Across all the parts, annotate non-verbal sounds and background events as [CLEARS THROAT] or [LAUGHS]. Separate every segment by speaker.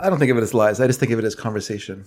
Speaker 1: I don't think of it as lies. I just think of it as conversation.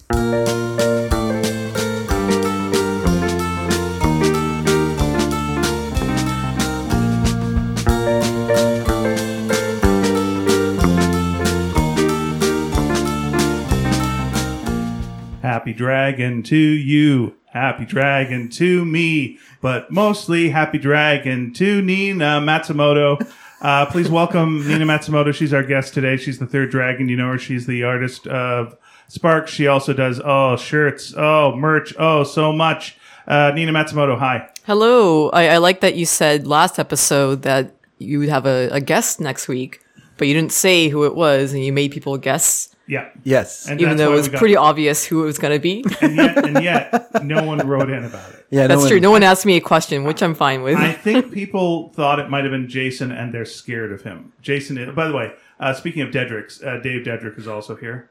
Speaker 2: Happy Dragon to you. Happy Dragon to me. But mostly Happy Dragon to Nina Matsumoto. Uh, please welcome [LAUGHS] Nina Matsumoto. She's our guest today. She's the third dragon. You know her. She's the artist of Sparks. She also does, oh, shirts, oh, merch, oh, so much. Uh, Nina Matsumoto, hi.
Speaker 3: Hello. I, I like that you said last episode that you would have a, a guest next week, but you didn't say who it was and you made people guess,
Speaker 2: Yeah.
Speaker 1: Yes.
Speaker 2: And
Speaker 3: even
Speaker 2: that's
Speaker 3: though
Speaker 2: why
Speaker 3: it was
Speaker 2: we got-
Speaker 3: pretty obvious who it was going
Speaker 2: [LAUGHS]
Speaker 3: to be.
Speaker 2: And yet, and yet, no one wrote in about it.
Speaker 1: yeah, no
Speaker 3: That's
Speaker 1: one-
Speaker 3: true. No one asked me a question, which I'm fine with.
Speaker 2: I think people thought it might have been Jason, and they're scared of him. Jason, is, by the way, uh, speaking of Dedricks, uh, Dave Dedrick is also here.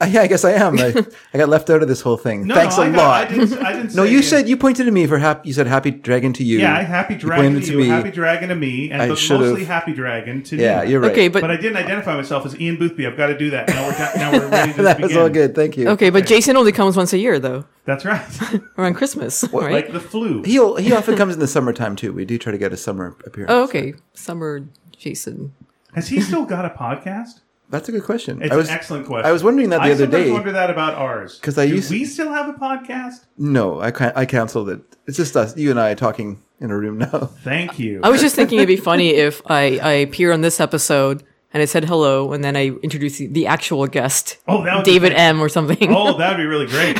Speaker 1: Uh, yeah, I guess I am.
Speaker 3: [LAUGHS]
Speaker 1: I, I got left out of this whole thing. Thanks
Speaker 2: no,
Speaker 1: a
Speaker 2: I got-
Speaker 1: lot.
Speaker 2: I didn't, I didn't
Speaker 1: [LAUGHS] no,
Speaker 2: say
Speaker 1: you
Speaker 2: it.
Speaker 1: said you pointed to me for happy. You said happy dragon to you.
Speaker 2: yeah, happy dragon
Speaker 1: pointed to
Speaker 2: to, you,
Speaker 1: me.
Speaker 2: happy dragon to me, and
Speaker 1: I
Speaker 2: but
Speaker 1: should've-
Speaker 2: mostly happy dragon to
Speaker 1: Yeah,
Speaker 2: Nina.
Speaker 1: you're right.
Speaker 3: Okay,
Speaker 1: but
Speaker 3: but,
Speaker 2: But I didn't identify myself as Ian Boothby. I've got to do that now. We're da- now
Speaker 1: [LAUGHS]
Speaker 2: we're ready
Speaker 1: [LAUGHS]
Speaker 2: to
Speaker 1: that
Speaker 2: begin.
Speaker 1: was all good. Thank you.
Speaker 3: okay, but Jason only comes once a year though,
Speaker 2: That's right.
Speaker 3: around Christmas, right?
Speaker 2: like the flu.
Speaker 1: He he often comes in the summertime too. We do try to get a summer appearance.
Speaker 3: oh, okay. Summer Jason.
Speaker 2: Has he still got a podcast?
Speaker 1: That's a good question.
Speaker 2: It's
Speaker 1: I was
Speaker 2: an excellent question.
Speaker 1: I was wondering that the
Speaker 2: I
Speaker 1: other
Speaker 2: sometimes
Speaker 1: day.
Speaker 2: wonder that about ours
Speaker 1: 'Cause I
Speaker 2: Do
Speaker 1: used-
Speaker 2: we still have a podcast?
Speaker 1: No, I can I canceled it. It's just us, you and I, talking in a room now. [LAUGHS]
Speaker 2: Thank you.
Speaker 3: I was just thinking it'd
Speaker 2: [LAUGHS]
Speaker 3: be funny if I, I appear on this episode and I said hello and then I introduce the, the actual guest,
Speaker 2: Oh, that would be
Speaker 3: David
Speaker 2: great.
Speaker 3: M or something.
Speaker 2: Oh, that'd be
Speaker 1: [LAUGHS]
Speaker 2: really great.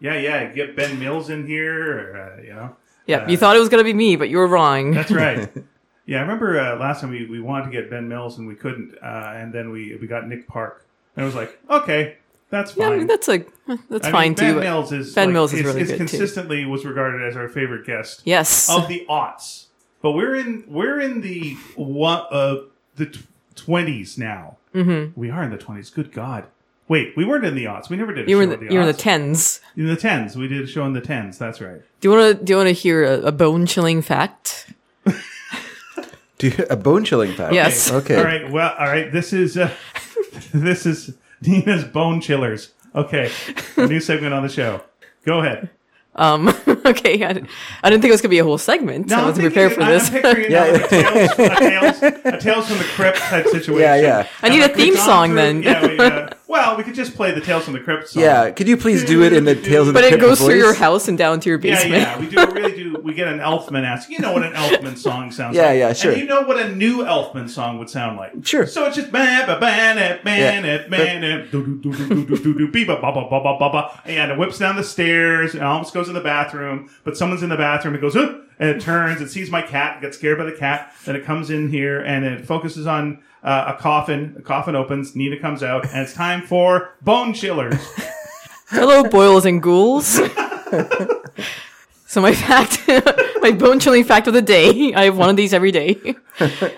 Speaker 2: yeah, yeah. Get Ben Mills in here. Or, uh, you know,
Speaker 3: [LAUGHS] yeah, you thought it was going to be me, but you were wrong.
Speaker 2: that's right. yeah, I remember uh, last time we, we wanted to get Ben Mills and we couldn't, uh, and then we we got Nick Park, and I was like, okay, that's
Speaker 3: Yeah, I
Speaker 2: fine.
Speaker 3: mean, that's a that's
Speaker 2: I mean,
Speaker 3: fine
Speaker 2: Ben
Speaker 3: too.
Speaker 2: Mills is
Speaker 3: Ben
Speaker 2: like,
Speaker 3: Mills is
Speaker 2: it's-
Speaker 3: really
Speaker 2: it's
Speaker 3: good, too.
Speaker 2: consistently was regarded as our favorite guest
Speaker 3: yes.
Speaker 2: of the aughts, but we're in we're in the one uh, the twenties now. Mm-hmm. We are in the twenties. Good God! Wait, we weren't in the aughts. We never did. A
Speaker 3: you were
Speaker 2: show
Speaker 3: in the, you were in the
Speaker 2: aughts.
Speaker 3: tens.
Speaker 2: In the tens, we did a show in the tens. That's right.
Speaker 3: Do you want to do you want to hear a, a bone chilling fact?
Speaker 1: Do you, a bone chilling fact?
Speaker 2: [LAUGHS]
Speaker 3: Yes.
Speaker 1: Okay.
Speaker 2: All right. Well. All right. This is uh, [LAUGHS] this is Nina's bone chillers. Okay. A new segment on the show. Go ahead.
Speaker 3: Um, [LAUGHS] okay, I, didn't- I didn't think it was gonna be a whole segment. so I
Speaker 2: I'm
Speaker 3: wasn't prepared
Speaker 2: thinking-
Speaker 3: for this.
Speaker 2: I'm
Speaker 1: Yeah.
Speaker 2: picturing now like
Speaker 3: [LAUGHS]
Speaker 2: a, tales, [LAUGHS] a, tales, a Tales from the Crypt type situation.
Speaker 1: Yeah, yeah.
Speaker 3: I need
Speaker 2: And
Speaker 3: a
Speaker 2: like we've
Speaker 3: theme
Speaker 2: gone
Speaker 3: song
Speaker 2: through-
Speaker 3: then.
Speaker 2: Yeah, we, uh, well, we could just play the Tales from the Crypt song.
Speaker 1: Yeah. Could you please do it in the tales of the
Speaker 3: [LAUGHS] but it
Speaker 1: Crypt
Speaker 3: goes through your
Speaker 1: voice?
Speaker 3: house and down to your
Speaker 2: Yeah,
Speaker 3: basement.
Speaker 2: yeah, we do really do. We get an Elfman ask. You know what an Elfman song sounds
Speaker 1: Yeah,
Speaker 2: like?
Speaker 1: yeah, sure.
Speaker 2: And you know what a new Elfman song would sound like?
Speaker 1: Sure.
Speaker 2: So it's just ban ba ban it ban
Speaker 1: Yeah.
Speaker 2: it ban it do do do do do do do be ba ba ba ba ba ba ba and it whips down the stairs and almost goes in the bathroom, but someone's in the bathroom. It goes "Huh," and it turns. It sees my cat. It gets scared by the cat. Then it comes in here and it focuses on. Uh, a coffin. A coffin opens. Nina comes out, and it's time for bone chillers.
Speaker 3: Hello, boils and ghouls. [LAUGHS] so my fact, [LAUGHS] my bone chilling fact of the day. I have one of these every day.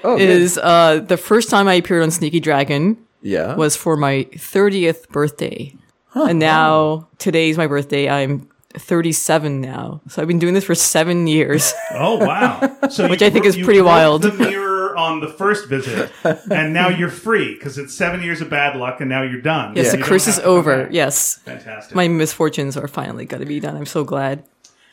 Speaker 3: is uh, the first time I appeared on Sneaky Dragon
Speaker 1: Yeah.
Speaker 3: was for my 30th birthday. And now today's my birthday. I'm 37 now. So I've been doing this for
Speaker 2: [LAUGHS]
Speaker 3: seven years.
Speaker 2: Oh wow! So
Speaker 3: Which
Speaker 2: you
Speaker 3: I think
Speaker 2: bro-
Speaker 3: is
Speaker 2: you
Speaker 3: pretty
Speaker 2: broke
Speaker 3: wild.
Speaker 2: The mirror on the first visit, and now you're free because it's seven years of bad luck, and now you're done.
Speaker 3: Yes,
Speaker 2: You
Speaker 3: the
Speaker 2: don't
Speaker 3: curse
Speaker 2: have
Speaker 3: is
Speaker 2: to come
Speaker 3: over.
Speaker 2: back.
Speaker 3: Yes.
Speaker 2: fantastic.
Speaker 3: My misfortunes are finally going to be done. I'm so glad.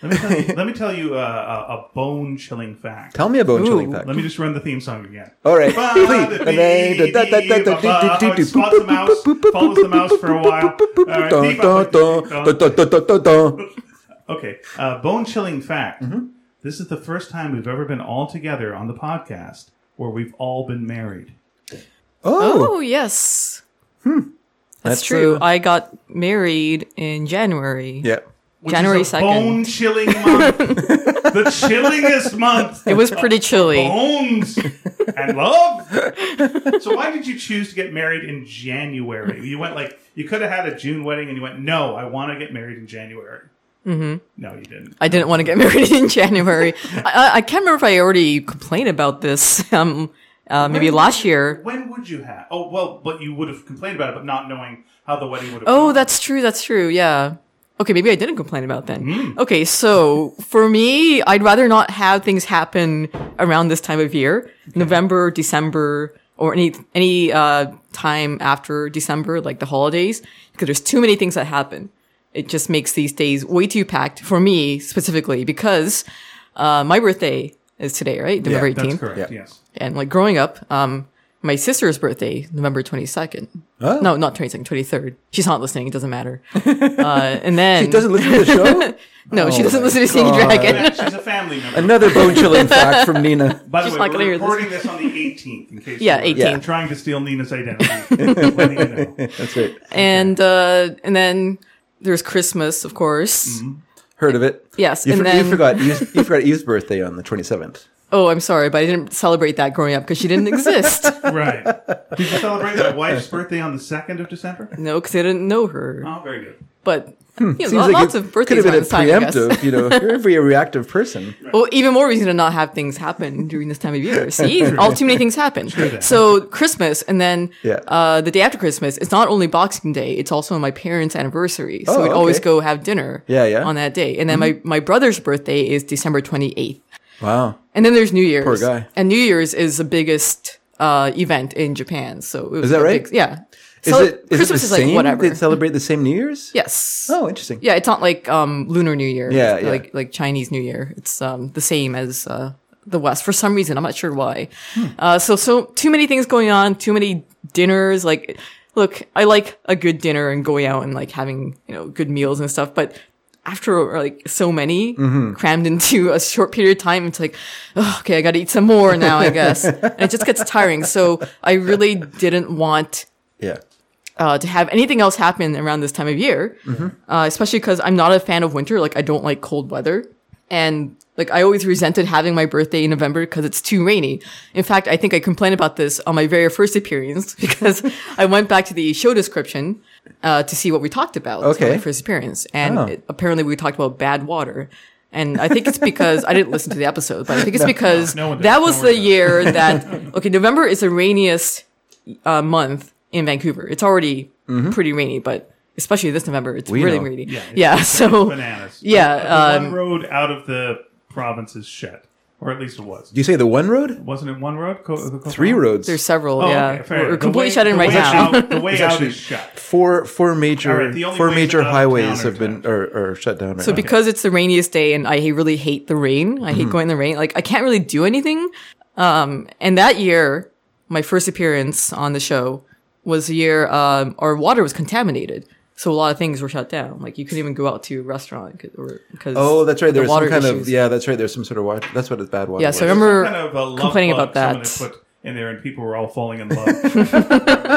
Speaker 2: let me tell
Speaker 1: [LAUGHS]
Speaker 2: you, let me tell you uh, a, a bone-chilling fact.
Speaker 1: Tell me a bone chilling
Speaker 3: Ooh,
Speaker 1: fact.
Speaker 2: Let me just run the theme song again.
Speaker 1: All right.
Speaker 2: Ba-
Speaker 1: Please.
Speaker 2: da- dee-
Speaker 1: And then
Speaker 2: dee-
Speaker 1: da- da- da- da-
Speaker 2: ba-
Speaker 1: dee-
Speaker 2: ba-
Speaker 1: dee-
Speaker 2: how
Speaker 1: dee-
Speaker 2: it spots the mouse, follows the mouse for a while. All right.
Speaker 1: Dun,
Speaker 2: Dee- ba-
Speaker 1: dun,
Speaker 2: ba-
Speaker 1: dun,
Speaker 2: dee- dun.
Speaker 1: dun, dun, dun, dun, dun.
Speaker 2: Okay, uh, bone chilling fact.
Speaker 1: Mm-hmm.
Speaker 2: This is the first time we've ever been all together on the podcast where we've all been married.
Speaker 1: Oh,
Speaker 3: Oh, yes. Hmm. That's,
Speaker 1: That's,
Speaker 3: true.
Speaker 1: uh,
Speaker 3: I got married in January.
Speaker 1: yeah.
Speaker 2: which
Speaker 3: January
Speaker 2: is a
Speaker 3: 2nd.
Speaker 2: bone chilling
Speaker 3: [LAUGHS]
Speaker 2: month, the chillingest month.
Speaker 3: It was
Speaker 2: [LAUGHS]
Speaker 3: pretty chilly.
Speaker 2: bones and love. So why did you choose to get married in January? You went like you could have had a June wedding, and you went, no, I want to get married in January. Mm-hmm. No, you didn't.
Speaker 3: I didn't want to get [LAUGHS] married in January. I, I- I can't remember if I already complained about this. [LAUGHS] Um, uh, maybe
Speaker 2: When-
Speaker 3: last year.
Speaker 2: When would you have? Oh well, but you would have complained about it, but not knowing how the wedding would have.
Speaker 3: Oh,
Speaker 2: gone.
Speaker 3: that's true. That's true. Yeah. Okay, maybe I didn't complain about then. Okay, so for me, I'd rather not have things happen around this time of year, November, December, or any any uh, time after December, like the holidays, because there's too many things that happen. It just makes these days way too packed for me specifically because uh, my birthday is today, right, November
Speaker 2: That's
Speaker 3: 18th,
Speaker 2: correct.
Speaker 1: Yeah.
Speaker 2: Yes.
Speaker 3: and like growing up, um, my sister's birthday, November 22nd.
Speaker 1: Oh.
Speaker 3: No, not 22nd, 23rd. She's not listening. It doesn't matter. uh, and
Speaker 1: [LAUGHS]
Speaker 3: then
Speaker 1: She doesn't listen to the
Speaker 3: [LAUGHS]
Speaker 1: show.
Speaker 3: No, she
Speaker 1: Oh
Speaker 3: doesn't
Speaker 1: my
Speaker 3: listen to Sneaky
Speaker 1: God.
Speaker 3: Dragon.
Speaker 2: Yeah, she's a family member.
Speaker 1: Another bone chilling fact from Nina.
Speaker 2: By the
Speaker 3: She's
Speaker 2: way,
Speaker 3: not
Speaker 2: we're
Speaker 3: gonna hear this.
Speaker 2: recording this. on the 18th. In case
Speaker 3: Yeah,
Speaker 2: you were
Speaker 3: 18th.
Speaker 2: Trying to steal Nina's identity. Letting you know.
Speaker 1: That's right.
Speaker 3: and uh, and then there's Christmas, of course.
Speaker 1: Mm-hmm. Heard of it?
Speaker 3: Yes,
Speaker 1: You,
Speaker 3: and
Speaker 1: for-
Speaker 3: then
Speaker 1: you forgot. You,
Speaker 3: [LAUGHS]
Speaker 1: you forgot Eve's birthday on the twenty seventh.
Speaker 3: oh, I'm sorry, but I didn't celebrate that growing up because
Speaker 1: [LAUGHS]
Speaker 3: she didn't exist.
Speaker 2: Right. Did you celebrate my wife's birthday on the 2nd of December?
Speaker 3: no, because I didn't know her.
Speaker 2: Oh, very good.
Speaker 3: But
Speaker 1: Hmm.
Speaker 3: you know, lots of birthdays
Speaker 1: could have
Speaker 3: around
Speaker 1: been a
Speaker 3: this time. I guess.
Speaker 1: preemptive. You know, [LAUGHS] you're a very reactive person.
Speaker 3: Well, even more reason to not have things happen during this time of year.
Speaker 1: [LAUGHS]
Speaker 3: See, all too many things happen.
Speaker 2: that.
Speaker 3: So Christmas, and then
Speaker 1: Yeah.
Speaker 3: uh, the day after Christmas, it's not only Boxing Day; it's also my parents' anniversary. So
Speaker 1: Oh,
Speaker 3: we'd always
Speaker 1: okay.
Speaker 3: go have dinner.
Speaker 1: Yeah, yeah. Mm-hmm.
Speaker 3: On that day, and then my my brother's birthday is December twenty eighth.
Speaker 1: Wow.
Speaker 3: And then there's New Year's.
Speaker 1: Poor guy.
Speaker 3: And New Year's is the biggest uh, event in Japan. So it was
Speaker 1: that
Speaker 3: a
Speaker 1: right?
Speaker 3: big- yeah.
Speaker 1: Is
Speaker 3: Cele-
Speaker 1: it is it
Speaker 3: Christmas
Speaker 1: the
Speaker 3: is
Speaker 1: same?
Speaker 3: like whatever.
Speaker 1: They celebrate the same New Year's.
Speaker 3: yes.
Speaker 1: Oh, interesting.
Speaker 3: Yeah, it's not like um, Lunar New Year.
Speaker 1: Yeah,
Speaker 3: It's
Speaker 1: yeah.
Speaker 3: Like like Chinese New Year. It's um, the same as uh, the West for some reason. I'm not sure why.
Speaker 1: Hmm.
Speaker 3: Uh, so so too many things going on. Too many dinners. Like, look, I like a good dinner and going out and like having you know good meals and stuff, but. After like so many
Speaker 1: Mm-hmm.
Speaker 3: crammed into a short period of time, it's like, "Ugh, okay, I got to eat some more now, I
Speaker 1: [LAUGHS]
Speaker 3: guess. and it just gets tiring. So I really didn't want
Speaker 1: Yeah.
Speaker 3: uh, to have anything else happen around this time of year,
Speaker 1: Mm-hmm.
Speaker 3: uh, especially because I'm not a fan of winter. Like I don't like cold weather, and like I always resented having my birthday in November because it's too rainy. In fact, I think I complained about this on my very first appearance [LAUGHS] because I went back to the show description uh, to see what we talked about. on
Speaker 1: Okay.
Speaker 3: my first appearance, and
Speaker 1: Oh.
Speaker 3: it- apparently we talked about bad water. And I think it's because I didn't listen to the episode, but I think it's because
Speaker 2: No one does.
Speaker 3: that
Speaker 2: No
Speaker 3: was
Speaker 2: one
Speaker 3: the
Speaker 2: does.
Speaker 3: year
Speaker 2: [LAUGHS]
Speaker 3: that okay, November is the rainiest uh, month in Vancouver. It's already pretty rainy, but especially this November, it's
Speaker 1: Mm-hmm. We
Speaker 3: really
Speaker 1: know.
Speaker 3: rainy.
Speaker 2: Yeah,
Speaker 3: Yeah,
Speaker 2: it's-
Speaker 3: so
Speaker 2: Bananas.
Speaker 3: Yeah,
Speaker 2: The one
Speaker 3: um,
Speaker 2: road out of the province is shut. Or at least it was.
Speaker 1: Do you say the one road?
Speaker 2: Wasn't it one road? Co- co- co-
Speaker 1: Three roads.
Speaker 3: there's several.
Speaker 2: Oh,
Speaker 3: yeah,
Speaker 2: okay, fair.
Speaker 3: we're, we're
Speaker 2: The
Speaker 3: completely
Speaker 2: way-
Speaker 3: shut in
Speaker 2: the
Speaker 3: right
Speaker 2: way
Speaker 3: now.
Speaker 2: out- the way
Speaker 1: It's
Speaker 2: out
Speaker 1: actually-
Speaker 2: is shut.
Speaker 1: four four major
Speaker 2: All right, the only
Speaker 1: four
Speaker 2: ways
Speaker 1: major
Speaker 2: out of
Speaker 1: highways
Speaker 2: town
Speaker 1: have
Speaker 2: are
Speaker 1: been
Speaker 2: town.
Speaker 1: are, are shut down right
Speaker 3: [LAUGHS] So
Speaker 1: now.
Speaker 3: because it's the rainiest day and I ha- really hate the rain, I hate
Speaker 1: Mm-hmm.
Speaker 3: going in the rain. Like I can't really do anything. Um, and that year, my first appearance on the show was the year um, our water was contaminated. So a lot of things were shut down. Like you couldn't even go out to a restaurant because
Speaker 1: Oh, that's right. There's some kind of yeah. That's right. There's some sort of water. That's what it's bad water.
Speaker 3: Yeah, so
Speaker 1: was.
Speaker 3: remember-
Speaker 2: Some kind of a love
Speaker 3: complaining
Speaker 2: bug
Speaker 3: about that.
Speaker 2: someone had put in there, and people were all falling in
Speaker 3: [LAUGHS]
Speaker 2: love. Oh, If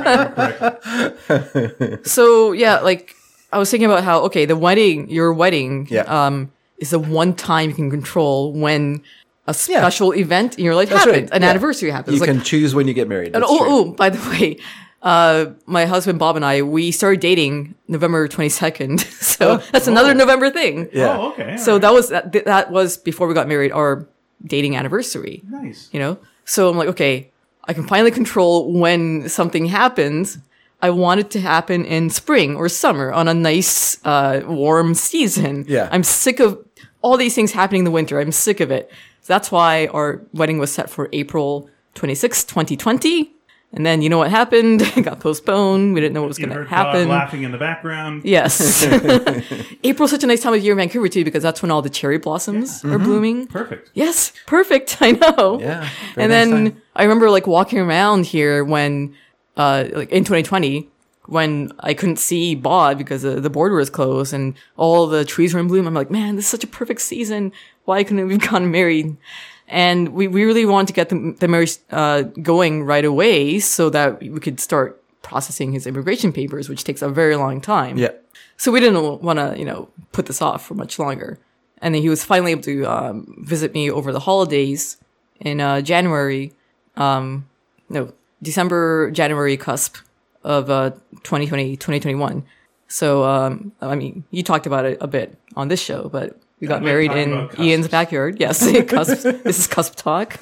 Speaker 2: I remember correctly.
Speaker 3: So yeah, like I was thinking about how okay, the wedding, your wedding,
Speaker 1: Yeah.
Speaker 3: um, is the one time you can control when a special event in your life
Speaker 1: That's right,
Speaker 3: happens, an
Speaker 1: yeah.
Speaker 3: anniversary happens.
Speaker 1: you
Speaker 3: like,
Speaker 1: can choose when you get married.
Speaker 3: and
Speaker 1: That's
Speaker 3: oh,
Speaker 1: true.
Speaker 3: oh, by the way, uh, my husband Bob and I we started dating November twenty second, [LAUGHS] so that's another November thing.
Speaker 1: Oh, yeah.
Speaker 2: Oh, okay. all
Speaker 3: So
Speaker 2: right.
Speaker 3: that was that, that was before we got married, our dating anniversary
Speaker 2: nice.
Speaker 3: you know so i'm like okay i can finally control when something happens i want it to happen in spring or summer on a nice uh, warm season
Speaker 1: Yeah.
Speaker 3: i'm sick of all these things happening in the winter i'm sick of it so that's why our wedding was set for april 26 2020 and then you know what happened [LAUGHS] it got postponed we didn't know what was
Speaker 2: You
Speaker 3: going to
Speaker 2: heard
Speaker 3: happen
Speaker 2: Bob laughing in the background. [LAUGHS]
Speaker 3: yes [LAUGHS] april's such a nice time of year in vancouver too because that's when all the cherry blossoms are blooming
Speaker 2: Perfect.
Speaker 3: Yes, perfect. [LAUGHS] I know.
Speaker 1: Mm-hmm. Yeah, very nice
Speaker 3: And then
Speaker 1: time.
Speaker 3: I remember like walking around here when, uh, like in 2020, when I couldn't see Bod because the, the border was closed and all the trees were in bloom. I'm like, man, this is such a perfect season. Why couldn't we have [LAUGHS] gotten married? And we, we really wanted to get the, the marriage, uh, going right away so that we could start processing his immigration papers, which takes a very long time.
Speaker 1: yeah.
Speaker 3: So we didn't want to, you know, put this off for much longer. And then he was finally able to um, visit me over the holidays in uh, January, um, no, December, January cusp of uh, 2020, 2021. So, um, I mean, you talked about it a bit on this show, but we got
Speaker 2: like
Speaker 3: married
Speaker 2: talking
Speaker 3: in
Speaker 2: about cusps.
Speaker 3: Ian's backyard. Yes, [LAUGHS] cusp. this is cusp talk.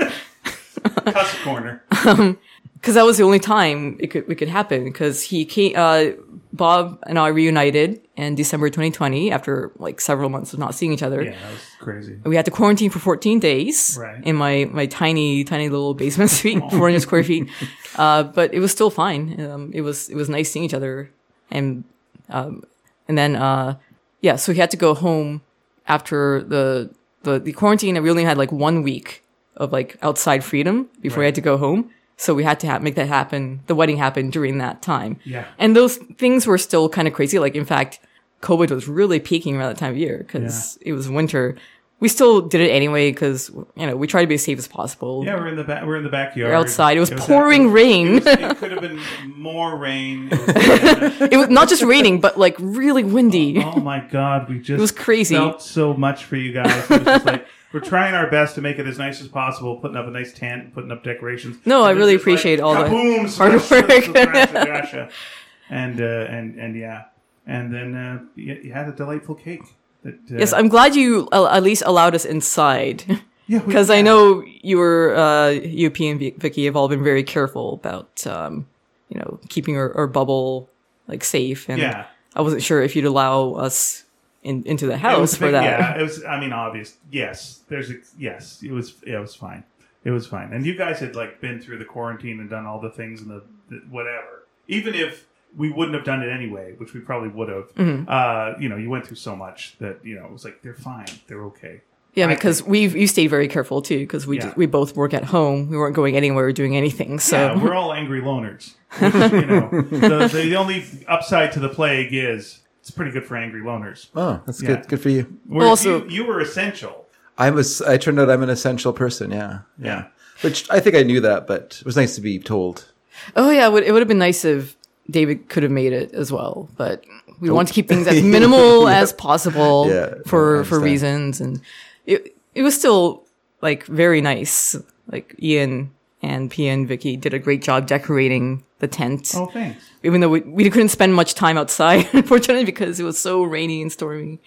Speaker 2: Cuss corner.
Speaker 3: because that was the only time it could we could happen because he came uh Bob Bob and I reunited in December 2020 after like several months of not seeing each other.
Speaker 2: Yeah, that was
Speaker 3: [LAUGHS]
Speaker 2: crazy.
Speaker 3: We had to quarantine for 14 days
Speaker 2: Right.
Speaker 3: in my, my tiny, tiny little basement [LAUGHS] suite, 400 square feet. Uh, but it was still fine. Um, it was, it was nice seeing each other. And, um, and then, uh, yeah, so he had to go home after the, the, the quarantine. We only had like one week of like outside freedom before we
Speaker 2: Right.
Speaker 3: had to go home. So we had to ha- make that happen. The wedding happened during that time.
Speaker 2: Yeah.
Speaker 3: And those things were still kind of crazy. Like, in fact, COVID was really peaking around that time of year because it was winter. We still did it anyway because, you know, we try to be as safe as possible.
Speaker 2: Yeah, we're in the ba- we're in the backyard.
Speaker 3: We're outside. It was,
Speaker 2: after-
Speaker 3: pouring rain.
Speaker 2: [LAUGHS] It, could have been more
Speaker 3: [LAUGHS]
Speaker 2: rain. It was-
Speaker 3: it was not just raining, but like really windy.
Speaker 2: oh my god, we just it
Speaker 3: was crazy.
Speaker 2: Felt so much for you guys. It was just like we're trying our best to make it as nice as possible, putting up a nice tent, putting up decorations.
Speaker 3: No, I
Speaker 2: And
Speaker 3: really
Speaker 2: it's just like,
Speaker 3: appreciate all the
Speaker 2: kaboom,
Speaker 3: hard
Speaker 2: smash, smash,
Speaker 3: work.
Speaker 2: smash, smash, smash.
Speaker 3: [LAUGHS]
Speaker 2: And uh, and and yeah, and then uh, you, you had a delightful cake. That, uh,
Speaker 3: Yes, I'm glad you uh, at least allowed us inside
Speaker 2: [LAUGHS] yeah, we-
Speaker 3: because I know you were, uh, UP and Vic- Vicky have all been very careful about, um, you know, keeping our, our bubble like safe. And
Speaker 2: Yeah.
Speaker 3: I wasn't sure if you'd allow us in, into the house
Speaker 2: It was
Speaker 3: for
Speaker 2: big-
Speaker 3: that.
Speaker 2: Yeah, it was. I mean, obvious. Yes, there's. A, yes, it was. It was fine. It was fine. And you guys had like been through the quarantine and done all the things and the, the whatever. Even if we wouldn't have done it anyway, which we probably would have.
Speaker 3: Mm-hmm.
Speaker 2: Uh, you know, you went through so much that you know it was like they're fine. They're okay.
Speaker 3: Yeah,
Speaker 2: I
Speaker 3: because we've you stayed very careful too, because we
Speaker 2: Yeah.
Speaker 3: d- we both work at home. We weren't going anywhere or doing anything. So
Speaker 2: Yeah, Uh, we're all angry loners. Which, you know, the, the only upside to the plague is it's pretty good for angry loners.
Speaker 1: Oh, that's
Speaker 2: Yeah.
Speaker 1: good. Good for you.
Speaker 2: Whereas
Speaker 3: Also-
Speaker 2: you, you were essential.
Speaker 1: I'm a, s- I turned out I'm an essential person. Yeah.
Speaker 2: Yeah.
Speaker 1: Which I think I knew that, but it was nice to be told.
Speaker 3: oh yeah, it would, it would have been nice if David could have made it as well, but we want to keep
Speaker 2: [LAUGHS]
Speaker 3: things as minimal as possible
Speaker 1: Yeah, I
Speaker 3: for for
Speaker 1: understand.
Speaker 3: reasons, and it it was still like very nice. Like Ian and P and Vicky did a great job decorating the tent,
Speaker 2: Oh, thanks.
Speaker 3: even though we, we couldn't spend much time outside, [LAUGHS] unfortunately, because it was so rainy and stormy.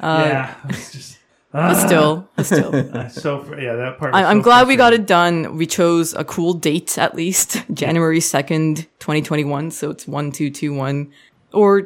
Speaker 3: Uh,
Speaker 2: yeah, it's just
Speaker 3: But
Speaker 2: [SIGHS]
Speaker 3: still, but still.
Speaker 2: uh, so. fr- Yeah, that part. was
Speaker 3: I, I'm
Speaker 2: so
Speaker 3: glad
Speaker 2: frustrating.
Speaker 3: we got it done. We chose a cool date at least, [LAUGHS] January 2nd, 2021. So it's 1221 or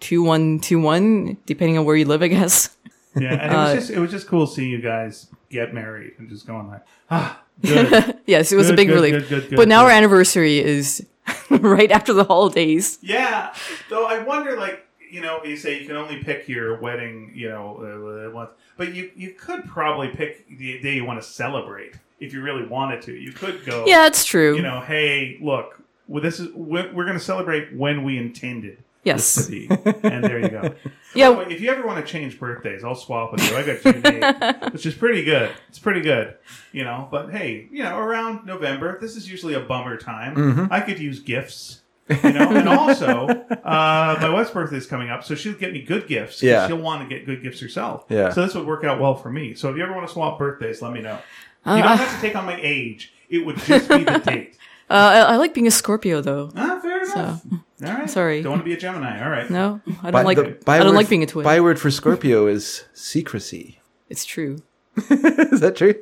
Speaker 3: 2121, depending on where you live, I guess. [LAUGHS]
Speaker 2: Yeah, and it was
Speaker 3: Uh,
Speaker 2: just it was just cool seeing you guys get married and just going like, ah,
Speaker 3: [LAUGHS]
Speaker 2: good.
Speaker 3: Yes, it was
Speaker 2: Good,
Speaker 3: a big
Speaker 2: good,
Speaker 3: relief.
Speaker 2: good, good, good,
Speaker 3: but now
Speaker 2: good.
Speaker 3: our anniversary is [LAUGHS] right after the holidays.
Speaker 2: yeah. Though I wonder, like, you know, you say you can only pick your wedding, you know, uh, once, but you you could probably pick the day you want to celebrate if you really wanted to. You could go,
Speaker 3: Yeah, it's true.
Speaker 2: you know, hey, look, well, this is we're, we're going to celebrate when we intended. this
Speaker 3: yes.
Speaker 2: To be. And there you
Speaker 3: [LAUGHS]
Speaker 2: go.
Speaker 3: Yeah. uh,
Speaker 2: By the way, if you ever want to change birthdays, I'll swap with you. I got June
Speaker 3: [LAUGHS]
Speaker 2: 8th, which is pretty good. It's pretty good, you know. But hey, you know, around November, this is usually a bummer time.
Speaker 1: Mm-hmm.
Speaker 2: I could use gifts, you know. and also, uh, my wife's birthday is coming up, so she'll get me good gifts. 'cause
Speaker 1: Yeah.
Speaker 2: she'll want to get good gifts herself.
Speaker 1: Yeah.
Speaker 2: So this would work out well for me. So if you ever want to swap birthdays, let me know.
Speaker 3: Uh,
Speaker 2: you don't have to take on my age. It would just be
Speaker 3: [LAUGHS]
Speaker 2: the date.
Speaker 3: Uh, I, I like being a Scorpio though.
Speaker 2: Ah, fair enough. All right.
Speaker 3: sorry.
Speaker 2: Don't want to be a Gemini. All right.
Speaker 3: No, I don't
Speaker 1: Bi-
Speaker 3: like.
Speaker 1: the
Speaker 3: I
Speaker 1: byword
Speaker 3: don't like
Speaker 1: f-
Speaker 3: being a twin.
Speaker 1: Byword for Scorpio is secrecy. [LAUGHS]
Speaker 3: it's true.
Speaker 1: is that true?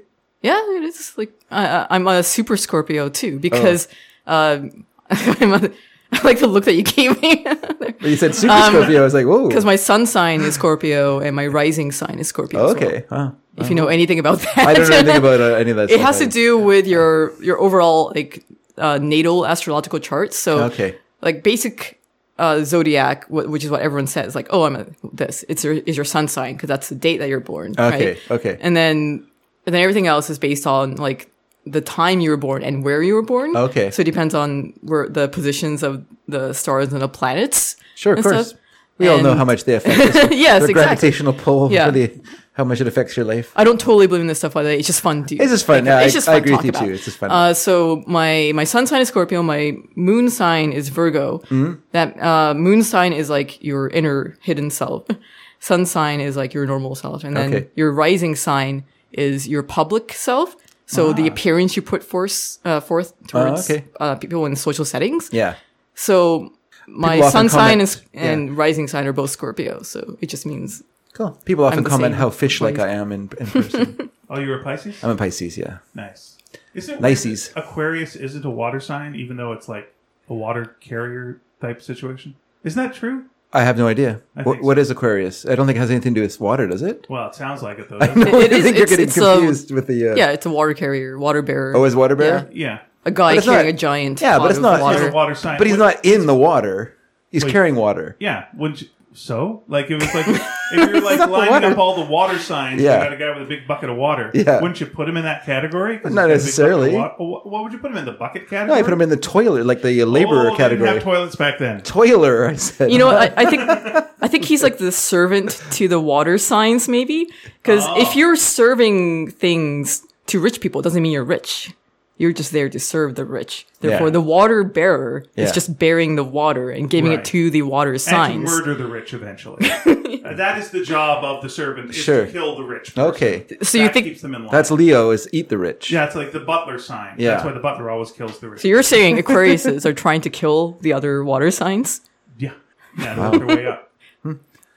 Speaker 3: Yeah, it is like I, I- I'm a super Scorpio too because
Speaker 1: Oh.
Speaker 3: um [LAUGHS] I'm a, I like the look that you gave
Speaker 1: [LAUGHS]
Speaker 3: me [LAUGHS]
Speaker 1: Well, you said super Scorpio. I was like, whoa.
Speaker 3: because Um, my sun sign is Scorpio and my rising sign is Scorpio.
Speaker 1: Oh,
Speaker 3: as well, [LAUGHS]
Speaker 1: okay. Huh.
Speaker 3: if you know anything about that,
Speaker 1: I don't know anything about uh, any of that.
Speaker 3: it
Speaker 1: stuff.
Speaker 3: has
Speaker 1: I-
Speaker 3: to do with your your overall like uh, natal astrological chart. So
Speaker 1: Okay.
Speaker 3: like basic uh, zodiac, wh- which is what everyone says, like, oh, I'm a, this. It's your is your sun sign because that's the date that you're born.
Speaker 1: Okay,
Speaker 3: right?
Speaker 1: okay.
Speaker 3: And then and then everything else is based on like the time you were born and where you were born.
Speaker 1: Okay.
Speaker 3: So it depends on where the positions of the stars and the planets.
Speaker 1: Sure, of
Speaker 3: and stuff.
Speaker 1: course. We all know
Speaker 3: [LAUGHS] And-
Speaker 1: how much they affect us. [LAUGHS]
Speaker 3: yes,
Speaker 1: the
Speaker 3: exactly.
Speaker 1: gravitational pull
Speaker 3: Yeah.
Speaker 1: for the how much it affects your life.
Speaker 3: I don't totally believe in this stuff like that. It's just fun. To,
Speaker 1: It's just fun. Yeah, I- I
Speaker 3: to
Speaker 1: agree with
Speaker 3: talk
Speaker 1: you too. It's just fun.
Speaker 3: Uh, so my my sun sign is Scorpio. My moon sign is Virgo.
Speaker 1: Mm-hmm.
Speaker 3: That uh, moon sign is like your inner hidden self. [LAUGHS] sun sign is like your normal self, and then
Speaker 1: Okay.
Speaker 3: your rising sign is your public self. So the appearance you put forth uh, forth towards
Speaker 1: Ah. okay.
Speaker 3: uh, people in social settings.
Speaker 1: Yeah.
Speaker 3: So my
Speaker 1: People often
Speaker 3: sun sign
Speaker 1: comment-
Speaker 3: and, and rising sign are both Scorpio. So it just means
Speaker 1: Cool. People often
Speaker 3: the
Speaker 1: comment
Speaker 3: same
Speaker 1: how fish like
Speaker 3: ways.
Speaker 1: I am in,
Speaker 3: [LAUGHS]
Speaker 1: in person.
Speaker 2: Oh, you were Pisces.
Speaker 1: I'm a Pisces, yeah.
Speaker 2: Nice. Isn't it
Speaker 1: Nices.
Speaker 2: weird that Aquarius isn't a water sign, even though it's like a water carrier type situation? Isn't that true?
Speaker 1: I have no idea.
Speaker 2: I
Speaker 1: What,
Speaker 2: think
Speaker 1: what is Aquarius? I don't think it has anything to do with water, does it?
Speaker 2: Well, it sounds like it though.
Speaker 1: [LAUGHS] No, I
Speaker 3: it is-
Speaker 1: think you're
Speaker 3: it's-
Speaker 1: getting
Speaker 3: it's, um,
Speaker 1: confused with the. Uh,
Speaker 3: Yeah, it's a water carrier, water bearer.
Speaker 1: Oh, is water bearer?
Speaker 2: yeah.
Speaker 3: a guy
Speaker 1: But it's
Speaker 3: carrying
Speaker 1: not-
Speaker 3: a giant.
Speaker 1: Yeah,
Speaker 3: pot
Speaker 1: but it's
Speaker 3: of
Speaker 1: not.
Speaker 2: It's
Speaker 3: Water.
Speaker 2: a water sign.
Speaker 1: But he's not
Speaker 2: What-
Speaker 1: in the water. He's
Speaker 2: Wait.
Speaker 1: carrying water.
Speaker 2: Yeah. Wouldn't you, so? Like it was like if
Speaker 1: [LAUGHS]
Speaker 2: you're like
Speaker 1: not
Speaker 2: lining
Speaker 1: water.
Speaker 2: up all the water signs,
Speaker 1: Yeah.
Speaker 2: you got a guy with a big bucket of water.
Speaker 1: Yeah.
Speaker 2: Wouldn't you put him in that category? 'Cause
Speaker 1: Not
Speaker 2: he's got a big
Speaker 1: necessarily.
Speaker 2: bucket of wa- Wha- what would you put him in the bucket category?
Speaker 1: No, I put him in the toiler, like the uh, laborer
Speaker 2: oh, They didn't
Speaker 1: category.
Speaker 2: have toilets back then.
Speaker 1: toiler, I
Speaker 3: [LAUGHS]
Speaker 1: said.
Speaker 3: You know, what, I, I think
Speaker 1: [LAUGHS]
Speaker 3: I think he's like the servant to the water signs, maybe. Because
Speaker 1: Oh.
Speaker 3: if you're serving things to rich people, it doesn't mean you're rich. You're just there to serve the rich. Therefore,
Speaker 1: Yeah.
Speaker 3: the water bearer
Speaker 1: Yeah.
Speaker 3: is just bearing the water and giving
Speaker 2: Right.
Speaker 3: it to the water
Speaker 2: And
Speaker 3: signs.
Speaker 2: to murder the rich
Speaker 1: [LAUGHS]
Speaker 2: eventually. Uh, that is the job of the servant. Is
Speaker 1: Sure.
Speaker 2: To kill the rich. person.
Speaker 1: Okay,
Speaker 3: So you
Speaker 2: That
Speaker 3: think?
Speaker 2: keeps them in line.
Speaker 1: that's Leo is eat the rich.
Speaker 2: yeah. It's like the butler sign.
Speaker 1: Yeah.
Speaker 2: That's why the butler always kills the rich.
Speaker 3: So you're saying Aquariuses are trying to kill the other water signs?
Speaker 2: yeah. Yeah. That's their way up.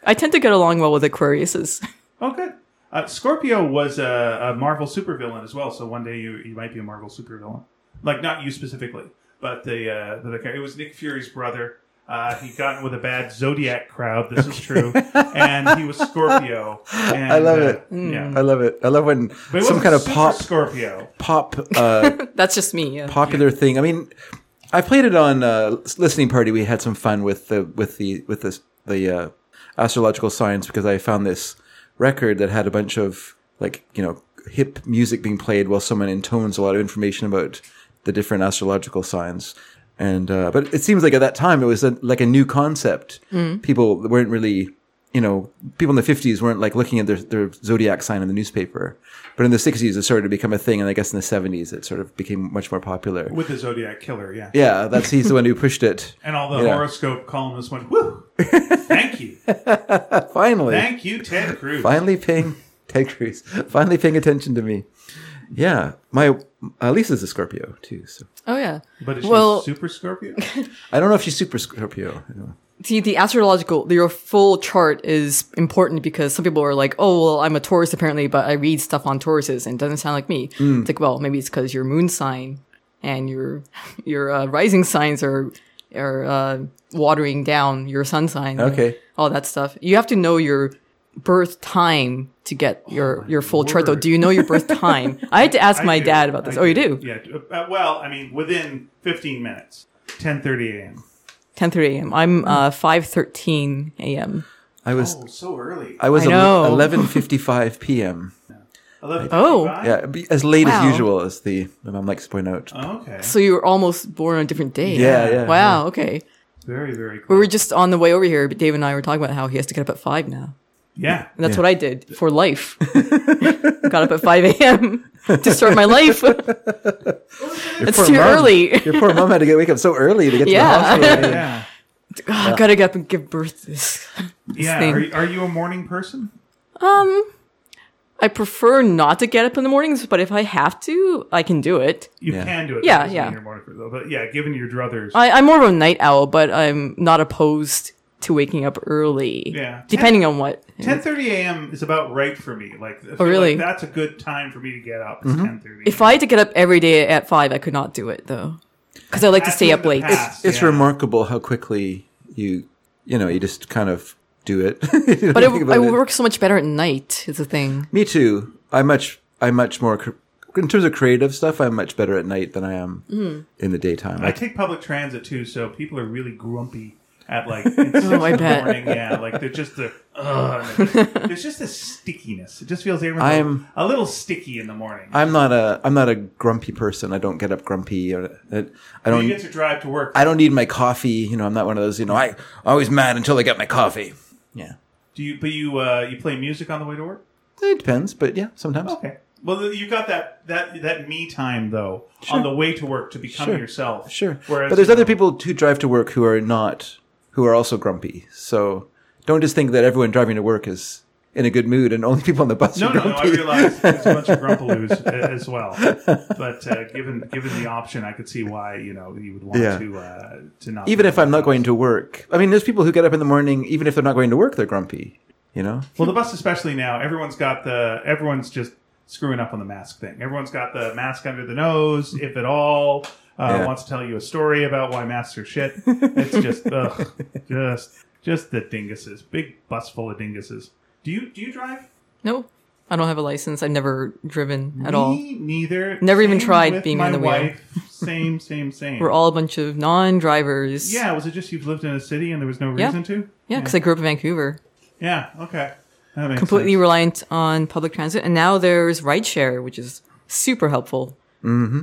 Speaker 3: I tend to get along well with Aquariuses. [LAUGHS]
Speaker 2: Oh, good. Uh, Scorpio was a, a Marvel supervillain as well, so one day you, you might be a Marvel supervillain. Like, not you specifically, but the, uh, the, the- it was Nick Fury's brother. Uh, he got in with a bad Zodiac crowd, this is true,
Speaker 1: [LAUGHS]
Speaker 2: and he was Scorpio. And,
Speaker 1: I love
Speaker 2: uh,
Speaker 1: it.
Speaker 3: Hmm. Mm.
Speaker 2: Yeah.
Speaker 1: I love it. I love when
Speaker 2: But it
Speaker 1: some
Speaker 2: wasn't
Speaker 1: kind of
Speaker 2: Super
Speaker 1: pop
Speaker 2: Scorpio.
Speaker 1: pop uh,
Speaker 3: That's just me. Yeah.
Speaker 1: popular thing. I mean, I played it on uh, listening party. We had some fun with the with the with this the uh, astrological science because I found this record that had a bunch of like you know hip music being played while someone intones a lot of information about the different astrological signs. And uh, but it seems like at that time it was a, like a new concept. People weren't really you know, people in the 50s weren't like looking at their, their zodiac sign in the newspaper. But in the 60s, it started to become a thing. And I guess in the 70s, it sort of became much more popular.
Speaker 2: With the Zodiac killer, yeah.
Speaker 1: Yeah, that's he's the one who pushed it.
Speaker 2: And all the
Speaker 1: Yeah.
Speaker 2: horoscope columnists
Speaker 1: [LAUGHS]
Speaker 2: went, woo! Thank you.
Speaker 1: Finally,
Speaker 2: Thank you, Ted Cruz.
Speaker 1: finally paying [LAUGHS] Ted Cruz, finally paying attention to me. Yeah, my uh, Lisa's a Scorpio too. So
Speaker 3: Oh yeah.
Speaker 2: But is she
Speaker 3: Well-
Speaker 2: Super Scorpio?
Speaker 3: [LAUGHS]
Speaker 1: I don't know if she's super Scorpio. I don't know.
Speaker 3: See, the astrological, your full chart is important because some people are like, oh, well, I'm a Taurus apparently, but I read stuff on Tauruses and it doesn't sound like me.
Speaker 2: Hmm.
Speaker 3: It's like, well, maybe it's because your moon sign and your your uh, rising signs are are uh, watering down your sun sign. and
Speaker 1: Okay.
Speaker 3: all that stuff. You have to know your birth time to get your your full chart. Though,
Speaker 2: Oh word.
Speaker 3: do you know your birth
Speaker 2: [LAUGHS]
Speaker 3: time? I had to ask
Speaker 2: I
Speaker 3: my
Speaker 2: do.
Speaker 3: dad about this.
Speaker 2: I
Speaker 3: oh, you do.
Speaker 2: Yeah. Uh, well, I mean, within 15 minutes, 10:30 a.m.
Speaker 3: 10:30 a.m. I'm uh, 5:13 a.m.
Speaker 1: I was
Speaker 2: Oh, so early.
Speaker 1: I was
Speaker 3: I know.
Speaker 1: eleven fifty five p.m.
Speaker 2: 11:55?
Speaker 3: Oh.
Speaker 1: Yeah, be- as late
Speaker 3: Wow.
Speaker 1: as usual as the my mom likes to point out.
Speaker 2: Oh, Okay.
Speaker 3: So you were almost born on a different day.
Speaker 1: Yeah, yeah,
Speaker 3: Wow. Okay.
Speaker 2: Very, very
Speaker 3: We
Speaker 2: cool.
Speaker 3: were just on the way over here, but Dave and I were talking about how he has to get up at five now. [LAUGHS]
Speaker 2: yeah.
Speaker 3: And that's what I did for life. [LAUGHS] Got up at five a.m. to start my
Speaker 1: [LAUGHS]
Speaker 3: life. it's
Speaker 1: poor
Speaker 3: too
Speaker 1: mom.
Speaker 3: early. [LAUGHS]
Speaker 1: Your poor mom had to get wake up so early to get
Speaker 3: Yeah.
Speaker 1: to
Speaker 3: [LAUGHS]
Speaker 1: the hospital.
Speaker 2: Yeah.
Speaker 3: Oh, I gotta get up and give birth. to This.
Speaker 2: Yeah.
Speaker 3: thing.
Speaker 2: Are, you- are you a morning person?
Speaker 3: I prefer not to get up in the mornings, but if I have to, I can do it.
Speaker 2: You
Speaker 1: Yeah.
Speaker 2: can do it.
Speaker 3: Yeah,
Speaker 2: Doesn't
Speaker 3: yeah.
Speaker 2: mean You're a morning person, though. But yeah, given your druthers.
Speaker 3: I, I'm more of a night owl, but I'm not opposed to waking up early.
Speaker 2: Yeah.
Speaker 3: Depending on what.
Speaker 2: 10:30 a.m. is about right for me. Like, I feel
Speaker 3: Oh, really?
Speaker 2: Like that's a good time for me to get up. It's
Speaker 1: Mm-hmm.
Speaker 2: 10:30.
Speaker 3: If I had to get up every day at five, I could not do it though, because I like to stay up late.
Speaker 1: It's remarkable how quickly you you know you just kind of do it. [LAUGHS] You
Speaker 3: But
Speaker 1: don't think
Speaker 3: it,
Speaker 1: about
Speaker 3: I work so much better at night. Is the thing. [LAUGHS]
Speaker 1: Me too. I much I much more cr- in terms of creative stuff. I'm much better at night than I am
Speaker 3: Mm-hmm.
Speaker 1: in the daytime.
Speaker 2: I
Speaker 1: I,
Speaker 2: take public transit too, so people are really grumpy at
Speaker 1: [LAUGHS]
Speaker 2: like it's six [LAUGHS]
Speaker 3: I
Speaker 2: in the
Speaker 3: bet.
Speaker 2: morning. Yeah, like they're just the ugh. and they're just- There's just this stickiness. It just feels everyone's
Speaker 1: I'm-
Speaker 2: a little sticky in the morning.
Speaker 1: I'm not a I'm not a grumpy person. I don't get up grumpy or I I
Speaker 2: you
Speaker 1: don't
Speaker 2: get to drive to work.
Speaker 1: I don't need my coffee. You know, I'm not one of those. You know, I always mad until I get my coffee. Yeah,
Speaker 2: Do you? But you uh, you play music on the way to work.
Speaker 1: it depends, but yeah, sometimes.
Speaker 2: Okay. Well, th- you've got that that that me time though on the way to work to become
Speaker 1: Sure.
Speaker 2: yourself.
Speaker 1: Sure,
Speaker 2: Whereas,
Speaker 1: but there's
Speaker 2: you
Speaker 1: other
Speaker 2: know,
Speaker 1: people who drive to work who are not who are also grumpy. So don't just think that everyone driving to work is in a good mood and only [LAUGHS] people on the bus
Speaker 2: No,
Speaker 1: are
Speaker 2: no, no.
Speaker 1: grumpy.
Speaker 2: I
Speaker 1: [LAUGHS]
Speaker 2: realize there's a bunch of grumpaloos a- as well. But uh, given given the option, I could see why you know you would want
Speaker 1: Yeah.
Speaker 2: to uh, to not.
Speaker 1: even
Speaker 2: be
Speaker 1: if I'm not
Speaker 2: grumpy.
Speaker 1: going to work. I mean, there's people who get up in the morning, even if they're not going to work, they're grumpy. You know?
Speaker 2: Well, the bus especially now, everyone's got the everyone's just screwing up on the mask thing. Everyone's got the mask under the nose, if at all. uh,
Speaker 1: Yeah.
Speaker 2: wants to tell you a story about why masks are shit. It's just, ugh, just, just the dinguses. Big bus full of dinguses. Do you do you drive?
Speaker 3: No, I don't have a license. I've never driven at all.
Speaker 2: Me neither.
Speaker 3: Never even
Speaker 2: Same
Speaker 3: tried
Speaker 2: with
Speaker 3: being
Speaker 2: my
Speaker 3: on the wheel.
Speaker 2: wife. Same, same, same.
Speaker 3: We're all a bunch of non-drivers.
Speaker 2: yeah, was it just you've lived in a city and there was no
Speaker 3: Yeah.
Speaker 2: reason to?
Speaker 3: yeah, because I grew up in Vancouver,
Speaker 2: Yeah, okay. That makes
Speaker 3: completely
Speaker 2: sense.
Speaker 3: reliant on public transit, and now there's rideshare, which is super helpful.
Speaker 2: Uh,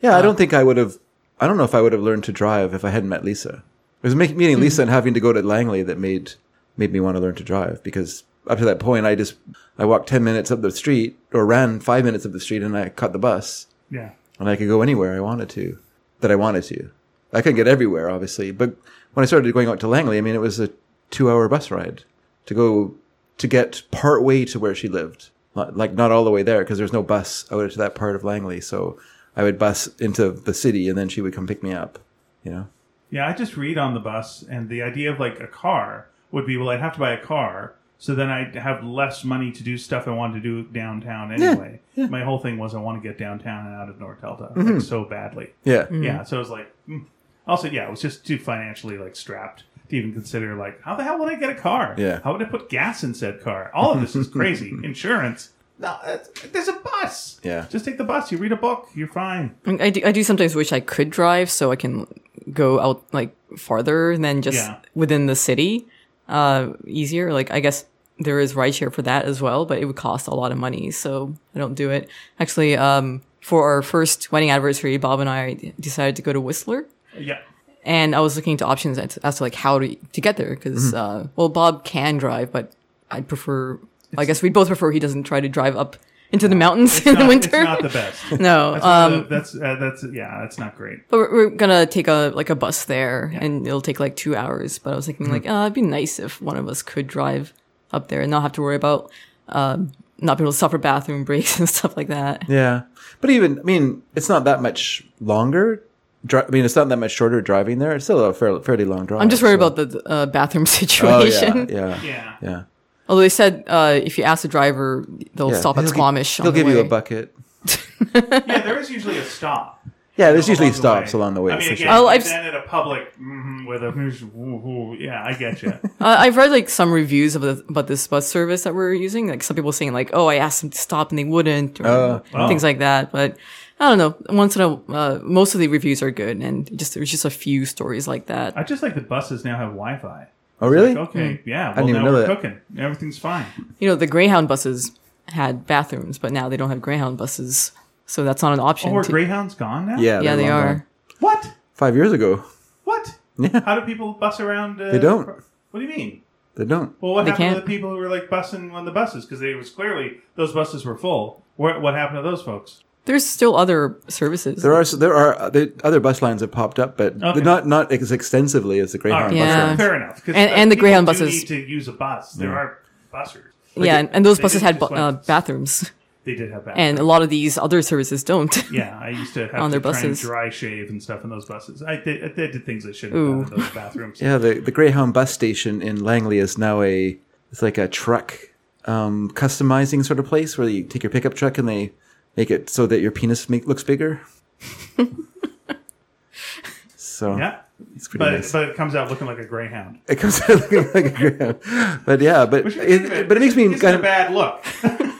Speaker 1: Yeah, I don't think I would have. I don't know if I would have learned to drive if I hadn't met Lisa. It was make, meeting Lisa and having to go to Langley that made made me want to learn to drive because up to that point I just I walked ten minutes up the street or ran five minutes up the street and I caught the bus
Speaker 2: Yeah.
Speaker 1: and I could go anywhere I wanted to that I wanted to. I couldn't get everywhere obviously, but when I started going out to Langley, I mean it was a two hour bus ride to go to get part way to where she lived. Not- Like not all the way there because there's no bus out to that part of Langley, so I would bus into the city and then she would come pick me up. You know?
Speaker 2: Yeah, I just read on the bus, and the idea of like a car would be well, I'd have to buy a car, so then I'd have less money to do stuff I wanted to do downtown anyway. My whole thing was I want to get downtown and out of North Delta like, so badly.
Speaker 1: Yeah.
Speaker 2: Yeah, so it was like, mm. also, yeah, it was just too financially like strapped to even consider like, how the hell would I get a car?
Speaker 1: Yeah.
Speaker 2: how would I put gas in said car? All of this is crazy. Insurance. No, it's- there's a bus.
Speaker 1: Yeah.
Speaker 2: Just take the bus. You read a book. You're fine.
Speaker 3: I mean, I do, I do sometimes wish I could drive so I can go out like farther than just
Speaker 2: Yeah.
Speaker 3: within the city. Uh, easier. Like I guess there is rideshare for that as well, but it would cost a lot of money, so I don't do it. Actually, um, for our first wedding anniversary, Bob and I decided to go to Whistler,
Speaker 2: Yeah.
Speaker 3: and I was looking into options as, as to like how to to get there because
Speaker 2: Mm-hmm.
Speaker 3: uh, well, Bob can drive, but I'd prefer. I guess we both prefer he doesn't try to drive up into the mountains [LAUGHS] in the
Speaker 2: Not-
Speaker 3: winter.
Speaker 2: It's not the best.
Speaker 3: [LAUGHS] no,
Speaker 2: That's not
Speaker 3: um,
Speaker 2: the- that's uh, that's yeah, that's not great.
Speaker 3: But we're, we're gonna take a like a bus there, and it'll take like two hours. But I was thinking
Speaker 1: Mm-hmm.
Speaker 3: like, uh, it'd be nice if one of us could drive up there and not have to worry about um not being able to suffer bathroom breaks [LAUGHS] and stuff like that.
Speaker 1: Yeah. But even, I mean, it's not that much longer. Dri- I mean, it's not that much shorter driving there. It's still a fair, fairly long drive.
Speaker 3: I'm just worried
Speaker 1: so-
Speaker 3: about the- the uh, bathroom [LAUGHS]
Speaker 1: Oh,
Speaker 3: situation.
Speaker 1: yeah, yeah. Yeah.
Speaker 2: Yeah.
Speaker 3: Although they said uh, if you ask the driver, they'll
Speaker 1: Yeah.
Speaker 3: stop at
Speaker 1: He'll gi-
Speaker 3: Squamish.
Speaker 1: They'll
Speaker 3: on the
Speaker 1: give you a
Speaker 3: way.
Speaker 1: bucket.
Speaker 2: Yeah, there is usually a stop.
Speaker 1: Yeah, there's
Speaker 2: along
Speaker 1: usually
Speaker 2: the
Speaker 1: stops
Speaker 2: way.
Speaker 1: along the way.
Speaker 2: I mean,
Speaker 1: for
Speaker 2: again,
Speaker 1: sure.
Speaker 3: Oh,
Speaker 2: oh, I've
Speaker 3: I've s-
Speaker 2: then at a public mm, with a ooh, ooh, yeah, I get
Speaker 1: [LAUGHS]
Speaker 2: you.
Speaker 3: Uh, I've read like some reviews of the, about this bus service that we're using. Like some people saying like, "Oh, I asked them to stop and they wouldn't," or
Speaker 1: Oh,
Speaker 2: wow.
Speaker 3: things like that. But I don't know. Once in a, uh, most of the reviews are good, and just there's just a few stories like that.
Speaker 2: I just like the buses now have Wi-Fi.
Speaker 1: oh, really?
Speaker 2: Like, okay, yeah. Well,
Speaker 1: didn't even
Speaker 2: now
Speaker 1: know
Speaker 2: we're
Speaker 1: that.
Speaker 2: cooking. Everything's fine.
Speaker 3: You know, the Greyhound buses had bathrooms, but now they don't have Greyhound buses, so that's not an option.
Speaker 2: Oh, are
Speaker 3: to-
Speaker 2: Greyhounds gone now?
Speaker 1: Yeah.
Speaker 3: yeah,
Speaker 1: they're
Speaker 3: they
Speaker 1: long
Speaker 3: are.
Speaker 1: gone.
Speaker 2: What?
Speaker 1: Five years ago.
Speaker 2: What?
Speaker 1: Yeah.
Speaker 2: How do people bus around? Uh,
Speaker 1: They don't.
Speaker 2: What do you mean?
Speaker 1: They don't.
Speaker 2: Well, what
Speaker 3: They
Speaker 2: happened to
Speaker 3: can't.
Speaker 2: the people who were like bussing on the buses? Because they was clearly those buses were full. What, what happened to those folks?
Speaker 3: There's still other services.
Speaker 1: There are there are uh, the other bus lines have popped up, but
Speaker 2: Okay.
Speaker 1: not not as extensively as the
Speaker 2: All
Speaker 1: Greyhound
Speaker 2: right,
Speaker 1: bus
Speaker 3: Yeah.
Speaker 1: line.
Speaker 2: fair enough. 'cause,
Speaker 3: And-
Speaker 2: uh,
Speaker 3: and the
Speaker 2: people
Speaker 3: Greyhound
Speaker 2: do
Speaker 3: buses-
Speaker 2: need to use a bus. There are bussers.
Speaker 3: yeah, and, and those
Speaker 2: they
Speaker 3: buses
Speaker 2: did
Speaker 3: had bu-
Speaker 2: just
Speaker 3: uh,
Speaker 2: like-
Speaker 3: bathrooms,
Speaker 2: They did have bathrooms.
Speaker 3: and a lot of these other services don't. [LAUGHS]
Speaker 2: Yeah, I used to have
Speaker 3: On
Speaker 2: to
Speaker 3: their
Speaker 2: try and
Speaker 3: buses.
Speaker 2: dry shave and stuff in those buses. I did, I did things I shouldn't
Speaker 3: Ooh.
Speaker 2: have done in those
Speaker 1: [LAUGHS]
Speaker 2: bathrooms.
Speaker 1: Yeah, the, the Greyhound bus station in Langley is now a it's like a truck um, customizing sort of place where you take your pickup truck and they make it so that your penis make, looks
Speaker 3: [LAUGHS]
Speaker 1: bigger. so
Speaker 2: Yeah,
Speaker 1: it's pretty
Speaker 2: but
Speaker 1: nice.
Speaker 2: but it comes out looking like a greyhound.
Speaker 1: it comes out looking like a greyhound, but yeah, but
Speaker 2: Which
Speaker 1: it, but it makes me
Speaker 2: it's
Speaker 1: kind
Speaker 2: a
Speaker 1: of,
Speaker 2: bad look.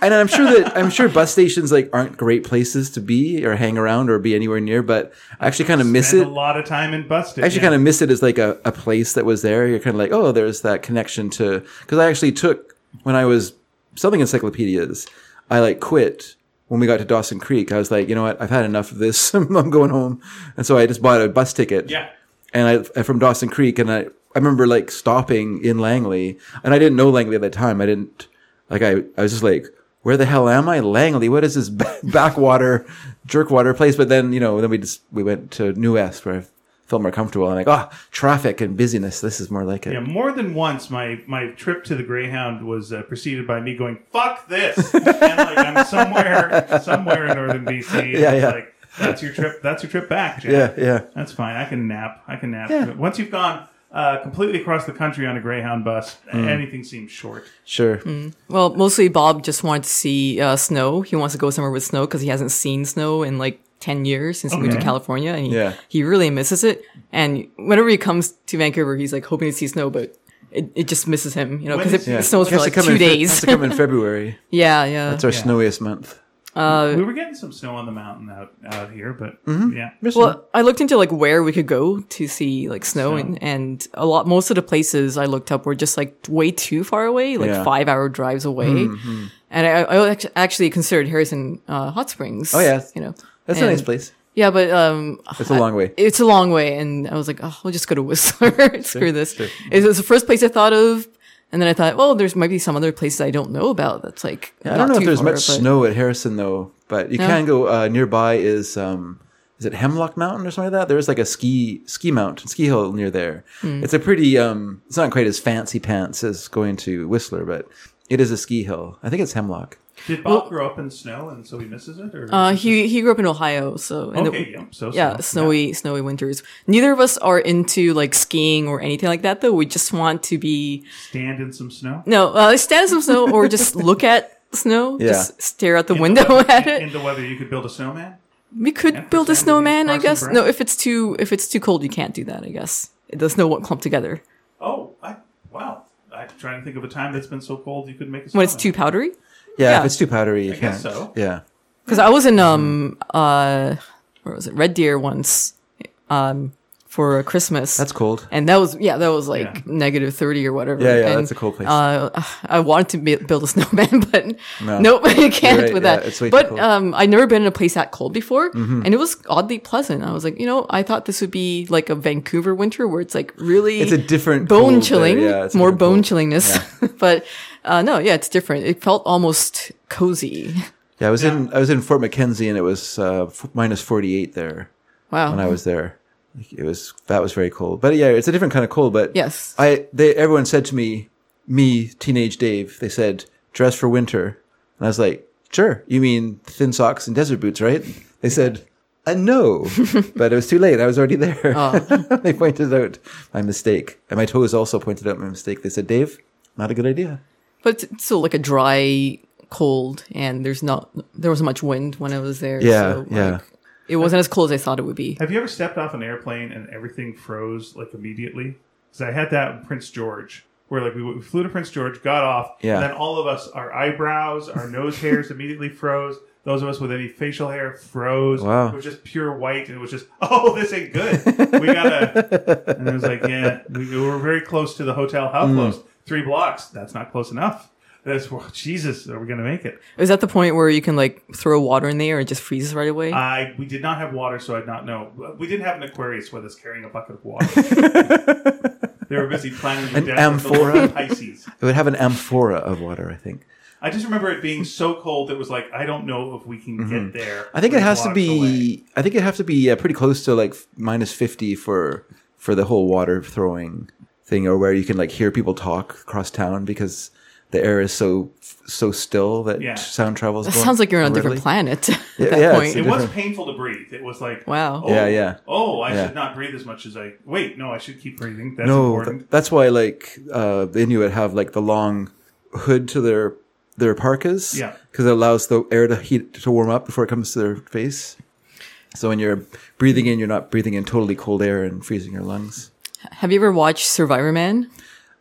Speaker 1: and I'm sure that I'm sure bus stations like aren't great places to be or hang around or be anywhere near, but I actually kind of miss
Speaker 2: Spend
Speaker 1: it.
Speaker 2: a lot of time in busted.
Speaker 1: I actually kind of miss it as like a, a place that was there. You're kind of like, oh, there's that connection to because I actually took when I was selling encyclopedias, I like quit when we got to Dawson Creek. I was like, you know what, I've had enough of this. [LAUGHS] I'm going home, and so I just bought a bus ticket.
Speaker 2: Yeah.
Speaker 1: and I uh, from Dawson Creek, and I I remember like stopping in Langley, and I didn't know Langley at that time. I didn't like I I was just like. Where the hell am I, Langley? What is this [LAUGHS] ba- backwater, jerkwater place? But then you know, then we just we went to New West, where I feel more comfortable. I'm like, oh, traffic and busyness. This is more like it.
Speaker 2: Yeah, more than once, my, my trip to the Greyhound was uh, preceded by me going "fuck this,"
Speaker 3: [LAUGHS]
Speaker 2: and like I'm somewhere somewhere in northern BC. and
Speaker 1: Yeah,
Speaker 2: it's
Speaker 1: yeah.
Speaker 2: Like that's your trip. That's your trip back. Jack.
Speaker 1: Yeah, yeah.
Speaker 2: That's fine. I can nap. I can nap.
Speaker 1: Yeah.
Speaker 2: Once you've gone uh, completely across the country on a Greyhound bus,
Speaker 1: Mm.
Speaker 2: anything seems short.
Speaker 1: Sure.
Speaker 3: Well, mostly Bob just wanted to see uh, snow. He wants to go somewhere with snow because he hasn't seen snow in like 10 years since he moved to
Speaker 2: Okay.
Speaker 3: California and he,
Speaker 1: Yeah.
Speaker 3: he really misses it. And whenever he comes to Vancouver, he's like hoping to see snow, but it, it just misses him, you know,
Speaker 2: When
Speaker 3: because
Speaker 2: is-
Speaker 3: it,
Speaker 2: Yeah.
Speaker 3: it snows for
Speaker 1: Has to
Speaker 3: like
Speaker 1: come
Speaker 3: two
Speaker 1: in Fe- has
Speaker 3: days.
Speaker 1: to come in February.
Speaker 3: yeah, [LAUGHS] yeah.
Speaker 1: It's our
Speaker 2: Yeah.
Speaker 1: snowiest month.
Speaker 3: Uh,
Speaker 2: we were getting some snow on the mountain out, out here, but
Speaker 1: Mm-hmm.
Speaker 2: yeah.
Speaker 3: Well, I looked into like where we could go to see like snow, And, and a lot, most of the places I looked up were just like way too far away, like
Speaker 1: Yeah. Mm-hmm.
Speaker 3: five hour drives away. And I, I act- actually considered Harrison uh, Hot Springs.
Speaker 1: Oh, yes.
Speaker 3: you know
Speaker 1: That's a
Speaker 3: And-
Speaker 1: nice place.
Speaker 3: Yeah, but um,
Speaker 1: It's a long way.
Speaker 3: it's a long way, and I was like, oh, we'll just go to Whistler. [LAUGHS] Screw this.
Speaker 1: sure.
Speaker 3: It was the first place I thought of, and then I thought, well, there's might be some other places I don't know about. That's like
Speaker 1: I don't
Speaker 3: not
Speaker 1: know if
Speaker 3: too
Speaker 1: there's
Speaker 3: far,
Speaker 1: much
Speaker 3: but-
Speaker 1: snow at Harrison though, but you
Speaker 3: No.
Speaker 1: can go uh, nearby. Is um, is it Hemlock Mountain or something like that? There's like a ski ski mountain, ski hill near there.
Speaker 3: Hmm.
Speaker 1: It's a pretty. Um, it's not quite as fancy pants as going to Whistler, but it is a ski hill. I think it's Hemlock.
Speaker 2: Did Bob grow up in snow and so he misses it? Or
Speaker 3: Uh, he he grew up in Ohio, so and the-
Speaker 2: okay, yeah, so
Speaker 3: yeah,
Speaker 2: snow.
Speaker 3: snowy snowy winters. Neither of us are into like skiing or anything like that, though. We just want to be
Speaker 2: Stand in some snow.
Speaker 3: no uh, stand in some snow or just look at snow,
Speaker 1: Yeah.
Speaker 3: just stare out the window [LAUGHS] at it.
Speaker 2: In the weather, you could build a snowman.
Speaker 3: We could
Speaker 2: Yeah,
Speaker 3: build a
Speaker 2: present it
Speaker 3: snowman,
Speaker 2: to Parks
Speaker 3: I
Speaker 2: and
Speaker 3: guess.
Speaker 2: Rec.
Speaker 3: No, if it's too if it's too cold, you can't do that. I guess the snow won't clump together
Speaker 2: Oh, I, wow. I'm trying to think of a time that's been so cold you could make a snowman.
Speaker 3: when it's too powdery.
Speaker 1: Yeah,
Speaker 3: Yeah.
Speaker 1: if it's too powdery, you
Speaker 2: guess
Speaker 1: can't.
Speaker 2: so.
Speaker 1: Yeah,
Speaker 3: Because I was in um uh where was it Red Deer once um for Christmas.
Speaker 1: that's cold.
Speaker 3: and that was yeah that was like
Speaker 2: Yeah.
Speaker 3: negative 30 or whatever
Speaker 1: Yeah, yeah,
Speaker 3: and,
Speaker 1: that's a cool place.
Speaker 3: uh, i wanted to be, build a [LAUGHS] snowman but
Speaker 1: No.
Speaker 3: nope [LAUGHS] i can't
Speaker 1: You're right,
Speaker 3: with
Speaker 1: yeah,
Speaker 3: that
Speaker 1: it's way too Mm-hmm.
Speaker 3: but
Speaker 1: cold.
Speaker 3: um i'd never been in a place that cold before and it was oddly pleasant i was like you know i thought this would be like a vancouver winter where it's like really
Speaker 1: It's a different
Speaker 3: bone
Speaker 1: cold
Speaker 3: chilling
Speaker 1: there, yeah, it's a
Speaker 3: more
Speaker 1: different
Speaker 3: bone
Speaker 1: cold.
Speaker 3: chillingness [LAUGHS] but uh no yeah it's different it felt almost cozy
Speaker 1: Yeah, I was in I was in Fort McKenzie and it was uh, f- minus forty eight there. when I
Speaker 3: wow
Speaker 1: was there. Like, It was that was very cold, but yeah, it's a different kind of cold. But
Speaker 3: Yes.
Speaker 1: I they everyone said to me, me teenage Dave, they said dress for winter, and I was like, sure. You mean thin socks and desert boots, right? They said, uh, no, but it was too late. I was already there. [LAUGHS] they pointed out my mistake, and my toes also pointed out my mistake. They said, Dave, not a good idea.
Speaker 3: but it's still like a dry cold and there's not there wasn't much wind when i was there
Speaker 1: Yeah,
Speaker 3: so, like,
Speaker 1: yeah.
Speaker 3: it wasn't as cold as i thought it would be
Speaker 2: Have you ever stepped off an airplane and everything froze like immediately? Because I had that in Prince George, where like we, we flew to Prince George, got off,
Speaker 1: Yeah.
Speaker 2: and then all of us, our eyebrows, our nose hairs [LAUGHS] immediately froze. Those of us with any facial hair froze.
Speaker 1: Wow.
Speaker 2: It was just pure white, and it was just, [LAUGHS] oh, this ain't good. We
Speaker 1: [LAUGHS]
Speaker 2: gotta. and it was like, yeah, we, we were very close to the hotel. How
Speaker 1: Hmm.
Speaker 2: close? Three blocks. That's not close enough. That's well, Jesus. Are we gonna make it?
Speaker 3: Is that the point where you can like throw water in the air and it just freezes right away?
Speaker 2: I we did not have water, so I'd not know. We didn't have an Aquarius with us carrying a bucket of
Speaker 3: [LAUGHS]
Speaker 2: water. they were busy planning the
Speaker 1: An
Speaker 2: death of the
Speaker 1: amphora?
Speaker 2: little Pisces.
Speaker 1: It would have an amphora of water, I think.
Speaker 2: I just remember it being so cold. It was like I don't know if we can get there.
Speaker 1: Mm-hmm. I think it
Speaker 2: We're
Speaker 1: has to
Speaker 2: blocks away.
Speaker 1: be. I think it has to be uh, pretty close to like f- minus fifty for for the whole water throwing thing, or where you can like hear people talk across town because the air is so so still that
Speaker 2: Yeah.
Speaker 1: sound travels.
Speaker 3: that sounds like you're on a different planet [LAUGHS] at
Speaker 1: Yeah,
Speaker 3: that
Speaker 1: yeah, it's
Speaker 3: point.
Speaker 1: a
Speaker 2: It was
Speaker 1: different-
Speaker 2: painful to breathe. It was like
Speaker 3: Wow.
Speaker 2: Oh,
Speaker 1: Yeah, yeah.
Speaker 2: Oh, I
Speaker 1: Yeah.
Speaker 2: should not breathe as much as I. Wait, no, I should keep breathing. That's
Speaker 1: No,
Speaker 2: important.
Speaker 1: Oh, th- that's why like uh, the Inuit have like the long hood to their their parkas,
Speaker 2: Yeah.
Speaker 1: because it allows the air to heat to warm up before it comes to their face. So when you're breathing in, you're not breathing in totally cold air and freezing your lungs.
Speaker 3: Have you ever watched Survivor Man?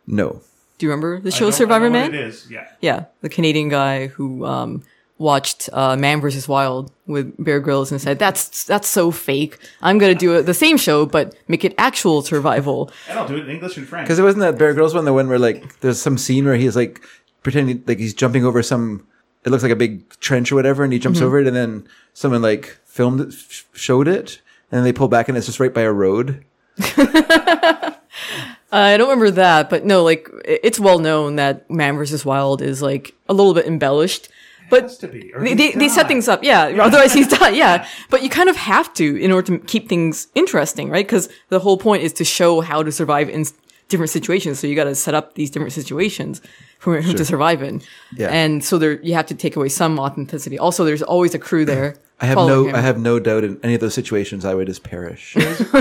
Speaker 1: No.
Speaker 3: Do you remember the
Speaker 2: I
Speaker 3: show
Speaker 2: don't- I
Speaker 3: Survivor
Speaker 2: know what
Speaker 3: Man?
Speaker 2: It is. Yeah.
Speaker 3: Yeah, the Canadian guy who um, watched uh, Man vs. Wild with Bear Grylls and said, "That's that's so fake. I'm gonna do a, the same show but make it actual survival."
Speaker 2: And I'll do it in English and French.
Speaker 1: Because it wasn't that Bear Grylls one, the one where like there's some scene where he's like pretending like he's jumping over some. It looks like a big trench or whatever, and he
Speaker 3: Mm-hmm.
Speaker 1: jumps over it, and then someone like filmed it, sh- showed it, and then they pull back, and it's just right by a road.
Speaker 3: I don't remember that, but no, like i- it's well known that Man vs. Wild is like a little bit embellished, but
Speaker 2: has to be. or
Speaker 3: they,
Speaker 2: he'd
Speaker 3: they, they set
Speaker 2: die.
Speaker 3: things up, yeah. Otherwise, he's [LAUGHS] done, yeah. But you kind of have to in order to keep things interesting, right? Because the whole point is to show how to survive in s- different situations. So you got to set up these different situations for him to survive in.
Speaker 1: Yeah.
Speaker 3: And so there, you have to take away some authenticity. Also, there's always a crew there.
Speaker 1: [CLEARS THROAT] I have
Speaker 3: following
Speaker 1: no,
Speaker 3: him. [LAUGHS]
Speaker 1: I have no doubt in any of those situations I would just perish.
Speaker 2: with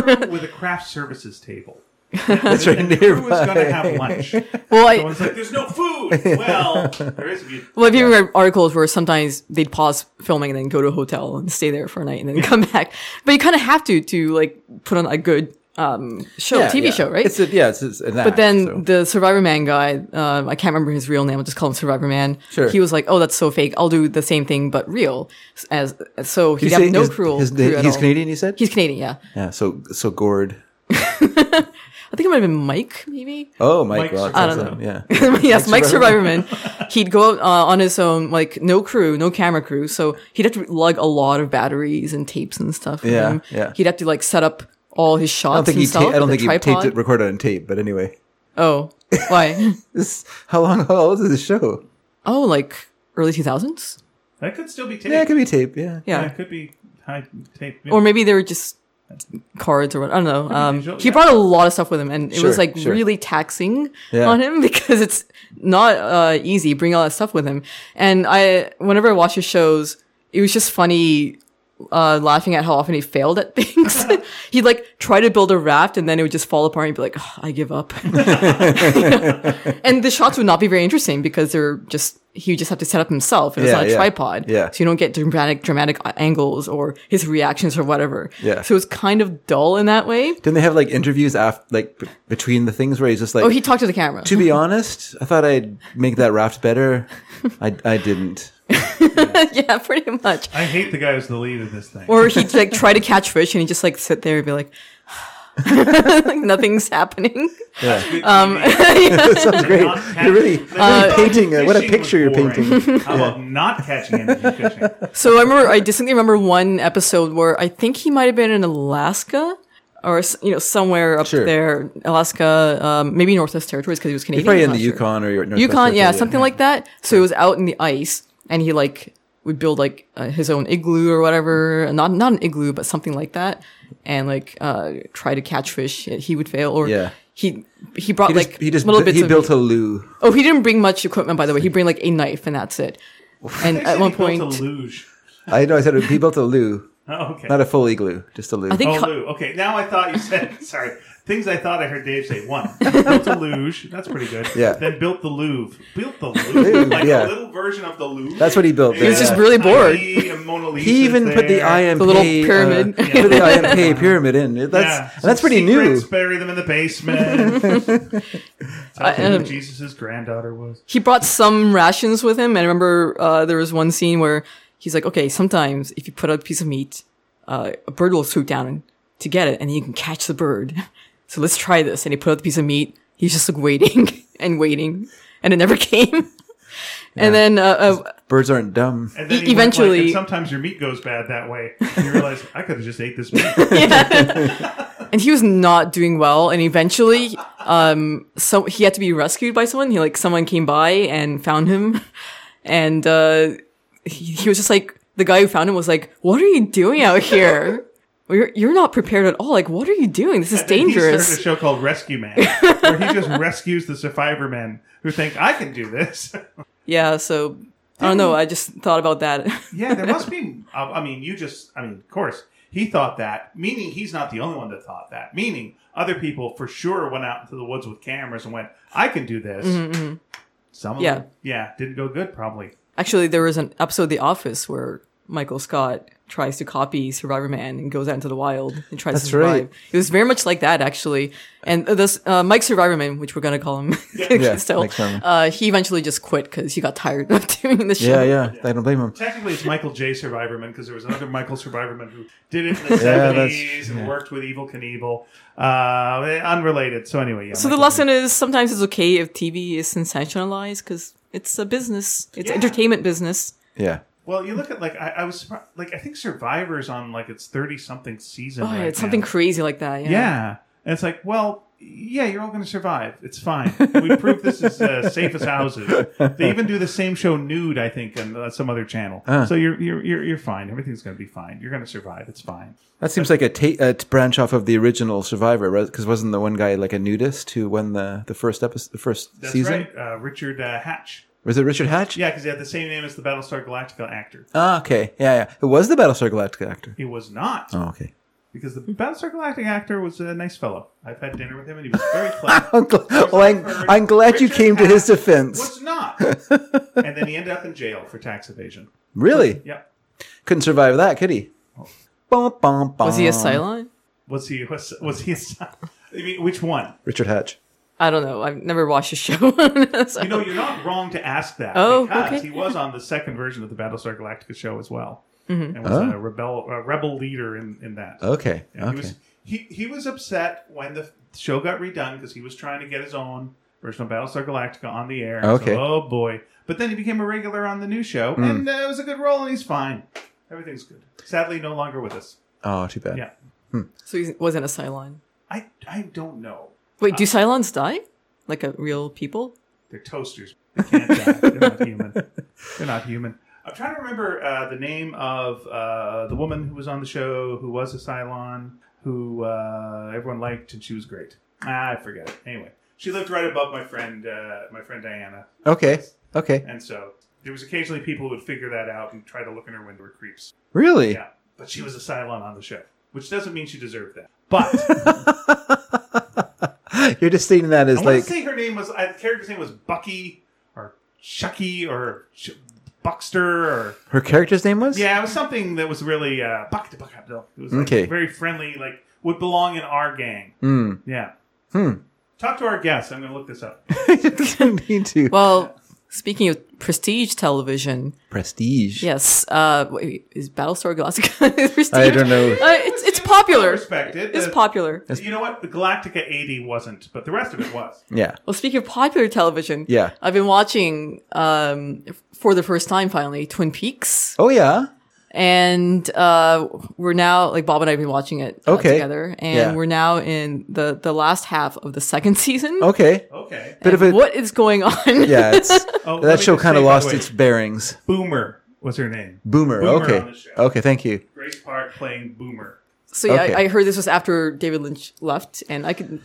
Speaker 2: a craft services table.
Speaker 1: That's right
Speaker 2: Who was
Speaker 1: nearby.
Speaker 2: going to have lunch?
Speaker 3: Well, I,
Speaker 2: Someone's like, "There's no food."
Speaker 1: [LAUGHS]
Speaker 2: Well, there is. If you
Speaker 3: well, I've even read articles where sometimes they'd pause filming and then go to a hotel and stay there for a night and then [LAUGHS] come back. But you kind of have to to like put on a good um, show,
Speaker 1: Yeah,
Speaker 3: TV
Speaker 1: yeah.
Speaker 3: show, right?
Speaker 1: It's a, yeah, it's, it's an
Speaker 3: But then the Survivor Man guy, um, I can't remember his real name. I'll just call him Survivor Man.
Speaker 1: Sure.
Speaker 3: He was like, "Oh, that's so fake. I'll do the same thing but real." As so, he'd
Speaker 1: you
Speaker 3: have
Speaker 1: say
Speaker 3: no
Speaker 1: his-
Speaker 3: cruel.
Speaker 1: his
Speaker 3: crew
Speaker 1: na-
Speaker 3: at
Speaker 1: he's
Speaker 3: all.
Speaker 1: Canadian. You said
Speaker 3: He's Canadian. Yeah,
Speaker 1: yeah. So so Gord.
Speaker 3: I think it might have been Mike, maybe.
Speaker 1: Oh, Mike,
Speaker 2: Mike
Speaker 1: Rock.
Speaker 2: I
Speaker 3: don't
Speaker 1: that's him, Yeah.
Speaker 3: [LAUGHS] yes, Mike
Speaker 1: [LAUGHS]
Speaker 3: Survivorman. He'd go out uh, on his own, like no crew, no camera crew. So he'd have to lug a lot of batteries and tapes and stuff. with
Speaker 1: Yeah,
Speaker 3: him.
Speaker 1: yeah.
Speaker 3: He'd have to like set up all his shots
Speaker 1: I don't think he.
Speaker 3: himself.
Speaker 1: Ta- I don't
Speaker 3: with
Speaker 1: think
Speaker 3: a
Speaker 1: he taped
Speaker 3: tripod.
Speaker 1: it, recorded on tape. But anyway,
Speaker 3: Oh, why? [LAUGHS]
Speaker 1: this how long? How old is this show?
Speaker 3: oh, like early two thousands.
Speaker 2: that could still be taped.
Speaker 1: Yeah, it could be tape. Yeah.
Speaker 2: Yeah,
Speaker 3: Yeah.
Speaker 2: it could be high tape.
Speaker 3: or maybe they were just cards or what. I don't know. Um,
Speaker 2: visual,
Speaker 3: he
Speaker 2: yeah.
Speaker 3: brought a lot of stuff with him, and it
Speaker 1: Sure,
Speaker 3: was like
Speaker 1: sure.
Speaker 3: really taxing
Speaker 1: Yeah.
Speaker 3: on him [LAUGHS] because it's not uh, easy bringing all that stuff with him. And I, whenever I watch his shows, it was just funny. Uh, laughing at how often he failed at [LAUGHS] things. He'd like try to build a raft and then it would just fall apart and he'd be like, "Ugh, I give up. [LAUGHS] and the shots would not be very interesting because they're just, he would just have to set up himself. It was
Speaker 1: Yeah,
Speaker 3: on a
Speaker 1: yeah.
Speaker 3: tripod.
Speaker 1: Yeah.
Speaker 3: So you don't get dramatic, dramatic angles or his reactions or whatever.
Speaker 1: Yeah.
Speaker 3: So it's kind of dull in that way.
Speaker 1: Didn't they have like interviews after, like b- between the things where he's just like,
Speaker 3: Oh, he talked to the camera.
Speaker 1: to be honest, I thought I'd make that raft better. I, I didn't.
Speaker 3: [LAUGHS]
Speaker 1: [LAUGHS]
Speaker 3: yeah, pretty much.
Speaker 2: I hate the guy who's the lead of this thing.
Speaker 3: Or he'd like try to catch fish and he'd just like sit there and be like, [LAUGHS] like nothing's happening.
Speaker 1: [LAUGHS]
Speaker 2: um,
Speaker 1: That sounds great. You're really, you're really
Speaker 3: Uh,
Speaker 1: painting. A, what a picture you're
Speaker 3: [LAUGHS]
Speaker 1: painting. [LAUGHS]
Speaker 2: How about not catching anything fishing?
Speaker 3: So I remember, I distinctly remember one episode where I think he might have been in Alaska or, s- you know, somewhere up
Speaker 1: Sure.
Speaker 3: there, Alaska, um, maybe Northwest Territories because he was Canadian.
Speaker 1: Probably
Speaker 3: I'm
Speaker 1: in the
Speaker 3: not sure.
Speaker 1: Yukon or your Northwest
Speaker 3: Yukon, yeah,
Speaker 1: Australia.
Speaker 3: something like that. So it was out in the ice, and he like would build like uh, his own igloo or whatever. Not not an igloo, but something like that, and like uh, try to catch fish. He would fail, or
Speaker 1: Yeah.
Speaker 3: he he brought
Speaker 1: He just,
Speaker 3: like
Speaker 1: he just
Speaker 3: little
Speaker 1: bu-
Speaker 3: bits.
Speaker 1: he
Speaker 3: of,
Speaker 1: built a loo.
Speaker 3: oh, he didn't bring much equipment, by the way. He bring like a knife, and that's it. And
Speaker 2: They said
Speaker 3: at one
Speaker 2: he built
Speaker 3: point,
Speaker 2: a luge.
Speaker 1: I know. I said he built a loo,
Speaker 2: Oh, okay.
Speaker 1: not a full igloo, just a loo.
Speaker 3: I think
Speaker 2: Oh, Lou. Okay, now I thought you said [LAUGHS] sorry. Things I thought I heard Dave say. One, [LAUGHS] built a luge. That's pretty good.
Speaker 1: Yeah.
Speaker 2: Then built the Louvre. Built
Speaker 1: [LAUGHS]
Speaker 2: the Louvre. like
Speaker 1: yeah.
Speaker 2: a little version of the Louvre.
Speaker 1: That's what he built.
Speaker 2: He
Speaker 1: there.
Speaker 3: was just really bored.
Speaker 1: He even put the IMP
Speaker 3: The little
Speaker 1: uh, [LAUGHS]
Speaker 3: pyramid.
Speaker 1: put the IMP pyramid in. That's and that's pretty new.
Speaker 2: Bury them in the basement. That's
Speaker 3: I-
Speaker 2: who
Speaker 3: um,
Speaker 2: Jesus' granddaughter was.
Speaker 3: he brought some rations with him. And I remember uh, there was one scene where he's like, okay, sometimes if you put out a piece of meat, uh, a bird will swoop down and, to get it, and then you can catch the bird. [LAUGHS] So let's try this. And he put out the piece of meat. He's just like waiting [LAUGHS] and waiting, and it never [LAUGHS] came. And then uh, uh,
Speaker 1: Birds aren't dumb.
Speaker 2: And then he went,
Speaker 3: E-
Speaker 2: like,
Speaker 3: eventually-
Speaker 2: and sometimes your meat goes bad that way. And you realize I could have just ate this meat.
Speaker 3: and he was not doing well and eventually um so he had to be rescued by someone he like someone came by and found him and uh he, he was just like the guy who found him was like what are you doing out here you're, you're not prepared at all like what are you doing this
Speaker 2: [LAUGHS]
Speaker 3: is
Speaker 2: He started
Speaker 3: dangerous
Speaker 2: a show called Rescue Man, where he just rescues the survivor men who think I can do this.
Speaker 3: yeah so i don't know i just thought about that [LAUGHS]
Speaker 2: yeah, there must be. Uh, I mean, you just. I mean, of course, he thought that. Meaning, he's not the only one that thought that. Meaning, other people for sure went out into the woods with cameras and went, "I can do this." Some of
Speaker 3: Mm-hmm, Yeah.
Speaker 2: them, yeah, didn't go good. Probably.
Speaker 3: actually there was an episode of the office where michael scott tries to copy survivor man and goes out into the wild and tries to
Speaker 1: That's right.
Speaker 3: survive it was very much like that actually and uh, this uh, mike survivor man which we're going to call him [LAUGHS]
Speaker 1: Yeah,
Speaker 3: still
Speaker 1: Mike Survivorman.
Speaker 3: uh, he eventually just quit because he got tired of [LAUGHS] doing the show
Speaker 1: Yeah, yeah. I don't blame him.
Speaker 2: Technically, it's Michael J. Survivorman because there was another Michael Survivorman who did it in
Speaker 1: [LAUGHS]
Speaker 2: the
Speaker 1: Yeah, that's-
Speaker 2: seventies and worked with Evil Knievel. Uh, unrelated. So anyway, yeah.
Speaker 3: so the lesson is sometimes it's okay if tv is sensationalized because it's a business it's
Speaker 2: Yeah.
Speaker 3: entertainment business
Speaker 1: Yeah.
Speaker 2: Well, you look at like I, I was surprised- like I think Survivor's on like its thirty something season.
Speaker 3: oh yeah,
Speaker 2: right
Speaker 3: it's something
Speaker 2: now.
Speaker 3: crazy like that yeah,
Speaker 2: yeah, and it's like, well, yeah, you're all going to survive. It's fine. We proved this
Speaker 1: [LAUGHS]
Speaker 2: is uh, safe as houses. They even do the same show nude, I think, on uh, some other channel. So you're you're you're, you're fine. Everything's going to be fine. You're going to survive. It's fine.
Speaker 1: That seems like a, ta- a t- branch off of the original Survivor, right? Because wasn't the one guy like a nudist who won the, the first episode, the first
Speaker 2: That's
Speaker 1: season?
Speaker 2: right. Uh, Richard uh, Hatch.
Speaker 1: Was it Richard Hatch?
Speaker 2: Yeah, because he had the same name as the Battlestar Galactica actor.
Speaker 1: Ah, okay. Yeah, yeah. It was the Battlestar Galactica actor.
Speaker 2: He was not.
Speaker 1: Oh, okay.
Speaker 2: because the Battlestar Galactic actor was a nice fellow. I've had dinner with him, and he was very clever.
Speaker 1: I'm, gl- well, I'm, [LAUGHS] I'm glad you
Speaker 2: Richard
Speaker 1: came to his
Speaker 2: Hatch
Speaker 1: defense. [LAUGHS]
Speaker 2: Was not, and then he ended up in jail for tax evasion.
Speaker 1: Really?
Speaker 2: Yep.
Speaker 1: Couldn't survive that, could he? Bum, bum, bum.
Speaker 3: Was he a Cylon?
Speaker 2: Was he was, was he? I mean, which one?
Speaker 1: Richard Hatch.
Speaker 3: I don't know. I've never watched the show. [LAUGHS] So-
Speaker 2: You know, you're not wrong to ask that.
Speaker 3: Oh,
Speaker 2: because
Speaker 3: okay.
Speaker 2: he was on the second version of the Battlestar Galactica show as well,
Speaker 3: Mm-hmm.
Speaker 2: and was a rebel a rebel leader in in that.
Speaker 1: Oh. Okay.
Speaker 2: Yeah, He was he, he was upset when the show got redone because he was trying to get his own original Battlestar Galactica on the air. So,
Speaker 1: Okay. Hmm.
Speaker 2: oh boy! But then he became a regular on the new show, and uh, it was a good role, and he's fine. Everything's good. Sadly, no longer with us.
Speaker 1: Oh, too bad.
Speaker 2: Yeah,
Speaker 3: so he wasn't a Cylon.
Speaker 2: I I don't know.
Speaker 3: Wait, do Cylons die? Like a real people?
Speaker 2: They're toasters. They can't die. They're not human. They're not human. I'm trying to remember uh, the name of uh, the woman who was on the show, who was a Cylon, who uh, everyone liked, and she was great. Ah, I forget it. Anyway, she lived right above my friend, uh, my friend Diana,
Speaker 1: Okay. Okay.
Speaker 2: and so there was occasionally people who would figure that out and try to look in her window or creeps.
Speaker 1: Really?
Speaker 2: Yeah, but she was a Cylon on the show, which doesn't mean she deserved that. But
Speaker 1: [LAUGHS] You're just stating that as
Speaker 2: I
Speaker 1: like
Speaker 2: want to say her name was uh, the character's name was Bucky or Chucky or Sh- Buckster or
Speaker 1: her character's name [LAUGHS] was.
Speaker 2: yeah, it was something that was really uh, Buck to Buck up though. It was like,
Speaker 1: Okay.
Speaker 2: very friendly, like would belong in our gang.
Speaker 1: Hmm.
Speaker 2: Yeah.
Speaker 1: Hmm.
Speaker 2: Talk to our guests. I'm going to look
Speaker 1: [LAUGHS]
Speaker 2: this up.
Speaker 1: Doesn't need to.
Speaker 3: Well, speaking of prestige television,
Speaker 1: Prestige.
Speaker 3: yes, uh, wait, is Battlestar Galactica [LAUGHS] prestige?
Speaker 1: I don't know.
Speaker 3: Uh, it's it's popular.
Speaker 2: Respected.
Speaker 3: It's
Speaker 2: Uh,
Speaker 3: popular.
Speaker 2: You know what? The Galactica 80 wasn't, but the rest of it was.
Speaker 1: Yeah.
Speaker 3: Well, speaking of popular television,
Speaker 1: Yeah.
Speaker 3: I've been watching um, for the first time finally Twin Peaks,
Speaker 1: Oh yeah.
Speaker 3: and uh, we're now like Bob and I have been watching it uh,
Speaker 1: Okay.
Speaker 3: together, and
Speaker 1: Yeah.
Speaker 3: we're now in the the last half of the second [LAUGHS] season.
Speaker 1: Okay.
Speaker 2: Okay.
Speaker 1: Bit of a
Speaker 3: What is going on?
Speaker 2: [LAUGHS]
Speaker 1: yeah. It's
Speaker 2: Oh, let
Speaker 1: that
Speaker 2: me
Speaker 1: show
Speaker 2: just
Speaker 1: kind
Speaker 2: say,
Speaker 1: of
Speaker 2: by the
Speaker 1: lost
Speaker 2: way,
Speaker 1: its bearings.
Speaker 2: Boomer was her name.
Speaker 1: Boomer.
Speaker 2: Boomer
Speaker 1: okay.
Speaker 2: on the show.
Speaker 1: Okay. Thank you.
Speaker 2: Grace Park playing Boomer.
Speaker 3: So yeah,
Speaker 1: Okay.
Speaker 3: I, I heard this was after David Lynch left, and I could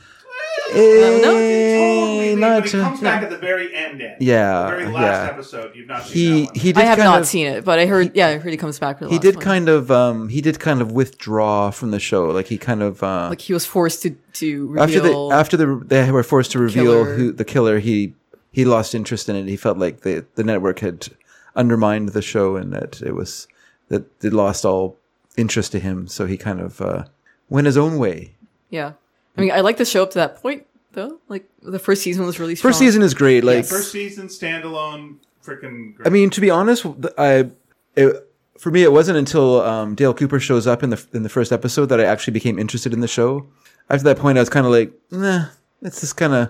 Speaker 1: Eh,
Speaker 2: Totally,
Speaker 1: not
Speaker 2: Oh, but he comes
Speaker 1: to-
Speaker 2: back at the very end. end.
Speaker 1: Yeah,
Speaker 2: The very last
Speaker 1: yeah.
Speaker 2: episode. You've not seen
Speaker 1: He
Speaker 2: that one.
Speaker 1: he did
Speaker 3: I have
Speaker 1: kind
Speaker 3: not
Speaker 1: of,
Speaker 3: seen it, but I heard yeah, I heard he comes back. For the
Speaker 1: He
Speaker 3: last
Speaker 1: did
Speaker 3: one.
Speaker 1: kind of um he did kind of withdraw from the show. Like he kind of uh
Speaker 3: like he was forced to to reveal.
Speaker 1: after the after the they were forced to reveal
Speaker 3: Killer.
Speaker 1: who the killer he he lost interest in it. He felt like the the network had undermined the show and that it was that it lost all interest to him. So he kind of uh went his own way.
Speaker 3: yeah, I mean, I like the show up to that point though. Like the first season was really strong.
Speaker 1: First season is great. Like
Speaker 2: First season standalone, freaking.
Speaker 1: I mean, to be honest, th- I it, for me it wasn't until um, Dale Cooper shows up in the in the first episode that I actually became interested in the show. After that point, I was kind of like, nah, it's just kind of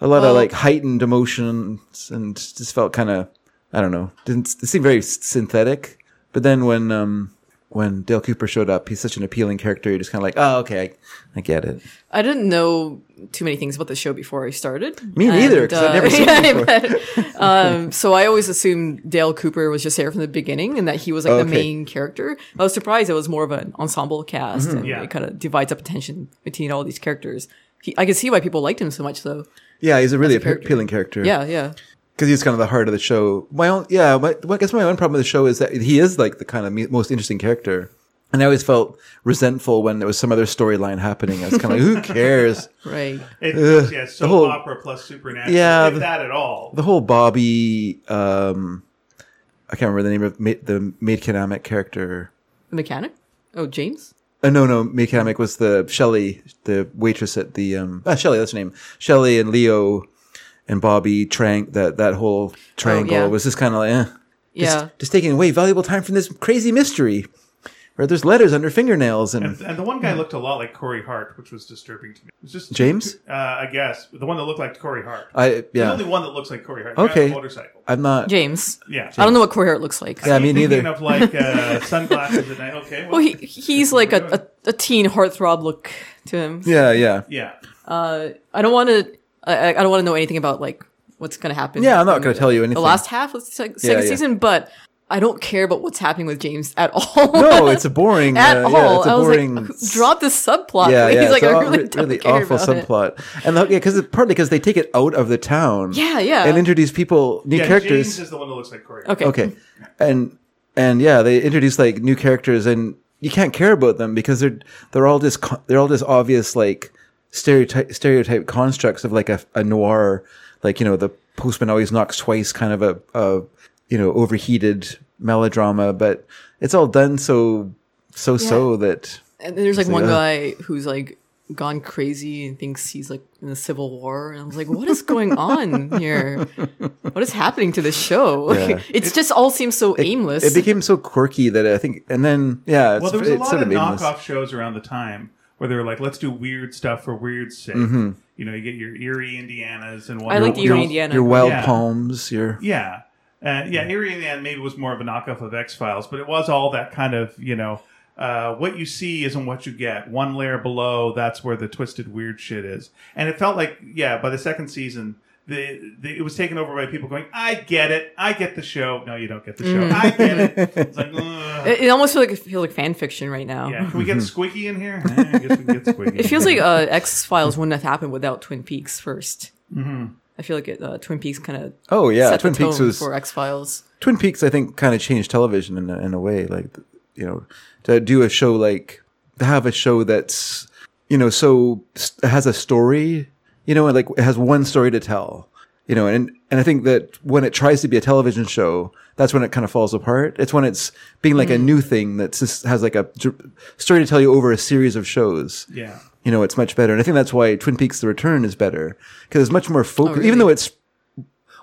Speaker 1: a lot
Speaker 3: Well-
Speaker 1: of like heightened emotions and just felt kind of I don't know, didn't it seemed very s- synthetic. But then when um, when Dale Cooper showed up, he's such an appealing character. You're just kind of like, oh, okay, I, I get it.
Speaker 3: I didn't know too many things about the show before I started. uh,
Speaker 1: Me neither, 'cause I'd never
Speaker 3: [LAUGHS]
Speaker 1: seen it
Speaker 3: it before. um, so I always assumed Dale Cooper was just there from the beginning and that he was like
Speaker 1: Oh, Okay.
Speaker 3: the main character. I was surprised it was more of an ensemble cast
Speaker 1: Mm-hmm.
Speaker 3: and
Speaker 2: Yeah.
Speaker 3: it kind of divides up attention between all these characters. He, I can see why people liked him so much, though.
Speaker 1: Yeah, he's a really appe-
Speaker 3: character.
Speaker 1: appealing character.
Speaker 3: Yeah, yeah.
Speaker 1: because he's kind of the heart of the show. My own, yeah, my, well, I guess my own problem with the show is that he is like the kind of me- most interesting character, and I always felt resentful when there was some other storyline happening. I was kind of like, who cares? [LAUGHS]
Speaker 3: Right.
Speaker 2: It, yeah, soap
Speaker 1: whole-
Speaker 2: opera plus supernatural.
Speaker 1: Yeah,
Speaker 2: if
Speaker 1: the-
Speaker 2: that at all.
Speaker 1: The whole Bobby, um, I can't remember the name of ma- the maid Kanamic character.
Speaker 3: The mechanic? Oh, James?
Speaker 1: Uh, no, no, maid Kanamic was the Shelley, the waitress at the um, ah, Shelley. That's her name. Shelley and Leo and Bobby Trang. That that whole triangle
Speaker 3: yeah.
Speaker 1: was just kind of like. Eh.
Speaker 3: Yeah.
Speaker 1: just, just taking away valuable time from this crazy mystery where there's letters under fingernails and
Speaker 2: And the one guy looked a lot like Corey Hart, which was disturbing to me. It was just
Speaker 1: Hmm. James?
Speaker 2: Uh, I guess the one that looked like Corey Hart.
Speaker 1: I
Speaker 2: The
Speaker 1: yeah
Speaker 2: only one that looks like Corey Hart. the guy on
Speaker 1: okay
Speaker 2: the motorcycle.
Speaker 1: I'm not
Speaker 3: James.
Speaker 2: Yeah.
Speaker 3: I don't know what Corey Hart looks like.
Speaker 1: yeah me
Speaker 2: Thinking
Speaker 1: neither
Speaker 2: Of
Speaker 1: [LAUGHS]
Speaker 2: like uh, sunglasses and I, okay. Well,
Speaker 3: Well, he, he's like a, a, a teen heartthrob look to him.
Speaker 1: yeah yeah
Speaker 2: yeah.
Speaker 3: I don't want to. I, I don't want to know anything about like what's going to happen.
Speaker 1: Yeah, I'm not
Speaker 3: in
Speaker 1: gonna
Speaker 3: the-
Speaker 1: tell you anything.
Speaker 3: The last half of the sec- second
Speaker 1: yeah.
Speaker 3: season, but I don't care about what's happening with James at all. [LAUGHS]
Speaker 1: no it's a boring
Speaker 3: at
Speaker 1: uh,
Speaker 3: all.
Speaker 1: yeah it's a
Speaker 3: I was [LAUGHS]
Speaker 1: boring
Speaker 3: like, drop the subplot.
Speaker 1: yeah
Speaker 3: please.
Speaker 1: yeah it's
Speaker 3: like,
Speaker 1: a
Speaker 3: I
Speaker 1: aw-
Speaker 3: really,
Speaker 1: re-
Speaker 3: don't
Speaker 1: really
Speaker 3: care
Speaker 1: awful
Speaker 3: about it.
Speaker 1: subplot and the, yeah because partly because they take it out of the town
Speaker 3: Yeah, yeah.
Speaker 1: and introduce people new
Speaker 2: Yeah,
Speaker 1: characters
Speaker 2: James is the one that looks like Corey. Hart.
Speaker 3: Okay.
Speaker 1: okay and and yeah they introduce like new characters and you can't care about them because they're they're all just co- they're all just obvious like stereotype stereotype constructs of like a, a noir like you know the postman always knocks twice kind of a, a you know overheated melodrama but it's all done so so so that
Speaker 3: And then there's like one
Speaker 1: yeah.
Speaker 3: guy who's like gone crazy and thinks he's like in the Civil War. And I was like, what is going on here? What is happening to this show? [LAUGHS]
Speaker 1: Yeah.
Speaker 3: it's just all seems so aimless.
Speaker 1: it became so quirky that I think and then yeah it's,
Speaker 2: Well, there was a
Speaker 1: it's
Speaker 2: lot
Speaker 1: sort
Speaker 2: of
Speaker 1: of aimless.
Speaker 2: knockoff shows around the time where they were like, let's do weird stuff for weird sake. You know, you get your Erie Indianas and
Speaker 3: I like the Erie Indiana.
Speaker 1: Mm-hmm. your wild
Speaker 2: Yeah.
Speaker 1: poems your
Speaker 2: Yeah. Uh, yeah, Erie Indiana maybe was more of a knockoff of X Files, but it was all that kind of, you know, uh, what you see isn't what you get. One layer below, that's where the twisted weird shit is. And it felt like, yeah, by the second season, the, the, it was taken over by people going, I get it. I get the show. No, you don't get the show.
Speaker 3: Mm.
Speaker 2: I get it. It's
Speaker 3: [LAUGHS]
Speaker 2: like, ugh.
Speaker 3: It, it almost feels like, feels like fan fiction right now.
Speaker 2: yeah, can we get Squeaky in here? Eh, I guess we can get Squeaky.
Speaker 3: It feels like
Speaker 2: [LAUGHS]
Speaker 3: uh, X Files wouldn't have happened without Twin Peaks 1st
Speaker 2: Mm-hmm.
Speaker 3: I feel like it, uh, Twin Peaks kind of
Speaker 1: oh yeah
Speaker 3: set
Speaker 1: twin
Speaker 3: the tone
Speaker 1: peaks was
Speaker 3: for X Files.
Speaker 1: Twin Peaks, I think, kind of changed television in a, in a way. Like, you know, to do a show like to have a show that's you know so st- has a story, you know, and like it has one story to tell, you know, and and I think that when it tries to be a television show, that's when it kind of falls apart. It's when it's being like a new thing that just has like a dr- story to tell you over a series of shows
Speaker 2: yeah.
Speaker 1: you know, it's much better. And I think that's why Twin Peaks The Return is better because it's much more focused.
Speaker 3: Oh, really?
Speaker 1: Even though it's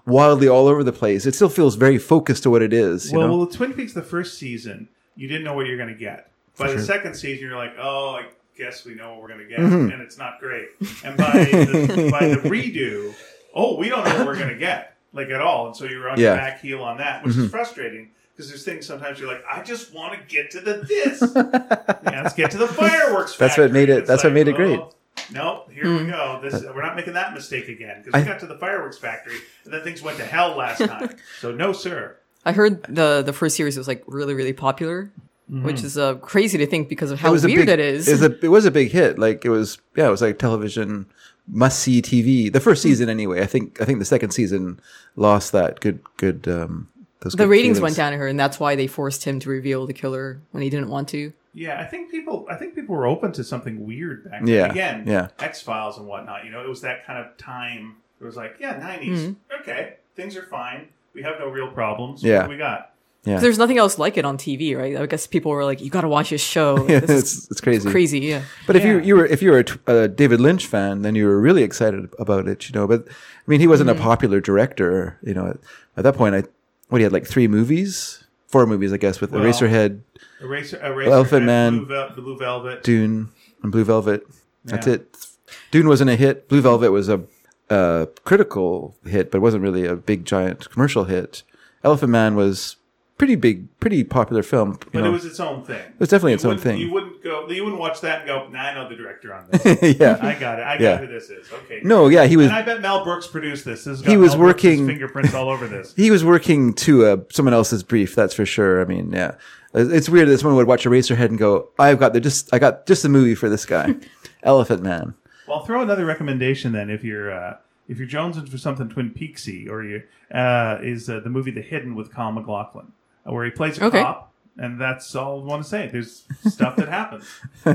Speaker 1: wildly all over the place, it still feels very focused to what it is. You
Speaker 2: Well,
Speaker 1: know?
Speaker 2: well, Twin Peaks the first season, you didn't know what you're going to get. By the second season, you're like, oh, I guess we know what we're going to get,
Speaker 1: Mm-hmm.
Speaker 2: and it's not great. And by
Speaker 1: [LAUGHS]
Speaker 2: the, by the redo, oh, we don't know what we're going to get like at all. And so you're on your
Speaker 1: Yeah. Mm-hmm.
Speaker 2: back heel on that, which is frustrating because there's things sometimes you're like, I just want to get to the
Speaker 1: [LAUGHS]
Speaker 2: this. yeah, let's get to the fireworks.
Speaker 1: That's what
Speaker 2: factory.
Speaker 1: made it-
Speaker 2: It's
Speaker 1: that's what made it great. Mm.
Speaker 2: well, No, here we go. This we're not making that mistake again because we
Speaker 1: I-
Speaker 2: got to the fireworks factory and then things went to hell
Speaker 1: [LAUGHS]
Speaker 2: last time. so no, sir.
Speaker 3: I heard the the first series was like really really popular,
Speaker 2: Mm-hmm.
Speaker 3: which is uh, crazy to think because of how
Speaker 1: a
Speaker 3: weird
Speaker 1: big,
Speaker 3: it is.
Speaker 1: It was, a, it was a big hit. Like it was, yeah, it was like television must see TV. The
Speaker 3: Hmm.
Speaker 1: first season, anyway. I think I think the second season lost that good good. Um, those
Speaker 3: the
Speaker 1: good
Speaker 3: ratings
Speaker 1: feelings.
Speaker 3: went down to her, and that's why they forced him to reveal the killer when he didn't want to.
Speaker 2: Yeah, I think people. I think people were open to something weird back then.
Speaker 1: Yeah,
Speaker 2: Again,
Speaker 1: yeah.
Speaker 2: X Files and whatnot. You know, it was that kind of time. It was like, yeah, 90s Okay, things are fine. We have no real problems.
Speaker 1: Mm-hmm. Yeah.
Speaker 2: what do we got.
Speaker 1: Yeah.
Speaker 3: There's nothing else like it on TV, right? I guess people were like, "You got to watch this show.
Speaker 1: [LAUGHS] Yeah,
Speaker 3: this is
Speaker 1: it's, it's crazy.
Speaker 3: crazy." Yeah,
Speaker 1: But if you
Speaker 2: Yeah.
Speaker 1: you were if you were a, t- a David Lynch fan, then you were really excited about it, you know. But I mean, he wasn't
Speaker 2: Mm-hmm.
Speaker 1: a popular director, you know. At, at that point, I what he had like three movies, four movies, I guess, with
Speaker 2: Well-
Speaker 1: Eraserhead,
Speaker 2: Eraser, Eraser
Speaker 1: Elephant
Speaker 2: and
Speaker 1: Man.
Speaker 2: Blue, Vel- Blue Velvet.
Speaker 1: Dune, and Blue Velvet. That's
Speaker 2: Yeah.
Speaker 1: it. Dune wasn't a hit. Blue Velvet was a, a critical hit, but it wasn't really a big giant commercial hit. Elephant Man was pretty big, pretty popular film. you
Speaker 2: but
Speaker 1: know.
Speaker 2: it was its own thing. It
Speaker 1: was definitely its own thing.
Speaker 2: You wouldn't go. You wouldn't watch that and go. Nah, I know the director on this.
Speaker 1: [LAUGHS] [LAUGHS] yeah.
Speaker 2: I got it. I got
Speaker 1: Yeah.
Speaker 2: who this is. Okay.
Speaker 1: No, yeah, he was
Speaker 2: And I bet Mel Brooks produced this. this has
Speaker 1: He
Speaker 2: got
Speaker 1: was
Speaker 2: Mel Brooks'
Speaker 1: working-
Speaker 2: fingerprints all over this.
Speaker 1: he was working to uh, someone else's brief. That's for sure. I mean, yeah, it's it's weird that someone would watch Eraserhead and go, "I've got the just, I got just the movie for this
Speaker 2: [LAUGHS]
Speaker 1: guy, Elephant Man."
Speaker 2: Well, I'll throw another recommendation then. If you're uh, if you're jonesing for something Twin Peaksy, or you uh, is uh, the movie The Hidden with Kyle MacLachlan, uh, where he plays a
Speaker 3: Okay.
Speaker 2: cop, and that's all I want to say. There's stuff that
Speaker 1: [LAUGHS]
Speaker 2: happens,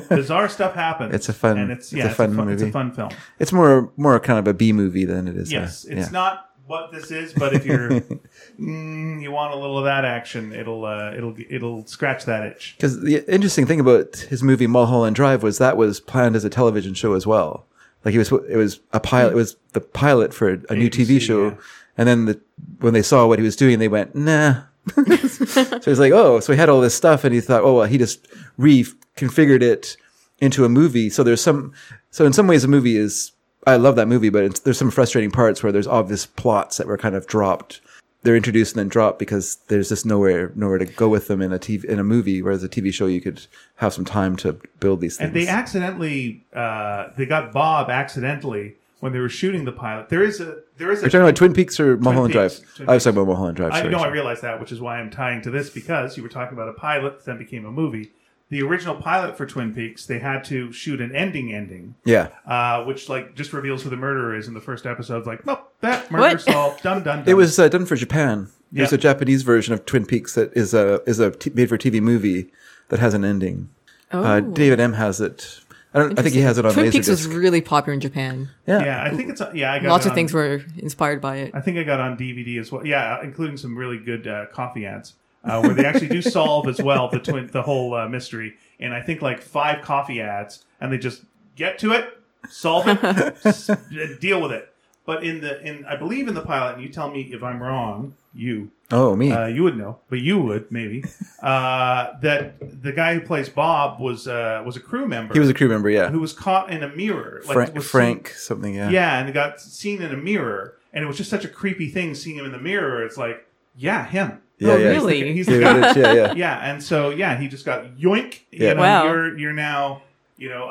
Speaker 2: bizarre stuff happens.
Speaker 1: It's a fun-
Speaker 2: and it's,
Speaker 1: it's
Speaker 2: yeah,
Speaker 1: a fun
Speaker 2: It's a
Speaker 1: movie.
Speaker 2: fun film.
Speaker 1: It's more, more kind of a B movie than it is. a-
Speaker 2: Yes, it's
Speaker 1: yeah.
Speaker 2: not what this is, but
Speaker 1: [LAUGHS]
Speaker 2: if you're mm, you want a little of that action, it'll uh, it'll it'll scratch that itch.
Speaker 1: Because the interesting thing about his movie Mulholland Drive was that was planned as a television show as well. Like he was, it was a pilot. It was the pilot for a new TV
Speaker 2: ABC,
Speaker 1: show,
Speaker 2: yeah.
Speaker 1: and then the, when they saw what he was doing, they went, "Nah." so he's like, "Oh," so he had all this stuff, and he thought, "Oh well," he just reconfigured it into a movie. So there's some, so in some ways, the movie is. I love that movie, but it's, there's some frustrating parts where there's obvious plots that were kind of dropped. They're introduced and then dropped because there's just nowhere nowhere to go with them in a TV in a movie. Whereas a TV show, you could have some time to build these things.
Speaker 2: And they accidentally uh, they got Bob accidentally when they were shooting the pilot. There is a there is
Speaker 1: Are
Speaker 2: a
Speaker 1: you talking about Twin Peaks or Mulholland
Speaker 2: Peaks.
Speaker 1: Drive?
Speaker 2: Twin
Speaker 1: I was talking about Mulholland Drive.
Speaker 2: I
Speaker 1: Sorry.
Speaker 2: know I realize that, which is why I'm tying to this because you were talking about a pilot that then became a movie. The original pilot for Twin Peaks, they had to shoot an ending ending,
Speaker 1: yeah,
Speaker 2: uh, which like just reveals who the murderer is in the first episode. Like, nope, that murder
Speaker 3: What?
Speaker 2: solved. Done, done, done.
Speaker 1: it was uh, done for Japan. There's
Speaker 2: Yeah.
Speaker 1: a Japanese version of Twin Peaks that is a is a t- made for TV movie that has an ending.
Speaker 3: Oh.
Speaker 1: Uh, David M has it. I don't. I think he has it on
Speaker 3: Twin Peaks was
Speaker 1: Laserdisc.
Speaker 3: really popular in Japan.
Speaker 1: yeah.
Speaker 2: Yeah, I think it's yeah. I got
Speaker 3: Lots
Speaker 2: it
Speaker 3: of
Speaker 2: on-
Speaker 3: things were inspired by it.
Speaker 2: I think I got on DVD as well. Yeah, including some really good uh, coffee ads uh, where they actually do solve as well the twin, the whole uh, mystery. And I think like five coffee ads, and they just get to it, solve it, s- [LAUGHS] deal with it. But in the in, I believe in the pilot, and you tell me if I'm wrong. You
Speaker 1: Oh me.
Speaker 2: uh, you would know, but you would maybe uh, that the guy who plays Bob was uh, was a crew member
Speaker 1: he was a crew member. Yeah.
Speaker 2: who was caught in a mirror.
Speaker 1: Frank.
Speaker 2: was seen-
Speaker 1: Frank something. Yeah.
Speaker 2: yeah, and it got seen in a mirror, and it was just such a creepy thing seeing him in the mirror. It's like, yeah, him.
Speaker 1: Yeah.
Speaker 3: oh,
Speaker 1: yeah.
Speaker 3: really?
Speaker 2: He's the
Speaker 1: David
Speaker 2: guy.
Speaker 1: Lynch, yeah.
Speaker 2: [LAUGHS]
Speaker 1: Yeah.
Speaker 2: yeah, and so yeah, he just got yoink. You
Speaker 1: Yeah.
Speaker 2: know,
Speaker 3: Wow.
Speaker 2: You're you're now you know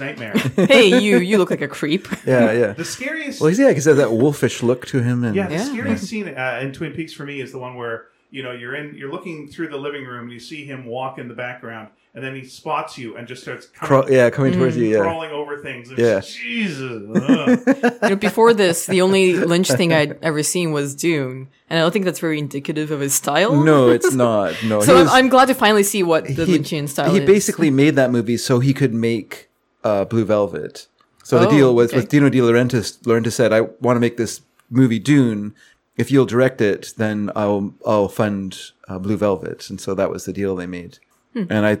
Speaker 1: [LAUGHS]
Speaker 2: nightmare.
Speaker 3: hey, you you look like a creep.
Speaker 1: Yeah. Yeah.
Speaker 2: the scariest.
Speaker 1: Well, he's yeah, because he has that wolfish look to him, and
Speaker 2: yeah, the
Speaker 3: Yeah.
Speaker 2: scariest scene uh, in Twin Peaks for me is the one where you know you're in you're looking through the living room and you see him walk in the background, and then he spots you and just starts
Speaker 1: craw-
Speaker 2: coming,
Speaker 1: yeah, coming
Speaker 3: Mm.
Speaker 1: towards you, yeah,
Speaker 2: crawling over things. It's
Speaker 1: Yeah.
Speaker 2: just,
Speaker 1: [LAUGHS]
Speaker 2: Jesus. ugh.
Speaker 3: You know, before this, the only Lynch thing I'd ever seen was Dune, and I don't think that's very indicative of his style.
Speaker 1: no, it's not. No,
Speaker 3: So
Speaker 1: he
Speaker 3: I'm,
Speaker 1: was-
Speaker 3: I'm glad to finally see what the Lynchian style
Speaker 1: he
Speaker 3: is.
Speaker 1: basically made that movie so he could make uh, Blue Velvet. So the
Speaker 3: Oh,
Speaker 1: deal was
Speaker 3: okay.
Speaker 1: with Dino De Laurentiis. Laurentiis said, "I want to make this movie Dune. If you'll direct it, then I'll I'll fund uh, Blue Velvet." And so that was the deal they made.
Speaker 3: Hmm.
Speaker 1: And I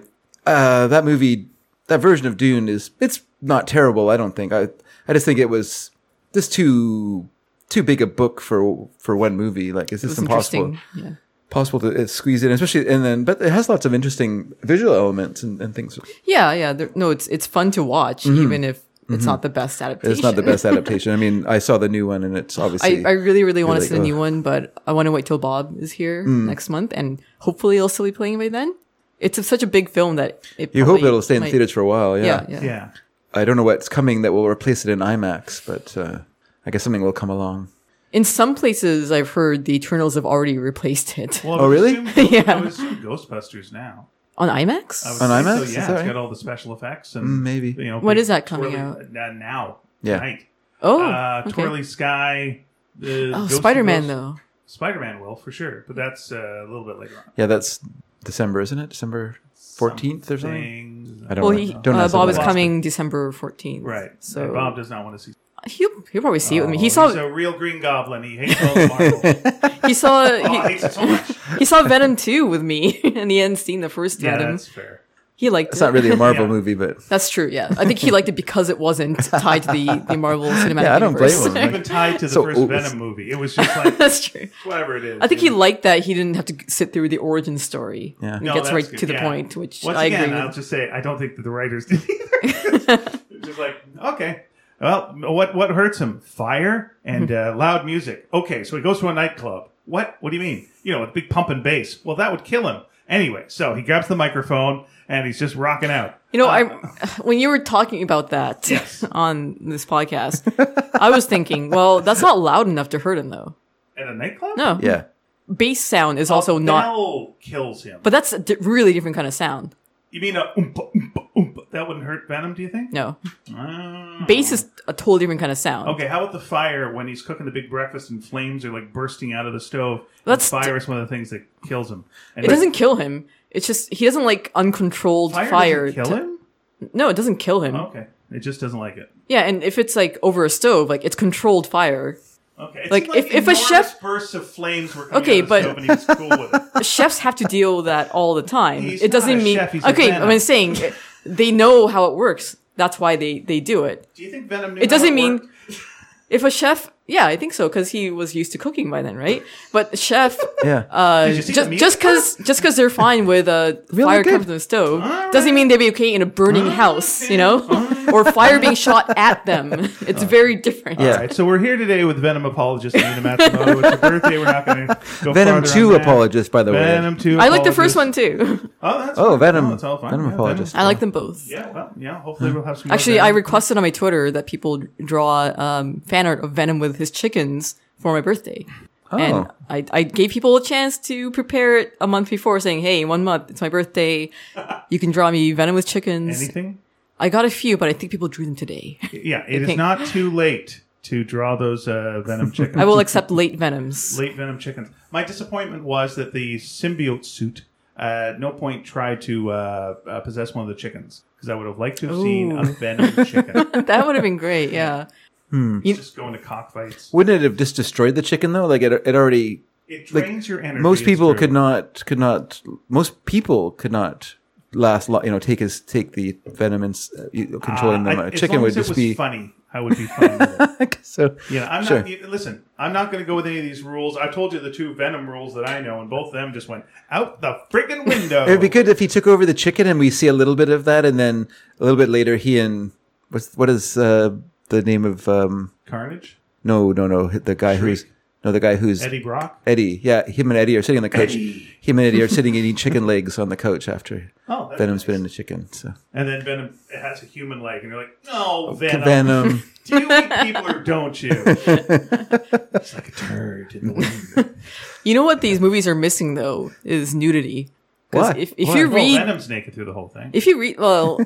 Speaker 1: uh, that movie that version of Dune is it's not terrible. I don't think I I just think it was just too too big a book for for one movie. Like is this
Speaker 3: It's
Speaker 1: impossible?
Speaker 3: interesting. Yeah.
Speaker 1: possible to uh, squeeze in, especially and then. But it has lots of interesting visual elements and, and things.
Speaker 3: Yeah, yeah. There, no, it's it's fun to watch, even if it's not the best adaptation.
Speaker 1: Mm-hmm. It's
Speaker 3: [LAUGHS]
Speaker 1: not the best adaptation. I mean, I saw the new one, and it's
Speaker 3: I,
Speaker 1: obviously
Speaker 3: I really, really want to
Speaker 1: like, Mm.
Speaker 3: see the new one, but I want to wait till Bob is here next month, and hopefully it'll still be playing by then. It's a- such a big film that it
Speaker 1: you hope
Speaker 3: probably
Speaker 1: it'll stay in
Speaker 3: might-
Speaker 1: theaters for a while. Yeah.
Speaker 3: Yeah, yeah.
Speaker 2: yeah.
Speaker 1: I don't know what's coming that will replace it in IMAX, but uh, I guess something will come along.
Speaker 3: In some places, I've heard the Eternals have already replaced it
Speaker 2: Well, I
Speaker 1: Oh,
Speaker 2: would
Speaker 1: really?
Speaker 3: [LAUGHS]
Speaker 2: assume- I
Speaker 3: Yeah.
Speaker 2: would assume Ghostbusters now.
Speaker 3: on IMAX.
Speaker 2: I would
Speaker 1: On
Speaker 2: say
Speaker 1: IMAX?
Speaker 2: So,
Speaker 1: Is
Speaker 2: yeah,
Speaker 1: that
Speaker 2: it's
Speaker 1: right?
Speaker 2: got all the special effects and
Speaker 1: Mm, maybe.
Speaker 2: You know,
Speaker 3: When
Speaker 2: big
Speaker 3: is that coming
Speaker 2: twirly-
Speaker 3: out?
Speaker 2: uh, now.
Speaker 1: Yeah.
Speaker 2: Tonight.
Speaker 3: oh,
Speaker 2: uh,
Speaker 3: okay.
Speaker 2: Twirly Sky. The
Speaker 3: oh, Spider Man though.
Speaker 2: Spider Man will for sure, but that's uh, a little bit later on.
Speaker 1: Yeah, that's December, isn't it? December fourteenth or something.
Speaker 2: Something-
Speaker 1: I don't
Speaker 3: Well,
Speaker 1: know.
Speaker 3: he,
Speaker 1: Don't
Speaker 3: uh,
Speaker 1: ask
Speaker 3: Bob
Speaker 1: about
Speaker 3: is
Speaker 1: that.
Speaker 3: coming December fourteenth.
Speaker 2: Right. So
Speaker 3: So
Speaker 2: Bob does not want to see.
Speaker 3: he'll he'll probably see it with me. He
Speaker 2: Oh,
Speaker 3: saw
Speaker 2: He's a real Green Goblin. He hates
Speaker 1: [LAUGHS]
Speaker 2: all the Marvel. oh,
Speaker 3: he saw
Speaker 2: [LAUGHS] he
Speaker 3: he,
Speaker 2: hates it so much.
Speaker 3: he saw Venom two with me, [LAUGHS] and he hadn't seen the first
Speaker 2: Yeah,
Speaker 3: Venom.
Speaker 2: that's fair.
Speaker 3: He liked
Speaker 1: It's
Speaker 3: it.
Speaker 1: not
Speaker 3: [LAUGHS]
Speaker 1: really a Marvel
Speaker 2: [LAUGHS] Yeah.
Speaker 1: movie, but
Speaker 3: That's true. Yeah, I think he liked it because it wasn't tied to the, the Marvel
Speaker 1: [LAUGHS]
Speaker 3: Cinematic
Speaker 1: Yeah, I don't blame
Speaker 3: Universe.
Speaker 1: him.
Speaker 2: Even tied to the
Speaker 1: So,
Speaker 2: first
Speaker 1: ooh, it's-
Speaker 2: Venom movie, it was just like [LAUGHS]
Speaker 3: [LAUGHS] That's true.
Speaker 2: whatever it is.
Speaker 3: I think he
Speaker 2: you know?
Speaker 3: liked that he didn't have to g- sit through the origin story.
Speaker 1: Yeah.
Speaker 3: it
Speaker 2: No,
Speaker 3: gets
Speaker 2: that's
Speaker 3: right
Speaker 2: good.
Speaker 3: to the
Speaker 2: Yeah.
Speaker 3: point, which
Speaker 2: Once
Speaker 3: I
Speaker 2: again,
Speaker 3: agree
Speaker 2: I'll
Speaker 3: with.
Speaker 2: just say I don't think that the writers did either.
Speaker 3: [LAUGHS]
Speaker 2: It's just like, okay, well, what what hurts him? Fire and
Speaker 3: Mm-hmm.
Speaker 2: uh, loud music. Okay, so he goes to a nightclub. What? What do you mean? You know, with big pump and bass. Well, that would kill him. Anyway, so he grabs the microphone and he's just rocking out.
Speaker 3: You know, I
Speaker 2: Uh,
Speaker 3: [SIGHS] when you were talking
Speaker 2: [LAUGHS]
Speaker 3: about that [LAUGHS] on this podcast, I was thinking, well, that's not loud enough to hurt him, though.
Speaker 2: At a nightclub?
Speaker 3: No,
Speaker 1: yeah,
Speaker 3: bass sound is
Speaker 2: Oh,
Speaker 3: also not,
Speaker 2: Bell kills him.
Speaker 3: but that's a di- really different kind of sound.
Speaker 2: you mean a oompa, oompa, oompa. That wouldn't hurt Venom, do you think? Ah.
Speaker 3: No,
Speaker 2: No.
Speaker 3: bass is a totally different kind of sound.
Speaker 2: Okay, how about the fire when he's cooking the big breakfast and flames are like bursting out of the stove? and
Speaker 3: That's
Speaker 2: fire is one of the things that kills him. And
Speaker 3: It doesn't kill him. It's just he doesn't like uncontrolled fire.
Speaker 2: fire, doesn't kill
Speaker 3: to-
Speaker 2: him. Oh.
Speaker 3: No, it doesn't kill him.
Speaker 2: Okay, it just doesn't like it.
Speaker 3: Yeah, and if it's like over a stove, like it's controlled fire.
Speaker 2: Okay, it's
Speaker 3: Like, if- if a
Speaker 2: enormous
Speaker 3: chef-
Speaker 2: bursts of flames were coming
Speaker 3: Okay,
Speaker 2: out of the
Speaker 3: but-
Speaker 2: stove and he was cool with [LAUGHS] it.
Speaker 3: Chefs have to deal with that all the time.
Speaker 2: He's
Speaker 3: it doesn't
Speaker 2: not a
Speaker 3: mean
Speaker 2: chef, he's a
Speaker 3: okay.
Speaker 2: venom.
Speaker 3: I'm saying it- they know how it works. That's why they they do it.
Speaker 2: Do you think Venom? Knew
Speaker 3: It
Speaker 2: how
Speaker 3: doesn't mean
Speaker 2: worked?
Speaker 3: if a chef. Yeah, I think so because he was used to cooking by then, right?
Speaker 2: [LAUGHS]
Speaker 3: But chef,
Speaker 1: yeah.
Speaker 3: uh,
Speaker 2: Did you see the
Speaker 3: just
Speaker 2: meat?
Speaker 3: just because just because they're fine with a fire
Speaker 1: good.
Speaker 3: coming from the stove
Speaker 2: All
Speaker 3: doesn't mean they'd be okay in a burning house, you know, [LAUGHS] or fire being shot at them.
Speaker 2: [LAUGHS]
Speaker 3: It's very different.
Speaker 1: Yeah.
Speaker 2: All right, so we're here today with Venom apologist
Speaker 3: [LAUGHS]
Speaker 2: Nina Matsumoto. it's her birthday. We're not going to go
Speaker 1: Venom
Speaker 2: farther on
Speaker 1: Two
Speaker 2: that.
Speaker 1: apologist, by the way.
Speaker 2: Venom two.
Speaker 3: I like the
Speaker 2: apologist.
Speaker 3: first one too. [LAUGHS]
Speaker 2: Oh, that's
Speaker 1: Oh,
Speaker 2: fine.
Speaker 1: Venom-
Speaker 2: Oh, it's all fine.
Speaker 1: Venom
Speaker 2: Yeah,
Speaker 1: apologist.
Speaker 3: I like them both.
Speaker 2: Yeah, well, yeah. Hopefully, we'll have some. more
Speaker 3: Actually, I
Speaker 2: Venom.
Speaker 3: requested on my Twitter that people draw um, fan art of Venom with his chickens for my birthday.
Speaker 2: Oh.
Speaker 3: And I, I gave people a chance to prepare it a month before, saying, hey, one month, it's my birthday. You can draw me Venom with chickens.
Speaker 2: anything.
Speaker 3: I got a few, but I think people drew them today.
Speaker 2: Yeah, it is
Speaker 3: think.
Speaker 2: not too late to draw those uh,
Speaker 1: [LAUGHS]
Speaker 2: venom chickens. [LAUGHS]
Speaker 3: I will accept late Venoms.
Speaker 2: late venom chickens. My disappointment was that the symbiote suit uh, at no point tried to uh, uh, possess one of the chickens because I would have liked to have seen a venom
Speaker 1: [LAUGHS]
Speaker 2: chicken
Speaker 3: that would have been great. Yeah.
Speaker 2: just going to cockfights.
Speaker 1: Wouldn't it have just destroyed the chicken though? Like it, it already.
Speaker 2: It drains your energy.
Speaker 1: Most
Speaker 2: it's
Speaker 1: people
Speaker 2: true.
Speaker 1: could not could not. Most people could not last. lo- You know, take his take the venom and s- uh, you- controlling
Speaker 2: Uh,
Speaker 1: them.
Speaker 2: I-
Speaker 1: A
Speaker 2: as
Speaker 1: chicken
Speaker 2: long
Speaker 1: would
Speaker 2: as it
Speaker 1: just
Speaker 2: was
Speaker 1: be.
Speaker 2: funny. I would be fine
Speaker 1: [LAUGHS]
Speaker 2: with it.
Speaker 1: so
Speaker 2: Yeah, I'm
Speaker 1: Sure.
Speaker 2: not. you- Listen, I'm not going to go with any of these rules. I told you the two Venom rules that I know, and both of them just went out the
Speaker 1: [LAUGHS]
Speaker 2: friggin' window.
Speaker 1: it would be good if he took over the chicken and we see a little bit of that, and then a little bit later he and what's what is uh, the name of um,
Speaker 2: Carnage,
Speaker 1: no no no the guy who's no the guy who's
Speaker 2: Eddie Brock.
Speaker 1: Eddie. Yeah, him and Eddie are sitting on the couch. Him and Eddie are sitting eating chicken legs on the couch after
Speaker 2: Oh, that's
Speaker 1: Venom's
Speaker 2: nice.
Speaker 1: been in the chicken. So
Speaker 2: And then Venom has a human leg, and you're like, "No, Venom, [LAUGHS]
Speaker 1: Venom.
Speaker 2: do you eat people or don't you?" it's like a turd in the wind.
Speaker 3: You know what these movies are missing though is nudity. 'Cause
Speaker 1: Why?
Speaker 3: If, if
Speaker 1: Why?
Speaker 3: you
Speaker 2: Well,
Speaker 3: read
Speaker 2: Oh, Venom's naked through the whole thing.
Speaker 3: If you read, well,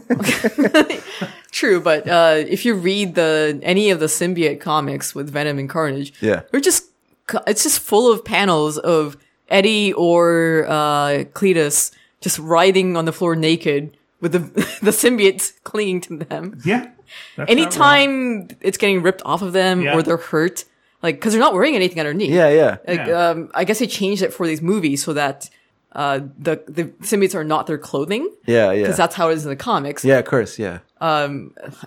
Speaker 3: [LAUGHS] true, but uh, if you read the any of the symbiote comics with Venom and Carnage,
Speaker 1: Yeah.
Speaker 3: they're just co- it's just full of panels of Eddie or uh, Cletus just riding on the floor naked with the [LAUGHS] the symbiotes clinging to them.
Speaker 2: yeah. that's not wrong.
Speaker 3: Anytime it's getting ripped off of them
Speaker 2: Yeah.
Speaker 3: or they're hurt, like because they're not wearing anything underneath.
Speaker 1: yeah, yeah.
Speaker 3: Like,
Speaker 2: Yeah.
Speaker 3: um, I guess they changed it for these movies so that uh, the the symbiotes are not their clothing
Speaker 1: Yeah, yeah.
Speaker 3: because that's how it is in the comics.
Speaker 1: yeah, of course, yeah.
Speaker 3: I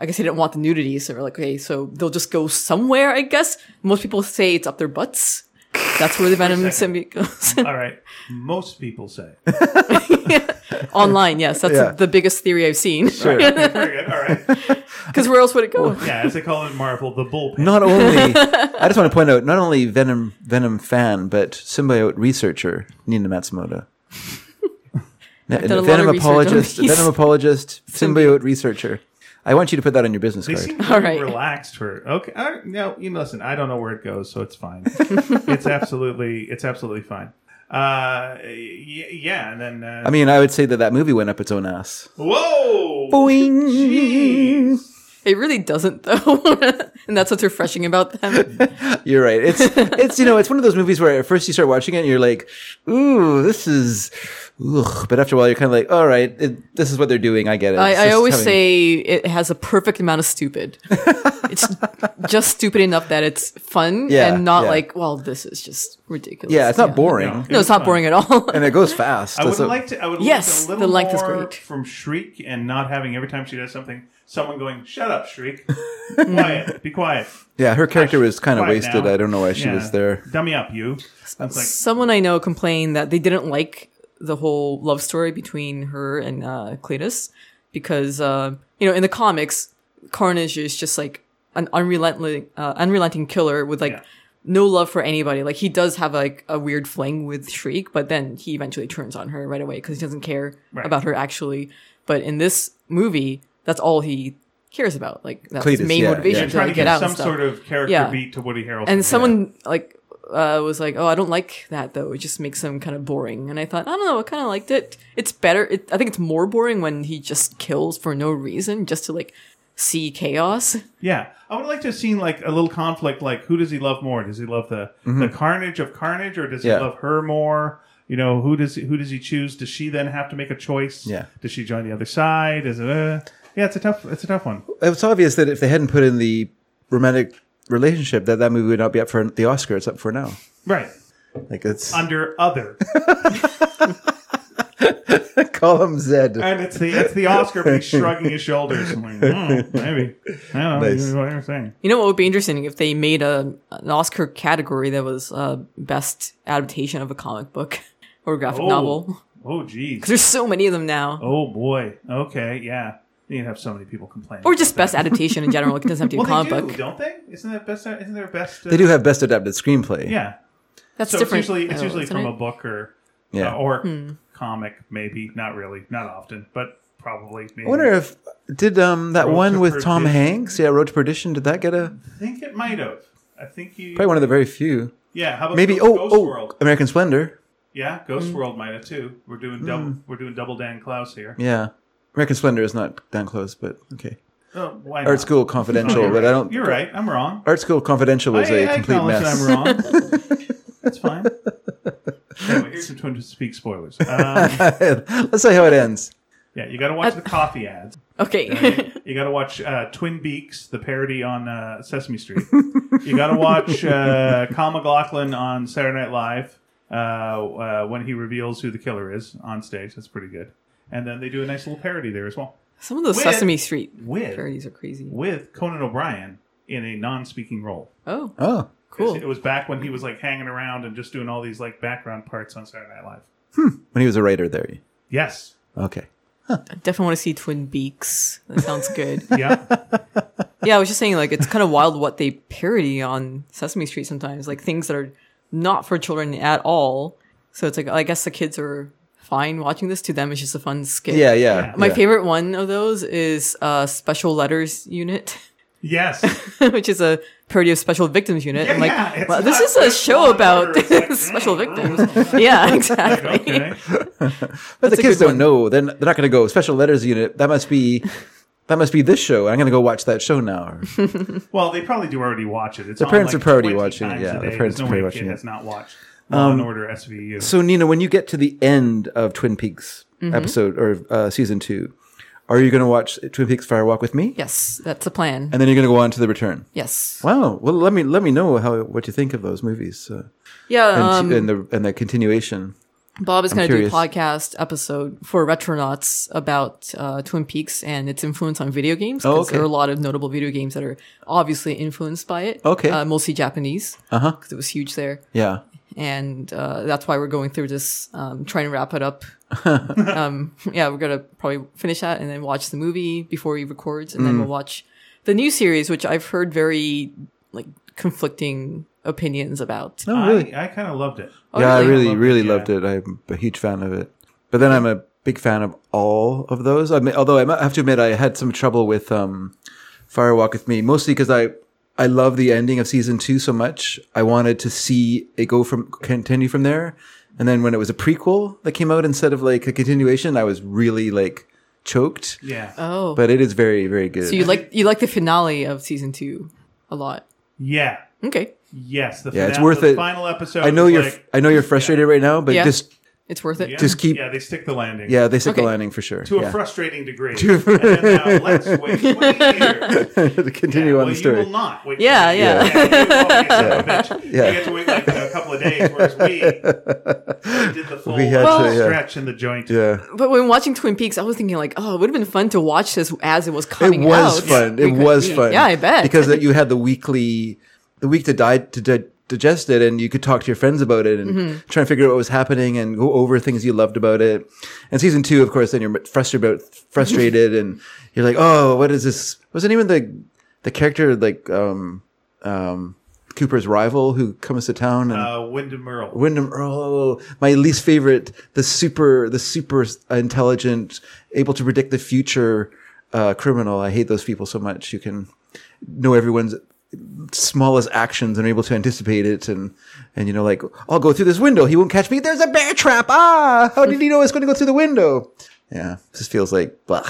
Speaker 3: guess they didn't want the nudity, so we're like, okay, so they'll just go somewhere. I guess most people say it's up their butts. That's where the venom
Speaker 2: [LAUGHS] second.
Speaker 3: symbiote goes [LAUGHS]
Speaker 2: All right. Most people say.
Speaker 3: online. Yes, that's
Speaker 1: Yeah.
Speaker 3: the biggest theory I've seen. [LAUGHS]
Speaker 1: Sure.
Speaker 2: Very good. All right.
Speaker 3: Because where else would it go?
Speaker 1: [LAUGHS]
Speaker 2: Yeah, as they call it in Marvel, the bullpen.
Speaker 1: Not only I just want to point out not only Venom Venom fan, but symbiote researcher Nina Matsumoto. Ne-
Speaker 3: done a lot
Speaker 1: Venom
Speaker 3: of research on
Speaker 1: apologist,
Speaker 3: these.
Speaker 1: Venom apologist, symbiote researcher. I want you to put that on your business
Speaker 2: They
Speaker 1: card.
Speaker 2: seem
Speaker 3: All
Speaker 2: very
Speaker 3: right.
Speaker 2: relaxed for okay. All right, no, you know, listen, I don't know where it goes, so it's
Speaker 3: [LAUGHS]
Speaker 2: fine. it's absolutely, it's absolutely fine. Uh, y- yeah, and then uh,
Speaker 1: I mean, I would say that that movie went up its own ass.
Speaker 2: whoa,
Speaker 1: Boing.
Speaker 3: It really doesn't, though, [LAUGHS] and that's what's refreshing about them.
Speaker 1: You're right. It's it's you know it's one of those movies where at first you start watching it and you're like, ooh, this is, ugh. but after a while you're kind of like, all right, it, this is what they're doing. I get it. It's
Speaker 3: I, I
Speaker 1: just
Speaker 3: always
Speaker 1: having-
Speaker 3: say it has a perfect amount of stupid. it's just stupid enough that it's fun
Speaker 1: Yeah,
Speaker 3: and not
Speaker 1: yeah.
Speaker 3: like, well, this is just ridiculous.
Speaker 1: yeah, it's not boring
Speaker 2: No, it
Speaker 3: No,
Speaker 2: was
Speaker 3: it's not
Speaker 2: fun.
Speaker 3: boring at all.
Speaker 1: and it goes fast.
Speaker 2: I would
Speaker 1: That's what-
Speaker 2: like to. I would
Speaker 3: Yes,
Speaker 2: like a little
Speaker 3: the length is
Speaker 2: more
Speaker 3: great.
Speaker 2: from Shriek and not having every time she does something, someone going, "Shut
Speaker 1: [LAUGHS]
Speaker 2: up, Shriek! quiet, be quiet."
Speaker 1: yeah, her character was kind of
Speaker 2: Quiet
Speaker 1: wasted.
Speaker 2: now.
Speaker 1: I don't know why she
Speaker 2: Yeah.
Speaker 1: was there.
Speaker 2: Dummy up, you. It's like
Speaker 3: Someone I know complained that they didn't like the whole love story between her and uh, Cletus because uh, you know in the comics, Carnage is just like an unrelenting, uh, unrelenting killer with like
Speaker 2: Yeah.
Speaker 3: no love for anybody. Like he does have like a weird fling with Shriek, but then he eventually turns on her right away because he doesn't care
Speaker 2: Right.
Speaker 3: about her actually. But in this movie, that's all he cares about. Like that's his
Speaker 1: Cletus,
Speaker 3: main
Speaker 1: yeah,
Speaker 3: motivation
Speaker 1: yeah.
Speaker 3: to
Speaker 2: trying to
Speaker 3: like, get
Speaker 2: give
Speaker 3: out.
Speaker 2: some
Speaker 3: and stuff
Speaker 2: sort of character
Speaker 3: Yeah.
Speaker 2: beat to Woody Harrelson.
Speaker 3: and someone like uh, was like, "Oh, I don't like that though. It just makes him kind of boring." And I thought, I don't know, I kind of liked it. It's better. It, I think it's more boring when he just kills for no reason, just to like see chaos.
Speaker 2: Yeah, I would like to have seen like a little conflict. Like, who does he love more? Does he love the the carnage of carnage, or does he
Speaker 1: Mm-hmm. Yeah.
Speaker 2: love her more? You know, who does who does he choose? Does she then have to make a choice?
Speaker 1: Yeah.
Speaker 2: Does she join the other side? Is it? Uh, yeah, it's a tough. It's a tough one.
Speaker 1: It's obvious that if they hadn't put in the romantic relationship, that that movie would not be up for the Oscar. It's up for now.
Speaker 2: Right
Speaker 1: Like it's
Speaker 2: under other,
Speaker 1: [LAUGHS] column Z.
Speaker 2: and it's the it's
Speaker 1: [LAUGHS]
Speaker 2: the Oscar, but he's shrugging his shoulders. I'm like, "Hmm, maybe. I don't know.
Speaker 1: Nice.
Speaker 2: What you're saying.
Speaker 3: You know what would be interesting if they made a an Oscar category that was uh, best adaptation of a comic book [LAUGHS] or graphic
Speaker 2: Oh.
Speaker 3: novel. 'Cause novel?
Speaker 2: Oh, geez.
Speaker 3: Because there's so many of them now.
Speaker 2: Oh boy. Okay. Yeah. You'd have so many people complaining.
Speaker 3: Or just best adaptation in general. Like it doesn't have to be a
Speaker 2: well,
Speaker 3: comic
Speaker 2: they do,
Speaker 3: book.
Speaker 2: don't they? Isn't that best? Isn't there best? Uh,
Speaker 1: They do have best adapted screenplay.
Speaker 2: Yeah.
Speaker 3: That's
Speaker 2: so
Speaker 3: different.
Speaker 2: it's usually it's
Speaker 3: though,
Speaker 2: usually
Speaker 3: isn't
Speaker 2: from
Speaker 3: it? Hmm.
Speaker 2: a book or
Speaker 1: Yeah.
Speaker 2: uh, or comic maybe not really not often but probably maybe.
Speaker 1: I wonder if did um that
Speaker 2: Road
Speaker 1: one
Speaker 2: to
Speaker 1: with Tom
Speaker 2: Perdition.
Speaker 1: Hanks? Yeah, Road to Perdition. Did that get a
Speaker 2: I think it might have I think you
Speaker 1: probably one of the very few?
Speaker 2: yeah how about
Speaker 1: Maybe
Speaker 2: Ghost,
Speaker 1: oh
Speaker 2: Ghost
Speaker 1: oh
Speaker 2: World
Speaker 1: American Splendor.
Speaker 2: yeah Ghost
Speaker 3: Hmm.
Speaker 2: World might have too we're
Speaker 1: Hmm.
Speaker 2: doing double we're doing double Dan Klaus here
Speaker 1: Yeah. American Splendor is not Dan Close, but okay.
Speaker 2: oh, why
Speaker 1: Art
Speaker 2: not?
Speaker 1: School
Speaker 2: Oh,
Speaker 1: Confidential,
Speaker 2: you're
Speaker 1: but
Speaker 2: right.
Speaker 1: I don't.
Speaker 2: you're right I'm wrong
Speaker 1: Art School Confidential
Speaker 2: I,
Speaker 1: is a
Speaker 2: I
Speaker 1: complete [LAUGHS]
Speaker 2: acknowledge
Speaker 1: mess.
Speaker 2: that I'm wrong that's fine anyway, here Here's some Twin Speak spoilers. Um,
Speaker 1: Let's see how it ends.
Speaker 2: yeah, you got to watch the coffee ads.
Speaker 3: Okay.
Speaker 2: You got to watch uh, Twin Beaks, the parody on uh, Sesame Street. you got to watch uh, Kyle McLaughlin on Saturday Night Live uh, uh, when he reveals who the killer is on stage. That's pretty good. And then they do a nice little parody there as well
Speaker 3: [LAUGHS] Some of those
Speaker 2: With-
Speaker 3: Sesame Street
Speaker 2: with
Speaker 3: parodies are crazy.
Speaker 2: with Conan O'Brien in a non-speaking role.
Speaker 3: Oh,
Speaker 1: Oh,
Speaker 3: cool.
Speaker 2: It was back when he was like hanging around and just doing all these like background parts on Saturday Night Live.
Speaker 1: when he was a writer there.
Speaker 2: Yes.
Speaker 1: Okay.
Speaker 3: I definitely want to see Twin Beaks. That sounds good. [LAUGHS]
Speaker 2: Yeah.
Speaker 1: [LAUGHS]
Speaker 3: yeah, I was just saying, like, it's kind of wild what they parody on Sesame Street sometimes, like things that are not for children at all. So it's like, I guess the kids are fine watching this. To them, it's just a fun skit.
Speaker 1: Yeah, yeah.
Speaker 3: My
Speaker 1: yeah.
Speaker 3: favorite one of those is uh, Special Letters Unit, [LAUGHS]
Speaker 2: yes.
Speaker 3: which is a parody of Special Victims Unit.
Speaker 2: Yeah,
Speaker 3: I'm like,
Speaker 2: yeah, it's
Speaker 3: well, this
Speaker 2: not
Speaker 3: is a
Speaker 2: Special
Speaker 3: show about
Speaker 2: Letters, like,
Speaker 3: [LAUGHS]
Speaker 2: [LAUGHS]
Speaker 3: special victims. yeah, [LAUGHS] exactly.
Speaker 2: Okay.
Speaker 1: But the
Speaker 3: a
Speaker 1: kids
Speaker 3: good
Speaker 1: don't
Speaker 3: one.
Speaker 1: know. They're not, they're not going to go special letters unit. That must
Speaker 3: [LAUGHS]
Speaker 1: be. That must be this show. I'm going to go watch that show now. Or-
Speaker 2: Well, they probably do already watch it. It's
Speaker 1: The
Speaker 2: on,
Speaker 1: parents
Speaker 2: like,
Speaker 1: are probably
Speaker 2: 20
Speaker 1: watching it,
Speaker 2: times
Speaker 1: yeah,
Speaker 2: a
Speaker 1: the
Speaker 2: day.
Speaker 1: parents
Speaker 2: There's no
Speaker 1: are probably
Speaker 2: way a
Speaker 1: watching
Speaker 2: kid
Speaker 1: it. Um,
Speaker 2: Has not watched Law and Order SVU.
Speaker 1: so, Nina, when you get to the end of Twin Peaks
Speaker 3: Mm-hmm.
Speaker 1: episode or uh, season two, are you going to watch Twin Peaks Fire Walk with me?
Speaker 3: Yes, that's a plan.
Speaker 1: And then you're going to go on to the return.
Speaker 3: yes.
Speaker 1: Wow. Well, let me let me know how what you think of those movies uh,
Speaker 3: Yeah.
Speaker 1: and,
Speaker 3: um,
Speaker 1: and the and the continuation.
Speaker 3: Bob is going to do a
Speaker 1: curious.
Speaker 3: podcast episode for Retronauts about uh, Twin Peaks and its influence on video games.
Speaker 1: Oh,
Speaker 3: 'cause There
Speaker 1: okay.
Speaker 3: are a lot of notable video games that are obviously influenced by it.
Speaker 1: Okay. Uh-huh.
Speaker 3: Uh, mostly Japanese. Uh huh. Because it was huge there.
Speaker 1: Yeah.
Speaker 3: And uh, that's why we're going through this, um, trying to wrap it
Speaker 1: [LAUGHS]
Speaker 3: up. um, yeah, we're going to probably finish that and then watch the movie before he records.
Speaker 1: Hmm.
Speaker 3: And then we'll watch the new series, which I've heard very like conflicting opinions about.
Speaker 1: Oh, really?
Speaker 2: I, I kind of loved it.
Speaker 3: Oh,
Speaker 1: yeah,
Speaker 3: really?
Speaker 1: I
Speaker 2: Loved it,
Speaker 1: really, really
Speaker 2: yeah.
Speaker 1: loved it. I'm a huge fan of it. But then I'm a big fan of all of those. I mean, although I mu- have to admit, I had some trouble with um, Fire Walk with Me, mostly because I I love the ending of season two so much. I wanted to see it go from continue from there. And then when it was a prequel that came out instead of like a continuation, I was really like choked.
Speaker 2: Yeah.
Speaker 3: Oh.
Speaker 1: But it is very, very good.
Speaker 3: So you like you like the finale of season two a lot.
Speaker 2: yeah.
Speaker 3: Okay,
Speaker 2: Yes. The
Speaker 1: Yeah, it's
Speaker 2: finale-
Speaker 1: worth
Speaker 2: the
Speaker 1: it.
Speaker 2: Final episode.
Speaker 1: I know
Speaker 2: is
Speaker 1: you're
Speaker 2: like,
Speaker 1: I know you're frustrated right now, but
Speaker 3: Yeah.
Speaker 1: just
Speaker 3: it's worth it.
Speaker 2: yeah,
Speaker 1: just keep-
Speaker 2: Yeah, they stick the landing.
Speaker 1: yeah, they stick the
Speaker 3: Okay.
Speaker 1: landing for sure.
Speaker 2: To a
Speaker 1: yeah.
Speaker 2: frustrating degree. and then, now let's wait 20
Speaker 1: [LAUGHS]
Speaker 2: years.
Speaker 1: to continue
Speaker 2: Yeah,
Speaker 1: on
Speaker 2: well,
Speaker 1: the story.
Speaker 2: You will not wait
Speaker 3: Yeah,
Speaker 2: for-
Speaker 3: yeah.
Speaker 1: [LAUGHS]
Speaker 2: yeah. you will be a son of a bitch.
Speaker 1: Yeah.
Speaker 2: You get to wait like a couple of days, whereas
Speaker 1: [LAUGHS]
Speaker 2: we, we did the full
Speaker 1: We had
Speaker 3: Well-
Speaker 1: to, yeah.
Speaker 2: stretch in the joint.
Speaker 1: Yeah.
Speaker 3: But when watching Twin Peaks, I was thinking like, oh, it would have been fun to watch this as it was
Speaker 1: It
Speaker 3: coming
Speaker 1: was
Speaker 3: out.
Speaker 1: fun. It
Speaker 3: Because-
Speaker 1: was fun.
Speaker 3: Yeah, I bet.
Speaker 1: Because that you had the weekly, the week to di- to di- digest it, and you could talk to your friends about it and
Speaker 3: Mm-hmm.
Speaker 1: try and figure out what was happening and go over things you loved about it. And season two, of course, then you're frustrated, about, frustrated, and you're like, oh, what is this? Wasn't even the the character like um um Cooper's rival who comes to town and.
Speaker 2: Uh, Wyndham Earl.
Speaker 1: Wyndham Earl, my least favorite, the super, the super intelligent, able to predict the future uh, criminal. I hate those people so much. who can know everyone's smallest actions and are able to anticipate it, and and you know, like I'll go through this window. He won't catch me. There's a bear trap. Ah, how did he know it's going to go through the window? Yeah, this feels like blah.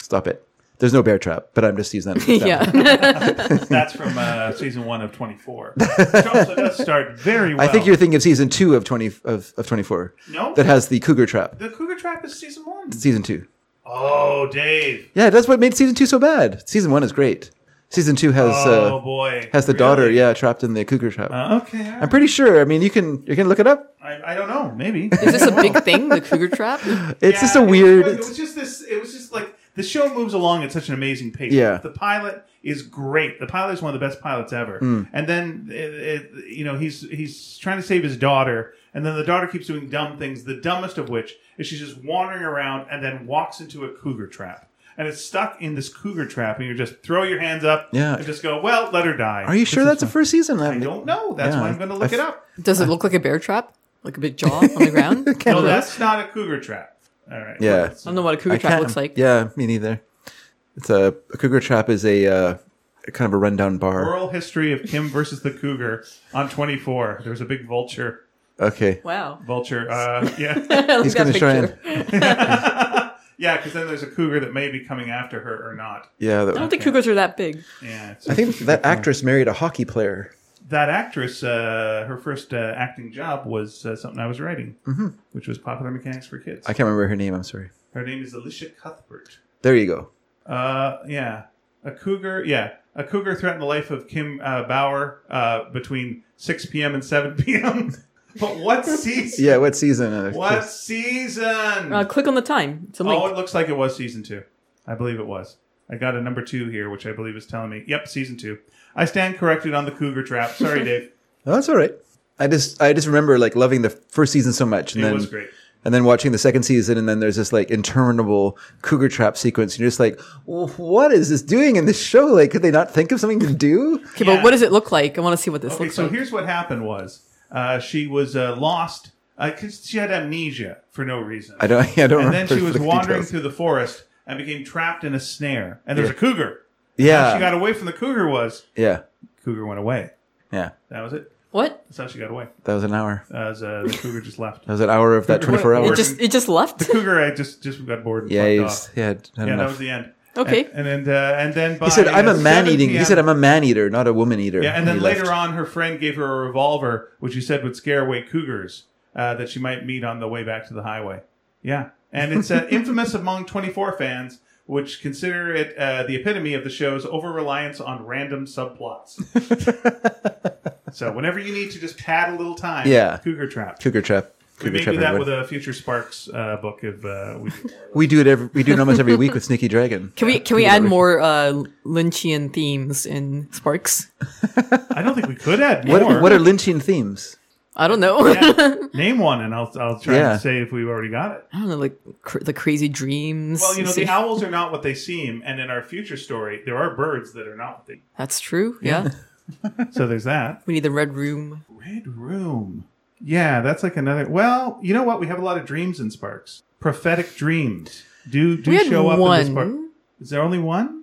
Speaker 1: Stop it. There's no bear trap, but I'm just using that. that one.
Speaker 3: [LAUGHS] yeah.
Speaker 2: That's from uh, season one of
Speaker 1: [LAUGHS]
Speaker 2: 24. Which also does start very well.
Speaker 1: I think you're thinking of season two of twenty of, of twenty four.
Speaker 2: No.
Speaker 1: that has the cougar trap.
Speaker 2: The Cougar Trap is season one.
Speaker 1: Season two.
Speaker 2: Oh, Dave.
Speaker 1: Yeah, that's what made season two so bad. Season one is great. Season two has
Speaker 2: Oh,
Speaker 1: uh,
Speaker 2: boy.
Speaker 1: has the
Speaker 2: Really?
Speaker 1: daughter, yeah, trapped in the cougar trap.
Speaker 2: Uh, okay. all
Speaker 1: I'm pretty sure. I mean, you can you can look it up.
Speaker 2: right. I, I don't know.
Speaker 1: [LAUGHS]
Speaker 2: Maybe.
Speaker 3: Is this a big thing, the cougar trap?
Speaker 1: It's
Speaker 2: Yeah,
Speaker 1: just a
Speaker 2: it was-
Speaker 1: weird.
Speaker 2: It was just this. It was just like the show moves along at such an amazing pace.
Speaker 1: Yeah.
Speaker 2: the pilot is great. The pilot is one of the best pilots ever.
Speaker 1: Hmm.
Speaker 2: And then, it, it, you know, he's he's trying to save his daughter, and then the daughter keeps doing dumb things. The dumbest of which is she's just wandering around and then walks into a cougar trap. And it's stuck in this cougar trap, and you just throw your hands up
Speaker 1: Yeah.
Speaker 2: and just go, well, let her die.
Speaker 1: are you sure that's the first season?
Speaker 2: I don't know. That's
Speaker 1: Yeah.
Speaker 2: why I'm going to look
Speaker 1: [LAUGHS] I
Speaker 2: it
Speaker 1: f-
Speaker 2: up.
Speaker 3: Does it look like a bear trap? Like a big jaw on
Speaker 1: [LAUGHS]
Speaker 3: the ground? I
Speaker 1: Can't
Speaker 2: No,
Speaker 1: remember.
Speaker 2: that's not a cougar trap. All right.
Speaker 1: Yeah.
Speaker 2: Well,
Speaker 3: don't know what a cougar
Speaker 1: I
Speaker 3: trap
Speaker 1: can't-
Speaker 3: looks like.
Speaker 1: Yeah, me neither. It's a, a cougar trap is a uh, kind of a rundown bar.
Speaker 2: Oral history of Kim versus the Cougar on 24. There's a big vulture.
Speaker 1: Okay,
Speaker 3: Wow. [LAUGHS]
Speaker 2: Vulture. Uh, [LAUGHS] yeah.
Speaker 3: I like
Speaker 1: he's
Speaker 3: that
Speaker 1: going to try and
Speaker 3: picture.
Speaker 2: yeah, because then there's a cougar that may be coming after her or not.
Speaker 1: yeah.
Speaker 3: I
Speaker 1: That,
Speaker 3: [LAUGHS] don't think cougars are that big.
Speaker 2: Yeah. It's,
Speaker 1: I think that actress married a hockey player.
Speaker 2: that actress, uh, her first uh, acting job was uh, something I was writing, which was Popular Mechanics for Kids.
Speaker 1: Mm-hmm. I can't remember her name. I'm sorry.
Speaker 2: Her name is Alicia Cuthbert.
Speaker 1: There you go.
Speaker 2: Uh, yeah, a cougar. Yeah, a cougar threatened the life of Kim uh, Bauer uh, between 6 p.m. and 7 p.m. [LAUGHS] but what season?
Speaker 1: Yeah, what season? Uh,
Speaker 2: What season?
Speaker 3: Uh, click on the time. It's a link.
Speaker 2: Oh, it looks like it was season two. I believe it was. I got a number two here, which I believe is telling me, yep, season two. I stand corrected on the cougar trap.
Speaker 1: [LAUGHS]
Speaker 2: Sorry, Dave.
Speaker 1: Oh, that's all right. I just I just remember like loving the first season so much, and
Speaker 2: It
Speaker 1: then
Speaker 2: was great.
Speaker 1: and then watching the second season, and then there's this like interminable cougar trap sequence. And you're just like, "Wh- what is this doing in this show? Like, could they not think of something to do?
Speaker 3: okay,
Speaker 2: yeah.
Speaker 3: but what does it look like? I want to see what this
Speaker 2: Okay,
Speaker 3: looks
Speaker 2: so
Speaker 3: like.
Speaker 2: here's what happened was uh, she was uh, lost because she had amnesia for no reason.
Speaker 1: I don't. [LAUGHS] I don't
Speaker 2: and
Speaker 1: remember.
Speaker 2: then she was
Speaker 1: the
Speaker 2: wandering
Speaker 1: details.
Speaker 2: through the forest and became trapped in a snare. And there's a cougar. How
Speaker 1: Yeah,
Speaker 2: she got away from the cougar was
Speaker 1: yeah,
Speaker 2: cougar went away.
Speaker 1: yeah.
Speaker 2: That was it.
Speaker 3: What?
Speaker 2: That's how she got away.
Speaker 1: That was an hour.
Speaker 2: As uh, the cougar
Speaker 1: [LAUGHS]
Speaker 2: just left.
Speaker 1: That was an hour of that 24
Speaker 2: It
Speaker 1: hours.
Speaker 3: It just it just left.
Speaker 2: The cougar, I just just got bored. And
Speaker 1: yeah,
Speaker 2: fucked
Speaker 1: he
Speaker 2: off.
Speaker 1: was, he had had
Speaker 2: Yeah, that
Speaker 1: enough.
Speaker 2: was the end.
Speaker 3: Okay.
Speaker 2: And, and then, uh, and then by,
Speaker 1: he said, "I'm
Speaker 2: uh,
Speaker 1: a man
Speaker 2: 7
Speaker 1: eating." He
Speaker 2: PM
Speaker 1: said, "I'm a man eater, not a woman eater."
Speaker 2: yeah, and then
Speaker 1: he
Speaker 2: later
Speaker 1: left.
Speaker 2: on, her friend gave her a revolver, which she said would scare away cougars uh, that she might meet on the way back to the highway. Yeah, and
Speaker 1: [LAUGHS]
Speaker 2: it's uh, infamous among 24 fans, which consider it uh, the epitome of the show's over reliance on random
Speaker 1: [LAUGHS]
Speaker 2: subplots. so whenever you need to just pad a little time,
Speaker 1: Yeah.
Speaker 2: cougar trap.
Speaker 1: cougar trap.
Speaker 2: We
Speaker 1: Cougar
Speaker 2: may
Speaker 1: trap.
Speaker 2: do that
Speaker 1: everyone.
Speaker 2: with a future Sparks uh, book if uh, we. Do.
Speaker 1: we do it. Every, we do it almost every week with Sneaky
Speaker 2: [LAUGHS]
Speaker 1: Dragon.
Speaker 3: Can we can we add more uh, Lynchian themes in Sparks?
Speaker 2: I don't think we could add more.
Speaker 1: What, what are Lynchian themes?
Speaker 3: I don't know.
Speaker 2: Yeah. Name one, and I'll I'll try
Speaker 1: Yeah.
Speaker 2: and say if we've already got it.
Speaker 3: [LAUGHS] I don't know, like cr- the crazy dreams.
Speaker 2: Well, you know,
Speaker 3: see-
Speaker 2: the owls are not what they seem, and in our future story, there are birds that are not what they.
Speaker 3: That's true. Yeah.
Speaker 2: So there's that
Speaker 3: we need the red room.
Speaker 2: red room. Yeah, that's like another. Well, you know what? We have a lot of dreams in Sparks. Prophetic dreams do do
Speaker 3: we had
Speaker 2: show up in
Speaker 3: one.
Speaker 2: the Spark. Is there only one?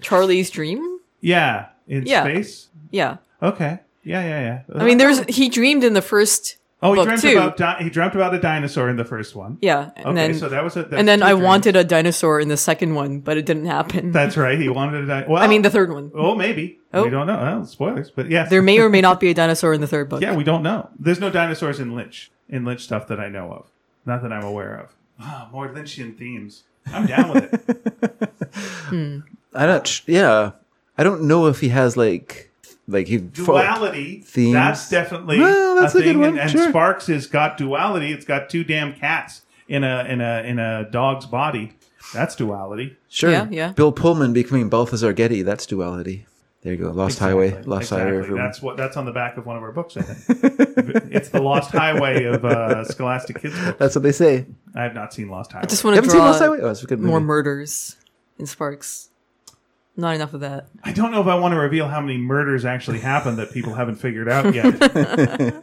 Speaker 3: Charlie's dream.
Speaker 2: Yeah, in
Speaker 3: Yeah.
Speaker 2: space.
Speaker 3: Yeah.
Speaker 2: Okay. Yeah, yeah, yeah.
Speaker 3: I mean, there's he dreamed in the first
Speaker 2: Uh, oh, he
Speaker 3: book
Speaker 2: dreamt
Speaker 3: too.
Speaker 2: about di- he dreamt about a dinosaur in the first one.
Speaker 3: yeah, and
Speaker 2: Okay,
Speaker 3: then
Speaker 2: so that was a. that's
Speaker 3: and then
Speaker 2: two
Speaker 3: I
Speaker 2: dreams.
Speaker 3: wanted a dinosaur in the second one, but it didn't happen.
Speaker 2: That's right. He wanted a. Di- well,
Speaker 3: I mean, the third one.
Speaker 2: Oh, maybe.
Speaker 3: Oh.
Speaker 2: We don't know. Well, spoilers, but yeah.
Speaker 3: There may or may not be a dinosaur in the third book.
Speaker 2: Yeah, we don't know. There's no dinosaurs in Lynch, in Lynch stuff that I know of. Not that I'm aware of. Ah, more Lynchian themes. I'm down with
Speaker 1: [LAUGHS]
Speaker 2: it.
Speaker 1: I don't. sh- Yeah, I don't know if he has like like he. fo-
Speaker 2: Duality.
Speaker 1: Themes.
Speaker 2: That's definitely
Speaker 1: Well, that's a
Speaker 2: a
Speaker 1: good
Speaker 2: thing.
Speaker 1: one,
Speaker 2: And, and
Speaker 1: sure.
Speaker 2: Sparks has got duality. It's got two damn cats in a in a in a dog's body. That's duality.
Speaker 1: Sure.
Speaker 3: Yeah, yeah.
Speaker 1: Bill Pullman becoming Balthazar Getty. That's duality. There you go. Lost Highway.
Speaker 2: Exactly.
Speaker 1: Lost Highway.
Speaker 2: Exactly.
Speaker 1: Everyone.
Speaker 2: That's what that's on the back of one of our books. I think [LAUGHS] it's the Lost Highway of uh, Scholastic Kids books.
Speaker 1: That's what they say.
Speaker 2: I have not seen Lost Highway.
Speaker 3: I just want to
Speaker 1: Haven't seen
Speaker 3: draw
Speaker 1: Lost Highway? Oh, it's a good movie.
Speaker 3: more murders in Sparks. Not enough of that.
Speaker 2: I don't know if I want to reveal how many murders actually happened that people haven't figured out yet,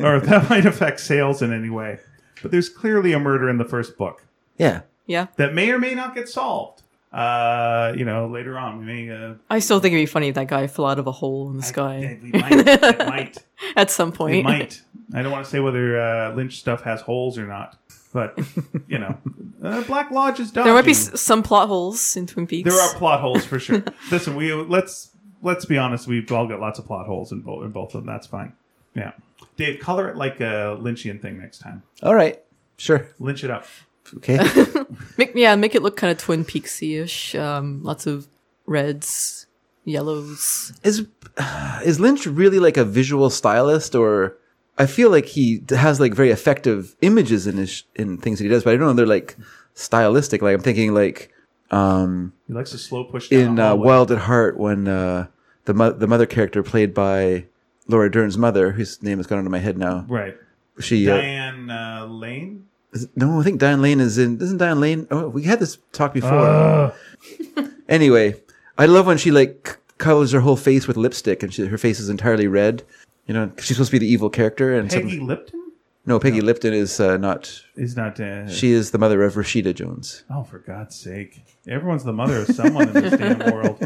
Speaker 2: or if that might affect sales in any way. But there's clearly a murder in the first book
Speaker 1: yeah.
Speaker 3: Yeah,
Speaker 2: that may or may not get solved. Uh, you know, later on we may. Uh,
Speaker 3: I still think it'd be funny if that guy fell out of a hole in the
Speaker 2: I-
Speaker 3: sky
Speaker 2: we might. it might.
Speaker 3: at some
Speaker 2: It
Speaker 3: [LAUGHS] point.
Speaker 2: might. I don't want to say whether uh, Lynch stuff has holes or not, but you know, uh, Black Lodge is dodgy.
Speaker 3: There might be s- some plot holes in Twin Peaks.
Speaker 2: There are plot holes for sure. Listen, we let's let's be honest. We've all got lots of plot holes in both in both of them. That's fine. Yeah, Dave, color it like a Lynchian thing next time.
Speaker 1: All right. Sure.
Speaker 2: Lynch it up.
Speaker 3: [LAUGHS]
Speaker 1: Okay.
Speaker 3: Make, yeah, make it look kind of Twin Peaksy ish. Um, lots of reds, yellows.
Speaker 1: is is Lynch really like a visual stylist or I feel like he has like very effective images in his in things that he does, but I don't know they're like stylistic. Like I'm thinking like um
Speaker 2: He likes to slow push down
Speaker 1: in
Speaker 2: a
Speaker 1: uh,
Speaker 2: hallway.
Speaker 1: Wild at Heart when uh, the mo- the mother character played by Laura Dern's mother, whose name has gone into my head now.
Speaker 2: right.
Speaker 1: She uh,
Speaker 2: Diane uh, Lane.
Speaker 1: is- no, I think Diane Lane is in. Isn't Diane Lane? Oh, we had this talk before. Uh,
Speaker 2: Ugh.
Speaker 1: Anyway, I love when she like c- colors her whole face with lipstick and she, her face is entirely red. You know, 'cause she's supposed to be the evil character, and some-
Speaker 2: Peggy Lipton
Speaker 1: no, Peggy Lipton is uh, not.
Speaker 2: is not. Uh,
Speaker 1: She is the mother of Rashida Jones.
Speaker 2: oh, for God's sake! Everyone's the mother of someone in this damn world.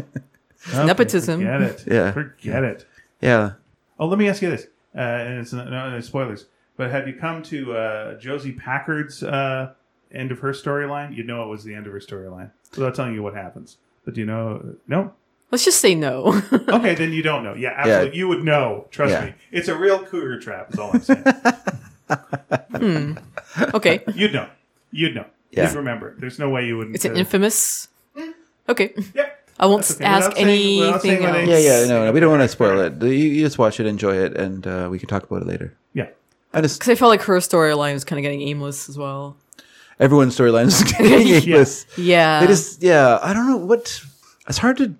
Speaker 2: Okay,
Speaker 3: nepotism.
Speaker 2: Forget it.
Speaker 1: Yeah.
Speaker 2: Forget it.
Speaker 1: Yeah,
Speaker 2: Oh, let me ask you this, uh, and it's not, no, no spoilers, but have you come to uh, Josie Packard's uh, end of her storyline? You know it was the end of her storyline without telling you what happens. But do you know? No,
Speaker 3: Let's just say no. [LAUGHS]
Speaker 2: Okay, then you don't
Speaker 1: [LAUGHS]
Speaker 2: know. Yeah, absolutely. You would know. Trust
Speaker 1: Yeah.
Speaker 2: me. It's a real cougar trap, is all I'm
Speaker 1: [LAUGHS]
Speaker 2: saying.
Speaker 3: okay.
Speaker 2: You'd know. You'd know.
Speaker 1: Yeah.
Speaker 2: You'd remember. There's no way you wouldn't.
Speaker 3: It's an
Speaker 2: uh,
Speaker 3: infamous. Okay.
Speaker 2: Yeah.
Speaker 3: I won't
Speaker 2: That's okay,
Speaker 3: ask
Speaker 2: without saying- without saying
Speaker 3: anything
Speaker 2: what
Speaker 3: else.
Speaker 2: it
Speaker 1: Yeah, yeah, no, no, we don't want to spoil it. You, you just watch it, enjoy it, and uh, we can talk about it later.
Speaker 2: Yeah.
Speaker 1: I just
Speaker 3: Because I felt like her storyline was kind of getting aimless as well.
Speaker 1: everyone's storyline is getting aimless.
Speaker 3: Yeah.
Speaker 1: They just, yeah, I don't know what. It's hard to.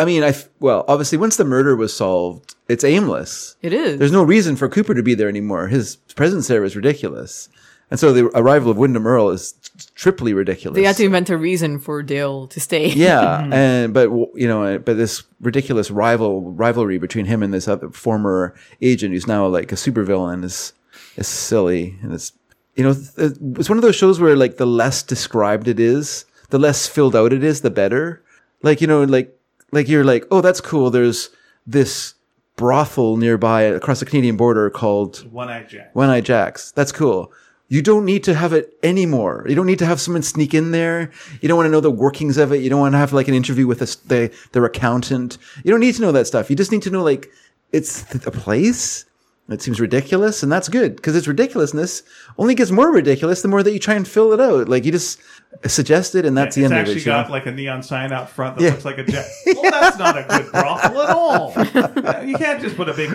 Speaker 1: I mean, I well, obviously, once the murder was solved, it's aimless.
Speaker 3: it is.
Speaker 1: There's no reason for Cooper to be there anymore. His presence there is ridiculous, and so the arrival of Wyndham Earl is triply ridiculous.
Speaker 3: they had to invent a reason for Dale to stay.
Speaker 1: yeah, and but w- you know, uh, but this ridiculous rival rivalry between him and this other former agent who's now like a supervillain is is silly, and it's you know, th- it's one of those shows where like the less described it is, the less filled out it is, the better. Like you know, like like you're like, oh, that's cool. There's this brothel nearby across the Canadian border called
Speaker 2: One eyed Jack.
Speaker 1: one Eye Jacks. That's cool. You don't need to have it anymore. You don't need to have someone sneak in there. You don't want to know the workings of it. You don't want to have like an interview with a, the, their accountant. You don't need to know that stuff. You just need to know like it's th- a place. It seems ridiculous, and that's good because its ridiculousness only gets more ridiculous the more that you try and fill it out. Like you just suggest it, and that's
Speaker 2: it's
Speaker 1: the end
Speaker 2: actually
Speaker 1: of it. you know?
Speaker 2: got like a neon sign out front that
Speaker 1: Yeah.
Speaker 2: looks like a jack. Well, that's not a good brothel at all.
Speaker 1: [LAUGHS]
Speaker 2: you can't just put a big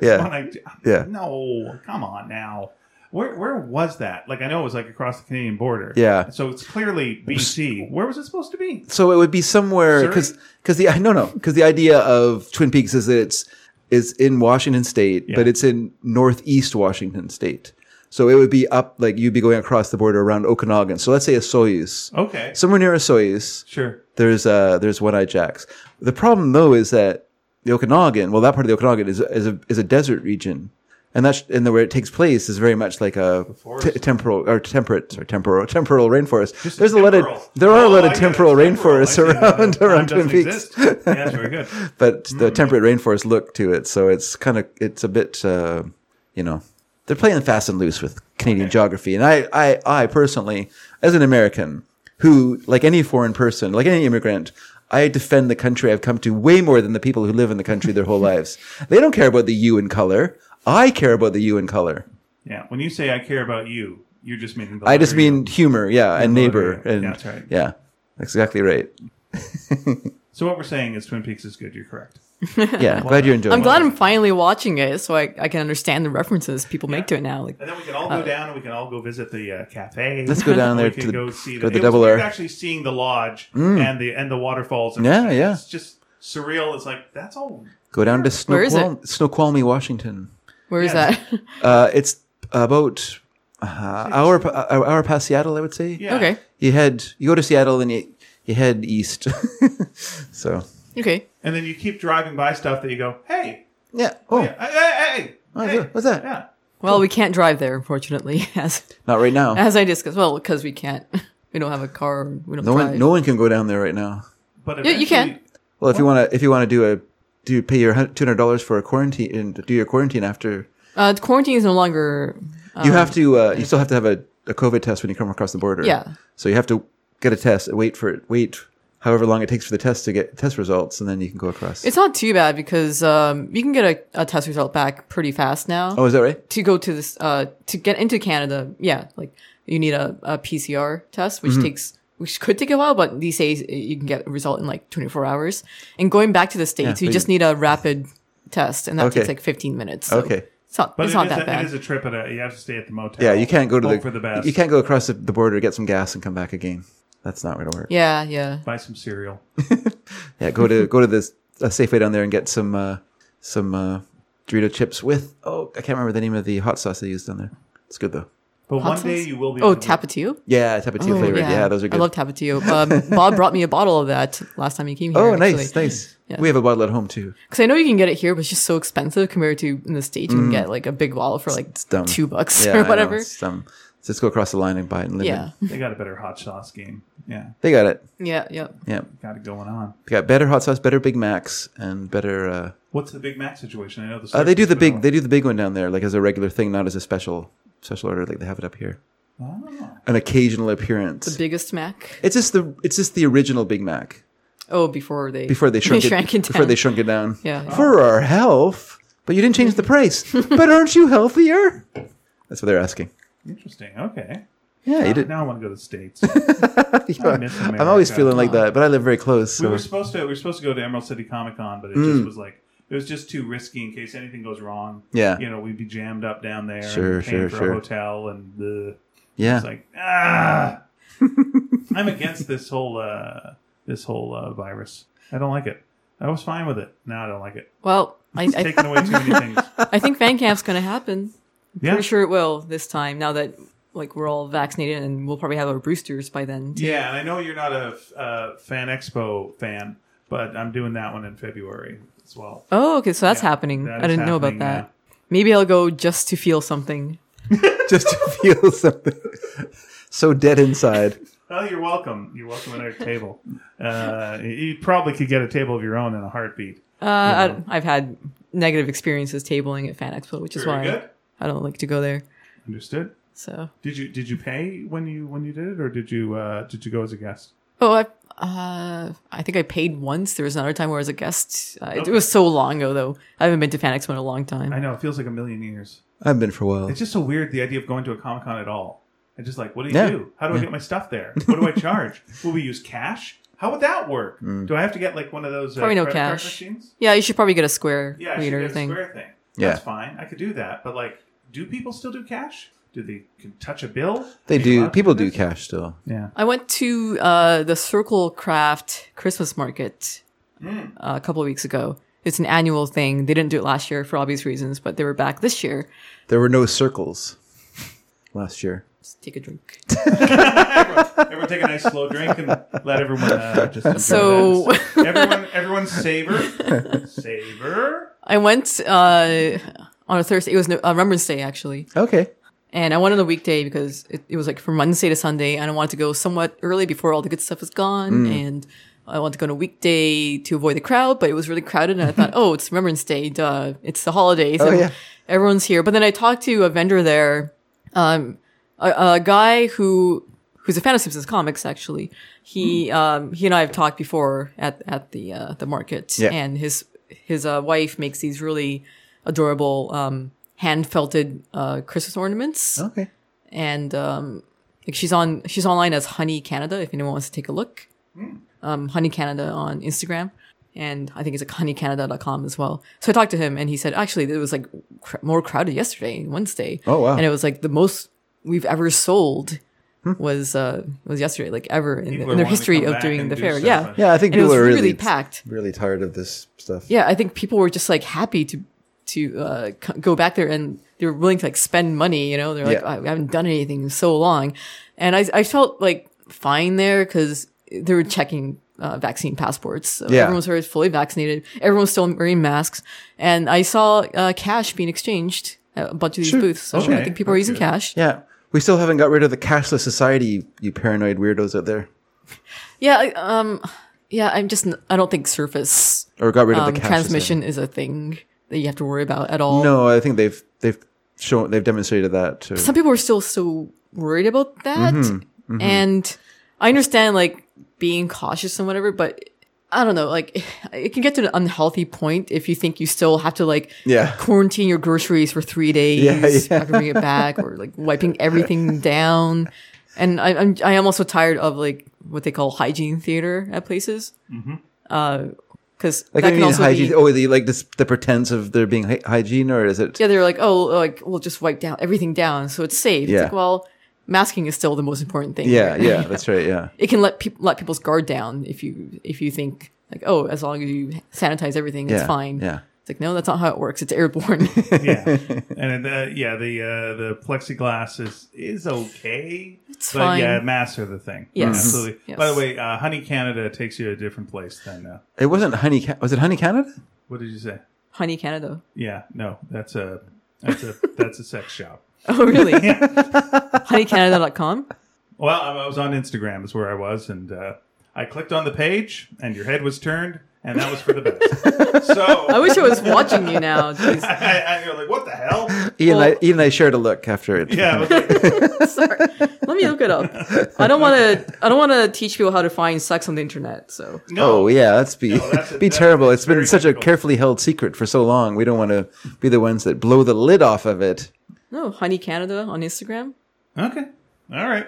Speaker 1: yeah,
Speaker 2: one-eyed Jack.
Speaker 1: Yeah.
Speaker 2: No, come on now. Where where was that? Like I know it was like across the Canadian border.
Speaker 1: Yeah.
Speaker 2: So it's clearly BC. Where was it supposed to be?
Speaker 1: so it would be somewhere
Speaker 2: Surrey?
Speaker 1: because because the [LAUGHS] no no because the idea of Twin Peaks is that it's is in Washington State, but
Speaker 2: Yeah.
Speaker 1: it's in northeast Washington State. So it would be up like you'd be going across the border around Okanagan. So let's say Osoyoos,
Speaker 2: Okay.
Speaker 1: somewhere near Osoyoos.
Speaker 2: Sure.
Speaker 1: There's uh there's One Eye Jacks. The problem though is that the Okanagan, well that part of the Okanagan is is a is a desert region, and that's and the where it takes place is very much like a
Speaker 2: forest.
Speaker 1: te- temporal or temperate or temporal [LAUGHS] temporal rainforest.
Speaker 2: Just
Speaker 1: there's a lot
Speaker 2: temporal.
Speaker 1: of there are
Speaker 2: Oh,
Speaker 1: a lot
Speaker 2: I
Speaker 1: of
Speaker 2: get it.
Speaker 1: temporal
Speaker 2: Temporal. I
Speaker 1: rainforests
Speaker 2: see.
Speaker 1: around [LAUGHS]
Speaker 2: Time
Speaker 1: around
Speaker 2: doesn't
Speaker 1: Twin Peaks,
Speaker 2: exist. yeah, that's very good.
Speaker 1: but
Speaker 2: Hmm.
Speaker 1: the temperate rainforest look to it, so it's kind of it's a bit uh, you know they're playing fast and loose with Canadian geography, and I I I personally as an American who like any foreign person like any immigrant. I defend the country I've come to way more than the people who live in the country their
Speaker 2: [LAUGHS]
Speaker 1: whole lives. They don't care about the you in color. I care about the you in color.
Speaker 2: Yeah. When you say I care about you, you're just meaning. the
Speaker 1: I just
Speaker 2: letter U.
Speaker 1: mean humor, yeah, and neighbor,
Speaker 2: yeah,
Speaker 1: and
Speaker 2: that's right.
Speaker 1: yeah, that's exactly
Speaker 2: [LAUGHS]
Speaker 1: right.
Speaker 2: So what we're saying is Twin Peaks is good. You're correct.
Speaker 1: Yeah, glad you're enjoying.
Speaker 3: I'm
Speaker 1: it.
Speaker 3: glad I'm finally watching it so I, I can understand the references people make to it now. Like,
Speaker 2: And then we can all go down and we can all go visit the uh, cafe.
Speaker 1: Uh, Let's go down
Speaker 2: [LAUGHS] We
Speaker 1: there
Speaker 2: can
Speaker 1: to the-
Speaker 2: go see
Speaker 1: go to
Speaker 2: it
Speaker 1: Double
Speaker 2: was
Speaker 1: R.
Speaker 2: weird Actually, seeing the lodge and the and the waterfalls. And
Speaker 1: Yeah,
Speaker 2: everything.
Speaker 1: yeah.
Speaker 2: It's just surreal. It's like that's all.
Speaker 1: Go down to
Speaker 3: Where is it?
Speaker 1: Snoqualmie, Snoqualmie Washington.
Speaker 3: where is
Speaker 2: Yeah.
Speaker 1: [LAUGHS]
Speaker 3: that?
Speaker 1: Uh, it's about uh, hour uh, hour past Seattle, I would say.
Speaker 2: Yeah.
Speaker 3: okay.
Speaker 1: You head you go to Seattle and you you head east. [LAUGHS] so
Speaker 3: Okay.
Speaker 2: And then you keep driving by stuff that you go, hey,
Speaker 1: yeah. Oh,
Speaker 2: yeah, hey, hey, hey,
Speaker 1: Oh,
Speaker 2: hey.
Speaker 1: what's that?
Speaker 2: Yeah.
Speaker 3: Well, we can't drive there, unfortunately, [LAUGHS] as
Speaker 1: not right now.
Speaker 3: as I discussed. Well, because we can't. [LAUGHS] We don't have a car. We don't
Speaker 1: no
Speaker 3: drive.
Speaker 1: one no one can go down there right now.
Speaker 2: But
Speaker 3: you
Speaker 2: eventually-
Speaker 3: can.
Speaker 1: Well, if you want to if you want to do a do pay your two hundred dollars for a quarantine and do your quarantine after
Speaker 3: Uh, the quarantine is no longer.
Speaker 1: you
Speaker 3: Um,
Speaker 1: have to uh, you still have to have a, a COVID test when you come across the border.
Speaker 3: Yeah.
Speaker 1: So you have to get a test, wait for it, wait however long it takes for the test to get test results, and then you can go across.
Speaker 3: It's not too bad because um, you can get a, a test result back pretty fast now.
Speaker 1: oh, is that right?
Speaker 3: to go to this uh to get into Canada, yeah, like you need a, a PCR
Speaker 1: Mm-hmm.
Speaker 3: test, which takes which could take a while, but these days uh, you can get a result in like 24 hours. And going back to the states,
Speaker 1: but
Speaker 3: you just need a rapid test, and that
Speaker 1: Okay.
Speaker 3: takes like 15 minutes. so
Speaker 1: Okay.
Speaker 3: it's not
Speaker 2: But
Speaker 3: it's
Speaker 2: it
Speaker 3: not
Speaker 2: is
Speaker 3: that
Speaker 2: a,
Speaker 3: bad.
Speaker 2: It is a trip. At a, you have to stay at the motel.
Speaker 1: Yeah, you can't go to
Speaker 2: Hope
Speaker 1: the,
Speaker 2: for the best.
Speaker 1: You can't go across the, the border, get some gas, and come back again. That's not going to work. Yeah.
Speaker 3: yeah, yeah.
Speaker 2: buy some cereal.
Speaker 1: go to go to the uh, Safeway down there and get some uh, some uh, Dorito chips with oh I can't remember the name of the hot sauce they used down there. It's good though.
Speaker 2: But one
Speaker 3: sauce?
Speaker 2: day you will be.
Speaker 3: Oh,
Speaker 2: able to-
Speaker 3: tapatio.
Speaker 1: Yeah, tapatio
Speaker 3: Oh,
Speaker 1: flavored. Yeah. those are
Speaker 3: I
Speaker 1: good.
Speaker 3: love tapatio. Um, Bob brought me a bottle of that last time he came here.
Speaker 1: oh, nice,
Speaker 3: actually.
Speaker 1: nice.
Speaker 3: Yeah.
Speaker 1: We have a bottle at home
Speaker 3: [LAUGHS]
Speaker 1: too.
Speaker 3: Because I know you can get it here, but it's just so expensive compared to in the states. You can get like a big bottle for like
Speaker 1: Mm. dumb.
Speaker 3: two bucks
Speaker 1: Yeah, I
Speaker 3: or
Speaker 1: know,
Speaker 3: whatever.
Speaker 1: it's, um, let's just go across the line and buy it and live
Speaker 3: Yeah,
Speaker 1: it.
Speaker 2: [LAUGHS] They got a better hot sauce game. Yeah,
Speaker 1: They got it.
Speaker 3: yeah, yeah.
Speaker 1: Yeah,
Speaker 2: got it going on.
Speaker 1: they got better hot sauce, better Big Macs, and better. Uh,
Speaker 2: What's the Big Mac situation? I know the.
Speaker 1: uh, they do the
Speaker 2: service,
Speaker 1: big.
Speaker 2: but-
Speaker 1: They do the big one down there, like as a regular thing, not as a special special order. Like they have it up here.
Speaker 2: Oh.
Speaker 1: An occasional appearance.
Speaker 3: Biggest Mac.
Speaker 1: It's just the it's just the original Big Mac.
Speaker 3: Oh, before [LAUGHS] they
Speaker 1: before they shrunk it,
Speaker 3: shrank it down.
Speaker 1: before they shrunk it down.
Speaker 3: Yeah.
Speaker 1: For our health, but you didn't change the
Speaker 3: [LAUGHS]
Speaker 1: price. but aren't you healthier? That's what they're asking.
Speaker 2: Interesting. Okay.
Speaker 1: Yeah, you did.
Speaker 2: Now I want to go to the
Speaker 1: [LAUGHS]
Speaker 2: states. I miss America.
Speaker 1: I'm always feeling like that, but I live very close.
Speaker 2: We
Speaker 1: So. Hmm.
Speaker 2: were supposed to. We were supposed to go to Emerald City Comic Con, but it just was like it was just too risky in case anything goes wrong.
Speaker 1: Yeah.
Speaker 2: You know, we'd be jammed up down there.
Speaker 1: Sure,
Speaker 2: and paying
Speaker 1: sure,
Speaker 2: for
Speaker 1: sure.
Speaker 2: A hotel and the.
Speaker 1: yeah,
Speaker 2: It's like
Speaker 1: [LAUGHS]
Speaker 2: ah. I'm against this whole uh, this whole uh, virus. I don't like it. I was fine with it. Now I don't like it.
Speaker 3: well, I
Speaker 2: It's
Speaker 3: I,
Speaker 2: taking away too many
Speaker 1: [LAUGHS]
Speaker 2: things.
Speaker 3: I think fan camp's gonna happen.
Speaker 2: Yeah.
Speaker 3: Pretty sure it will this time. Now that like we're all vaccinated and we'll probably have our boosters by then. too.
Speaker 2: Yeah, and I know you're not a uh, fan expo fan, but I'm doing that one in February as well.
Speaker 3: Oh, okay, so that's
Speaker 2: Yeah,
Speaker 3: happening.
Speaker 2: that
Speaker 3: I
Speaker 2: is
Speaker 3: didn't know about
Speaker 2: happening,
Speaker 3: that. Maybe I'll go just to feel something.
Speaker 1: just to [LAUGHS] feel something so dead inside.
Speaker 2: Oh, you're welcome. You're welcome at our table. Uh, you probably could get a table of your own in a heartbeat.
Speaker 3: Uh, I- I've had negative experiences tabling at Fan Expo, which is
Speaker 2: Very
Speaker 3: why
Speaker 2: good.
Speaker 3: I don't like to go there.
Speaker 2: Understood.
Speaker 3: So,
Speaker 2: Did you did you pay when you when you did it, or did you uh, did you go as a guest?
Speaker 3: oh, I uh, I think I paid once. There was another time where I was a guest. Uh, It was so long ago, though. I haven't been to Fan Expo in a long time.
Speaker 2: I know it feels like a million years.
Speaker 1: I've been for a while.
Speaker 2: It's just so weird the idea of going to a comic con at all. I just like, what do you
Speaker 1: Yeah.
Speaker 2: do? How do I get my stuff there? What do I charge? Will we use cash? How would that work? Do I have to get like one of those uh,
Speaker 3: Mm. Probably no
Speaker 2: credit card
Speaker 3: cash.
Speaker 2: machines?
Speaker 3: yeah, you should probably get a square
Speaker 2: Yeah, I should
Speaker 3: reader
Speaker 2: get a
Speaker 3: thing.
Speaker 2: Square thing.
Speaker 1: Yeah.
Speaker 2: That's fine. I could do that. But like, do people still do cash? Do they can touch a bill?
Speaker 1: they
Speaker 2: Are you allowed
Speaker 1: do.
Speaker 2: to
Speaker 1: People do
Speaker 2: this?
Speaker 1: cash still.
Speaker 2: Yeah.
Speaker 3: I went to uh, the Circle Craft Christmas Market
Speaker 2: Hmm.
Speaker 3: uh, a couple of weeks ago. It's an annual thing. They didn't do it last year for obvious reasons, but they were back this year.
Speaker 1: There were no circles last year.
Speaker 3: Let's take a
Speaker 2: [LAUGHS]
Speaker 3: drink.
Speaker 2: [LAUGHS] Everyone take a nice slow drink and let everyone
Speaker 1: [LAUGHS]
Speaker 2: uh, just enjoy
Speaker 3: So- [LAUGHS]
Speaker 2: that. everyone
Speaker 1: [LAUGHS]
Speaker 2: everyone savor savor.
Speaker 3: I went uh, on a Thursday. It was no, uh, Remembrance Day actually,
Speaker 1: Okay.
Speaker 3: and I went on a weekday because it, it was like from Wednesday to Sunday, and I wanted to go somewhat early before all the good stuff was gone,
Speaker 1: Mm.
Speaker 3: and I wanted to go on a weekday to avoid the crowd, but it was really crowded, and
Speaker 1: [LAUGHS]
Speaker 3: I thought, oh, it's Remembrance Day, duh, it's the holidays,
Speaker 1: Oh,
Speaker 3: and
Speaker 1: yeah.
Speaker 3: everyone's here. But then I talked to a vendor there, um, a, a guy who. Who's a fan of Simpsons comics? Actually, he
Speaker 1: Hmm.
Speaker 3: um, he and I have talked before at at the uh, the market,
Speaker 1: Yeah.
Speaker 3: and his his uh, wife makes these really adorable um, hand felted uh, Christmas ornaments,
Speaker 2: Oh.
Speaker 1: Okay.
Speaker 3: and um, like she's on she's online as Honey Canada. If anyone wants to take a look,
Speaker 2: Hmm.
Speaker 3: um, Honey Canada on Instagram, and I think it's like honeycanada.com as well. So I talked to him, and he said actually it was like cr- more crowded yesterday, Wednesday.
Speaker 1: Oh, wow.
Speaker 3: And it was like the most we've ever sold. Was uh was yesterday like ever in,
Speaker 2: Hmm. People
Speaker 3: the,
Speaker 2: are
Speaker 3: in their
Speaker 2: wanting to
Speaker 3: history
Speaker 2: come
Speaker 3: of
Speaker 2: back
Speaker 3: doing
Speaker 2: and
Speaker 3: the
Speaker 2: do
Speaker 3: fair?
Speaker 2: stuff
Speaker 3: Yeah,
Speaker 2: on it.
Speaker 1: Yeah, I think
Speaker 3: And it
Speaker 1: people
Speaker 3: was
Speaker 1: are
Speaker 3: really
Speaker 1: really
Speaker 3: packed.
Speaker 1: Really tired of this stuff.
Speaker 3: yeah, I think people were just like happy to to uh, c- go back there and they were willing to like spend money. You know, they're like,
Speaker 1: Yeah.
Speaker 3: I, I haven't done anything in so long, and I I felt like fine there because they were checking. Uh, vaccine passports. So
Speaker 1: Yeah.
Speaker 3: Everyone was already fully vaccinated. Everyone was still wearing masks. And I saw uh, cash being exchanged at a bunch of these booths. So I
Speaker 2: Okay.
Speaker 3: think people are
Speaker 2: That's
Speaker 3: using
Speaker 2: good.
Speaker 3: cash.
Speaker 1: Yeah. We still haven't got rid of the cashless society, you, you paranoid weirdos out there.
Speaker 3: Yeah. I, um, yeah. I'm just, n- I don't think surface
Speaker 1: Or got rid of
Speaker 3: um,
Speaker 1: the cashless
Speaker 3: transmission is a thing that you have to worry about at all.
Speaker 1: society. No, I think they've they've shown they've demonstrated that too. Mm-hmm.
Speaker 3: some people are still so worried about that and i understand like being cautious and whatever but i don't know like [LAUGHS] it can get to an unhealthy point if you think you still have to like
Speaker 1: Yeah.
Speaker 3: quarantine your groceries for three days
Speaker 1: Yeah, yeah.
Speaker 3: have to bring it back or like
Speaker 1: [LAUGHS]
Speaker 3: wiping everything down and I, I'm, I am also tired of like what they call hygiene theater at places mm-hmm. because
Speaker 1: like
Speaker 3: that
Speaker 1: I
Speaker 3: can
Speaker 1: mean
Speaker 3: also
Speaker 1: hygiene.
Speaker 3: be
Speaker 1: Oh, the like this, the pretense of there being hy- hygiene, or is it?
Speaker 3: yeah, they're like, oh, like we'll just wipe down everything down, so it's safe. It's
Speaker 1: Yeah.
Speaker 3: like, well, masking is still the most important thing.
Speaker 1: Yeah, yeah, that's right. Yeah,
Speaker 3: [LAUGHS] It can let people let people's guard down if you if you think like, oh, as long as you sanitize everything, it's
Speaker 1: Yeah,
Speaker 3: fine.
Speaker 1: yeah.
Speaker 3: It's like, no, that's not how it works. It's airborne. [LAUGHS]
Speaker 2: yeah, [LAUGHS] and uh, yeah, the uh, the plexiglass is is okay.
Speaker 3: It's
Speaker 2: but
Speaker 3: fine.
Speaker 2: yeah, masks are the thing.
Speaker 3: Yes.
Speaker 2: Yeah, absolutely.
Speaker 3: Yes.
Speaker 2: By the way, uh, Honey Canada takes you to a different place than uh,
Speaker 1: it wasn't honey. Ca- was it honey Canada?
Speaker 2: what did you say?
Speaker 3: Honey Canada. [LAUGHS]
Speaker 2: Yeah, no, that's a that's a that's a sex shop.
Speaker 3: Oh,
Speaker 1: [LAUGHS]
Speaker 3: really? HoneyCanada.com.
Speaker 2: Well, I I was on Instagram is where I was, and uh, I clicked on the page, and your head was turned, and that was for the
Speaker 3: [LAUGHS]
Speaker 2: best. so
Speaker 3: I wish I was watching you now. Jeez.
Speaker 2: I, I, you're like, what the hell?
Speaker 1: Ian,
Speaker 3: Well-
Speaker 1: and I, Ian and I shared a look after it.
Speaker 2: Yeah, I was like,
Speaker 3: Sorry. Let me look it up. I don't want to. I don't want to teach people how to find sex on the internet. So
Speaker 2: no,
Speaker 1: Oh yeah, that's be
Speaker 2: that's a-
Speaker 1: be
Speaker 2: that-
Speaker 1: terrible.
Speaker 2: that's
Speaker 1: It's been
Speaker 2: very
Speaker 1: such
Speaker 2: difficult.
Speaker 1: a carefully held secret for so long. We don't want to be the ones that blow the lid off of it.
Speaker 3: no, Honey Canada on Instagram.
Speaker 2: okay, all right,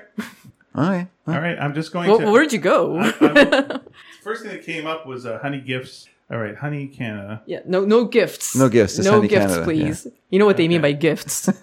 Speaker 1: All right.
Speaker 2: all right. I'm just going
Speaker 3: Wh-
Speaker 2: to.
Speaker 3: where did you go?
Speaker 2: First thing that came up was uh, honey gifts. All right, honey uh, Canada.
Speaker 3: yeah, no, no gifts.
Speaker 1: No gifts, just
Speaker 3: No
Speaker 1: Honey
Speaker 3: gifts,
Speaker 1: Canada,
Speaker 3: please. You know what they mean by gifts? [LAUGHS]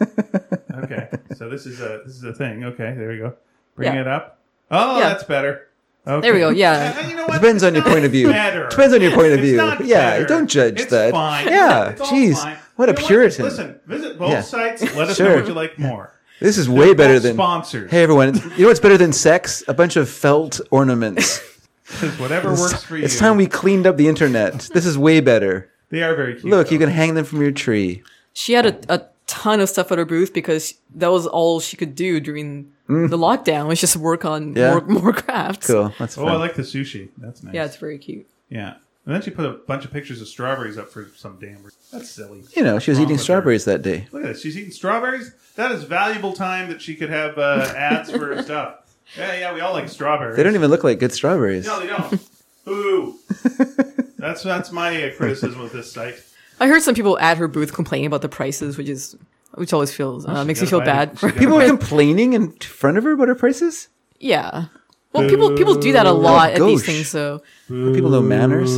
Speaker 2: Okay, so this is a this is a thing. Okay, there we go. Bring
Speaker 3: Yeah.
Speaker 2: it up. Oh,
Speaker 3: Yeah.
Speaker 2: that's better. Okay.
Speaker 3: There we go. Yeah.
Speaker 2: And you know what?
Speaker 1: Depends on your
Speaker 2: It's
Speaker 1: point of
Speaker 2: not
Speaker 1: view.
Speaker 2: better.
Speaker 1: Depends on your point of
Speaker 2: It's
Speaker 1: view.
Speaker 2: not
Speaker 1: Yeah,
Speaker 2: better.
Speaker 1: don't judge
Speaker 2: It's
Speaker 1: that.
Speaker 2: Fine.
Speaker 1: Yeah,
Speaker 2: It's all
Speaker 1: jeez,
Speaker 2: fine.
Speaker 1: what a
Speaker 2: You know
Speaker 1: Puritan.
Speaker 2: Listen, visit both
Speaker 1: Yeah.
Speaker 2: sides. Let us know
Speaker 1: Sure.
Speaker 2: what you like more.
Speaker 1: This is way better
Speaker 2: both
Speaker 1: than
Speaker 2: sponsors.
Speaker 1: Hey everyone, you know what's better than sex? A bunch of felt
Speaker 2: [LAUGHS]
Speaker 1: ornaments.
Speaker 2: 'Cause whatever works for you.
Speaker 1: It's time we cleaned up the internet. This is way better.
Speaker 2: They are very cute.
Speaker 1: Look, you
Speaker 2: though.
Speaker 1: can hang them from your tree.
Speaker 3: She had a, a ton of stuff at her booth because that was all she could do during the lockdown. Was just work on
Speaker 1: Mm. Yeah.
Speaker 3: more, more crafts.
Speaker 1: Cool. That's
Speaker 2: Oh, I
Speaker 1: fun.
Speaker 2: like the sushi. That's nice.
Speaker 3: Yeah, it's very cute.
Speaker 2: Yeah. And then she put a bunch of pictures of strawberries up for some damn reason. That's silly.
Speaker 1: you know, she was
Speaker 2: Wrong
Speaker 1: eating
Speaker 2: with her.
Speaker 1: strawberries that day.
Speaker 2: Look at this. She's eating strawberries. That is valuable time that she could have uh, ads for
Speaker 1: [LAUGHS]
Speaker 2: her stuff. Yeah, yeah, we all like strawberries.
Speaker 1: They don't even look like good strawberries.
Speaker 2: No, they don't.
Speaker 1: [LAUGHS]
Speaker 2: Ooh. That's that's my uh, criticism of this site.
Speaker 3: I heard some people at her booth complaining about the prices, which is which always feels uh, makes me feel
Speaker 2: gotta buy-
Speaker 3: bad.
Speaker 2: she
Speaker 3: For
Speaker 2: gotta
Speaker 1: People were complaining in front of her about her prices.
Speaker 3: [LAUGHS] yeah. Well, people people do that a lot at these
Speaker 1: gauche.
Speaker 3: things. So
Speaker 1: People know manners.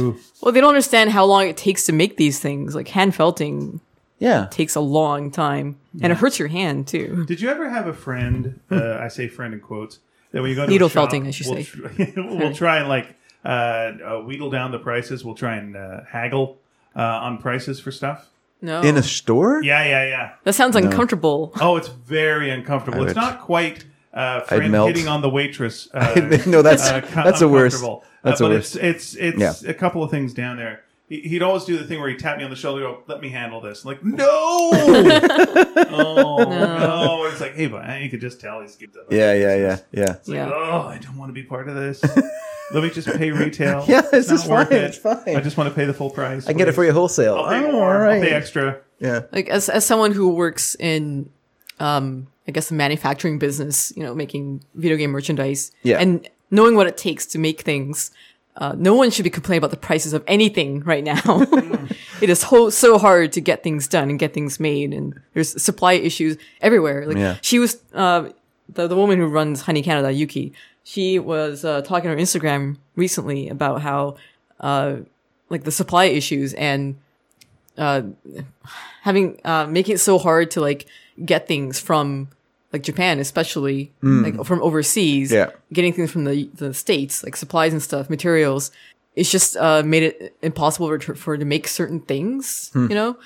Speaker 3: well, they don't understand how long it takes to make these things. Like hand felting
Speaker 1: Yeah.
Speaker 3: takes a long time, and it hurts your hand too.
Speaker 2: Did you ever have a friend? Uh, I say friend in quotes. That when you go to
Speaker 3: Needle
Speaker 2: a shop,
Speaker 3: felting, I should
Speaker 2: we'll
Speaker 3: say.
Speaker 2: Tr- [LAUGHS] we'll try and like uh, uh, wheedle down the prices. We'll try and uh, haggle uh, on prices for stuff.
Speaker 3: No,
Speaker 1: In a store?
Speaker 2: Yeah, yeah, yeah.
Speaker 3: that sounds uncomfortable.
Speaker 2: Oh, it's very uncomfortable. it's
Speaker 1: would-
Speaker 2: not quite uh, friend
Speaker 1: melt.
Speaker 2: hitting on
Speaker 1: [LAUGHS]
Speaker 2: the waitress. Uh,
Speaker 1: [LAUGHS] no, that's
Speaker 2: uh, co-
Speaker 1: that's a worse.
Speaker 2: uncomfortable.
Speaker 1: That's
Speaker 2: uh,
Speaker 1: a
Speaker 2: but
Speaker 1: worse.
Speaker 2: It's it's it's a couple of things down there. He- He'd always do the thing where he tapped me on the shoulder, go, "Let me handle this." I'm like,
Speaker 1: [LAUGHS]
Speaker 2: no, oh no. It's like, hey, but you could just tell he's good.
Speaker 1: Yeah, yeah, yeah, yeah.
Speaker 3: Yeah.
Speaker 2: Oh, I don't want to be part
Speaker 1: [LAUGHS]
Speaker 2: of this. Let me just pay retail.
Speaker 1: Yeah, this
Speaker 2: not
Speaker 1: is
Speaker 2: worth
Speaker 1: fine.
Speaker 2: it.
Speaker 1: It's fine.
Speaker 2: I just want to pay the full price.
Speaker 1: I can get it for you wholesale.
Speaker 2: I'll pay
Speaker 1: Oh,
Speaker 2: more.
Speaker 1: all
Speaker 2: I'll
Speaker 1: right.
Speaker 2: pay extra.
Speaker 1: Yeah.
Speaker 3: like as as someone who works in um I guess the manufacturing business, you know, making video game merchandise
Speaker 1: Yeah.
Speaker 3: and knowing what it takes to make things. Uh, no one should be complaining about the prices of anything right now. [LAUGHS] it is ho- so hard to get things done and get things made, and there's supply issues everywhere. Like
Speaker 1: Yeah.
Speaker 3: she was, uh, the the woman who runs Honey Canada, Yuki. She was uh, talking on Instagram recently about how, uh, like the supply issues and uh, having uh, making it so hard to like get things from like Japan, especially like from overseas.
Speaker 1: Hmm. Yeah.
Speaker 3: getting things from the the states, like supplies and stuff, materials. It's just uh, made it impossible for, for her to make certain things,
Speaker 1: Hmm.
Speaker 3: you know,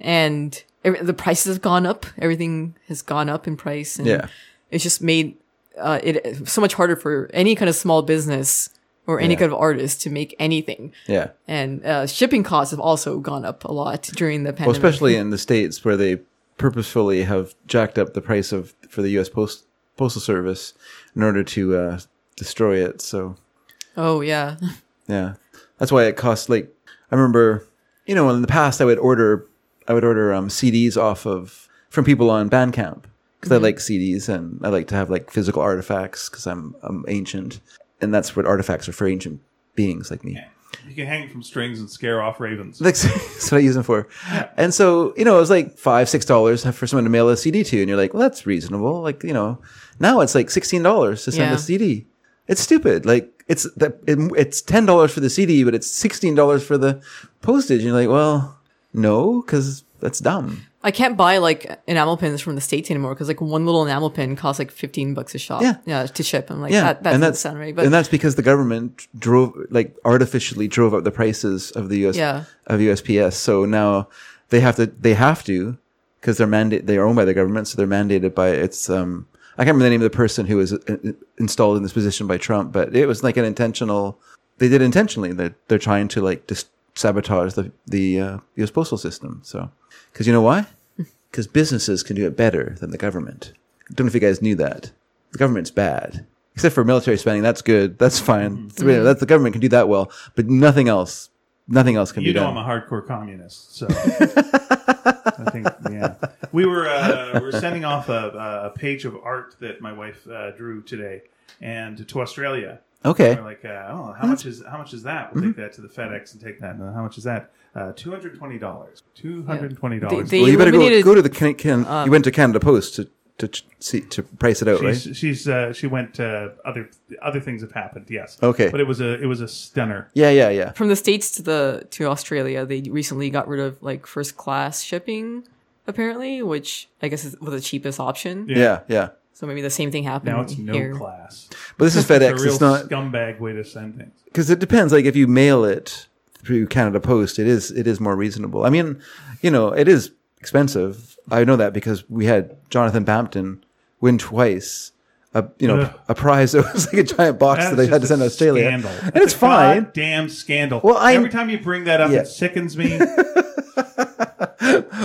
Speaker 3: and every, the prices have gone up. Everything has gone up in price, and
Speaker 1: Yeah.
Speaker 3: it's just made uh, it so much harder for any kind of small business or any kind of artist to make anything
Speaker 1: Yeah.
Speaker 3: and uh, shipping costs have also gone up a lot during the
Speaker 1: Well,
Speaker 3: pandemic.
Speaker 1: especially in the states where they purposefully have jacked up the price of for the U.S. Post, postal service in order to uh, destroy it. So
Speaker 3: oh yeah,
Speaker 1: yeah, that's why it costs like I remember. You know, in the past, I would order I would order um, CDs off of from people on Bandcamp because I like CDs and I like to have like physical artifacts because I'm I'm ancient and that's what artifacts are for ancient beings like me.
Speaker 2: You can hang it from strings and scare off ravens.
Speaker 1: [LAUGHS] That's, that's what I use them for. And so, you know, it was like five, six dollars for someone to mail a CD to. And you're like, well, that's reasonable. Like, you know, now it's like $16 to send
Speaker 3: Yeah.
Speaker 1: a CD. It's stupid. Like, it's the, it, it's $10 for the CD, but it's $16 for the postage. And you're like, well, no, because that's dumb.
Speaker 3: I can't buy like enamel pins from the states anymore because like one little enamel pin costs like fifteen bucks a shop.
Speaker 1: Yeah.
Speaker 3: to ship. I'm like
Speaker 1: Yeah.
Speaker 3: that, that
Speaker 1: and
Speaker 3: doesn't
Speaker 1: that's,
Speaker 3: sound right. But
Speaker 1: and that's because the government drove, like, artificially drove up the prices of the US,
Speaker 3: Yeah.
Speaker 1: of USPS. So now they have to, they have to, because they're mandate, they are owned by the government, so they're mandated by its. Um, I can't remember the name of the person who was uh, installed in this position by Trump, but it was like an intentional. They did intentionally. They're they're trying to like just sabotage the the uh, U.S. postal system. So, because you know why? Because businesses can do it better than the government. I don't know if you guys knew that. The government's bad, except for military spending. That's good. That's fine. That's- That's the government can do that well, but nothing else nothing else can
Speaker 2: You
Speaker 1: be
Speaker 2: know
Speaker 1: done.
Speaker 2: I'm a hardcore
Speaker 1: [LAUGHS]
Speaker 2: communist, so I think yeah. We were uh, we were sending off a, a page of art that my wife uh, drew today and to Australia.
Speaker 1: okay. Mm-hmm.
Speaker 2: We're like, uh, oh, how much is how much is that? We'll take that to the FedEx and take that. And how much is that? Uh, Two hundred twenty dollars. Two hundred twenty dollars.
Speaker 3: They
Speaker 1: well, you better go,
Speaker 3: eliminated-
Speaker 1: go to the can, can, you went to Canada Post to to ch- see to price it out, right?
Speaker 2: She's, she's uh, she went to other other things have happened. Yes.
Speaker 1: Okay.
Speaker 2: But it was a it was a stunner.
Speaker 1: Yeah, yeah, yeah.
Speaker 3: From the states to the to Australia, they recently got rid of like first class shipping, apparently, which I guess is was the cheapest option.
Speaker 2: Yeah.
Speaker 1: Yeah, yeah.
Speaker 3: So maybe the same thing happened.
Speaker 2: Now it's no
Speaker 3: here.
Speaker 2: class.
Speaker 1: But
Speaker 2: [LAUGHS]
Speaker 1: this is
Speaker 2: It's a
Speaker 1: FedEx.
Speaker 2: real
Speaker 1: It's not
Speaker 2: scumbag way to send things.
Speaker 1: because it depends. Like if you mail it through Canada Post, it is it is more reasonable. I mean, you know, it is expensive. I know that because we had Jonathan Bampton win twice. A you know
Speaker 2: Ugh.
Speaker 1: a prize [LAUGHS] that was like a giant box that
Speaker 2: That's
Speaker 1: they had
Speaker 2: just
Speaker 1: to send
Speaker 2: a
Speaker 1: to Australia,
Speaker 2: Scandal.
Speaker 1: and it's fine.
Speaker 2: Damn scandal.
Speaker 1: Well, I'm-
Speaker 2: every time you bring that up,
Speaker 1: Yeah.
Speaker 2: it sickens me.
Speaker 1: [LAUGHS]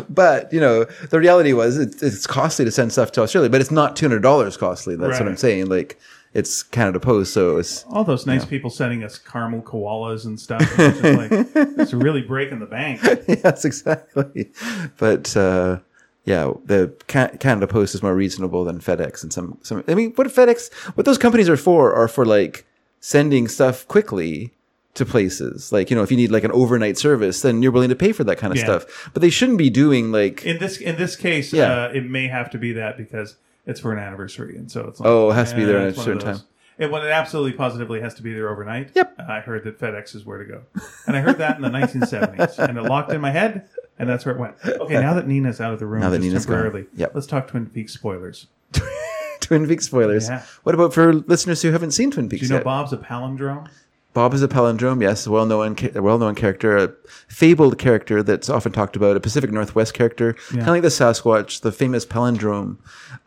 Speaker 1: But you know, the reality was it's, it's costly to send stuff to Australia, but it's not two hundred dollars costly. That's what
Speaker 2: Right.
Speaker 1: I'm saying. Like it's Canada Post, so it's [LAUGHS]
Speaker 2: All those nice people sending us caramel koalas and stuff. It's, just like, it's really breaking the bank.
Speaker 1: yes, exactly. But uh, yeah, the Ca- Canada Post is more reasonable than FedEx and some some. I mean, what FedEx? What those companies are for are for like sending stuff quickly to places. Like you know, if you need like an overnight service, then you're willing to pay for that kind of
Speaker 2: Yeah.
Speaker 1: stuff. But they shouldn't be doing like
Speaker 2: In this in this case,
Speaker 1: Yeah.
Speaker 2: uh, it may have to be that because it's for an anniversary, and so it's like,
Speaker 1: Oh, it has to be there at
Speaker 2: it's
Speaker 1: a
Speaker 2: one of
Speaker 1: certain
Speaker 2: those.
Speaker 1: time.
Speaker 2: It, well, it absolutely positively has to be there overnight. Uh,
Speaker 1: Yep.
Speaker 2: I heard that FedEx is where to go, and I heard that in the 1970s, and it locked in my head, and that's where it went. Okay, now that Nina's out of the room,
Speaker 1: Now that
Speaker 2: just
Speaker 1: Nina's gone.
Speaker 2: temporarily,
Speaker 1: Yep.
Speaker 2: let's talk Twin Peaks spoilers.
Speaker 1: [LAUGHS] Twin Peaks spoilers.
Speaker 2: Yeah.
Speaker 1: What about for listeners who haven't seen Twin Peaks
Speaker 2: Do you know
Speaker 1: yet?
Speaker 2: Bob's a palindrome?
Speaker 1: Bob is a palindrome, yes, a well-known, ca- a well-known character, a fabled character that's often talked about, a Pacific Northwest character, kind of like the Sasquatch, the famous palindrome,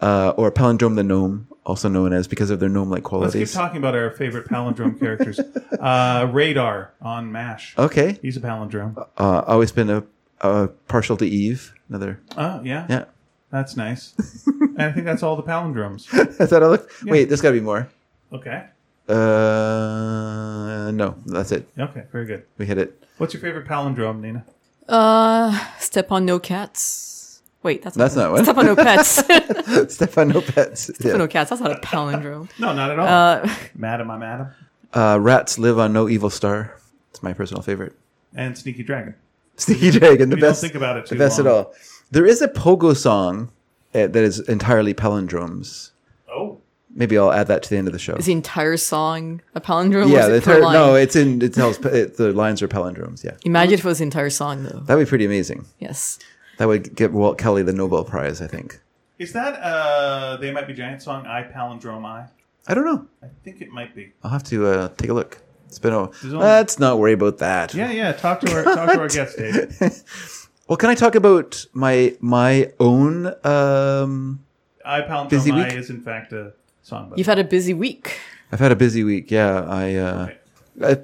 Speaker 1: uh, or palindrome the gnome, also known as because of their gnome-like
Speaker 2: Let's keep
Speaker 1: qualities.
Speaker 2: talking about our
Speaker 1: [LAUGHS]
Speaker 2: favorite palindrome characters. Uh, Radar on MASH.
Speaker 1: okay,
Speaker 2: He's a palindrome.
Speaker 1: uh, always been a, a partial to Eve. Another, [LAUGHS]
Speaker 2: Oh, yeah.
Speaker 1: yeah.
Speaker 2: That's nice.
Speaker 1: [LAUGHS]
Speaker 2: and I think that's all the palindromes.
Speaker 1: Is that all? Wait, there's got to be more.
Speaker 2: Okay.
Speaker 1: Uh, no, that's it.
Speaker 2: Okay, very good.
Speaker 1: We hit it. [LAUGHS]
Speaker 2: What's your favorite palindrome, Nina?
Speaker 3: Uh, step on no cats. Wait, that's
Speaker 1: That's not one.
Speaker 3: step on
Speaker 1: [LAUGHS]
Speaker 3: no pets. step
Speaker 1: Stefan Lopez. Yeah.
Speaker 3: on no cats. That's not a palindrome.
Speaker 2: No, not at all.
Speaker 3: Uh,
Speaker 2: [LAUGHS] madam, I'm Adam.
Speaker 1: Uh, rats live on no evil star. It's my personal favorite.
Speaker 2: And Sneaky Dragon.
Speaker 1: Sneaky Dragon, the
Speaker 2: We don't
Speaker 1: best.
Speaker 2: think about it
Speaker 1: the
Speaker 2: too
Speaker 1: best at
Speaker 2: long.
Speaker 1: all. There is a pogo song uh, that is entirely palindromes.
Speaker 2: Oh.
Speaker 1: Maybe I'll add that to the end of the show.
Speaker 3: is the entire song a palindrome?
Speaker 1: yeah,
Speaker 3: or
Speaker 1: the
Speaker 3: is it per
Speaker 1: entire,
Speaker 3: line?
Speaker 1: no, it's in. It tells it, the lines are palindromes. Yeah,
Speaker 3: Imagine if it was the entire song though.
Speaker 1: that'd be pretty amazing.
Speaker 3: Yes.
Speaker 1: That would get Walt Kelly the Nobel Prize, I think.
Speaker 2: Is that uh They Might Be Giant song, I Palindrome I?
Speaker 1: I don't know.
Speaker 2: I think it might be.
Speaker 1: I'll have to uh, take a look. It's been a.
Speaker 2: only-
Speaker 1: Let's not worry about that.
Speaker 2: Yeah, yeah. Talk to our talk to our guest, Dave.
Speaker 1: [LAUGHS] Well, can I talk about my my own? Um,
Speaker 2: I Palindrome
Speaker 1: Busy
Speaker 2: I
Speaker 1: week?
Speaker 2: is in fact a song. by the
Speaker 3: You've had a busy week.
Speaker 1: I've had a busy week. Yeah, I. Uh, if-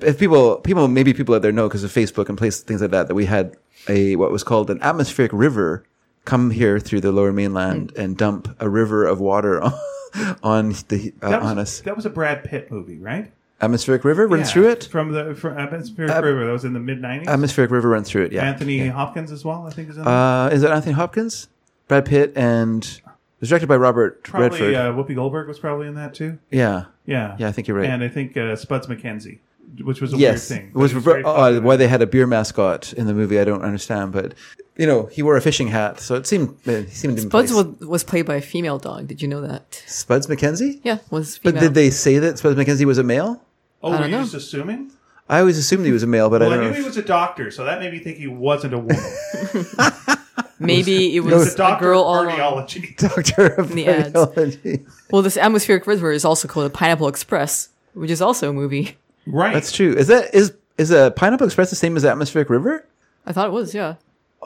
Speaker 1: If people, people, maybe people out there know because of Facebook and places, things like that, that we had a what was called an atmospheric river come here through the Lower Mainland
Speaker 2: Hmm.
Speaker 1: and dump a river of water [LAUGHS] on, on the uh,
Speaker 2: That was,
Speaker 1: on us.
Speaker 2: that was a Brad Pitt movie, right?
Speaker 1: Atmospheric river runs
Speaker 2: Yeah,
Speaker 1: through it. Uh,
Speaker 2: from the from uh, Atmospheric River. That was in the mid '90s.
Speaker 1: Atmospheric river runs through it. Yeah.
Speaker 2: Anthony Hopkins as well, I think, is in there.
Speaker 1: Uh, is that Anthony Hopkins, Brad Pitt, and it was directed by Robert Redford?
Speaker 2: Probably uh, Whoopi Goldberg was probably in that too.
Speaker 1: yeah.
Speaker 2: Yeah,
Speaker 1: Yeah, I think you're right.
Speaker 2: And I think uh, Spuds McKenzie, which was a
Speaker 1: Yes,
Speaker 2: weird thing.
Speaker 1: it was ver-
Speaker 2: It very
Speaker 1: oh,
Speaker 2: popular.
Speaker 1: why they had a beer mascot in the movie. I don't understand, but you know he wore a fishing hat, so it seemed it seemed in
Speaker 3: Buds
Speaker 1: place.
Speaker 3: was, was played by a female dog. Did you know that?
Speaker 1: Spuds McKenzie.
Speaker 3: Yeah, was
Speaker 1: But
Speaker 3: female.
Speaker 1: did they say that Spuds McKenzie was a male?
Speaker 2: oh,
Speaker 3: I
Speaker 2: were
Speaker 3: don't
Speaker 2: you
Speaker 3: know.
Speaker 2: just assuming?
Speaker 1: I always assumed he was a male, but
Speaker 2: Well,
Speaker 1: I
Speaker 2: I
Speaker 1: don't
Speaker 2: knew
Speaker 1: know.
Speaker 2: he
Speaker 1: if-
Speaker 2: was a doctor, so that made me think he wasn't
Speaker 1: [LAUGHS]
Speaker 2: a woman.
Speaker 3: Maybe it
Speaker 2: He was
Speaker 3: was
Speaker 2: a
Speaker 3: a
Speaker 2: doctor
Speaker 3: girl
Speaker 2: of
Speaker 3: all along.
Speaker 1: [LAUGHS]
Speaker 2: cardiology.
Speaker 1: Doctor of
Speaker 3: the ads.
Speaker 1: Cardiology.
Speaker 3: Well, this atmospheric river is also called a Pineapple Express, which is also a movie.
Speaker 2: [LAUGHS] Right.
Speaker 1: That's true. Is that is is a Pineapple Express the same as Atmospheric River?
Speaker 3: I thought it was, yeah.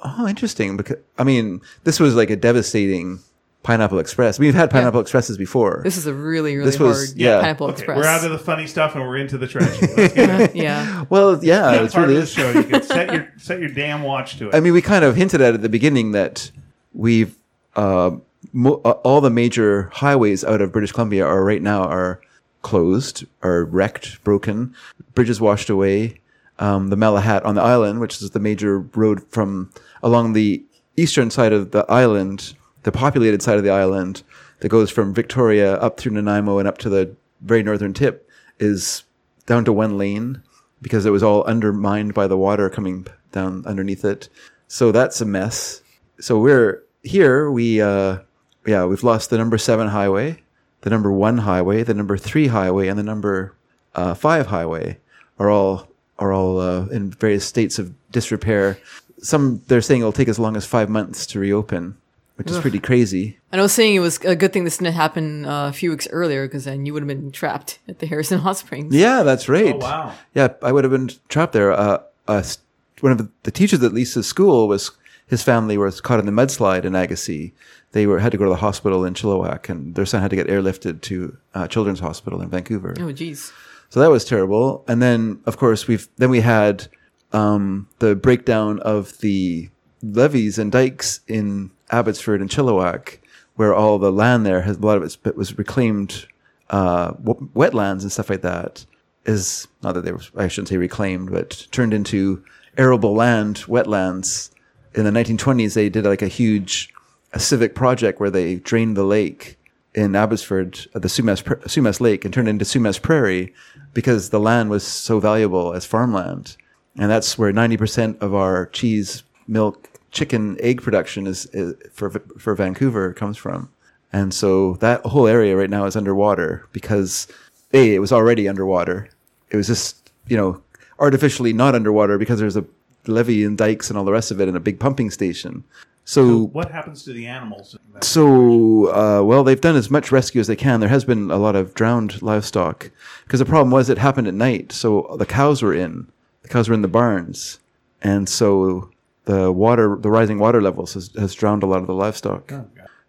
Speaker 1: Oh, interesting. Because I mean, this was like a devastating Pineapple Express. We've had Pineapple Expresses before.
Speaker 3: This is a really, really
Speaker 1: This was-
Speaker 3: hard
Speaker 1: yeah.
Speaker 3: Pineapple
Speaker 2: Okay,
Speaker 3: Express.
Speaker 2: we're out of the funny stuff and we're into the tragedy.
Speaker 1: [LAUGHS]
Speaker 2: Let's get that
Speaker 3: [LAUGHS] yeah.
Speaker 1: well, yeah, it's
Speaker 2: part
Speaker 1: really
Speaker 2: of the
Speaker 1: is.
Speaker 2: show. You can set your set your damn watch to
Speaker 1: [LAUGHS]
Speaker 2: it.
Speaker 1: I mean, we kind of hinted at at the beginning that we've uh, mo- uh, all the major highways out of British Columbia are right now are closed, are wrecked, broken, bridges washed away. um, the Malahat on the island, which is the major road from along the eastern side of the island, the populated side of the island that goes from Victoria up through Nanaimo and up to the very northern tip, is down to one lane because it was all undermined by the water coming down underneath it. So that's a mess. So we're here. We uh, yeah, we've lost the number seven highway, the number one highway, the number three highway, and the number uh, five highway are all are all uh, in various states of disrepair. Some they're saying it'll take as long as five months to reopen, which is pretty crazy.
Speaker 3: And I was saying it was a good thing this didn't happen uh, a few weeks earlier because then you would have been trapped at the Harrison Hot Springs.
Speaker 1: Yeah, that's right.
Speaker 2: Oh, wow.
Speaker 1: Yeah, I would have been trapped there. Uh, uh, s- one of the teachers at Lisa's school was his family was caught in the mudslide in Agassiz. They were had to go to the hospital in Chilliwack, and their son had to get airlifted to uh, Children's Hospital in Vancouver.
Speaker 3: Oh, geez.
Speaker 1: So that was terrible. And then, of course, we've then we had um, the breakdown of the levees and dikes in Abbotsford and Chilliwack, where all the land there has a lot of it's- it was reclaimed uh, w- wetlands and stuff like that. Is not that they were I shouldn't say reclaimed, but turned into arable land, wetlands. In the 1920s, they did like a huge a civic project where they drained the lake in Abbotsford, uh, the Sumas, Pr- Sumas Lake, and turned it into Sumas Prairie because the land was so valuable as farmland. And that's where 90% of our cheese, milk, chicken, egg production is, is for, for Vancouver comes from. And so that whole area right now is underwater because A, it was already underwater. It was just, you know, artificially not underwater because there's a levee and dikes and all the rest of it and a big pumping station. So
Speaker 2: What happens to the animals? in that?
Speaker 1: so, uh, well, they've done as much rescue as they can. There has been a lot of drowned livestock because the problem was it happened at night. So the cows were in, the cows were in the barns. And so the water, the rising water levels has, has drowned a lot of the livestock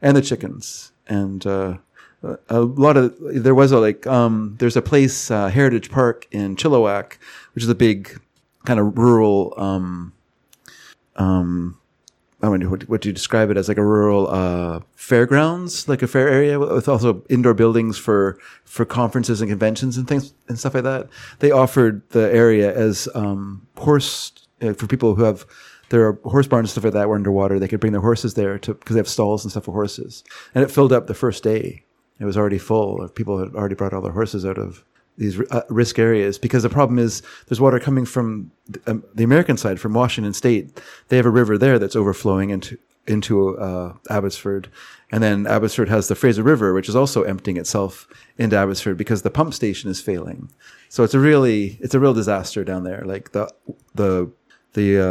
Speaker 1: and the chickens. And, uh, a- a lot of there was a like um there's a place uh, heritage park in chilliwack which is a big kind of rural um I mean, what, what do you describe it as? Like a rural uh, fairgrounds, like a fair area with with also indoor buildings for for conferences and conventions and things and stuff like that. They offered the area as um, horse uh, for people who have their horse barns and stuff like that were underwater. They could bring their horses there to because they have stalls and stuff for horses, and it filled up the first day. It was already full. People had already brought all their horses out of these uh, risk areas because the problem is there's water coming from the, um, the American side, from Washington State. They have a river there that's overflowing into into uh, Abbotsford, and then Abbotsford has the Fraser River, which is also emptying itself into Abbotsford because the pump station is failing. So it's a really it's a real disaster down there. Like the the the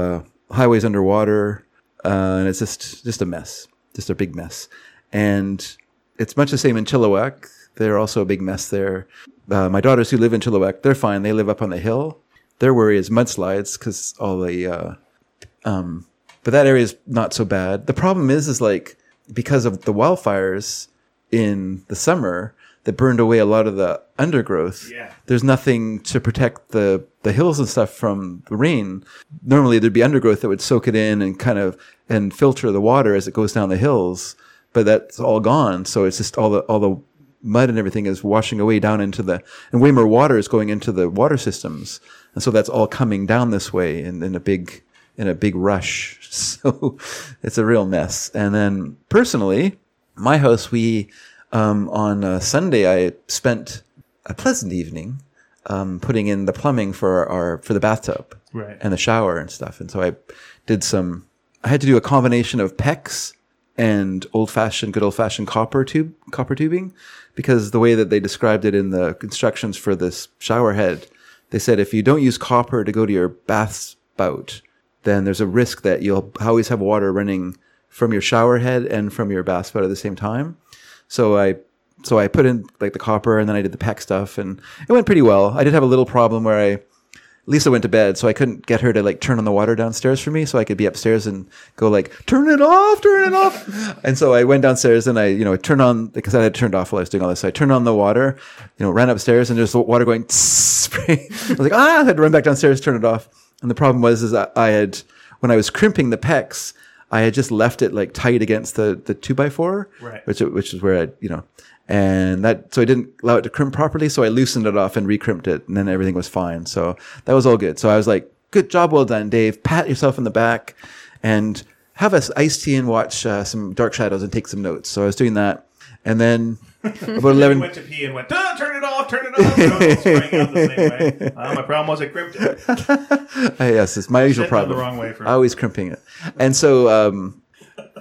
Speaker 1: uh, highways underwater, uh, and it's just just a mess, just a big mess. And it's much the same in Chilliwack. They're also a big mess there. Uh, my daughters who live in Chilliwack, they're fine. They live up on the hill. Their worry is mudslides because all the, uh, um, but that area is not so bad. The problem is, is like because of the wildfires in the summer that burned away a lot of the undergrowth.
Speaker 2: Yeah.
Speaker 1: There's nothing to protect the the hills and stuff from the rain. Normally there'd be undergrowth that would soak it in and kind of and filter the water as it goes down the hills, but that's all gone. So it's just all the all the mud and everything is washing away down into the and way more water is going into the water systems. And so that's all coming down this way in, in a big in a big rush. [LAUGHS] So it's a real mess. And then personally, my house, we um, on uh, Sunday, I spent a pleasant evening um, putting in the plumbing for our for the bathtub
Speaker 2: Right.
Speaker 1: and the shower and stuff. And so I did some. I had to do a combination of PEX and old fashioned, good old fashioned copper tube, copper tubing, because the way that they described it in the instructions for this shower head, they said if you don't use copper to go to your bath spout, then there's a risk that you'll always have water running from your shower head and from your bath spout at the same time. So I so I put in like the copper and then I did the pack stuff and it went pretty well. I did have a little problem where I Lisa went to bed, so I couldn't get her to like turn on the water downstairs for me, so I could be upstairs and go like turn it off, turn it off. and so I went downstairs and I, you know, turned on because I had turned off while I was doing all this. So I turned on the water, you know, ran upstairs and there's the water going [LAUGHS] spray. I was like, ah, I had to run back downstairs, turn it off. And the problem was is I, I had when I was crimping the pecs, I had just left it like tight against the the two by four,
Speaker 2: Right.
Speaker 1: which which is where I you know, and that so I didn't allow it to crimp properly, so I loosened it off and recrimped it, and then everything was fine. So that was all good. So I was like, good job, well done, Dave. Pat yourself in the back, and have us iced tea and watch uh, some Dark Shadows and take some notes. So I was doing that, and
Speaker 2: [LAUGHS]
Speaker 1: then about
Speaker 2: I
Speaker 1: eleven.
Speaker 2: went to pee and went, "Duh, turn it off, turn it off. They're all spraying out the
Speaker 1: [LAUGHS]
Speaker 2: same way. Uh, my problem was I crimped it.
Speaker 1: Uh, yes, it's my usual
Speaker 2: Shit went the
Speaker 1: problem.
Speaker 2: wrong way for
Speaker 1: I always crimping it, and so um,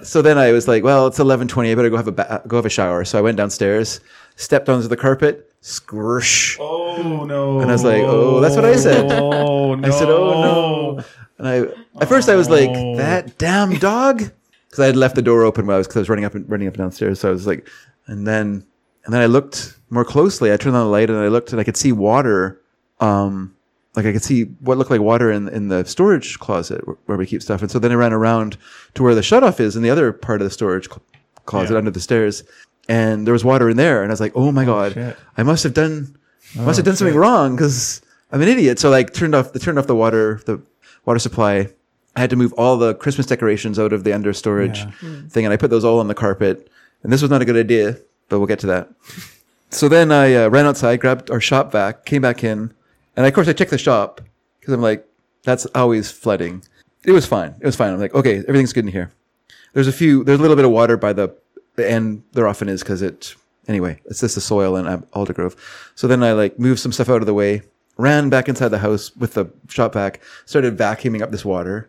Speaker 1: so then I was like, well, it's eleven twenty. I better go have a ba- go have a shower. So I went downstairs, stepped onto the carpet, squish,
Speaker 2: Oh no! And
Speaker 1: I was like, oh, that's what I said.
Speaker 2: Oh
Speaker 1: [LAUGHS]
Speaker 2: no!
Speaker 1: I said, "Oh, and I at first I was like,
Speaker 2: Oh.
Speaker 1: that damn dog, because I had left the door open while I was because I was running up and running up and downstairs. So I was like, and then and then I looked more closely. I turned on the light and I looked and I could see water. Um, like I could see what looked like water in in the storage closet where, where we keep stuff. And so then I ran around to where the shutoff is in the other part of the storage cl- closet
Speaker 2: Yeah.
Speaker 1: under the stairs, and there was water in there. And I was like, oh my god,
Speaker 2: shit. Oh,
Speaker 1: I must have done must have done something wrong because I'm an idiot. So like turned off the turned off the water the water supply. I had to move all the Christmas decorations out of the under storage thing, and I put those all on the carpet. And this was not a good idea, but we'll get to that. So then I uh, ran outside, grabbed our shop vac, came back in, and of course I checked the shop because I'm like, that's always flooding. It was fine. It was fine. I'm like, okay, everything's good in here. There's a few. There's a little bit of water by the the end. There often is because it. Anyway, it's just the soil in Ab- Aldergrove. So then I like moved some stuff out of the way, ran back inside the house with the shop vac, started vacuuming up this water.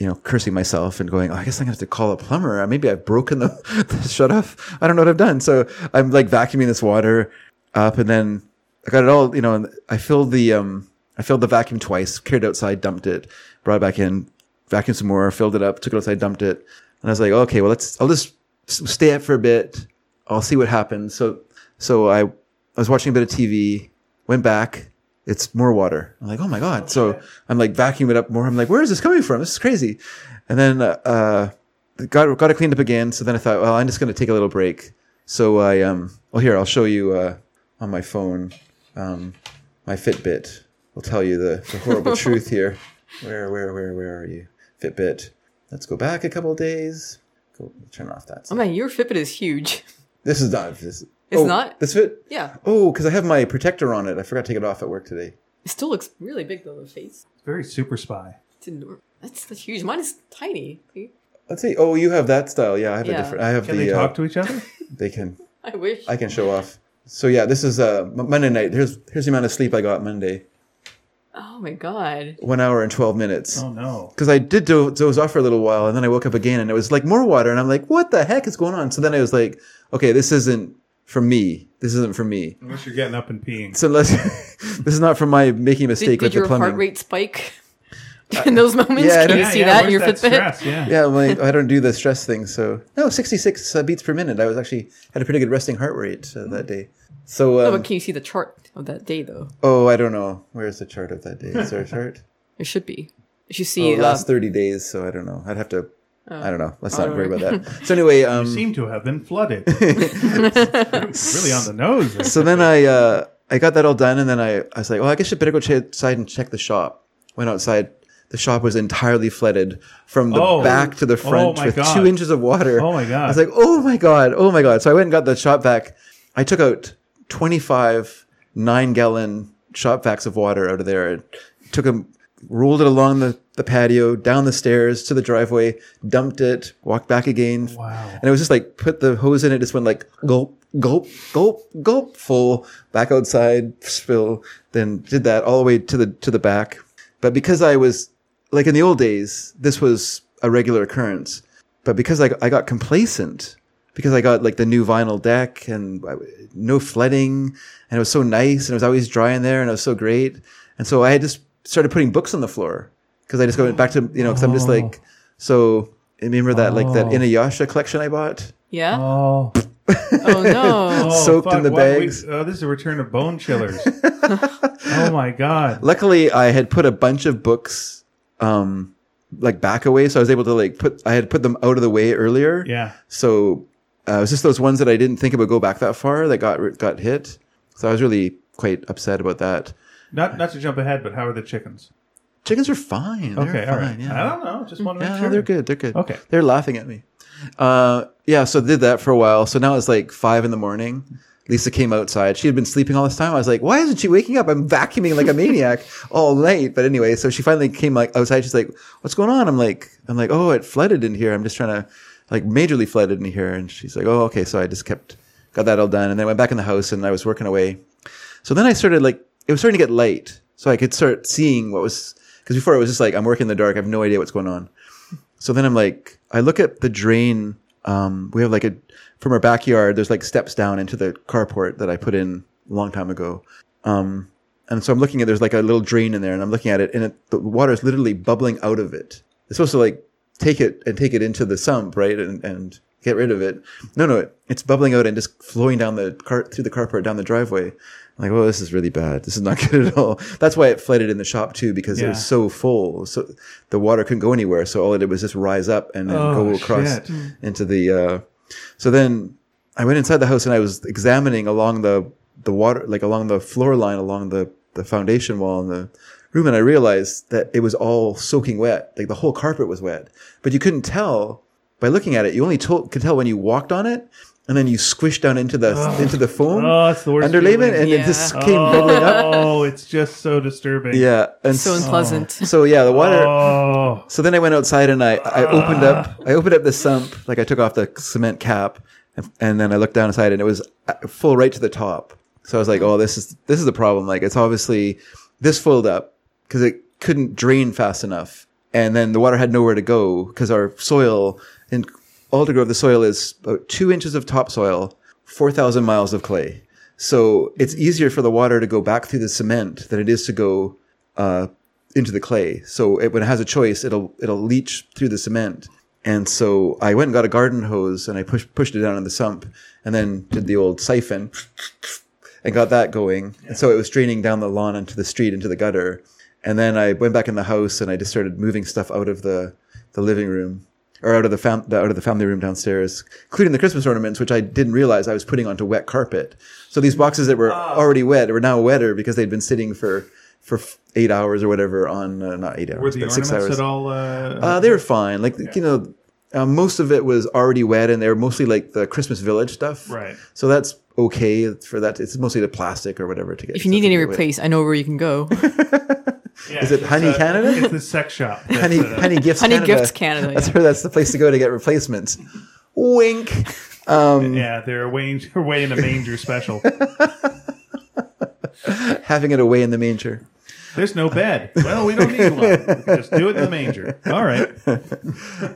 Speaker 1: You know, cursing myself and going, oh, I guess I'm gonna have to call a plumber. Uh, Maybe I've broken the, [LAUGHS] the shut off. I don't know what I've done. So I'm like vacuuming this water up, and then I got it all. You know, and I filled the um, I filled the vacuum twice, carried it outside, dumped it, brought it back in, vacuumed some more, filled it up, took it outside, dumped it. And I was like, okay, well, let's, I'll just s- stay up for a bit. I'll see what happens. So, so I, I was watching a bit of TV, went back. It's more water. I'm like, oh my God. So I'm like vacuuming it up more. I'm like, where is this coming from? This is crazy. And then, uh, uh, got, got it cleaned up again. So then I thought, well, I'm just going to take a little break. So I, um, well, here, I'll show you, uh, on my phone, um, my Fitbit will tell you the, the horrible truth here. Where, where, where, where are you? Fitbit. Let's go back a couple of days. Go, turn off that.
Speaker 3: Oh man, your Fitbit is huge. [LAUGHS]
Speaker 1: This is not. This,
Speaker 3: It's
Speaker 1: oh,
Speaker 3: not?
Speaker 1: This fit.
Speaker 3: Yeah,
Speaker 1: Oh, because I have my protector on it. I forgot to take it off at work today.
Speaker 3: it still looks really big though. The face.
Speaker 2: Very super spy.
Speaker 3: It's enormous. That's, that's huge. Mine is tiny. See?
Speaker 1: Let's see. Oh, you have that style. Yeah, I have
Speaker 3: Yeah.
Speaker 1: a different. I have
Speaker 2: Can
Speaker 1: the.
Speaker 2: they talk
Speaker 1: uh,
Speaker 2: to
Speaker 1: [LAUGHS]
Speaker 2: each other?
Speaker 1: they can.
Speaker 3: I wish.
Speaker 1: I can show off. So yeah, this is uh, M- Monday night. Here's here's the amount of sleep I got Monday.
Speaker 3: oh my god.
Speaker 1: One hour and twelve minutes.
Speaker 2: Oh no!
Speaker 1: because I did do- doze off for a little while, and then I woke up again, and it was like more water, and I'm like, "What the heck is going on?" So then I was like, "Okay, this isn't for me. This isn't for me."
Speaker 2: Unless you're getting up and peeing.
Speaker 1: So unless [LAUGHS] this is not from my making a
Speaker 3: Did,
Speaker 1: mistake
Speaker 3: did
Speaker 1: with
Speaker 3: your
Speaker 1: the plumbing. Uh,
Speaker 3: heart rate spike [LAUGHS] in those moments?
Speaker 1: yeah, I
Speaker 3: Can [LAUGHS] you
Speaker 1: don't-
Speaker 3: see that in
Speaker 2: where's
Speaker 3: your Fitbit?
Speaker 2: stress? Yeah.
Speaker 1: [LAUGHS] Yeah, I'm like, "Oh, I don't do the stress thing, so no, 66 uh, beats per minute. I was actually had a pretty good resting heart rate uh, that day. So
Speaker 3: Oh,
Speaker 1: um,
Speaker 3: but can you see the chart of that day though?
Speaker 1: oh, I don't know. Where's the chart of that day? Is there a
Speaker 2: [LAUGHS]
Speaker 1: chart?
Speaker 3: It should be. You should
Speaker 1: Oh,
Speaker 3: see. uh,
Speaker 1: last 30 days, so I don't know. I'd have to.
Speaker 2: Oh.
Speaker 1: I don't know. Let's not
Speaker 3: all
Speaker 1: worry
Speaker 3: right.
Speaker 1: about that. So
Speaker 2: [LAUGHS]
Speaker 1: anyway, um,
Speaker 2: Seem to have been flooded.
Speaker 1: [LAUGHS]
Speaker 2: really on the nose. there.
Speaker 1: so then I uh, I got that all done, and then I, I was like, well, I guess I better go ch- outside and check the shop. Went outside. The shop was entirely flooded from the
Speaker 2: Oh.
Speaker 1: back to the front
Speaker 2: my
Speaker 1: with
Speaker 2: God.
Speaker 1: two inches of water.
Speaker 2: Oh my God.
Speaker 1: I was like, oh my god, oh my god. So I went and got the shop vac. I took out twenty five nine gallon shop vacs of water out of there. and took them, rolled it along the, the patio, down the stairs to the driveway, dumped it, walked back again,
Speaker 2: Wow.
Speaker 1: and it was just like put the hose in, it just went like gulp, gulp, gulp, gulp, full, back outside, spill, then did that all the way to the to the back. But because I was like in the old days, this was a regular occurrence. But because I I got complacent, because I got like the new vinyl deck and I- no flooding, and it was so nice, and it was always dry in there, and it was so great, and so I had just started putting books on the floor because I just
Speaker 2: Oh.
Speaker 1: go back to you know because I'm just like so. Remember that like that
Speaker 2: Oh.
Speaker 1: Inuyasha collection I bought?
Speaker 3: yeah.
Speaker 2: Oh, [LAUGHS]
Speaker 3: Oh no.
Speaker 2: Oh,
Speaker 1: Soaked in the
Speaker 2: why we-
Speaker 1: bags.
Speaker 2: oh, this is a return of bone
Speaker 1: [LAUGHS]
Speaker 2: chillers. oh my god!
Speaker 1: Luckily, I had put a bunch of books, um, like back away, so I was able to like put. I had put them out of the way earlier.
Speaker 2: Yeah.
Speaker 1: So uh, it was just those ones that I didn't think would go back that far that got got hit. So I was really quite upset about that.
Speaker 2: Not not to jump ahead, but how are the chickens?
Speaker 1: Chickens are fine. They're
Speaker 2: Okay,
Speaker 1: fine.
Speaker 2: all right.
Speaker 1: Yeah.
Speaker 2: I don't know. Just want to
Speaker 1: Yeah,
Speaker 2: make sure
Speaker 1: they're good. They're good.
Speaker 2: Okay.
Speaker 1: They're laughing at me. Uh, yeah, so did that for a while. So now it's like five in the morning. Lisa came outside. She had been sleeping all this time. I was like, why isn't she waking up? I'm vacuuming like a maniac all night. But anyway, so she finally came like outside. She's like, what's going on? I'm like, I'm like, oh, it flooded in here. I'm just trying to like majorly flooded in here. And she's like, oh, okay. So I just kept, got that all done. And then I went back in the house and I was working away. So then I started like it was starting to get light, so I could start seeing what was because before it was just like I'm working in the dark, I have no idea what's going on. So then I'm like, I look at the drain. Um, we have like a from our backyard. There's like steps down into the carport that I put in a long time ago. Um, and so I'm looking at there's like a little drain in there, and I'm looking at it, and it, the water is literally bubbling out of it. It's supposed to like take it and take it into the sump, right, and and get rid of it. No, no, it, it's bubbling out and just flowing down the car through the carport down the driveway. I'm like, well, this is really bad. This is not [LAUGHS] good at all. That's why it flooded in the shop too, because it
Speaker 2: Yeah.
Speaker 1: was so full, so the water couldn't go anywhere. So all it did was just rise up and then
Speaker 2: Oh,
Speaker 1: go across
Speaker 2: shit.
Speaker 1: into the. Uh, so then I went inside the house and I was examining along the the water, like along the floor line, along the the foundation wall in the room, and I realized that it was all soaking wet. Like the whole carpet was wet, but you couldn't tell by looking at it. You only told, could tell when you walked on it, and then you squished down into the into the foam
Speaker 2: Oh, it's the worst
Speaker 1: underlayment,
Speaker 2: feeling.
Speaker 1: and it
Speaker 3: Yeah.
Speaker 1: just came bubbling up.
Speaker 2: [LAUGHS] Oh, oh, it's just so disturbing.
Speaker 1: Yeah, and
Speaker 3: So
Speaker 1: so,
Speaker 3: unpleasant.
Speaker 1: so yeah, the water.
Speaker 2: Oh,
Speaker 1: So then I went outside and I, I opened up I opened up the sump like I took off the cement cap and, and then I looked down inside and it was uh, full right to the top. So I was like, oh, this is this is the problem. Like it's obviously this filled up because it couldn't drain fast enough, and then the water had nowhere to go because our soil in Aldergrove the soil is about two inches of topsoil, four thousand miles of clay. So it's easier for the water to go back through the cement than it is to go uh, into the clay. So it, when it has a choice, it'll it'll leach through the cement. And so I went and got a garden hose and I pushed pushed it down in the sump, and then did the old siphon, and got that going. And so it was draining down the lawn into the street into the gutter. And then I went back in the house and I just started moving stuff out of the the living room or out of the, fam- the out of the family room downstairs, including the Christmas ornaments, which I didn't realize I was putting onto wet carpet. So these boxes that
Speaker 2: Oh.
Speaker 1: were already wet were now wetter because they'd been sitting for for f- eight hours or whatever on uh, not eight hours,
Speaker 2: were the
Speaker 1: but
Speaker 2: ornaments
Speaker 1: six hours.
Speaker 2: at all? Uh,
Speaker 1: Uh, they were fine. Like you know, uh, most of it was already wet, and they were mostly like the Christmas village stuff.
Speaker 2: Right.
Speaker 1: So that's okay for that. It's mostly the plastic or whatever to get.
Speaker 3: If you need any
Speaker 1: replacement.
Speaker 3: replace, I know where you can go.
Speaker 2: yeah,
Speaker 1: Is it
Speaker 2: it's,
Speaker 1: Honey
Speaker 2: uh,
Speaker 1: Canada?
Speaker 2: It's the sex
Speaker 1: [LAUGHS]
Speaker 2: shop. that's,
Speaker 1: Honey,
Speaker 2: uh,
Speaker 3: [LAUGHS]
Speaker 1: Honey Gifts
Speaker 3: Honey
Speaker 1: Canada.
Speaker 3: Gifts Canada,
Speaker 1: That's
Speaker 3: yeah.
Speaker 1: where that's the place to go to get replacements.
Speaker 3: [LAUGHS]
Speaker 1: Wink.
Speaker 2: Yeah, [LAUGHS] they're away, away in a manger special.
Speaker 1: Having it away in the manger.
Speaker 2: There's no bed. Well, we don't need one. We can just do it in the manger. All right.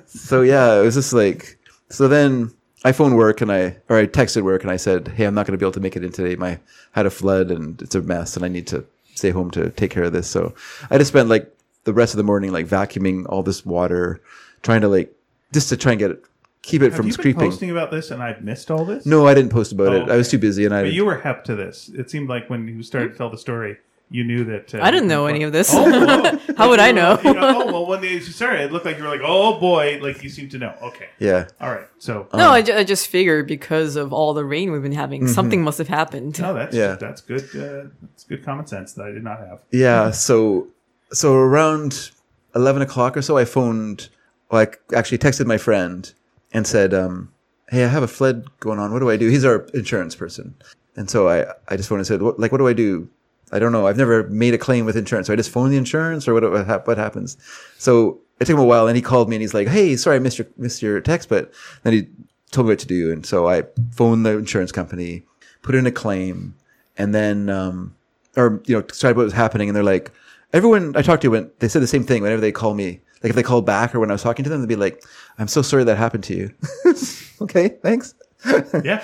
Speaker 1: So yeah, it was just like so then I phoned work and I or I texted work and I said, Hey, I'm not gonna be able to make it in today. My had a flood and it's a mess and I need to stay home to take care of this. So I just spent like the rest of the morning like vacuuming all this water, trying to like just to try and get it keep it [LAUGHS]
Speaker 2: Have
Speaker 1: from
Speaker 2: you been
Speaker 1: creeping.
Speaker 2: posting about this, and I've missed all this.
Speaker 1: no, I didn't post about it. I was
Speaker 2: okay.
Speaker 1: too busy and I
Speaker 2: but you were hep to this. It seemed like when you started to tell the story, you knew that. Uh,
Speaker 3: I didn't know any of this.
Speaker 2: Oh, whoa.
Speaker 3: [LAUGHS] How would I know?
Speaker 2: You know, [LAUGHS] oh well, one day sorry, it looked like you were like, oh boy, like you seem to know. Okay,
Speaker 1: Yeah.
Speaker 2: all right. So
Speaker 1: Oh,
Speaker 3: No, I, ju- I just figured because of all the rain we've been having,
Speaker 1: Mm-hmm.
Speaker 3: something must have happened.
Speaker 2: no, that's
Speaker 1: Yeah.
Speaker 2: that's good. Uh, that's good common sense that I did not have.
Speaker 1: Yeah. So so around eleven o'clock or so, I phoned, like actually texted my friend and said, um, "Hey, I have a flood going on. What do I do?" He's our insurance person, and so I I just phoned and said, what, "Like, what do I do?" I don't know. I've never made a claim with insurance. So I just phone the insurance or what, what, hap- what happens? So it took him a while and he called me and he's like, Hey, sorry, I missed your, missed your text, but then he told me what to do. And so I phoned the insurance company, put in a claim and then, um, or, you know, described what was happening. And they're like, everyone I talked to went, they said the same thing whenever they call me. Like if they called back or when I was talking to them, they'd be like, I'm so sorry that happened to you. [LAUGHS] okay. Thanks. [LAUGHS]
Speaker 2: Yeah,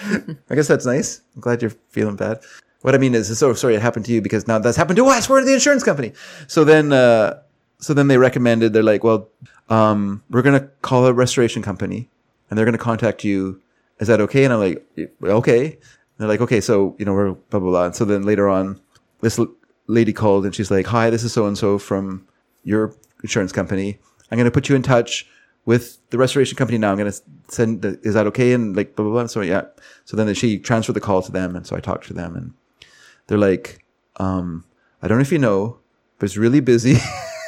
Speaker 1: I guess that's nice. I'm glad you're feeling bad. What I mean is, so sorry it happened to you because now that's happened to us. We're the insurance company. So then, uh, so then they recommended, they're like, well, um, we're going to call a restoration company and they're going to contact you. Is that okay? And I'm like, "Yeah, okay. And they're like, okay, so, you know, we're blah, blah, blah. And so then later on, this l- lady called and she's like, hi, this is so and so from your insurance company. I'm going to put you in touch with the restoration company now. I'm going to send, the, is that okay? And like, blah, blah, blah. So yeah. So then she transferred the call to them. And so I talked to them and they're like, um, I don't know if you know, but it's really busy.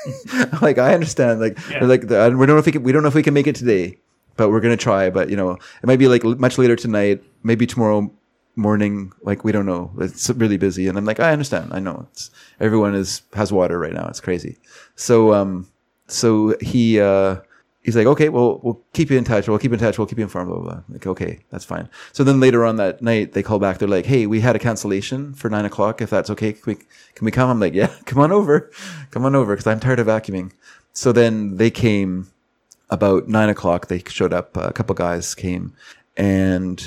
Speaker 1: [LAUGHS] like I understand. Like
Speaker 2: Yeah.
Speaker 1: they're like the, we don't know if we can, we don't know if we can make it today, but we're gonna try. But you know, it might be like l- much later tonight, maybe tomorrow morning. Like we don't know. It's really busy, and I'm like I understand. I know it's everyone is has water right now. It's crazy. So um, so he uh. He's like, okay, well, we'll keep you in touch. We'll keep in touch. We'll keep you informed. Blah, blah, blah. Like, okay, that's fine. So then later on that night, they call back. They're like, hey, we had a cancellation for nine o'clock. If that's okay, can we, can we come? I'm like, yeah, [LAUGHS] come on over. Come on over because I'm tired of vacuuming. So then they came about nine o'clock. They showed up. A couple guys came and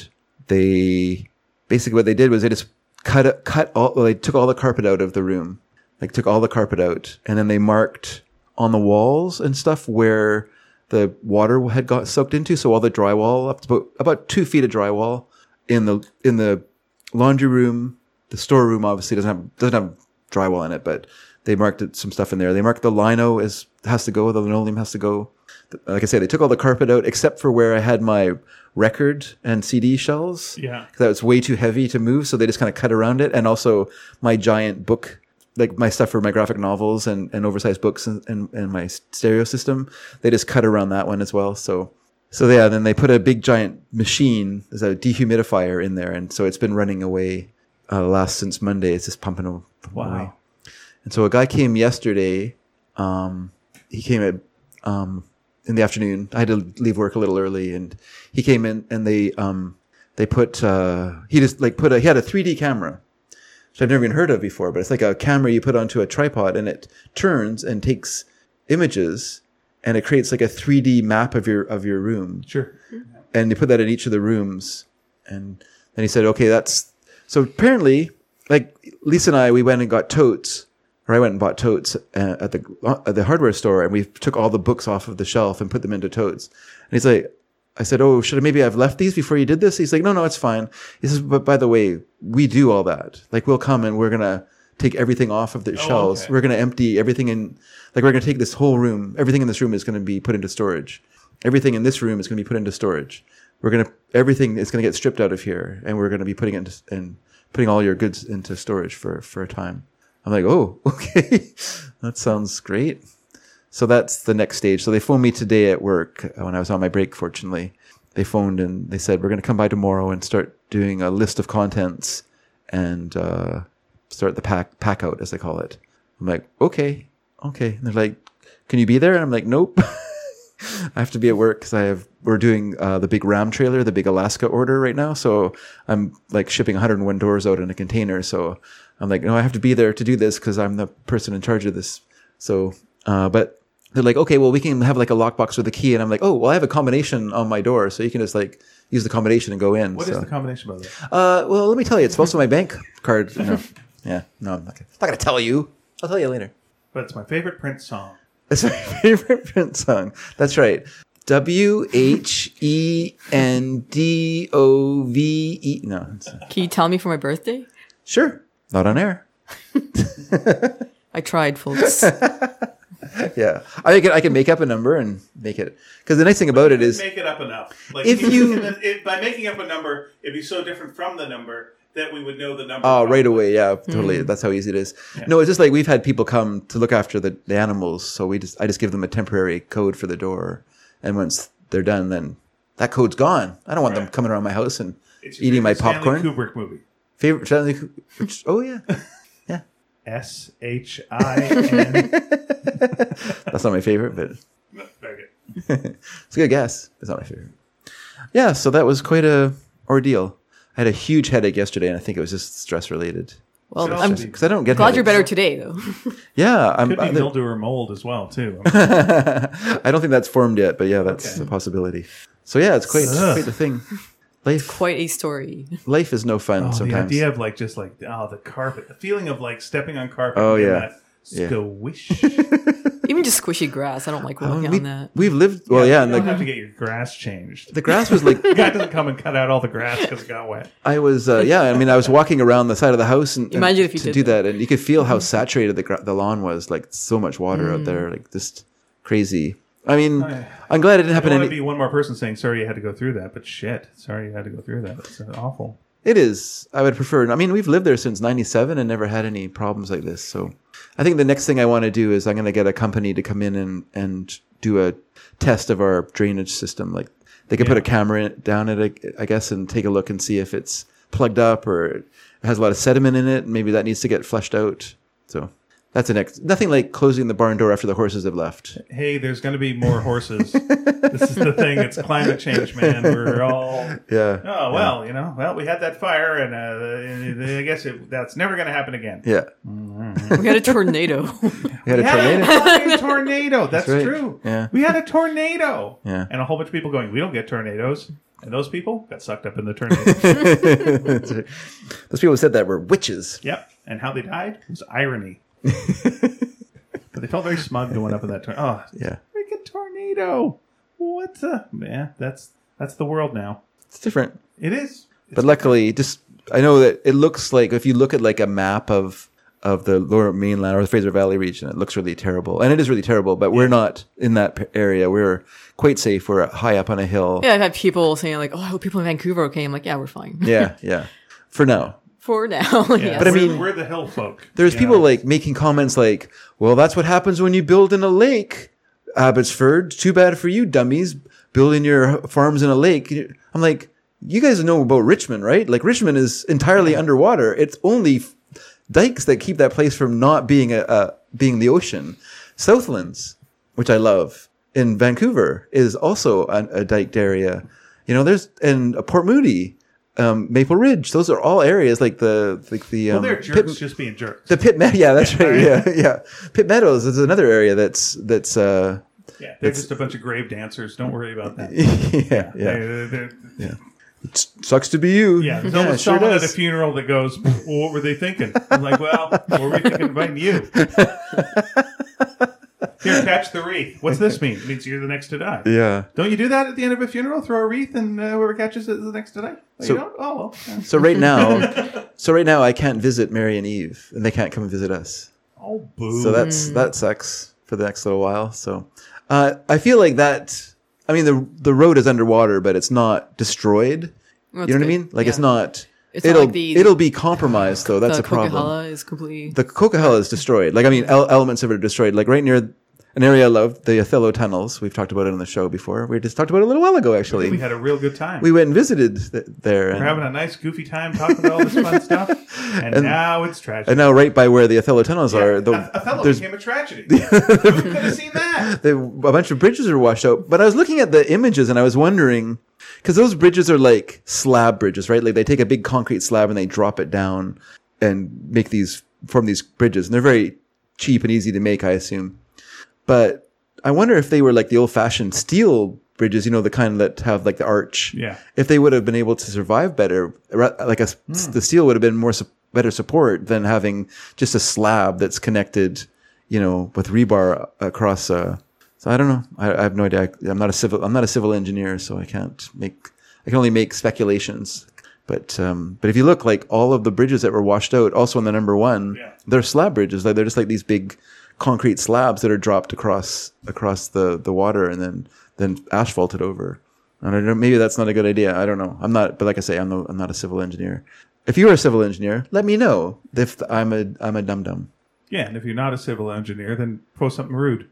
Speaker 1: they basically what they did was they just cut, cut all, well, they took all the carpet out of the room, like took all the carpet out and then they marked on the walls and stuff where the water had got soaked into. So all the drywall up to about, about two feet of drywall in the, in the laundry room. The storeroom obviously doesn't have doesn't have drywall in it, but they marked it, some stuff in there. They marked the lino as has to go, the linoleum has to go. Th- Like I say, they took all the carpet out except for where I had my record and CD shelves.
Speaker 2: Yeah.
Speaker 1: that was way too heavy to move, so they just kind of cut around it. And also my giant book, like my stuff for my graphic novels and, and oversized books and, and, and my stereo system, they just cut around that one as well. So so yeah, then they put a big giant machine, there's a dehumidifier in there, and so it's been running away uh, last since Monday. It's just pumping, a- pumping away.
Speaker 2: Wow.
Speaker 1: And so a guy came yesterday. Um, he came at um, in the afternoon. I had to leave work a little early, and he came in and they um, they put uh, he just like put a he had a 3D camera, which I've never even heard of before. But it's like a camera you put onto a tripod, and it turns and takes images, and it creates like a 3D map of your of your room
Speaker 2: Sure.
Speaker 1: and they put that in each of the rooms. And then he said, okay, that's so apparently, like Lisa and I, we went and got totes, or I went and bought totes uh, at the at the hardware store, and we took all the books off of the shelf and put them into totes. And he's like, I said, oh, should I maybe I've left these before you did this? He's like, no, no, it's fine. He says, but by the way, we do all that. Like we'll come and we're gonna take everything off of the shelves.
Speaker 2: okay.
Speaker 1: We're gonna empty everything in, like we're gonna take this whole room. Everything in this room is gonna be put into storage everything in this room is going to be put into storage. We're going to everything is going to get stripped out of here, and we're going to be putting it into, and putting all your goods into storage for for a time. I'm like, oh, [LAUGHS] okay, that sounds great. So that's the next stage. So they phoned me today at work uh, when I was on my break. Fortunately, they phoned and they said we're going to come by tomorrow and start doing a list of contents and uh, start the pack pack out as they call it. I'm like, okay, okay. And they're like, can you be there? And I'm like, nope. [LAUGHS] I have to be at work because I have we're doing uh, the big Ram trailer, the big Alaska order right now. So I'm like shipping 101 doors out in a container. So I'm like, no, I have to be there to do this because I'm the person in charge of this. So, uh, but they're like, okay, well, we can have like a lockbox with a key, and I'm like, oh, well, I have a combination on my door, so you can just like use the combination and go in.
Speaker 2: What is
Speaker 1: so.
Speaker 2: the combination, by the way?
Speaker 1: Uh, well, let me tell you, it's also my bank card. [LAUGHS] No. Yeah, no, I'm not gonna, not gonna tell you. I'll tell you later.
Speaker 2: But it's my favorite Prince song.
Speaker 1: That's my [LAUGHS] favorite Prince song. That's right. W H E N D O V E. No, it's,
Speaker 3: Can you tell me for my birthday?
Speaker 1: sure, not on air.
Speaker 3: I tried, folks.
Speaker 1: Yeah, I can I can make up a number and make it because the nice thing about it is
Speaker 2: Make it up enough. Like
Speaker 1: If you-
Speaker 2: can- if- by making up a number, it'd be so different from the number that we would know the number.
Speaker 1: Oh, right away. Yeah, totally.
Speaker 2: Mm-hmm.
Speaker 1: That's how easy it is. No, it's just like we've had people come to look after the, the animals. So we just, I just give them a temporary code for the door. And once they're done, then that code's gone. I don't want them
Speaker 2: Right.
Speaker 1: coming around my house and
Speaker 2: It's your
Speaker 1: eating my
Speaker 2: favorite Stanley
Speaker 1: popcorn. [LAUGHS]
Speaker 2: Kubrick movie.
Speaker 1: Favorite Stanley Kubrick- Oh, yeah.
Speaker 2: S H I N.
Speaker 1: That's not my favorite, but
Speaker 2: No, Very good.
Speaker 1: It's a good guess. It's not my favorite. Yeah, so that was quite a ordeal. I had a huge headache yesterday, and I think it was just stress related.
Speaker 3: Well,
Speaker 2: Should
Speaker 3: I'm
Speaker 2: also be-
Speaker 1: Because I don't get
Speaker 3: glad you're
Speaker 1: headaches.
Speaker 3: better today, though. [LAUGHS]
Speaker 1: Yeah, I'm.
Speaker 2: Could be
Speaker 1: I,
Speaker 2: mildew or mold as
Speaker 1: [LAUGHS]
Speaker 2: well, too. I mean,
Speaker 1: I don't think that's formed yet, but yeah, that's
Speaker 2: Okay.
Speaker 1: a possibility. So yeah, it's quite
Speaker 2: Ugh.
Speaker 1: quite the thing. Life
Speaker 3: Quite a story.
Speaker 1: life is no fun
Speaker 2: oh, the
Speaker 1: sometimes.
Speaker 2: idea of like just like oh the carpet, the feeling of like stepping on carpet.
Speaker 1: Oh,
Speaker 2: and
Speaker 1: yeah.
Speaker 2: that
Speaker 1: Yeah.
Speaker 2: Squish.
Speaker 1: [LAUGHS]
Speaker 3: Even just squishy grass. I don't like
Speaker 1: Um,
Speaker 3: walking
Speaker 1: we,
Speaker 3: on that.
Speaker 1: We've lived well, yeah,
Speaker 2: you
Speaker 1: and
Speaker 2: don't have
Speaker 1: like
Speaker 2: to get your grass changed.
Speaker 1: the grass was like
Speaker 2: The guy doesn't come and cut out all the grass because it got
Speaker 1: [LAUGHS]
Speaker 2: wet.
Speaker 1: I was uh, yeah. I mean, I was walking around the side of the house and, and
Speaker 3: Imagine if you
Speaker 1: to
Speaker 3: did Mm-hmm.
Speaker 1: do that, and you could feel how saturated the gra- the lawn was. Like so much water
Speaker 3: Mm.
Speaker 1: out there, like just crazy. I mean,
Speaker 2: yeah.
Speaker 1: I'm glad it didn't
Speaker 2: I
Speaker 1: happen.
Speaker 2: don't want to
Speaker 1: Any-
Speaker 2: be one more person saying sorry you had to go through that, but shit, sorry you had to go through that. It's uh, awful.
Speaker 1: it is. I would prefer. I mean, we've lived there since '97 and never had any problems like this. So I think the next thing I want to do is I'm going to get a company to come in and and do a test of our drainage system. Like they could put a camera in, down at it, I guess, and take a look and see if it's plugged up or it has a lot of sediment in it. Maybe that needs to get flushed out. So that's the next. Nothing like closing the barn door after the horses have left.
Speaker 2: Hey, there's going to be more
Speaker 1: [LAUGHS]
Speaker 2: horses. this is the thing. It's climate change, man. We're all.
Speaker 1: Yeah.
Speaker 2: Oh well, you know. Well, we had that fire, and, uh, and I guess it, that's never going to happen again.
Speaker 1: Yeah.
Speaker 3: We had a tornado.
Speaker 1: [LAUGHS]
Speaker 3: [LAUGHS]
Speaker 1: We had a
Speaker 2: We had a
Speaker 1: tornado. [LAUGHS]
Speaker 2: fucking tornado. That's,
Speaker 1: right.
Speaker 2: true.
Speaker 1: Yeah.
Speaker 2: We had a tornado.
Speaker 1: Yeah.
Speaker 2: And a whole bunch of people going, we don't get tornadoes. And those people got sucked up in the tornado.
Speaker 1: Those people who said that were witches.
Speaker 2: yep. And how they died was
Speaker 1: [LAUGHS]
Speaker 2: irony. but they felt very smug going up in that tornado. Oh,
Speaker 1: Yeah.
Speaker 2: freaking tornado. What the? Yeah, that's, that's the world now.
Speaker 1: It's different.
Speaker 2: It is.
Speaker 1: but luckily just i know that it looks like if you look at like a map of of the lower mainland or the fraser valley region it looks really terrible and it is really terrible but we're not in that p- area we're quite safe we're high up on a hill
Speaker 3: yeah, I've had people saying like, "Oh, I hope people in Vancouver are okay." I'm like, "Yeah, we're fine
Speaker 1: yeah, yeah. for now
Speaker 3: [LAUGHS] for now." [LAUGHS] yes.
Speaker 1: But I
Speaker 2: we're-
Speaker 1: mean-
Speaker 2: we're the hill folk.
Speaker 1: there's
Speaker 2: you
Speaker 1: people
Speaker 2: know?
Speaker 1: like making comments like well that's what happens when you build in a lake abbotsford too bad for you dummies building your farms in a lake i'm like you guys know about richmond right like richmond is entirely underwater it's only f- dikes that keep that place from not being a, a being the ocean southlands which i love in vancouver is also an, a diked area you know there's and port moody um, maple ridge those are all areas like the like the um,
Speaker 2: Well, they're
Speaker 1: Pitt-
Speaker 2: jerks just being jerks.
Speaker 1: the pit, Me- yeah, that's right. Yeah, yeah. Pit Meadows is another area that's that's uh, [LAUGHS]
Speaker 2: Yeah, they're just a bunch of grave dancers. Don't worry about that.
Speaker 1: yeah, yeah.
Speaker 2: They- they're-
Speaker 1: It sucks to be you. [LAUGHS]
Speaker 2: Yeah, there's
Speaker 1: yeah, it
Speaker 2: always
Speaker 1: sure
Speaker 2: someone at a
Speaker 1: does.
Speaker 2: funeral that goes, well, "What were they thinking?" I'm like, "Well, what were we thinking
Speaker 1: [LAUGHS]
Speaker 2: about you?" Here, catch the wreath. What's this mean? It means you're the next to die.
Speaker 1: Yeah.
Speaker 2: Don't you do that at the end of a funeral? Throw a wreath, and uh, whoever catches it is the next to die. Oh,
Speaker 1: So-
Speaker 2: you don't? Oh well. yeah.
Speaker 1: So [LAUGHS] right now, so right now, I can't visit Mary and Eve, and they can't come and visit us.
Speaker 2: Oh boo.
Speaker 1: So that's that sucks for the next little while. So uh, I feel like that. I mean, the the road is underwater, but it's not destroyed.
Speaker 3: Well,
Speaker 1: you know
Speaker 3: that's
Speaker 1: what I
Speaker 3: good.
Speaker 1: mean? Like it's
Speaker 3: Yeah.
Speaker 1: not.
Speaker 3: It's not
Speaker 1: it'll
Speaker 3: like the-
Speaker 1: it'll be compromised though. That's
Speaker 3: the
Speaker 1: a problem.
Speaker 3: Coquihalla is completely.
Speaker 1: the Coquihalla is destroyed. Like I mean, el- elements of it are destroyed. Like right near an area I love, the Othello tunnels. We've talked about it on the show before. We just talked about it a little while ago, actually.
Speaker 2: we
Speaker 1: We,
Speaker 2: had a real good time.
Speaker 1: went and visited th- there,
Speaker 2: We're
Speaker 1: and,
Speaker 2: having a nice goofy time talking about all this
Speaker 1: [LAUGHS]
Speaker 2: fun stuff, and, now it's tragic.
Speaker 1: and now right by where the Othello tunnels
Speaker 2: Yeah,
Speaker 1: are, the,
Speaker 2: a, a fellow
Speaker 1: there's
Speaker 2: became
Speaker 1: [LAUGHS]
Speaker 2: a tragedy. Who could have seen that?
Speaker 1: the, a bunch of bridges are washed out. But I was looking at the images and I was wondering because those bridges are like slab bridges, right? Like they take a big concrete slab and they drop it down and make these form these bridges, and they're very cheap and easy to make, I assume. But I wonder if they were like the old-fashioned steel bridges, you know, the kind that have like the arch.
Speaker 2: Yeah.
Speaker 1: If they would have been able to survive better, ra- like a, s- the steel would have been more su- better support than having just a slab that's connected, you know, with rebar across. Uh, so I don't know. I, I have no idea. I, am not a civil. I'm not a civil engineer, so I can't make. I can only make speculations. But um, but if you look, like all of the bridges that were washed out, also on the number one,
Speaker 2: Yeah.
Speaker 1: they're slab bridges. Like they're just like these big concrete slabs that are dropped across across the the water and then then asphalted over. And I don't know, maybe that's not a good idea. I don't know. I'm not, but like I say, I'm no, I'm not a civil engineer. If you're a civil engineer, let me know if I'm a I'm a dum dum. [LAUGHS]
Speaker 2: Yeah, and if you're not a civil engineer, then post something rude.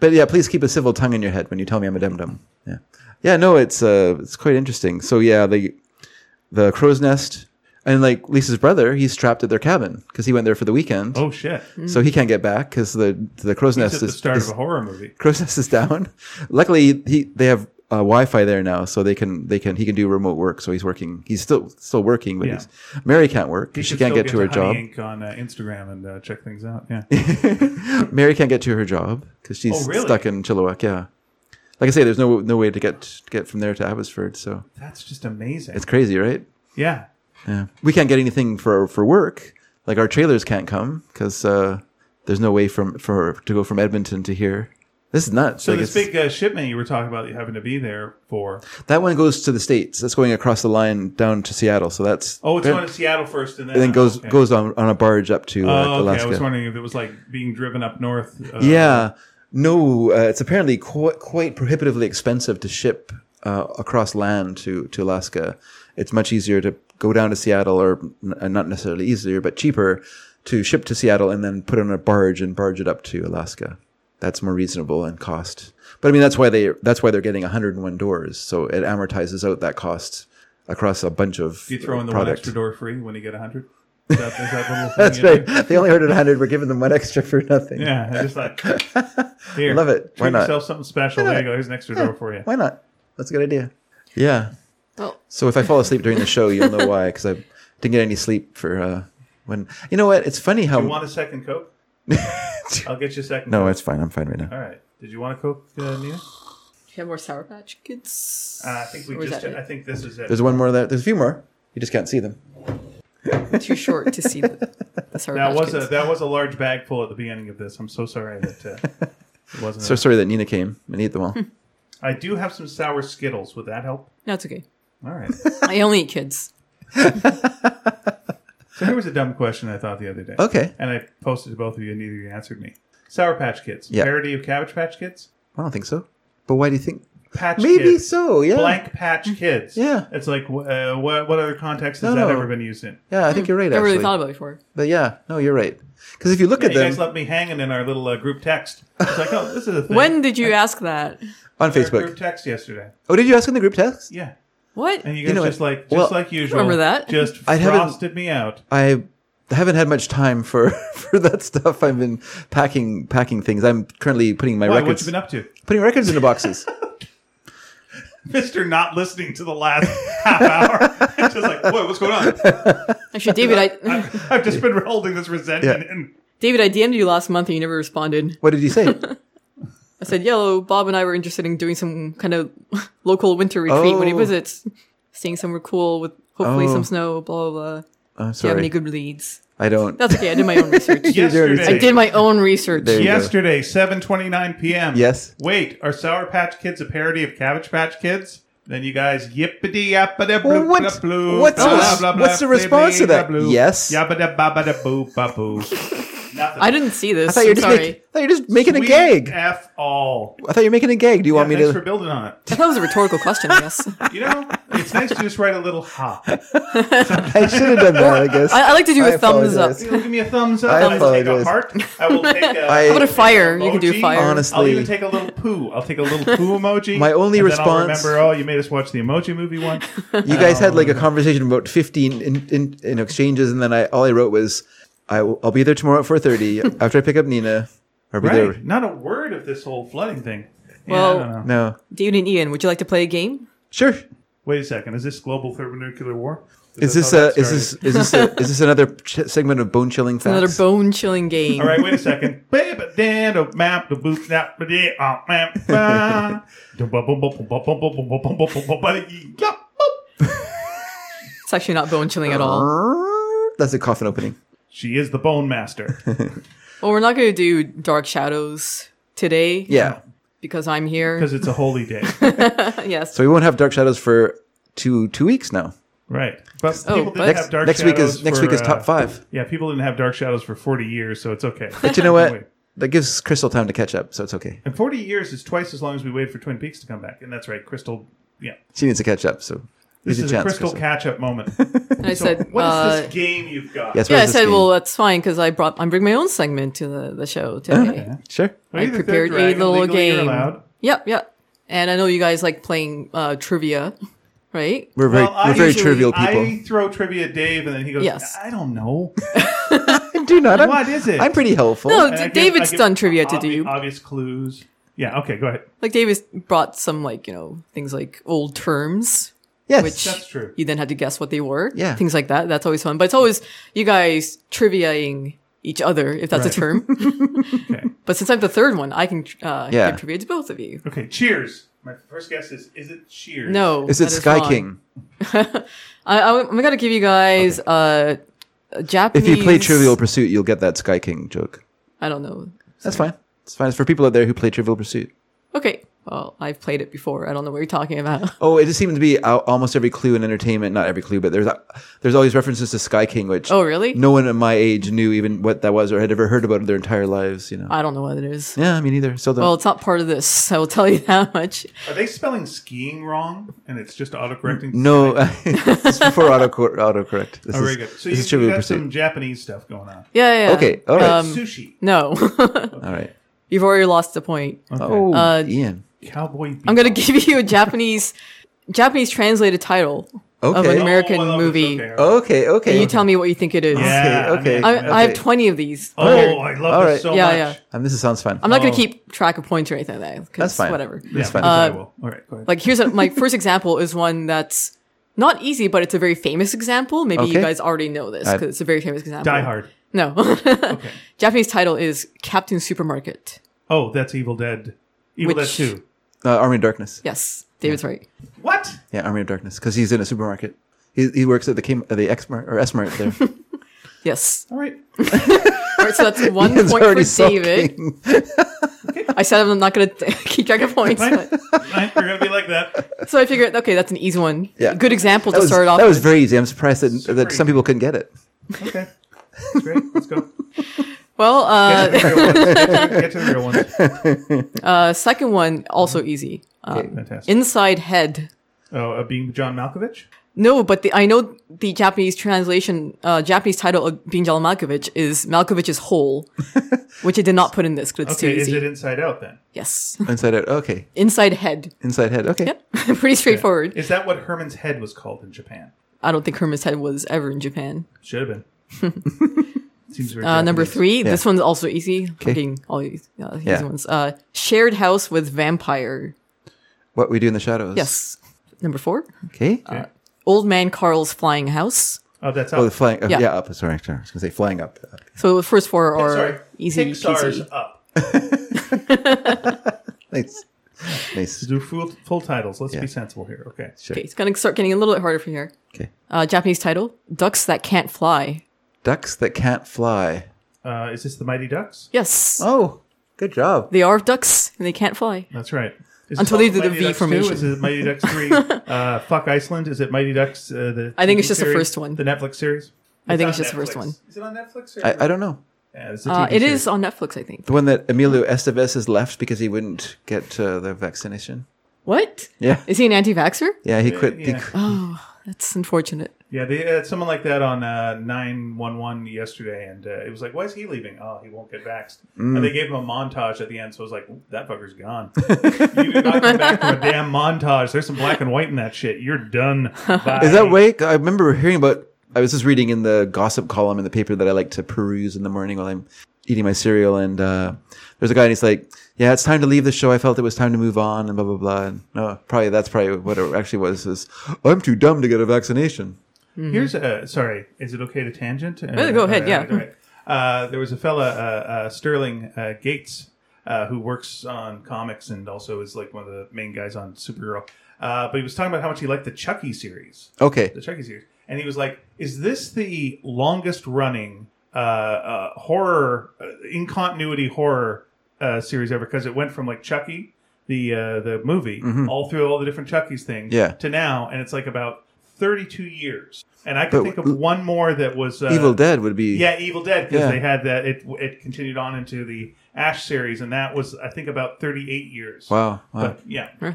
Speaker 1: but yeah, please keep a civil tongue in your head when you tell me I'm a dum dum. Yeah, yeah. No, it's uh, it's quite interesting. So yeah, the the crow's nest and like Lisa's brother, he's trapped at their cabin because he went there for the weekend,
Speaker 2: Oh shit!
Speaker 1: so he can't get back because the the crow's
Speaker 2: It's
Speaker 1: nest
Speaker 2: at the
Speaker 1: is,
Speaker 2: start
Speaker 1: is
Speaker 2: of a horror movie.
Speaker 1: [LAUGHS] crow's nest is down. Luckily, he they have uh, Wi-Fi there now, so they can they can he can do remote work. So he's working. He's still still working, but
Speaker 2: Yeah.
Speaker 1: he's, Mary can't work.
Speaker 2: You
Speaker 1: she
Speaker 2: should
Speaker 1: can't
Speaker 2: still
Speaker 1: get to her
Speaker 2: Honey
Speaker 1: job.
Speaker 2: Inc. on uh, Instagram and uh, check things out.
Speaker 1: [LAUGHS]
Speaker 2: Yeah,
Speaker 1: Mary can't get to her job because she's
Speaker 2: Oh, really?
Speaker 1: stuck in Chilliwack. Yeah, like I say, there's no no way to get get from there to Abbotsford. So
Speaker 2: that's just amazing.
Speaker 1: it's crazy, right?
Speaker 2: Yeah,
Speaker 1: Yeah, we can't get anything for for work. Like our trailers can't come because uh, there's no way from for to go from Edmonton to here. This is nuts.
Speaker 2: so
Speaker 1: Like,
Speaker 2: this
Speaker 1: it's-
Speaker 2: big uh, shipment you were talking about, you having to be there for.
Speaker 1: that one goes to the states. That's going across the line down to Seattle. So that's
Speaker 2: Oh, it's
Speaker 1: very-
Speaker 2: going to Seattle first, and then,
Speaker 1: and then goes
Speaker 2: okay.
Speaker 1: goes on on a barge up to uh,
Speaker 2: Oh, okay. I
Speaker 1: Alaska.
Speaker 2: was wondering if it was like being driven up north. Uh,
Speaker 1: Yeah. No, uh, it's apparently quite, quite prohibitively expensive to ship uh, across land to, to Alaska. It's much easier to go down to Seattle, or n- uh, not necessarily easier, but cheaper to ship to Seattle and then put it on a barge and barge it up to Alaska. That's more reasonable in cost. But I mean, that's why they that's why they're getting 101 doors, so it amortizes out that cost across a bunch of
Speaker 2: Do you throw in the one
Speaker 1: product. [LAUGHS]
Speaker 2: extra door free when you get 100? Is that, is that little thing
Speaker 1: That's
Speaker 2: you do?
Speaker 1: right. They only ordered 100. We're giving them one extra for nothing.
Speaker 2: Yeah, I just
Speaker 1: [LAUGHS]
Speaker 2: like here.
Speaker 1: Love it.
Speaker 2: Treat
Speaker 1: Why not?
Speaker 2: yourself something special. There you go. Here's an extra door for you.
Speaker 1: Why not? That's a good idea. Yeah.
Speaker 3: Well,
Speaker 1: So if I fall asleep during the show, you'll know why, because I didn't get any sleep for uh, when. You know what? It's funny how.
Speaker 2: You want a second
Speaker 1: [LAUGHS]
Speaker 2: Coke? I'll get you a second.
Speaker 1: no,
Speaker 2: Coke.
Speaker 1: it's fine. I'm fine right now.
Speaker 2: All right. Did you want a Coke, uh, Nina?
Speaker 3: do you have more Sour Patch Kids?
Speaker 2: Uh, I think we
Speaker 3: Or is
Speaker 2: just.
Speaker 3: that it?
Speaker 2: I think this is it.
Speaker 1: There's one more there. There's a few more. You just can't see them.
Speaker 3: too short to
Speaker 1: [LAUGHS]
Speaker 3: see the, the Sour
Speaker 2: that
Speaker 3: Patch
Speaker 2: was a
Speaker 3: Kids.
Speaker 2: that was a large bag full at the beginning of this. I'm so sorry that
Speaker 1: [LAUGHS]
Speaker 2: uh, it wasn't.
Speaker 1: So
Speaker 2: enough.
Speaker 1: sorry that Nina came and ate them all.
Speaker 3: Hmm.
Speaker 2: I do have some sour Skittles. Would that help?
Speaker 3: no, it's okay.
Speaker 1: [LAUGHS]
Speaker 2: All right.
Speaker 3: I only eat kids.
Speaker 2: So [LAUGHS] here was a dumb question I thought the other day.
Speaker 1: Okay.
Speaker 2: And I posted to both of you, and neither of you answered me. Sour Patch Kids.
Speaker 1: Yeah.
Speaker 2: Parody of Cabbage Patch Kids.
Speaker 1: I don't think so. But why do you think?
Speaker 2: Patch
Speaker 1: Maybe
Speaker 2: Kids.
Speaker 1: so. Yeah. Mm,
Speaker 2: Blank Patch Kids.
Speaker 1: Yeah.
Speaker 2: It's like, wh- uh, what, what other context has
Speaker 1: No,
Speaker 2: that
Speaker 1: no.
Speaker 2: ever been used in?
Speaker 1: Yeah, I think you're right.
Speaker 3: Never
Speaker 1: Actually,
Speaker 3: really thought about it before.
Speaker 1: but yeah, no, you're right. Because if you look
Speaker 2: Yeah,
Speaker 1: at
Speaker 2: you guys
Speaker 1: them
Speaker 2: left me hanging in our little uh, group text. It's like, oh,
Speaker 1: [LAUGHS]
Speaker 2: this is a thing.
Speaker 3: When did you ask that?
Speaker 1: on
Speaker 2: Our group
Speaker 1: Facebook.
Speaker 2: text yesterday.
Speaker 1: Oh, did you ask in the group text?
Speaker 2: Yeah.
Speaker 3: What?
Speaker 2: And you
Speaker 1: You
Speaker 2: guys
Speaker 1: know what?
Speaker 2: just like, just
Speaker 1: Well,
Speaker 2: like usual.
Speaker 3: remember that.
Speaker 2: Just
Speaker 1: [LAUGHS] I haven't-
Speaker 2: frosted me out.
Speaker 1: I haven't had much time for [LAUGHS] for that stuff. I've been packing packing things. I'm currently putting my
Speaker 2: Why? What
Speaker 1: records
Speaker 2: you been up to? [LAUGHS]
Speaker 1: putting records into boxes.
Speaker 2: Mister not listening to the last [LAUGHS] half hour. It's just like, what, what's going on? [LAUGHS]
Speaker 3: Actually, David, I [LAUGHS]
Speaker 2: I've, I've just been holding this resentment
Speaker 1: Yeah.
Speaker 2: in.
Speaker 3: David, I DM'd you last month and you never responded.
Speaker 1: what did you say?
Speaker 3: I said, "Yellow, Bob and I were interested in doing some kind of [LAUGHS] local winter retreat when he
Speaker 1: Oh.
Speaker 3: visits, staying somewhere cool with hopefully
Speaker 1: Oh.
Speaker 3: some snow." Blah blah.
Speaker 1: I'm
Speaker 3: blah. Do you have
Speaker 1: sorry.
Speaker 3: any good leads?
Speaker 1: I don't.
Speaker 3: That's okay. I did my own research. [LAUGHS]
Speaker 1: [LAUGHS]
Speaker 2: Yesterday,
Speaker 3: I did my own research.
Speaker 1: There you go.
Speaker 2: yesterday, seven twenty nine p.m.
Speaker 1: Yes.
Speaker 2: Wait, are Sour Patch Kids a parody of Cabbage Patch Kids? Then you guys yippity yappity
Speaker 1: Well,
Speaker 2: bloop
Speaker 1: what-
Speaker 2: blah, blue,
Speaker 1: what's
Speaker 2: blah,
Speaker 3: the-
Speaker 2: blah, blah,
Speaker 1: what's the
Speaker 2: blah,
Speaker 1: response to
Speaker 2: blah,
Speaker 1: that?
Speaker 2: blah, blah.
Speaker 1: Yes.
Speaker 2: Yabbada babada boo ba boo.
Speaker 1: [LAUGHS]
Speaker 2: Nothing.
Speaker 3: I didn't see this.
Speaker 1: I thought you were
Speaker 3: I'm
Speaker 1: just
Speaker 3: sorry.
Speaker 1: making, I thought you were just making a
Speaker 2: We
Speaker 1: gag.
Speaker 2: F all.
Speaker 1: I thought you were making a gag. Do you want me
Speaker 2: Thanks
Speaker 1: to?
Speaker 2: for building on it.
Speaker 3: I thought it was a rhetorical question.
Speaker 1: [LAUGHS]
Speaker 3: I guess. I,
Speaker 2: You know, it's nice to just write a little ha.
Speaker 1: [LAUGHS] I should have done that. I guess.
Speaker 3: I like to do
Speaker 1: I
Speaker 3: a thumbs
Speaker 1: apologize.
Speaker 3: up.
Speaker 2: You'll give me a thumbs up.
Speaker 1: I
Speaker 2: I will take a
Speaker 1: apologize.
Speaker 2: heart. I will take a.
Speaker 1: I-
Speaker 3: How about a fire? You can do
Speaker 2: Emoji?
Speaker 3: fire.
Speaker 1: Honest-
Speaker 2: I'll even
Speaker 1: Honestly.
Speaker 2: take a little poo. I'll take a little poo emoji.
Speaker 1: My only
Speaker 2: and then I'll
Speaker 1: response-
Speaker 2: remember, oh, you made us watch the emoji movie once.
Speaker 1: you guys had like a conversation about 15 in, in, in exchanges, and then I all I wrote was, I, will- "I'll be there tomorrow at
Speaker 3: [LAUGHS]
Speaker 1: 4:30 after I pick up Nina. I'll be
Speaker 2: Right.
Speaker 1: there."
Speaker 2: Not a word of this whole flooding thing. Yeah,
Speaker 3: Well-
Speaker 2: I don't know.
Speaker 1: No,
Speaker 3: David and Ian, would you like to play a game?
Speaker 1: sure.
Speaker 2: wait a second. Is this global thermonuclear war?
Speaker 1: Is
Speaker 2: that
Speaker 1: this
Speaker 2: how
Speaker 1: a
Speaker 2: that
Speaker 1: is this
Speaker 2: started?
Speaker 1: is this a,
Speaker 2: [LAUGHS]
Speaker 1: is this another ch- segment of bone chilling facts?
Speaker 3: Another bone chilling game.
Speaker 2: All right, wait a second. Baby, dan, a map, the boop, nap, ba, dee, ah, map, ba. Dum, bum, bum, bum, bum, bum, bum, bum, bum, bum, bum, bum, bum, bum, yup, boop.
Speaker 3: It's actually not bone chilling at
Speaker 1: Uh-huh.
Speaker 3: all.
Speaker 1: That's a coffin opening.
Speaker 2: She is the bone master.
Speaker 3: Well, we're not going to do Dark Shadows today.
Speaker 1: Yeah.
Speaker 3: Because I'm here.
Speaker 2: Because it's a holy day.
Speaker 3: yes.
Speaker 1: So we won't have dark shadows for two two weeks now.
Speaker 2: Right. But
Speaker 3: Oh,
Speaker 2: people didn't
Speaker 3: but-
Speaker 2: have dark
Speaker 1: next
Speaker 2: shadows
Speaker 1: week is next
Speaker 2: for,
Speaker 1: week is
Speaker 2: uh,
Speaker 1: top five.
Speaker 2: Yeah, people didn't have dark shadows for 40 years, so it's okay.
Speaker 1: But you know
Speaker 2: [LAUGHS] Wait.
Speaker 1: what? That gives Crystal time to catch up, so it's okay.
Speaker 2: And 40 years is twice as long as we waited for Twin Peaks to come back. And that's right, Crystal. Yeah.
Speaker 1: She needs to catch up, so there's
Speaker 2: This
Speaker 1: a
Speaker 2: is a
Speaker 1: chance.
Speaker 2: crystal
Speaker 1: Crystal.
Speaker 2: catch up
Speaker 1: [LAUGHS]
Speaker 2: moment.
Speaker 3: And I said,
Speaker 2: what
Speaker 3: uh,
Speaker 2: is this game you've got?
Speaker 1: Yes,
Speaker 3: yeah,
Speaker 1: where's
Speaker 3: I
Speaker 1: this
Speaker 3: said,
Speaker 1: game?
Speaker 3: well, that's fine because I brought, I'm bringing my own segment to the, the show today.
Speaker 1: sure.
Speaker 2: Well,
Speaker 3: I
Speaker 2: you're the third
Speaker 3: prepared a
Speaker 2: dragon,
Speaker 3: little
Speaker 2: legally you're
Speaker 3: game.
Speaker 2: allowed.
Speaker 3: yep, yep. And I know you guys like playing uh, trivia, right?
Speaker 1: We're very
Speaker 2: Well, I
Speaker 1: we're very
Speaker 2: usually-
Speaker 1: trivial people.
Speaker 2: [LAUGHS] I throw trivia at Dave, and then he goes,
Speaker 3: Yes.
Speaker 2: I don't
Speaker 3: [LAUGHS]
Speaker 2: know.
Speaker 1: I do not. I'm,
Speaker 2: What is it?
Speaker 1: I'm pretty helpful.
Speaker 3: No,
Speaker 2: And I give-
Speaker 3: David's
Speaker 2: I give
Speaker 3: done trivia to
Speaker 2: obvi-
Speaker 3: do.
Speaker 2: Obvious clues. Yeah, okay, go ahead.
Speaker 3: Like, David's brought some, like, you know, things like old terms,
Speaker 1: yes.
Speaker 3: which
Speaker 2: That's true.
Speaker 3: you then had to guess what they were.
Speaker 1: Yeah.
Speaker 3: Things like that. That's always fun. But it's always you guys triviaing each other, if that's
Speaker 2: Right.
Speaker 3: a term. [LAUGHS]
Speaker 2: Okay.
Speaker 3: but since I'm the third one, I can uh,
Speaker 1: Yeah.
Speaker 3: give trivia to both of you.
Speaker 2: Okay, cheers. My first guess is Is it cheers?
Speaker 3: No.
Speaker 1: is it
Speaker 3: that
Speaker 1: Sky
Speaker 3: wrong.
Speaker 1: King?
Speaker 3: I, I, am going to give you guys uh, a
Speaker 1: If
Speaker 3: Japanese.
Speaker 1: you play Trivial Pursuit, you'll get that Sky King joke.
Speaker 3: I don't know.
Speaker 1: That's fine. It's fine. It's for people out there who play Trivial Pursuit.
Speaker 3: Okay. Well, I've played it before. I don't know what you're talking about.
Speaker 1: [LAUGHS] Oh, it just seemed to be al- almost every clue in entertainment. Not every clue, but there's a, there's always references to Sky King, which
Speaker 3: Oh, really?
Speaker 1: no one at my age knew even what that was or had ever heard about it their entire lives. You know?
Speaker 3: I don't know what it is.
Speaker 1: yeah, me neither. Still don't.
Speaker 3: Well, it's not part of this. I will tell you [LAUGHS] that much.
Speaker 2: Are they spelling skiing wrong? And it's just autocorrecting.
Speaker 1: no, [LAUGHS] it's before auto autocorrect. This
Speaker 2: Oh, very
Speaker 1: is,
Speaker 2: good. So
Speaker 1: this
Speaker 2: you,
Speaker 1: is Trivial
Speaker 2: you got
Speaker 1: Pursuit.
Speaker 2: some Japanese stuff going on.
Speaker 3: Yeah, yeah, yeah.
Speaker 1: Okay, all right.
Speaker 3: Um,
Speaker 2: Sushi.
Speaker 3: No, [LAUGHS]
Speaker 1: all right.
Speaker 3: you've already lost the point.
Speaker 1: Oh,
Speaker 3: Uh,
Speaker 1: Ian.
Speaker 2: Cowboy. Bebop.
Speaker 3: I'm gonna give you a Japanese Japanese translated title of an
Speaker 1: Okay.
Speaker 3: American
Speaker 2: Oh, I love this.
Speaker 3: movie.
Speaker 2: Okay, all right.
Speaker 1: Okay, okay.
Speaker 3: And you tell me what you think it is.
Speaker 2: Yeah,
Speaker 1: okay,
Speaker 2: I mean,
Speaker 3: I, I have
Speaker 1: Okay.
Speaker 3: 20 of these.
Speaker 2: Oh, I love
Speaker 1: All
Speaker 2: this
Speaker 1: right.
Speaker 2: so
Speaker 3: Yeah,
Speaker 2: much.
Speaker 3: yeah.
Speaker 1: Um, this is- sounds fun.
Speaker 3: I'm not going
Speaker 2: Oh.
Speaker 3: to keep track of points or anything like that. 'cause
Speaker 1: That's fine.
Speaker 3: Whatever.
Speaker 1: That's fine.
Speaker 2: because I will. All right, go ahead.
Speaker 3: Uh, Like here's
Speaker 1: [LAUGHS]
Speaker 3: a, my first example is one that's not easy, but it's a very famous example. Maybe you
Speaker 1: Okay.
Speaker 3: guys already know this
Speaker 1: I-
Speaker 3: because it's a very famous example.
Speaker 2: Die Hard.
Speaker 3: No. [LAUGHS] Japanese title is Captain Supermarket.
Speaker 2: Oh, that's Evil Dead. Evil
Speaker 3: Which-
Speaker 2: Dead Two.
Speaker 1: uh, Army of Darkness.
Speaker 3: Yes, David's right.
Speaker 2: What?
Speaker 1: Yeah, Army of Darkness, because he's in a supermarket. He, he works at the K- uh, the X Mart or S Mart
Speaker 3: [LAUGHS]
Speaker 1: there.
Speaker 3: Yes.
Speaker 2: All right.
Speaker 3: All right,
Speaker 1: [LAUGHS]
Speaker 3: so that's one
Speaker 1: Ian's
Speaker 3: point for
Speaker 1: already
Speaker 3: David.
Speaker 1: sulking.
Speaker 3: I said I'm not going to [LAUGHS] keep track of points.
Speaker 2: Fine.
Speaker 3: but-
Speaker 2: Fine. We're gonna be like that.
Speaker 3: so I figured, okay, that's an easy one.
Speaker 1: Yeah.
Speaker 3: Good example
Speaker 1: That
Speaker 3: to
Speaker 1: was,
Speaker 3: start off
Speaker 1: that was
Speaker 3: with.
Speaker 1: very easy. I'm surprised that, that
Speaker 2: easy.
Speaker 1: some people couldn't get
Speaker 2: [LAUGHS]
Speaker 1: it.
Speaker 2: Okay. That's great. Let's
Speaker 3: [LAUGHS]
Speaker 2: go.
Speaker 3: well, uh,
Speaker 2: Get to the real ones. Get to- get to the real ones.
Speaker 3: uh, second one, also
Speaker 1: Mm-hmm.
Speaker 3: easy. Uh,
Speaker 2: Fantastic.
Speaker 3: inside Head.
Speaker 2: oh, uh, being John Malkovich.
Speaker 3: No, but the, I know the Japanese translation, uh, Japanese title of Binjal Malkovich is
Speaker 2: [LAUGHS]
Speaker 3: Malkovich's Hole, which I did not put in this because it's
Speaker 2: Okay,
Speaker 3: too
Speaker 2: is
Speaker 3: easy.
Speaker 2: it Inside Out then?
Speaker 3: yes.
Speaker 1: Inside out. Okay.
Speaker 3: Inside Head.
Speaker 1: Inside head. Okay.
Speaker 3: Yep. [LAUGHS] Pretty straightforward.
Speaker 2: Is that what Herman's head was called in Japan?
Speaker 3: I don't think Herman's Head was ever in Japan.
Speaker 2: Should have been.
Speaker 3: [LAUGHS]
Speaker 2: Seems very
Speaker 3: Uh, number
Speaker 2: Japanese.
Speaker 3: three, this one's also easy. Fucking all these, uh, easy
Speaker 1: Yeah.
Speaker 3: ones. Uh, shared house with vampire.
Speaker 1: What we do in the shadows.
Speaker 3: Yes. Uh, Number four,
Speaker 1: Okay.
Speaker 3: old man Carl's flying house.
Speaker 2: Oh, that's
Speaker 1: oh,
Speaker 2: up.
Speaker 1: the flying. Oh,
Speaker 3: yeah.
Speaker 1: yeah. up. Sorry, sorry. I was going to say flying up.
Speaker 3: So the first four are
Speaker 2: Sorry.
Speaker 3: easy.
Speaker 2: Pixar's
Speaker 3: peasy.
Speaker 2: up.
Speaker 1: Nice.
Speaker 3: [LAUGHS]
Speaker 1: nice.
Speaker 2: Do full, full titles. Let's be
Speaker 1: Yeah.
Speaker 2: sensible here. Okay.
Speaker 3: Okay, it's gonna start getting a little bit harder from here.
Speaker 1: Okay.
Speaker 3: Uh, Japanese title: Ducks that can't fly.
Speaker 1: Ducks that can't fly.
Speaker 2: Uh, is this the Mighty Ducks?
Speaker 3: Yes,
Speaker 1: Oh, good job.
Speaker 3: they are ducks and they can't fly.
Speaker 2: That's right. Is it
Speaker 3: Until they
Speaker 2: called
Speaker 3: do the
Speaker 2: Mighty
Speaker 3: V
Speaker 2: Ducks
Speaker 3: formation.
Speaker 2: 2? Is it Mighty Ducks
Speaker 3: [LAUGHS]
Speaker 2: 3? uh, fuck Iceland? Is it Mighty Ducks? Uh, the
Speaker 3: I think
Speaker 2: TV
Speaker 3: it's just the
Speaker 2: series?
Speaker 3: first one.
Speaker 2: The Netflix series?
Speaker 3: I think
Speaker 2: on
Speaker 3: it's just the first
Speaker 2: Netflix.
Speaker 3: one.
Speaker 2: Is it on Netflix? Or
Speaker 1: I, I don't know.
Speaker 2: yeah, it's a
Speaker 3: Uh,
Speaker 2: TV
Speaker 3: it
Speaker 2: series.
Speaker 3: is on Netflix, I think.
Speaker 1: The one that Emilio Estevez has left because he wouldn't get uh, the vaccination.
Speaker 3: What?
Speaker 1: Yeah.
Speaker 3: Is he an anti-vaxer?
Speaker 1: Yeah, he quit. He,
Speaker 2: Yeah.
Speaker 1: qu-
Speaker 3: Oh, that's unfortunate.
Speaker 2: Yeah, they had someone like that on uh, 911 yesterday, and uh, it was like, why is he leaving? Oh, he won't get vaxxed.
Speaker 3: Mm.
Speaker 2: And they gave him a montage at the end, so I was like, that fucker's
Speaker 3: [LAUGHS]
Speaker 2: gone. you did not come back from a damn montage. There's some black and white in that shit. You're done. Bye.
Speaker 1: Is that way? I remember hearing about. I was just reading in the gossip column in the paper that I like to peruse in the morning while I'm eating my cereal, and uh, there's a guy and he's like, "Yeah, it's time to leave the show. I felt it was time to move on," and blah blah blah. And no, probably that's probably what it actually was. Is I'm too dumb to get a vaccination.
Speaker 2: Mm-hmm. Here's a sorry. Is it okay to tangent? Uh,
Speaker 3: go ahead,
Speaker 2: all
Speaker 3: yeah.
Speaker 2: all all right. Uh, there was a fella, uh, uh, Sterling uh, Gates, uh, who works on comics and also is like one of the main guys on Supergirl. Uh, but he was talking about how much he liked the Chucky series,
Speaker 1: Okay,
Speaker 2: the Chucky series, and he was like, "Is this the longest running uh, uh, horror uh, in continuity horror uh, series ever? Because it went from like Chucky." The uh, the movie all through all the different Chucky's things
Speaker 1: Mm-hmm. Yeah.
Speaker 2: to now, and it's like about 32 years. And I
Speaker 1: But
Speaker 2: could think of one more that was uh,
Speaker 1: Evil Dead would be.
Speaker 2: Yeah, Evil Dead because
Speaker 1: Yeah.
Speaker 2: they had that. It it continued on into the Ash series, and that was I think about 38 years.
Speaker 1: Wow. wow.
Speaker 2: But yeah,
Speaker 3: Huh.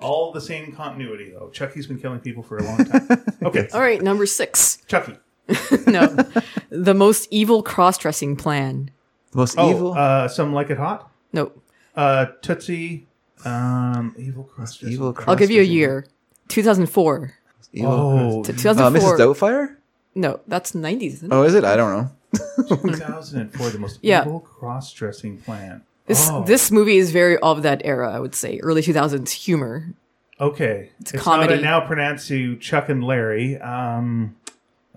Speaker 2: all the same continuity though. Chucky's been killing people for a long time.
Speaker 1: [LAUGHS]
Speaker 2: Okay,
Speaker 3: All right, number six.
Speaker 2: Chucky.
Speaker 3: [LAUGHS] No, the most evil cross-dressing plan.
Speaker 1: the most
Speaker 2: Oh,
Speaker 1: evil.
Speaker 2: Uh, some like it hot.
Speaker 3: No,
Speaker 2: Uh, Tootsie. Um, evil cross.
Speaker 1: evil.
Speaker 3: I'll give you a year. 2004
Speaker 1: Evil.
Speaker 2: Oh,
Speaker 3: to
Speaker 1: Uh,
Speaker 3: 2004.
Speaker 1: Mrs. Doubtfire.
Speaker 3: no, that's 90s. Isn't it?
Speaker 1: Oh, is it? I don't know.
Speaker 2: 2004, the most
Speaker 3: [LAUGHS] Yeah.
Speaker 2: evil cross-dressing plan.
Speaker 3: This
Speaker 2: Oh.
Speaker 3: this movie is very of that era, I would say, early 2000s humor.
Speaker 2: Okay, it's,
Speaker 3: comedy.
Speaker 2: Not a now pronounce you Chuck and Larry. Um,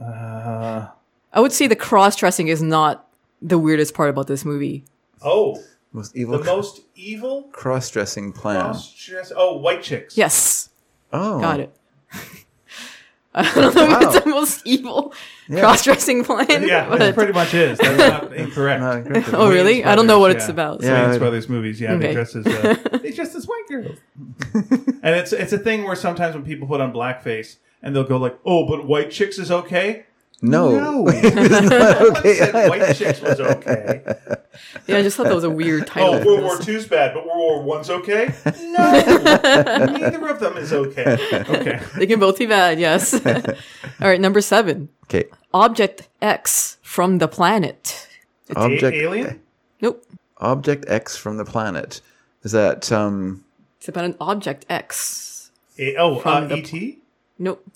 Speaker 2: uh,
Speaker 3: I would say the cross-dressing is not the weirdest part about this movie.
Speaker 2: oh,
Speaker 1: Most
Speaker 2: the
Speaker 1: evil
Speaker 2: most evil
Speaker 1: cross-dressing plan.
Speaker 2: cross-dress. Oh, white chicks.
Speaker 3: Yes,
Speaker 1: oh,
Speaker 3: got it. [LAUGHS] I don't know if
Speaker 1: Wow.
Speaker 3: it's the most evil cross-dressing plan.
Speaker 2: yeah,
Speaker 3: [LAUGHS] but-
Speaker 2: that pretty much is.
Speaker 1: [LAUGHS]
Speaker 2: That's not incorrect.
Speaker 1: Uh,
Speaker 3: [LAUGHS] oh really? I don't know what it's
Speaker 2: Yeah.
Speaker 3: about.
Speaker 1: Yeah.
Speaker 2: Wayans
Speaker 1: I-
Speaker 2: Brothers movies. Yeah,
Speaker 3: Okay. [LAUGHS]
Speaker 2: they dress as uh, they dress as white
Speaker 1: girls.
Speaker 2: [LAUGHS] And it's it's a thing where sometimes when people put on blackface and they'll go like, "Oh, but white chicks is okay."
Speaker 1: No, [LAUGHS]
Speaker 2: no
Speaker 1: It's not
Speaker 2: one
Speaker 1: okay.
Speaker 2: said white chicks
Speaker 1: [LAUGHS]
Speaker 2: was okay.
Speaker 3: Yeah, I just thought that was a
Speaker 2: [LAUGHS]
Speaker 3: weird title.
Speaker 2: Oh,
Speaker 3: for
Speaker 2: World
Speaker 3: this.
Speaker 2: War II's bad, but World War
Speaker 1: [LAUGHS]
Speaker 2: One's okay. No, neither of them is okay. Okay,
Speaker 3: They can both be
Speaker 1: [LAUGHS]
Speaker 3: bad, yes. [LAUGHS] All right, number seven.
Speaker 1: Okay,
Speaker 3: Object X from the planet.
Speaker 1: [LAUGHS] object
Speaker 2: A- alien.
Speaker 3: Nope.
Speaker 1: object X from the planet. Is that um?
Speaker 3: It's about an object X.
Speaker 2: A- oh,
Speaker 3: From
Speaker 2: uh,
Speaker 3: the-
Speaker 2: ET.
Speaker 3: Nope.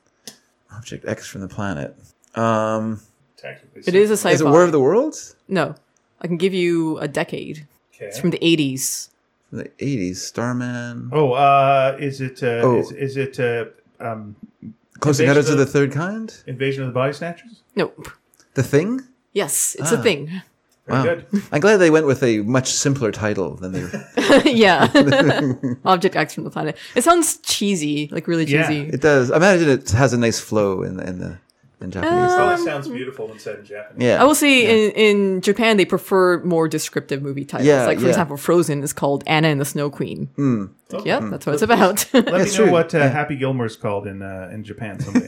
Speaker 1: Object X from the planet. Um,
Speaker 2: Technically,
Speaker 3: It is a sci-fi.
Speaker 1: is it War of the Worlds?
Speaker 3: no. I can give you a decade. It's from
Speaker 2: Okay.
Speaker 3: the 80s.
Speaker 1: From the eighties, Starman.
Speaker 2: Oh, uh, is it? Uh,
Speaker 1: Oh.
Speaker 2: Is, is it? Uh, um,
Speaker 1: Close
Speaker 2: Invasion
Speaker 1: Encounters of
Speaker 2: of-
Speaker 1: the Third Kind.
Speaker 2: Invasion of the Body Snatchers.
Speaker 3: Nope.
Speaker 1: The Thing.
Speaker 3: Yes, it's
Speaker 1: Ah.
Speaker 3: a thing.
Speaker 2: Very
Speaker 1: Wow.
Speaker 2: good.
Speaker 1: [LAUGHS] I'm glad they went with a much simpler title than they. [LAUGHS]
Speaker 3: [LAUGHS] yeah. object X from the planet. It sounds cheesy, like really
Speaker 2: Yeah.
Speaker 3: cheesy.
Speaker 1: It does. I imagine it has a nice flow in the in the in Japanese.
Speaker 2: Oh, that sounds beautiful when said in Japanese.
Speaker 1: yeah.
Speaker 3: Uh, I will say in, in Japan, they prefer more descriptive movie titles.
Speaker 1: Yeah,
Speaker 3: like,
Speaker 1: yeah.
Speaker 3: for
Speaker 1: Hmm.
Speaker 3: example, Frozen is called Anna and the Snow Queen. Like, yep, that's what it's about. [LAUGHS]
Speaker 2: Let
Speaker 1: That's
Speaker 2: me know
Speaker 1: true.
Speaker 2: what uh, Happy Gilmore's called in uh, in Japan someday.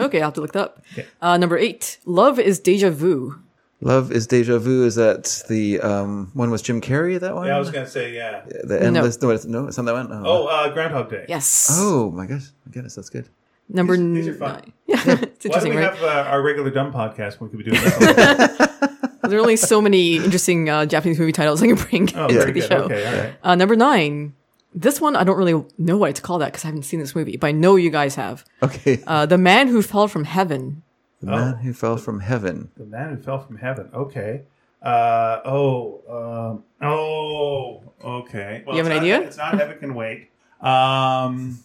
Speaker 3: okay, I'll have to look that up. Uh, number eight, Love is Deja Vu.
Speaker 1: Love is deja vu. Is that the um, one with Jim Carrey? That one.
Speaker 2: yeah, I was gonna say yeah.
Speaker 1: the endless. No, it's, no it's not that one.
Speaker 2: Oh, uh, Groundhog Day.
Speaker 3: Yes.
Speaker 1: Oh my gosh! My goodness, that's good.
Speaker 3: Number
Speaker 2: These- these are fun.
Speaker 3: nine. [LAUGHS] Yeah, it's
Speaker 2: Why do
Speaker 3: interesting,
Speaker 2: we
Speaker 3: right?
Speaker 2: have uh, our regular dumb podcast when we could be doing this?
Speaker 3: there are only so many interesting uh, Japanese movie titles I can bring
Speaker 2: Oh,
Speaker 3: into
Speaker 2: very
Speaker 3: the
Speaker 2: good.
Speaker 3: show.
Speaker 2: Okay, all right.
Speaker 3: Uh, number nine. This one, I don't really know why to call that because I haven't seen this movie, but I know you guys have.
Speaker 1: Okay.
Speaker 3: Uh, oh. the Man Who Fell from Heaven.
Speaker 1: the man who fell from heaven.
Speaker 2: The man who fell from heaven. Okay. Uh, oh. Um, oh. Okay. Well,
Speaker 3: You have
Speaker 2: it's
Speaker 3: an
Speaker 2: not-
Speaker 3: idea?
Speaker 2: It's not heaven can wait. Um.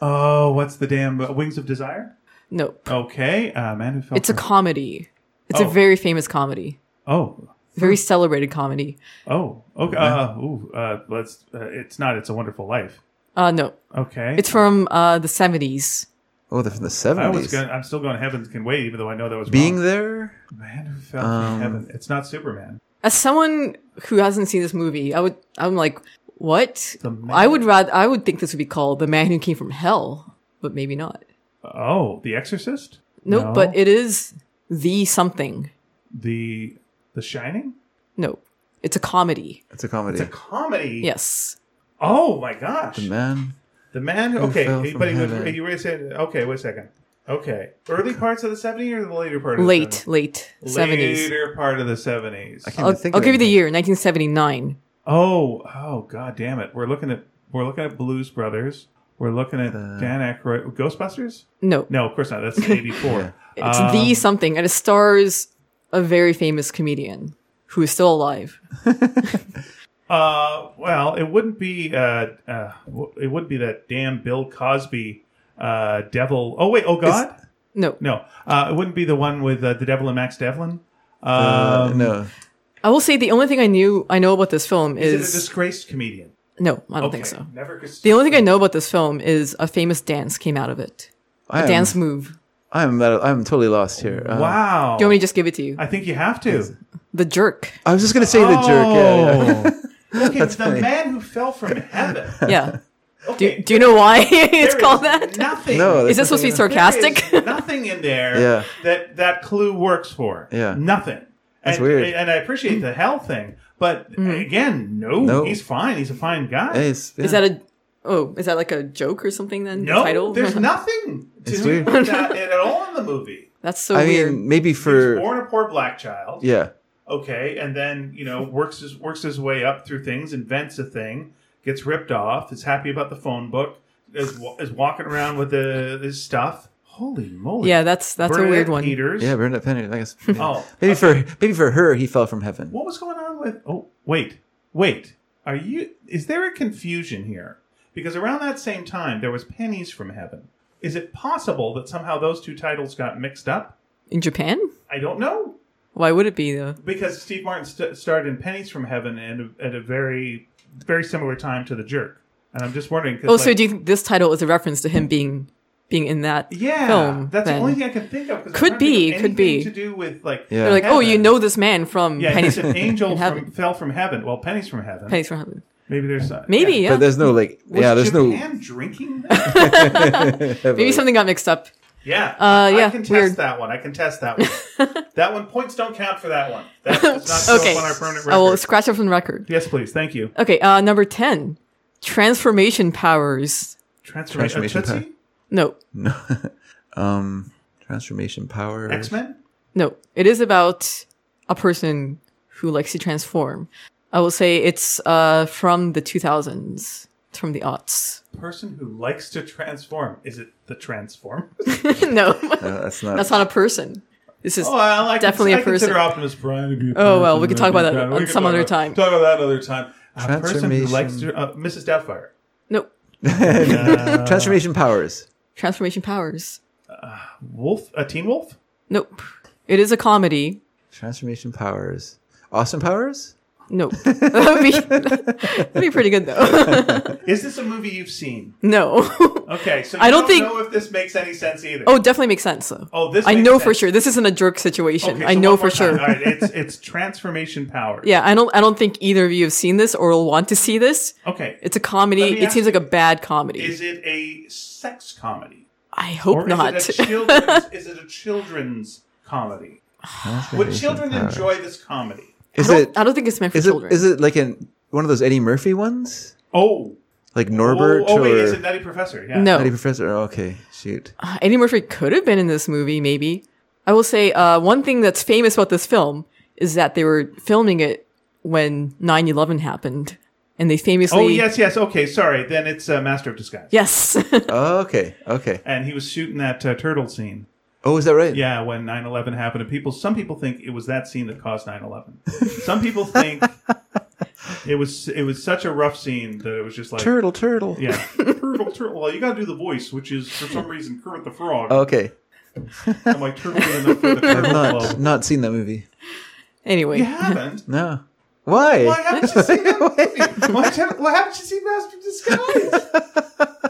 Speaker 2: Oh, what's the damn Wings of Desire?
Speaker 3: Nope.
Speaker 2: Okay. Uh, man who fell.
Speaker 3: It's a
Speaker 2: from-
Speaker 3: comedy. It's
Speaker 2: Oh.
Speaker 3: a very famous comedy,
Speaker 2: oh.
Speaker 3: very celebrated comedy.
Speaker 2: Oh. Okay. Uh, ooh, uh, let's. Uh, it's not. It's a Wonderful Life.
Speaker 3: Uh, no,
Speaker 2: Okay.
Speaker 3: it's from uh, the seventies.
Speaker 1: Oh, they're from the
Speaker 2: I was
Speaker 1: seventies.
Speaker 2: gonna, I'm still going. Heaven can wait, even though I know that was
Speaker 1: Being
Speaker 3: Oh.
Speaker 2: wrong.
Speaker 1: there.
Speaker 2: man who fell from
Speaker 1: Um,
Speaker 2: heaven. It's not Superman.
Speaker 3: As someone who hasn't seen this movie, I would. I'm like, what?
Speaker 2: The Man-
Speaker 3: I would rather. I would think this would be called The Man Who Came from Hell, but maybe not.
Speaker 2: Oh, The Exorcist.
Speaker 3: Nope.
Speaker 2: No.
Speaker 3: But it is the something.
Speaker 2: the The Shining.
Speaker 3: Nope. It's a comedy.
Speaker 1: It's a comedy.
Speaker 2: It's a comedy.
Speaker 3: Yes.
Speaker 2: Oh my gosh.
Speaker 1: the man.
Speaker 2: The man who okay,
Speaker 1: fell from
Speaker 2: but he was,
Speaker 1: heaven.
Speaker 2: you were saying okay. Wait a second. Okay, early parts of the seventies or the later part? Of
Speaker 3: Late, late
Speaker 2: the 70s?
Speaker 3: seventies.
Speaker 2: Later part of the seventies.
Speaker 1: can't-
Speaker 3: I'll,
Speaker 1: even think
Speaker 3: I'll
Speaker 1: of
Speaker 3: give you the
Speaker 1: anything.
Speaker 3: year, 1979.
Speaker 2: Oh, oh, god damn it! We're looking at we're looking at Blues Brothers. We're looking at Dan Aykroyd. Ghostbusters?
Speaker 3: No,
Speaker 2: No, of course not. That's Uh, eighty four.
Speaker 3: it's the something, and it stars a very famous comedian who is still alive.
Speaker 2: Uh, well, it wouldn't be uh, uh, w- it would be that damn Bill Cosby, uh, devil. Oh wait, oh god,
Speaker 3: No,
Speaker 2: no, uh, it wouldn't be the one with uh, the devil and Max Devlin. Um,
Speaker 1: Uh, no.
Speaker 3: I will say the only thing I knew I know about this film
Speaker 2: Is
Speaker 3: is,
Speaker 2: it a disgraced comedian?
Speaker 3: no, I don't
Speaker 2: Okay.
Speaker 3: think so.
Speaker 2: Never gets-
Speaker 3: The only thing I know about this film is a famous dance came out of it.
Speaker 1: I am,
Speaker 3: Dance move.
Speaker 1: I'm. at a- I'm totally lost here. Uh,
Speaker 2: wow.
Speaker 3: Do you want me to just give it to you?
Speaker 2: I think you have to.
Speaker 3: The jerk.
Speaker 1: I was just gonna say the jerk. Yeah, yeah.
Speaker 3: Oh.
Speaker 2: okay, the man who fell from
Speaker 3: [LAUGHS]
Speaker 2: heaven.
Speaker 3: Yeah.
Speaker 2: Okay,
Speaker 3: Do, do you know why [LAUGHS] it's
Speaker 2: there
Speaker 3: called
Speaker 2: is
Speaker 3: that?
Speaker 2: Nothing.
Speaker 1: No,
Speaker 3: Is this supposed to be
Speaker 1: There
Speaker 2: There is
Speaker 3: sarcastic?
Speaker 2: nothing in there
Speaker 1: Yeah.
Speaker 2: that that clue works for.
Speaker 1: Yeah.
Speaker 2: Nothing. That's and,
Speaker 1: weird.
Speaker 2: And I appreciate the hell thing, but
Speaker 3: Mm.
Speaker 2: again, no,
Speaker 1: No.
Speaker 2: he's fine. He's a fine guy.
Speaker 1: Hey, [LAUGHS] it's- yeah.
Speaker 3: Is that a oh? Is that like a joke or something? Then
Speaker 2: no,
Speaker 3: the title. [LAUGHS]
Speaker 2: there's nothing to
Speaker 1: It's
Speaker 2: do
Speaker 1: weird.
Speaker 2: with that at all in the movie.
Speaker 3: That's so
Speaker 1: I
Speaker 3: weird.
Speaker 1: mean, maybe
Speaker 2: He was
Speaker 1: for
Speaker 2: born a poor black child.
Speaker 1: yeah.
Speaker 2: okay, and then you know works his works his way up through things, invents a thing, gets ripped off, is happy about the phone book, is wa- is walking around with the his stuff. Holy moly!
Speaker 3: yeah, that's that's a
Speaker 2: Bernadette
Speaker 3: weird one.
Speaker 2: Peters.
Speaker 1: Yeah, Bernadette Penny. I
Speaker 3: [LAUGHS]
Speaker 1: guess. yeah.
Speaker 2: Oh,
Speaker 1: [LAUGHS] Maybe for maybe for her, he fell from heaven.
Speaker 2: what was going on with? Oh, wait, wait. Are you? Is there a confusion here? Because around that same time, there was Pennies from Heaven. Is it possible that somehow those two titles got mixed up?
Speaker 3: In Japan?
Speaker 2: I don't know.
Speaker 3: Why would it be though?
Speaker 2: because Steve Martin st- starred in Pennies from Heaven and at a very very similar time to The Jerk, and I'm just wondering. 'cause,
Speaker 3: Oh, so
Speaker 2: like-
Speaker 3: do you think this title is a reference to him being being in that
Speaker 2: yeah,
Speaker 3: film?
Speaker 2: that's the
Speaker 3: then?
Speaker 2: only thing I can think of. 'cause I'm
Speaker 3: Could
Speaker 2: trying to
Speaker 3: be,
Speaker 2: think of
Speaker 3: could be.
Speaker 2: anything to do with like
Speaker 1: Yeah.
Speaker 3: They're like, oh,
Speaker 2: heaven.
Speaker 3: you know this man from
Speaker 2: yeah,
Speaker 3: Pennies
Speaker 2: it's an angel
Speaker 3: in
Speaker 2: from,
Speaker 3: Heaven.
Speaker 2: fell from heaven. Well, Pennies from Heaven.
Speaker 3: Pennies from Heaven.
Speaker 2: Maybe there's not.
Speaker 3: Maybe, yeah.
Speaker 1: But there's no like,
Speaker 2: Was
Speaker 1: yeah, there's
Speaker 2: Japan drinking. That?
Speaker 1: no.
Speaker 3: Maybe something got mixed up.
Speaker 2: yeah.
Speaker 3: Uh, yeah,
Speaker 2: I can test
Speaker 3: weird.
Speaker 2: that one. I can test that
Speaker 3: [LAUGHS]
Speaker 2: one. that one points don't count for that one. That does not
Speaker 3: Okay.
Speaker 2: show up on our permanent record.
Speaker 3: I will scratch it from the record.
Speaker 2: yes, please. Thank you.
Speaker 3: Okay, uh, number 10. Transformation powers.
Speaker 2: Transformation.
Speaker 1: Transformation power.
Speaker 2: Transformation
Speaker 3: No,
Speaker 1: No. um, transformation power.
Speaker 2: X Men.
Speaker 3: no. It is about a person who likes to transform. I will say it's uh, from the 2000s, it's from the aughts. [LAUGHS]
Speaker 2: Person who likes to transform. Is it the
Speaker 3: [LAUGHS]
Speaker 2: transform?
Speaker 3: no,
Speaker 1: No, that's not.
Speaker 3: that's not a person. This is
Speaker 2: Oh, I like
Speaker 3: Definitely
Speaker 2: I
Speaker 3: a person.
Speaker 2: consider Optimus Prime to be. a
Speaker 3: Oh, well, we
Speaker 2: person.
Speaker 3: can talk about that
Speaker 2: Yeah, we
Speaker 3: on
Speaker 2: can
Speaker 3: some
Speaker 2: talk
Speaker 3: other
Speaker 2: about-
Speaker 3: time.
Speaker 2: Talk about that another time. A person who
Speaker 1: Transformation.
Speaker 2: likes to uh, Mrs. Doubtfire.
Speaker 3: no
Speaker 1: transformation powers.
Speaker 3: transformation powers.
Speaker 2: Wolf, a Teen Wolf.
Speaker 3: Nope. It is a comedy.
Speaker 1: Transformation powers. Austin Powers.
Speaker 3: Nope. [LAUGHS] that would be that'd be pretty good though. [LAUGHS]
Speaker 2: Is this a movie you've seen?
Speaker 3: no. [LAUGHS]
Speaker 2: Okay, so
Speaker 3: I
Speaker 2: you
Speaker 3: don't think-
Speaker 2: know if this makes any sense either.
Speaker 3: Oh, it definitely makes sense though.
Speaker 2: Oh, this
Speaker 3: I
Speaker 2: makes
Speaker 3: know for
Speaker 2: sense.
Speaker 3: sure. This isn't a jerk situation.
Speaker 2: Okay,
Speaker 3: I
Speaker 2: so
Speaker 3: know
Speaker 2: one
Speaker 3: for
Speaker 2: more time.
Speaker 3: sure.
Speaker 2: All right, it's it's transformation power.
Speaker 3: Yeah, I don't I don't think either of you have seen this or will want to see this.
Speaker 2: Okay.
Speaker 3: It's a comedy.
Speaker 2: Let me
Speaker 3: It
Speaker 2: ask
Speaker 3: seems like
Speaker 2: you,
Speaker 3: a bad comedy.
Speaker 2: Is it a sex comedy?
Speaker 3: I hope not. [LAUGHS]
Speaker 2: Is it, a children's, is it a children's comedy? Would children enjoy this comedy?
Speaker 1: Is
Speaker 3: I don't-
Speaker 1: it?
Speaker 3: I don't think it's meant for
Speaker 1: Is it?
Speaker 3: children.
Speaker 1: Is it like an one of those Eddie Murphy ones?
Speaker 2: Oh,
Speaker 1: Like
Speaker 2: oh,
Speaker 1: Norbert
Speaker 2: oh, wait,
Speaker 1: or
Speaker 2: is it Nutty Professor? Yeah.
Speaker 3: no.
Speaker 1: Eddie Professor? Oh, okay, shoot.
Speaker 3: Uh, Eddie Murphy could have been in this movie, maybe. I will say uh, one thing that's famous about this film is that they were filming it when 9-11 happened. And they famously...
Speaker 2: Oh yes, yes. Okay, sorry. Then it's uh, Master of Disguise.
Speaker 3: Yes. [LAUGHS]
Speaker 1: Oh, okay, okay.
Speaker 2: And he was shooting that uh, turtle scene.
Speaker 1: Oh, is that right?
Speaker 2: Yeah, when 9/11 happened, and people some people think it was that scene that caused 9/11. some people think it was it was such a rough scene that it was just like
Speaker 1: Turtle, turtle.
Speaker 2: yeah, [LAUGHS] turtle, turtle. Well, you got to do the voice, which is for some reason Kurt the Frog.
Speaker 1: Okay,
Speaker 2: I'm like turtle ain't enough for
Speaker 1: I've [LAUGHS]
Speaker 2: the turtle
Speaker 1: not
Speaker 2: club.
Speaker 1: not seen that movie.
Speaker 3: anyway.
Speaker 2: You haven't.
Speaker 1: No. Why?
Speaker 2: Why haven't you seen that movie? Why haven't, why haven't you seen Master of Disguise?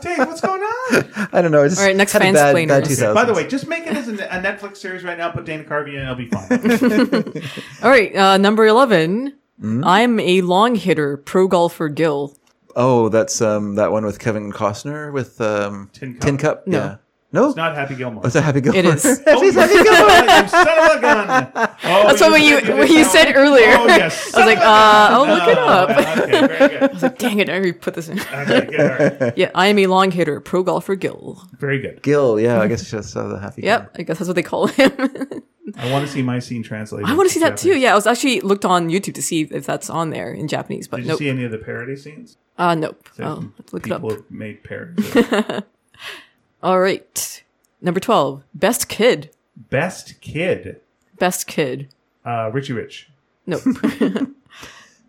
Speaker 2: Dave, what's going on?
Speaker 1: I don't know. I just
Speaker 3: All right, next
Speaker 1: had a bad, bad
Speaker 3: fansplainers.
Speaker 1: 2000s.
Speaker 2: By the way, just make it as a, a Netflix series right now. Put Dana Carvey in, it'll be fine.
Speaker 3: All right, uh, number 11. I'm a long hitter, pro golfer Gil.
Speaker 1: Oh, that's um that one with Kevin Costner with um
Speaker 2: Tin Cup.
Speaker 3: No.
Speaker 1: Yeah. No.
Speaker 2: It's not Oh. Happy Gilmore.
Speaker 1: Oh, is that Happy Gilmore? [LAUGHS]
Speaker 3: is.
Speaker 1: It's Happy
Speaker 2: you
Speaker 1: Gilmore.
Speaker 2: son of a gun! Oh,
Speaker 3: That's what when you,
Speaker 2: did [LAUGHS] it
Speaker 3: when you
Speaker 2: now.
Speaker 3: said earlier.
Speaker 2: Oh
Speaker 3: [LAUGHS]
Speaker 2: yes.
Speaker 3: I was like, uh, oh, look it up.
Speaker 2: Okay, very good.
Speaker 3: Dang it, I already put this in.
Speaker 2: Okay, good. all right.
Speaker 3: yeah, I am a long hitter, pro golfer Gil.
Speaker 2: Very good.
Speaker 1: Gil. Yeah, I guess I should have saw the Happy.
Speaker 3: Yep, I guess that's what they call him. [LAUGHS]
Speaker 2: I want to see my scene translated.
Speaker 3: I want to see that too. Yeah, I was actually looked on YouTube to see if that's on there in Japanese, but
Speaker 2: Did you
Speaker 3: nope.
Speaker 2: see any of the parody scenes?
Speaker 3: Uh, nope.
Speaker 2: That
Speaker 3: oh, let's look it up.
Speaker 2: people have made parodies.
Speaker 3: All right. Number 12. Best kid.
Speaker 2: [LAUGHS] Best kid,
Speaker 3: Best kid.
Speaker 2: uh, Richie Rich.
Speaker 3: Nope.
Speaker 1: Gilmore.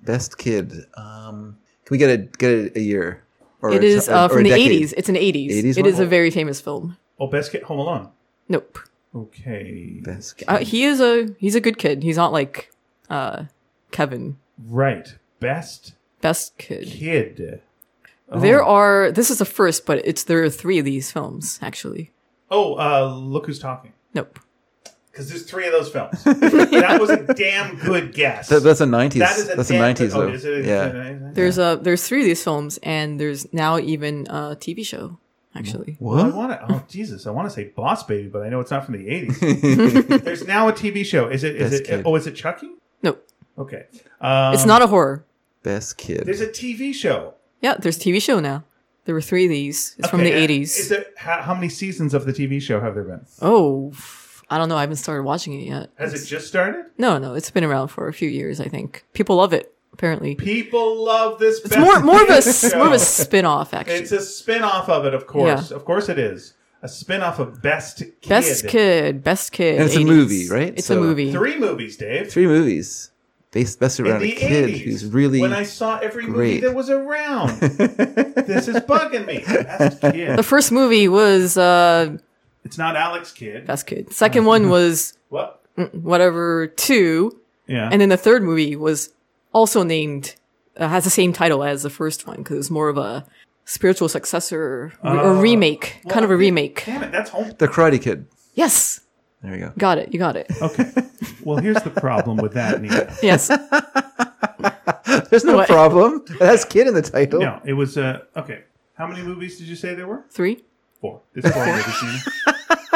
Speaker 1: Best kid. Um, can we get a get a, a year? Or
Speaker 3: it
Speaker 1: a-
Speaker 3: is uh,
Speaker 1: or a
Speaker 3: from the
Speaker 1: decade?
Speaker 3: 80s. It's an 80s.
Speaker 1: 80s
Speaker 3: It
Speaker 1: one?
Speaker 3: is a very famous film.
Speaker 2: Oh, best kid, Home Alone.
Speaker 3: Nope.
Speaker 2: Okay,
Speaker 1: Best kid.
Speaker 3: Uh, he is a he's a good kid. He's not like uh Kevin.
Speaker 2: right. Best
Speaker 3: Best kid.
Speaker 2: kid. Oh.
Speaker 3: There are this is the first, but it's there are three of these films actually.
Speaker 2: Oh, uh, look who's talking.
Speaker 3: Nope.
Speaker 2: Because there's three of those films.
Speaker 1: [LAUGHS]
Speaker 2: that was a damn good guess.
Speaker 1: That- that's a nineties.
Speaker 2: That is a
Speaker 1: that's a
Speaker 2: damn
Speaker 1: nineties
Speaker 2: good-
Speaker 1: though.
Speaker 2: oh, is it a-
Speaker 1: yeah.
Speaker 3: There's uh there's three of these films, and there's now even a TV show actually.
Speaker 2: I
Speaker 1: What?
Speaker 2: want to. Oh Jesus! I want to say Boss Baby, but I know it's not from the '80s.
Speaker 1: [LAUGHS]
Speaker 2: There's now a TV show. Is it? Is
Speaker 1: Best
Speaker 2: it?
Speaker 1: Kid.
Speaker 2: Oh, is it Chucky?
Speaker 3: Nope.
Speaker 2: Okay. Um,
Speaker 3: It's not a horror.
Speaker 1: Best kid.
Speaker 2: There's a TV show
Speaker 3: Yeah, there's TV show now. There were three of these. It's from the
Speaker 2: Okay, uh,
Speaker 3: eighties.
Speaker 2: Is it, how, how many seasons of the TV show have there been?
Speaker 3: oh, f- I don't know. I haven't started watching it yet.
Speaker 2: Has it just started?
Speaker 3: No, no, it's been around for a few years. I think people love it. Apparently,
Speaker 2: People love this. [LAUGHS]
Speaker 3: it's more more of a s-
Speaker 2: show.
Speaker 3: more of a spin off actually.
Speaker 2: It's a spin-off of it, of course. Of course, it is a spin-off of Best Kid.
Speaker 3: Best kid, best kid.
Speaker 1: And it's a
Speaker 3: 80s.
Speaker 1: movie, right?
Speaker 3: It's
Speaker 1: So- uh,
Speaker 3: a movie.
Speaker 2: Three movies, Dave.
Speaker 1: Three movies based best
Speaker 2: in
Speaker 1: around
Speaker 2: the
Speaker 1: a kid
Speaker 2: 80s,
Speaker 1: who's really
Speaker 2: when I saw every movie
Speaker 1: great.
Speaker 2: that was
Speaker 1: [LAUGHS]
Speaker 2: around. this is bugging me. Best kid.
Speaker 3: The first movie was uh,
Speaker 2: It's not Alex Kidd.
Speaker 3: Best Kid. Second
Speaker 1: Mm-hmm.
Speaker 3: one was mm,
Speaker 2: What?
Speaker 3: whatever two,
Speaker 2: Yeah.
Speaker 3: and then the third movie was also named uh, has the same title as the first one because it's more of a spiritual successor or or
Speaker 2: Uh,
Speaker 3: remake,
Speaker 2: Well,
Speaker 3: kind of a
Speaker 2: damn-
Speaker 3: remake.
Speaker 2: Damn it, that's home.
Speaker 1: the Karate Kid.
Speaker 3: Yes,
Speaker 1: There
Speaker 3: [LAUGHS]
Speaker 1: we go.
Speaker 3: got
Speaker 2: [LAUGHS]
Speaker 3: it. You got it.
Speaker 1: [LAUGHS]
Speaker 2: Okay. Well, here's the problem with that, Nina.
Speaker 3: Yes,
Speaker 1: There's no
Speaker 3: What?
Speaker 1: problem. It has kid in the title.
Speaker 2: No, it was uh, okay. How many movies did you say there were?
Speaker 3: Three?
Speaker 2: Four. There's four movies. Nina.
Speaker 1: [LAUGHS]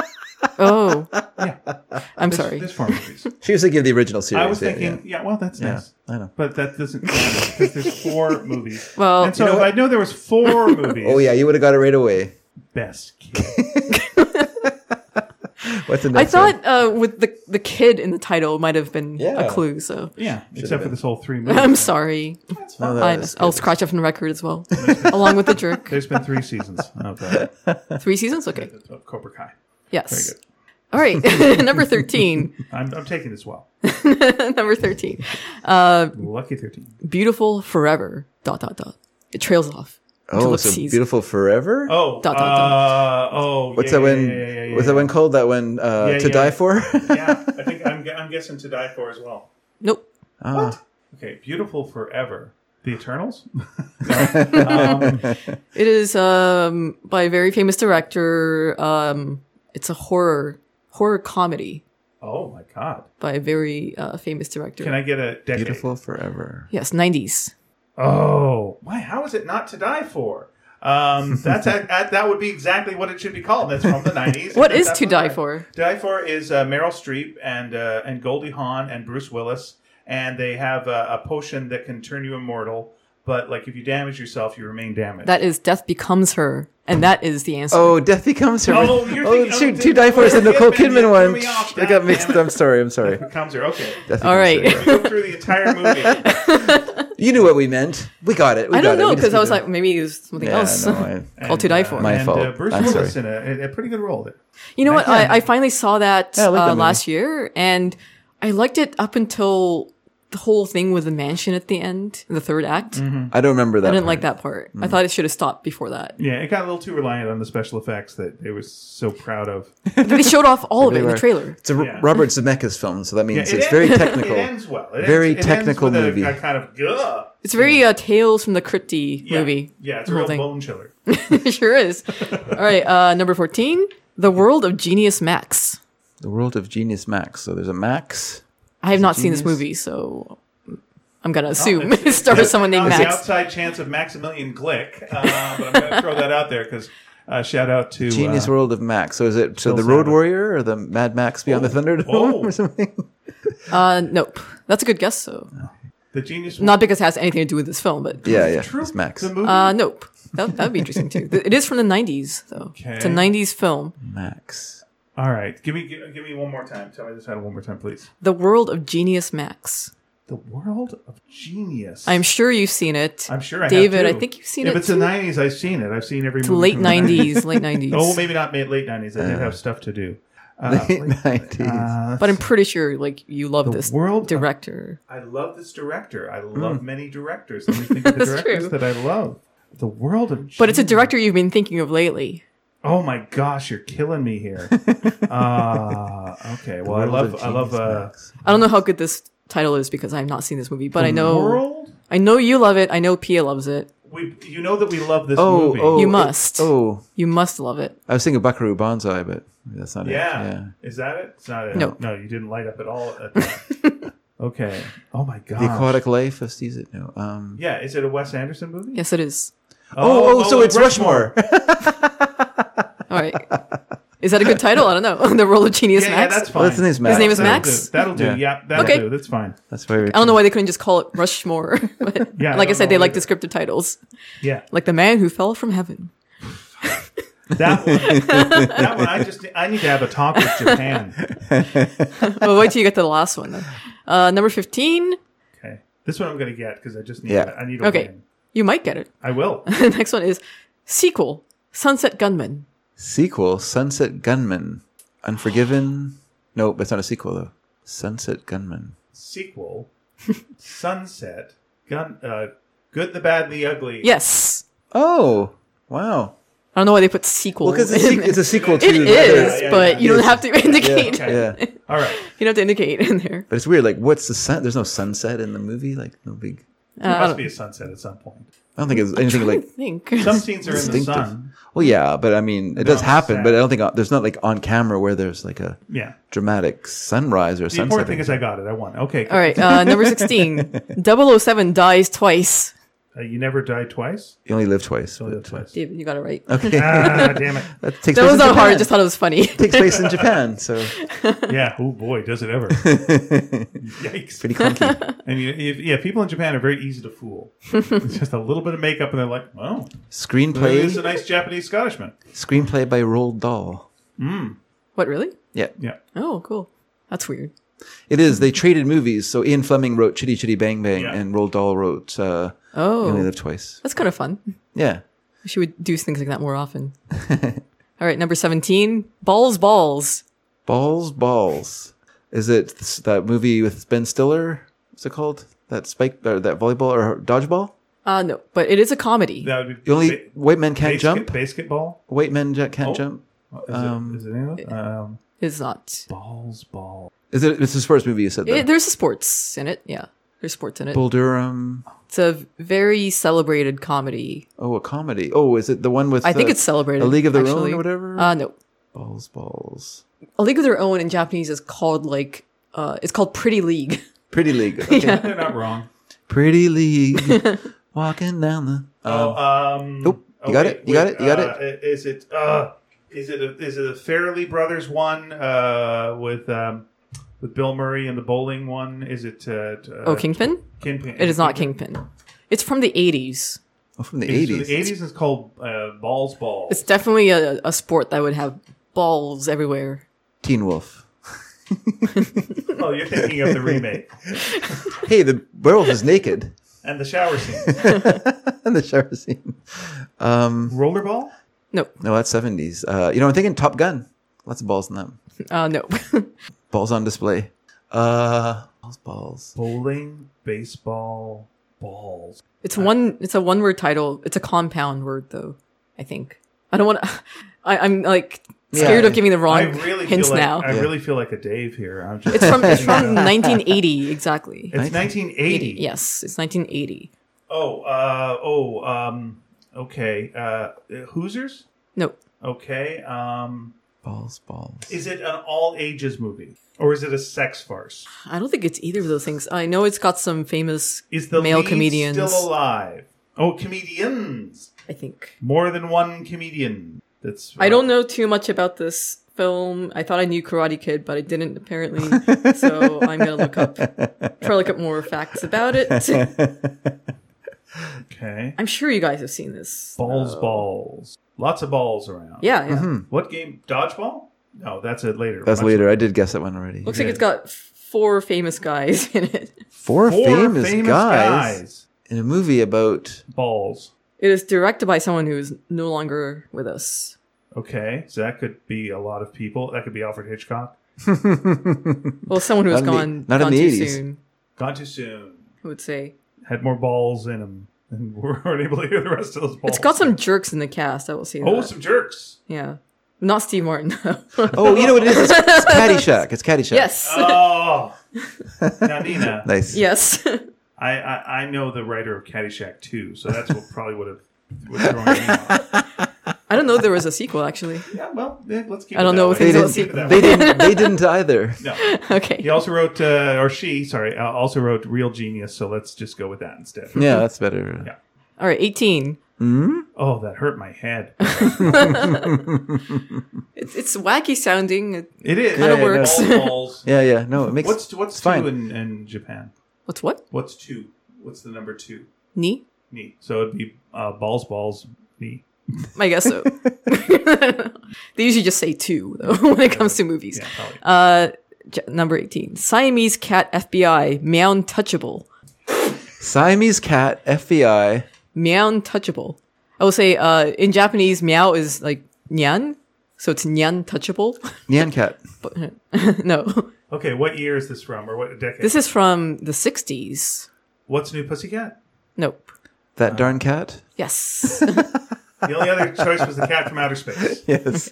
Speaker 3: Oh,
Speaker 2: Yeah,
Speaker 3: I'm
Speaker 2: there's-
Speaker 3: sorry.
Speaker 2: There's four movies.
Speaker 1: She used to give the original series.
Speaker 2: I was
Speaker 1: yeah,
Speaker 2: thinking, yeah, well, that's nice.
Speaker 1: I know.
Speaker 2: But that doesn't matter because
Speaker 1: [LAUGHS]
Speaker 2: there's four movies.
Speaker 3: Well-
Speaker 2: and so
Speaker 1: You know
Speaker 2: if I know there
Speaker 1: [LAUGHS]
Speaker 2: was four movies,
Speaker 1: yeah. Oh yeah, you would have got it right away.
Speaker 2: best kid.
Speaker 1: [LAUGHS] What's the
Speaker 3: I
Speaker 1: next one?
Speaker 3: thought uh, with the the kid in the title might have been
Speaker 1: Yeah.
Speaker 3: a clue. So [LAUGHS]
Speaker 2: Yeah, except for this whole
Speaker 1: [LAUGHS]
Speaker 2: three movies.
Speaker 3: I'm sorry.
Speaker 2: That's
Speaker 1: No,
Speaker 2: fine.
Speaker 1: that
Speaker 3: I,
Speaker 1: was good.
Speaker 3: I'll scratch up from the record as well, [LAUGHS] along with
Speaker 1: [LAUGHS]
Speaker 3: the jerk.
Speaker 2: There's been three seasons of, uh,
Speaker 3: Three seasons. Okay.
Speaker 2: of Cobra Kai.
Speaker 3: Yes.
Speaker 2: good.
Speaker 3: All right.
Speaker 1: [LAUGHS]
Speaker 3: [LAUGHS] Number thirteen. [LAUGHS]
Speaker 2: I'm, I'm taking this well.
Speaker 3: Number thirteen.
Speaker 2: Lucky 13.
Speaker 3: Beautiful forever. Dot dot dot. It trails off. into
Speaker 1: Oh, so
Speaker 3: ellipses.
Speaker 1: beautiful forever.
Speaker 2: Oh,
Speaker 3: Dot, dot,
Speaker 2: uh, oh,
Speaker 1: what's
Speaker 2: yeah,
Speaker 1: that one?
Speaker 2: Yeah, yeah, yeah, yeah,
Speaker 1: what's that one called? That one uh,
Speaker 2: Yeah,
Speaker 1: to
Speaker 2: yeah.
Speaker 1: die for? [LAUGHS]
Speaker 2: yeah, I think I'm, gu- I'm guessing to die for as well.
Speaker 3: Nope.
Speaker 1: Ah.
Speaker 2: Okay, beautiful forever. The Eternals.
Speaker 3: It is um, by a very famous director. Um, it's a horror horror comedy
Speaker 2: oh my God!
Speaker 3: by a very uh, famous director.
Speaker 2: Can I get a decade?
Speaker 1: Beautiful forever.
Speaker 3: yes, nineties.
Speaker 2: Oh, why? How is it not to die for? Um, that's a, a, that would be exactly what it should be called. That's from the nineties.
Speaker 3: What is To Die For?
Speaker 2: To die for is uh, Meryl Streep and uh, and Goldie Hawn and Bruce Willis, and they have a, a potion that can turn you immortal. But like, if you damage yourself, you remain damaged.
Speaker 3: That is Death Becomes Her, and that is the answer.
Speaker 1: Oh, Death Becomes Her.
Speaker 2: Oh, you're thinking-
Speaker 1: shoot,
Speaker 2: oh,
Speaker 1: to die for is the
Speaker 2: Nicole
Speaker 1: Nicole
Speaker 2: Kidman,
Speaker 1: Kidman
Speaker 2: you
Speaker 1: one.
Speaker 2: threw me off.
Speaker 1: I got
Speaker 2: God
Speaker 1: mixed.
Speaker 2: damn it.
Speaker 1: I'm sorry. I'm
Speaker 2: [LAUGHS]
Speaker 1: sorry.
Speaker 2: comes here.
Speaker 1: [LAUGHS]
Speaker 2: Okay,
Speaker 1: Death
Speaker 3: All
Speaker 1: Becomes
Speaker 3: right.
Speaker 1: Her.
Speaker 2: go through the
Speaker 3: [LAUGHS]
Speaker 2: entire movie.
Speaker 1: You knew what we meant. We got it. We
Speaker 3: I
Speaker 1: got
Speaker 3: don't
Speaker 1: it.
Speaker 3: know
Speaker 1: We just
Speaker 3: because I
Speaker 1: did
Speaker 3: was
Speaker 1: it.
Speaker 3: like, maybe it was something
Speaker 1: Yeah,
Speaker 3: else.
Speaker 1: no, I-
Speaker 3: Call to die for.
Speaker 2: uh,
Speaker 1: My
Speaker 2: and, Uh,
Speaker 1: fault.
Speaker 2: Bruce
Speaker 1: I'm
Speaker 2: Willis in a, a pretty good role there.
Speaker 3: you know what? I, I finally saw that
Speaker 1: Yeah, I like that
Speaker 3: uh,
Speaker 1: movie.
Speaker 3: last year, and I liked it up until the whole thing with the mansion at the end, the third act. [LAUGHS]
Speaker 1: I don't remember Mm-hmm. that. Mm-hmm.
Speaker 3: I didn't like that part. I thought it should have stopped
Speaker 1: [LAUGHS]
Speaker 3: before that.
Speaker 2: Yeah, it got a little too reliant on the special effects that they were so proud of.
Speaker 3: But they showed off all of it in the
Speaker 1: were.
Speaker 3: trailer.
Speaker 1: It's a R-
Speaker 2: Yeah.
Speaker 1: Robert Zemeckis film, so that means
Speaker 2: it
Speaker 1: it's
Speaker 2: ends-
Speaker 1: very
Speaker 2: [LAUGHS] It
Speaker 1: technical.
Speaker 2: ends well. It
Speaker 1: Very
Speaker 2: ends,
Speaker 1: technical
Speaker 2: it ends with
Speaker 1: movie.
Speaker 2: A, a kind of "Ugh."
Speaker 3: It's very uh, Tales from the Crypty
Speaker 2: Yeah.
Speaker 3: movie.
Speaker 2: Yeah, it's a
Speaker 3: the whole
Speaker 2: real
Speaker 3: thing.
Speaker 2: bone chiller.
Speaker 3: [LAUGHS] it
Speaker 1: [LAUGHS]
Speaker 3: sure is. All right, uh, number fourteen, The World of Genius Max.
Speaker 1: The world of genius Max. So there's a Max.
Speaker 3: I have not seen this
Speaker 1: Genius? Oh,
Speaker 3: movie, so I'm gonna assume [LAUGHS] it stars [LAUGHS] someone named
Speaker 2: Now, the
Speaker 3: Max.
Speaker 2: outside chance of Maximilian Glick, uh, but I'm going
Speaker 3: [LAUGHS]
Speaker 2: to throw that out there because uh, shout out to
Speaker 1: Genius
Speaker 2: uh,
Speaker 1: world of Max. So is it so the
Speaker 2: Sandler.
Speaker 1: Road Warrior or the Mad Max Beyond the Thunderdome
Speaker 2: oh.
Speaker 1: [LAUGHS] or something?
Speaker 3: Uh, nope, that's a good guess. So
Speaker 2: the Genius.
Speaker 3: not because it has anything to do with this film, but
Speaker 1: Yeah, yeah.
Speaker 2: True.
Speaker 1: It's Max.
Speaker 2: The movie.
Speaker 3: Uh, nope. That that would be interesting too. It is from the '90s, though. It's a
Speaker 2: Okay.
Speaker 3: '90s film,
Speaker 1: Max.
Speaker 2: All right, give me give, give me one more time. Tell me this title one more time, please.
Speaker 3: "The World of Genius Max."
Speaker 2: The World of Genius.
Speaker 3: I'm sure you've seen it.
Speaker 2: I'm sure I have,
Speaker 3: David.
Speaker 2: too.
Speaker 3: I think you've seen
Speaker 2: If
Speaker 3: it.
Speaker 2: it's the
Speaker 3: too.
Speaker 2: '90s, I've seen it. I've seen every
Speaker 3: It's
Speaker 2: movie
Speaker 3: [LAUGHS] late
Speaker 2: from the 90s.
Speaker 3: '90s, late '90s.
Speaker 2: Oh, maybe not mid late nineties. I did have stuff
Speaker 1: [LAUGHS]
Speaker 2: to do. Uh,
Speaker 1: Late
Speaker 2: late-
Speaker 1: 90s.
Speaker 2: uh,
Speaker 3: But I'm pretty sure, like, you love
Speaker 2: The
Speaker 3: this
Speaker 2: world of-
Speaker 3: director.
Speaker 2: I love this director. I
Speaker 1: Hmm.
Speaker 2: love many directors. Let me
Speaker 1: [LAUGHS]
Speaker 2: think of the
Speaker 3: That's
Speaker 2: directors
Speaker 3: true.
Speaker 2: that I love. The world of
Speaker 3: But it's a
Speaker 2: Genius.
Speaker 3: director you've been thinking of lately.
Speaker 2: Oh my gosh, you're killing me here.
Speaker 1: [LAUGHS]
Speaker 2: uh, okay, well I
Speaker 1: World
Speaker 2: love
Speaker 1: of
Speaker 2: I love
Speaker 1: Genius
Speaker 2: uh,
Speaker 1: Max.
Speaker 3: I don't know how good this title is because I've not seen this movie, but I know
Speaker 1: Oh.
Speaker 2: world.
Speaker 3: I know you love it. I know Pia loves it.
Speaker 2: We you know that we love this
Speaker 1: Oh,
Speaker 2: movie.
Speaker 1: oh,
Speaker 3: You
Speaker 1: it-
Speaker 3: must.
Speaker 1: oh,
Speaker 3: You must love it.
Speaker 1: I was thinking Buckaroo Banzai, but that's not
Speaker 2: Yeah.
Speaker 1: it. Yeah.
Speaker 2: is that it? It's not it.
Speaker 3: No.
Speaker 2: no, you didn't light up at all. At that.
Speaker 1: [LAUGHS]
Speaker 2: okay. Oh my god.
Speaker 1: The Aquatic Life of Caesar. No. Um,
Speaker 2: Yeah, is it a Wes Anderson movie?
Speaker 3: Yes, it is.
Speaker 1: oh, oh, so
Speaker 2: Lola
Speaker 1: it's Rushmore.
Speaker 2: [LAUGHS]
Speaker 3: All right. Is that a good title? I don't know. [LAUGHS] the World of Genius
Speaker 2: Yeah, yeah,
Speaker 3: Max.
Speaker 2: that's fine.
Speaker 1: Well, that's the name's Max.
Speaker 3: His name is
Speaker 2: That'll
Speaker 3: Max?
Speaker 2: do. That'll do.
Speaker 1: Yeah.
Speaker 2: Yeah, that'll
Speaker 3: Okay.
Speaker 2: do. That's fine.
Speaker 1: [LAUGHS] That's very.
Speaker 3: I don't know why they couldn't just call it Rushmore. [LAUGHS] But
Speaker 2: Yeah, I
Speaker 3: like I,
Speaker 2: don't
Speaker 3: said,
Speaker 2: know
Speaker 3: they like
Speaker 2: either.
Speaker 3: descriptive titles,
Speaker 2: Yeah,
Speaker 3: like "The Man Who Fell from Heaven."
Speaker 2: that one.
Speaker 1: [LAUGHS]
Speaker 2: that one. I just I need to have a talk with Japan.
Speaker 3: Oh, wait till you get to the last one. Then. Uh, number fifteen.
Speaker 2: Okay, this one I'm gonna get because I just need.
Speaker 1: Yeah.
Speaker 2: I need a
Speaker 3: Okay,
Speaker 2: win.
Speaker 3: you might get it. [LAUGHS]
Speaker 2: I will.
Speaker 3: The next one is sequel Sunset Gunman.
Speaker 1: Sequel Sunset Gunman. Unforgiven. No, that's not a sequel, though. Sunset Gunman.
Speaker 2: Sequel. Sunset. Gun. Uh, good, the bad, and the ugly.
Speaker 3: Yes,
Speaker 1: Oh, wow.
Speaker 3: I don't know why they put sequel.
Speaker 1: Well, because it's,
Speaker 3: in
Speaker 1: sequ- it's a sequel to.
Speaker 3: there. it
Speaker 1: the
Speaker 3: is, [LAUGHS]
Speaker 2: yeah, yeah,
Speaker 3: but
Speaker 2: yeah.
Speaker 3: you don't have to indicate.
Speaker 1: other- Yeah.
Speaker 2: All right.
Speaker 3: You don't have to indicate in there.
Speaker 1: But it's weird. Like, what's the sun? There's no sunset in the movie. Like, no big.
Speaker 2: There
Speaker 3: Uh, I
Speaker 2: must
Speaker 3: don't-
Speaker 2: be a sunset at some point.
Speaker 1: I don't think it's anything
Speaker 2: [LAUGHS]
Speaker 1: like.
Speaker 3: think.
Speaker 2: Some scenes are in the
Speaker 1: Distinctive.
Speaker 2: sun.
Speaker 1: Well, yeah, but I mean, it does
Speaker 2: it's
Speaker 1: happen.
Speaker 2: sad.
Speaker 1: But I don't think uh, there's not like on camera where there's like a
Speaker 2: Yeah.
Speaker 1: dramatic sunrise or
Speaker 2: The
Speaker 1: sunset.
Speaker 2: important thing is I got it. I won. Okay.
Speaker 3: All right, uh, number 16. 007 dies twice.
Speaker 2: Uh, you never die twice.
Speaker 1: you only live twice.
Speaker 2: Only live
Speaker 1: but-
Speaker 2: twice.
Speaker 3: David, you got it right.
Speaker 1: Okay,
Speaker 2: ah, [LAUGHS] damn it.
Speaker 1: that takes
Speaker 3: That
Speaker 1: place
Speaker 3: was
Speaker 1: in
Speaker 3: not hard. I
Speaker 1: Japan.
Speaker 3: just thought it was funny. [LAUGHS]
Speaker 1: takes place in Japan, so
Speaker 2: Yeah. Oh boy, does it ever.
Speaker 1: [LAUGHS]
Speaker 2: Yikes.
Speaker 1: pretty
Speaker 3: [LAUGHS]
Speaker 1: clunky.
Speaker 2: And you, if, yeah, people in Japan are very easy to fool. It's just a little bit of makeup, and they're like, "Well,
Speaker 1: Screenplay,
Speaker 2: he's a nice Japanese Scottishman."
Speaker 1: screenplay by Roald Dahl.
Speaker 3: What, really?
Speaker 1: Yeah,
Speaker 2: Yeah.
Speaker 3: Oh, cool. That's weird.
Speaker 1: it is. They traded movies. So Ian Fleming wrote Chitty Chitty Bang Bang,
Speaker 2: Yeah.
Speaker 1: and Roald Dahl wrote uh, You Only
Speaker 3: Oh,
Speaker 1: Live Twice.
Speaker 3: that's kind of fun.
Speaker 1: Yeah,
Speaker 3: She would do things like that more often. [LAUGHS] All right, number 17. Balls, balls.
Speaker 1: Balls Balls. Is it this- that movie with Ben Stiller? What's it called? That spike or that volleyball or dodgeball?
Speaker 3: Uh, no, but it is a comedy.
Speaker 2: That would be
Speaker 1: You only
Speaker 2: ba-
Speaker 1: white men can't
Speaker 2: basket-
Speaker 1: jump.
Speaker 2: Basketball.
Speaker 1: White men ja- can't
Speaker 2: Oh.
Speaker 1: jump.
Speaker 2: Is,
Speaker 1: Um,
Speaker 2: it, is it any of those? Um,
Speaker 3: It's not.
Speaker 2: balls,
Speaker 3: [LAUGHS]
Speaker 2: ball.
Speaker 1: Is it? It's his first movie. You said that.
Speaker 3: It, there's sports in it. Yeah, there's sports in it.
Speaker 1: Bull Durham.
Speaker 3: It's a very celebrated comedy.
Speaker 1: Oh, a comedy. Oh, is it the one with?
Speaker 3: I think
Speaker 1: uh,
Speaker 3: it's celebrated.
Speaker 1: A League of Their
Speaker 3: actually.
Speaker 1: Own or whatever.
Speaker 3: Uh, no,
Speaker 1: balls Balls.
Speaker 3: A League of Their Own in Japanese is called like uh, it's called Pretty League. [LAUGHS]
Speaker 1: Pretty League. Okay.
Speaker 2: They're not wrong.
Speaker 1: Pretty
Speaker 3: [LAUGHS]
Speaker 1: League. Walking down the.
Speaker 2: Oh, um,
Speaker 1: Oop, you got it, you got it, you got
Speaker 2: uh, Is it? Uh, is it? A, is it a Fairley Brothers one uh, with um, with Bill Murray and the bowling one? Is it? Uh, t- uh,
Speaker 3: Oh, Kingpin?
Speaker 2: Kingpin.
Speaker 3: It is not Kingpin. It's from the 80s.
Speaker 1: oh, from the
Speaker 2: It's from
Speaker 1: eighties.
Speaker 2: The eighties is called uh, Balls Ball.
Speaker 3: It's definitely a, a sport that would have balls everywhere.
Speaker 1: Teen Wolf.
Speaker 2: oh, you're thinking of the
Speaker 3: [LAUGHS]
Speaker 2: remake
Speaker 1: Hey, the werewolf is naked [LAUGHS]
Speaker 2: and the shower scene.
Speaker 1: in the shower scene. Um,
Speaker 2: Rollerball.
Speaker 3: No,
Speaker 1: no, that's seventies. Uh, you know, I'm thinking Top Gun. Lots of balls in them.
Speaker 3: uh, no. [LAUGHS]
Speaker 1: Balls on display. Uh, balls, balls.
Speaker 2: Bowling, baseball, balls.
Speaker 3: it's one. It's a one-word title. It's a compound word, though. I think. [LAUGHS] I don't want to. I'm like scared
Speaker 1: Yeah.
Speaker 3: of giving the wrong
Speaker 2: I really
Speaker 3: hints
Speaker 2: feel like
Speaker 3: now.
Speaker 2: I
Speaker 1: Yeah.
Speaker 2: really feel like a Dave here. I'm just,
Speaker 3: It's from it's
Speaker 2: [LAUGHS]
Speaker 3: from 1980 exactly.
Speaker 2: It's 1980.
Speaker 3: Yes, it's 1980.
Speaker 2: Oh, uh, oh, um, okay. Uh, Hoosiers.
Speaker 3: No,
Speaker 2: Okay. Um,
Speaker 1: Balls, balls.
Speaker 2: is it an all ages movie or is it a sex farce?
Speaker 3: I don't think it's either of those things. I know it's got some famous
Speaker 2: Is the
Speaker 3: male
Speaker 2: lead
Speaker 3: comedians.
Speaker 2: still alive? Oh, comedians.
Speaker 3: I think.
Speaker 2: More than one comedian. That's.
Speaker 3: I don't know too much about this film. I thought I knew Karate Kid, but I didn't apparently. so I'm gonna look up, try to look up more facts about it. [LAUGHS]
Speaker 2: Okay.
Speaker 3: I'm sure you guys have seen this.
Speaker 2: Balls, balls. Lots of balls around.
Speaker 3: Oh. Yeah, yeah.
Speaker 1: Mm-hmm.
Speaker 2: What game? Dodgeball? No, that's it later.
Speaker 1: That's
Speaker 2: Much-
Speaker 1: later. I did guess that one already.
Speaker 3: Looks like it's got f- four famous guys [LAUGHS] in it.
Speaker 1: Four,
Speaker 2: Four
Speaker 1: famous, guys,
Speaker 2: guys.
Speaker 1: in a movie about
Speaker 2: Balls.
Speaker 3: It is directed by someone who is no longer with us.
Speaker 2: Okay, so that could be a lot of people. That could be Alfred Hitchcock.
Speaker 3: Well, someone who has
Speaker 1: Not
Speaker 3: gone
Speaker 1: in the- not in
Speaker 3: gone
Speaker 1: the
Speaker 3: too
Speaker 1: 80s.
Speaker 3: soon.
Speaker 2: Gone too soon.
Speaker 3: I would say.
Speaker 2: had more balls in him, [LAUGHS] and we weren't able to hear the rest of those balls.
Speaker 3: It's got some jerks in the cast. I will say.
Speaker 2: oh,
Speaker 3: that.
Speaker 2: some jerks.
Speaker 3: yeah, not Steve Martin. though.
Speaker 1: [LAUGHS]
Speaker 3: [LAUGHS]
Speaker 1: Oh, you know what it is? It's, it's Caddyshack. It's Caddyshack.
Speaker 3: yes,
Speaker 2: [LAUGHS] Oh, now Nina,
Speaker 1: Nice.
Speaker 3: yes. [LAUGHS]
Speaker 2: I, I I know the writer of Caddyshack too, so that's what probably would have. would have thrown me off.
Speaker 3: I don't know there was a sequel actually.
Speaker 2: [LAUGHS]
Speaker 3: [LAUGHS]
Speaker 2: Yeah, well, yeah, let's keep.
Speaker 3: I
Speaker 2: it
Speaker 3: don't
Speaker 2: that
Speaker 3: know
Speaker 2: way.
Speaker 3: if
Speaker 1: They
Speaker 2: Let's
Speaker 3: Things don't
Speaker 2: keep it
Speaker 1: didn't.
Speaker 2: that
Speaker 1: They
Speaker 2: way.
Speaker 1: didn't. They didn't either.
Speaker 2: No,
Speaker 3: Okay.
Speaker 2: he also wrote, uh, or she, sorry, uh, also wrote Real Genius. So let's just go with that instead.
Speaker 1: Yeah, that's better.
Speaker 2: Yeah.
Speaker 3: All right, eighteen.
Speaker 2: Oh, that hurt my head.
Speaker 3: It's, it's wacky sounding. It-
Speaker 2: It is.
Speaker 3: Kinda
Speaker 2: Yeah, yeah,
Speaker 3: works.
Speaker 2: Balls, balls.
Speaker 1: Yeah, yeah. No, it makes.
Speaker 2: What's what's
Speaker 1: it's
Speaker 2: two
Speaker 1: fine.
Speaker 2: in, in Japan?
Speaker 3: What's what?
Speaker 2: What's two? What's the number two?
Speaker 3: Knee?
Speaker 2: knee. So it'd be uh, balls, balls, knee.
Speaker 3: I
Speaker 1: [LAUGHS]
Speaker 3: guess so. [LAUGHS] they usually just say two though [LAUGHS] when it comes to movies.
Speaker 2: Yeah, probably.
Speaker 3: Uh, j- number eighteen. Siamese cat FBI meow touchable.
Speaker 1: Siamese cat, E FBI.
Speaker 3: Meow touchable. I will say uh, in Japanese, meow is like nyan, so it's nyan touchable. [LAUGHS]
Speaker 1: Nyan cat.
Speaker 3: But- [LAUGHS] no,
Speaker 2: okay, what year is this from, or what decade?
Speaker 3: this is from the '60s.
Speaker 2: What's New Pussycat?
Speaker 3: Nope.
Speaker 2: Uh-huh.
Speaker 1: That darn cat.
Speaker 3: Yes.
Speaker 2: The only
Speaker 3: [LAUGHS]
Speaker 2: other choice was the cat from outer space.
Speaker 1: Yes.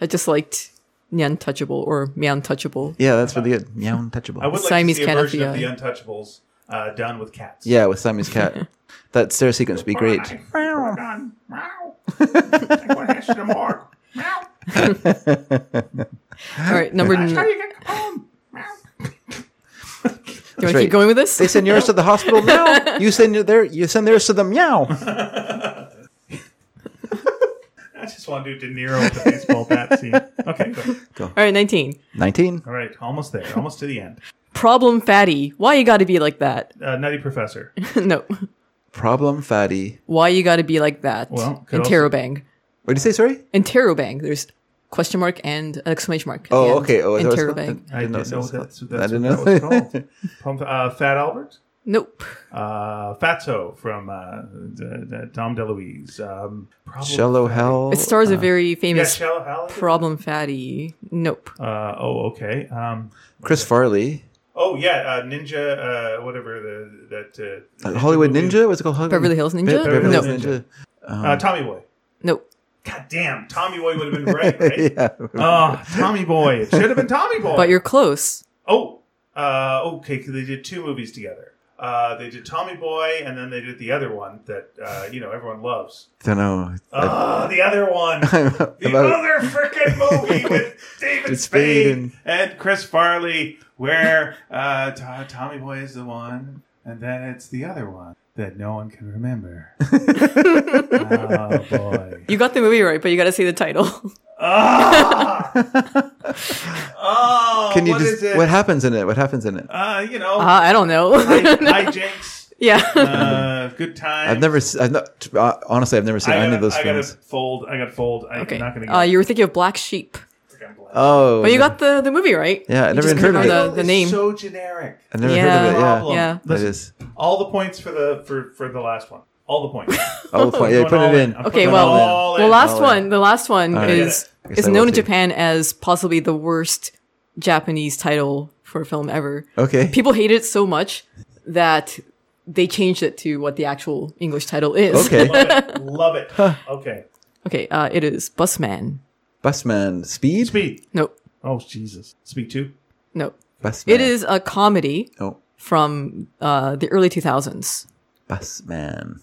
Speaker 3: I just liked Nyan Touchable or Meow Touchable.
Speaker 1: [LAUGHS] yeah, that's really good. Meow
Speaker 2: I would
Speaker 1: untouchable.
Speaker 2: like
Speaker 3: Siamese
Speaker 2: to see a
Speaker 3: cat
Speaker 2: version of the
Speaker 3: FBI.
Speaker 2: Untouchables uh, done with cats.
Speaker 1: Yeah, with Siamese cat. that stair sequence would be great. [LAUGHS]
Speaker 3: All right, number. n- Do you want to
Speaker 1: right.
Speaker 3: keep going with this?
Speaker 1: They send yours to the hospital now. You send your- their you send theirs to the meow.
Speaker 2: I just want to do De Niro with the baseball bat scene. Okay, good.
Speaker 3: All right, nineteen.
Speaker 1: Nineteen.
Speaker 2: All right, almost there, almost to the end.
Speaker 3: Problem, fatty. Why you got to be like that? [LAUGHS]
Speaker 2: Uh, Nutty Professor.
Speaker 3: no.
Speaker 1: Problem fatty.
Speaker 3: Why you got to be like that?
Speaker 2: Well, could also-
Speaker 3: interrobang.
Speaker 1: What did you say? Sorry.
Speaker 3: Interrobang. There's question mark and exclamation mark. at the
Speaker 1: Oh,
Speaker 3: end.
Speaker 1: okay. Oh, is that what it's called?
Speaker 3: interrobang.
Speaker 2: I didn't know
Speaker 1: it's called.
Speaker 2: that's, that's
Speaker 1: I didn't
Speaker 2: what
Speaker 1: know.
Speaker 2: that was called. Pump- uh, Fat Albert.
Speaker 3: Nope.
Speaker 2: Uh, Fatso from uh, d- d- Tom DeLuise. Um, probably-
Speaker 1: [LAUGHS] Shallow hell.
Speaker 3: It stars a very
Speaker 2: Yeah,
Speaker 3: famous
Speaker 2: Shallow Hal.
Speaker 3: problem fatty. Nope.
Speaker 2: Uh, oh, okay. Um,
Speaker 1: Chris Farley.
Speaker 2: oh, yeah, uh, Ninja, uh, whatever the, that. Uh,
Speaker 1: Uh, Hollywood Ninja. What's it called? Hollywood-
Speaker 3: Beverly Hills Ninja?
Speaker 1: Be- Beverly
Speaker 3: No.
Speaker 1: Hills Ninja.
Speaker 2: Uh, Tommy Boy.
Speaker 3: Nope.
Speaker 2: God damn, Tommy Boy would have been great, right?
Speaker 1: [LAUGHS] Yeah.
Speaker 2: Oh, Tommy Boy. It should have been Tommy Boy.
Speaker 3: But you're close.
Speaker 2: Oh, uh, okay. 'cause they did two movies together. Uh, they did Tommy Boy, and then they did the other one that uh, you know everyone loves.
Speaker 1: don't know.
Speaker 2: Ah, the other one, the
Speaker 1: [LAUGHS] about-
Speaker 2: other freaking
Speaker 1: [LAUGHS]
Speaker 2: movie with David
Speaker 1: With Spade
Speaker 2: Spade and, Chris Farley, where uh, To- Tommy Boy is the one, and then it's the other one that no one can
Speaker 1: [LAUGHS]
Speaker 2: remember. oh boy.
Speaker 3: You got the movie right, but you got to say the title. [LAUGHS]
Speaker 1: [LAUGHS]
Speaker 2: Ah! oh,
Speaker 1: Can you
Speaker 2: what
Speaker 1: just?
Speaker 2: is it?
Speaker 1: What happens in it? What happens in it?
Speaker 2: uh, you know,
Speaker 3: Uh, I don't know.
Speaker 2: hi- hijinks.
Speaker 3: [LAUGHS] yeah.
Speaker 1: [LAUGHS]
Speaker 2: Uh, good time.
Speaker 1: I've never. se- I've not. t- uh, Honestly, I've never seen
Speaker 2: I gotta,
Speaker 1: any of those
Speaker 2: I gotta
Speaker 1: films.
Speaker 2: fold. I gotta fold. I,
Speaker 3: Okay.
Speaker 2: am not gonna. Get
Speaker 3: Uh, you were thinking of Black Sheep.
Speaker 1: Oh,
Speaker 3: But you got the, the movie right.
Speaker 1: Yeah, I
Speaker 3: You
Speaker 1: never
Speaker 3: just
Speaker 1: even
Speaker 3: couldn't
Speaker 1: heard of
Speaker 3: remember the, the name.
Speaker 2: So generic.
Speaker 1: I've never
Speaker 3: Yeah.
Speaker 1: heard of it. Yeah,
Speaker 2: Problem.
Speaker 3: Yeah.
Speaker 1: that
Speaker 2: Listen,
Speaker 1: is.
Speaker 2: all the points for the for for the last one. All the
Speaker 1: [LAUGHS]
Speaker 2: points.
Speaker 1: Oh, fine. yeah,
Speaker 2: Put
Speaker 1: put it
Speaker 2: all in.
Speaker 1: in.
Speaker 2: I'm
Speaker 3: Okay,
Speaker 2: Put
Speaker 3: well,
Speaker 2: it all
Speaker 3: the
Speaker 2: in.
Speaker 3: last
Speaker 1: All
Speaker 3: one, the last one
Speaker 1: right.
Speaker 3: is
Speaker 1: I guess
Speaker 3: is
Speaker 1: I
Speaker 3: known
Speaker 1: will
Speaker 3: in
Speaker 1: see.
Speaker 3: Japan as possibly the worst Japanese title for a film ever.
Speaker 1: Okay.
Speaker 3: People hate it so much that they changed it to what the actual English title is.
Speaker 1: Okay.
Speaker 2: Love it. Love it. Okay.
Speaker 3: [LAUGHS] okay, uh, it is Busman.
Speaker 1: Busman. Speed.
Speaker 2: Speed.
Speaker 3: No,
Speaker 2: Oh Jesus. Speed two.
Speaker 3: no.
Speaker 1: Busman.
Speaker 3: It is a comedy
Speaker 1: Oh,
Speaker 3: from uh, the early 2000s.
Speaker 1: Busman.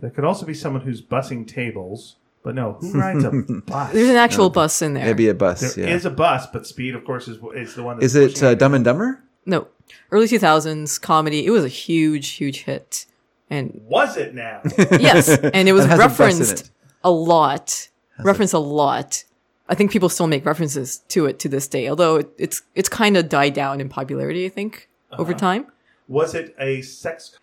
Speaker 2: That could also be someone who's bussing tables. But no, who rides a
Speaker 1: [LAUGHS]
Speaker 2: bus?
Speaker 3: There's an actual bus in there.
Speaker 1: Maybe a bus.
Speaker 2: There
Speaker 1: yeah.
Speaker 2: is a bus, but speed, of course, is is the one. That's
Speaker 1: Is it
Speaker 2: pushing
Speaker 1: uh, Dumb and Dumber?
Speaker 3: No. Early 2000s comedy. It was a huge, huge hit. And
Speaker 2: Was it now?
Speaker 1: [LAUGHS]
Speaker 3: yes, and it was
Speaker 1: It has a bus in
Speaker 3: referenced
Speaker 1: it.
Speaker 3: a lot. Referenced a lot. I think people still make references to it to this day, although it, it's it's kind of died down in popularity, I think, over time.
Speaker 2: Was it a sex?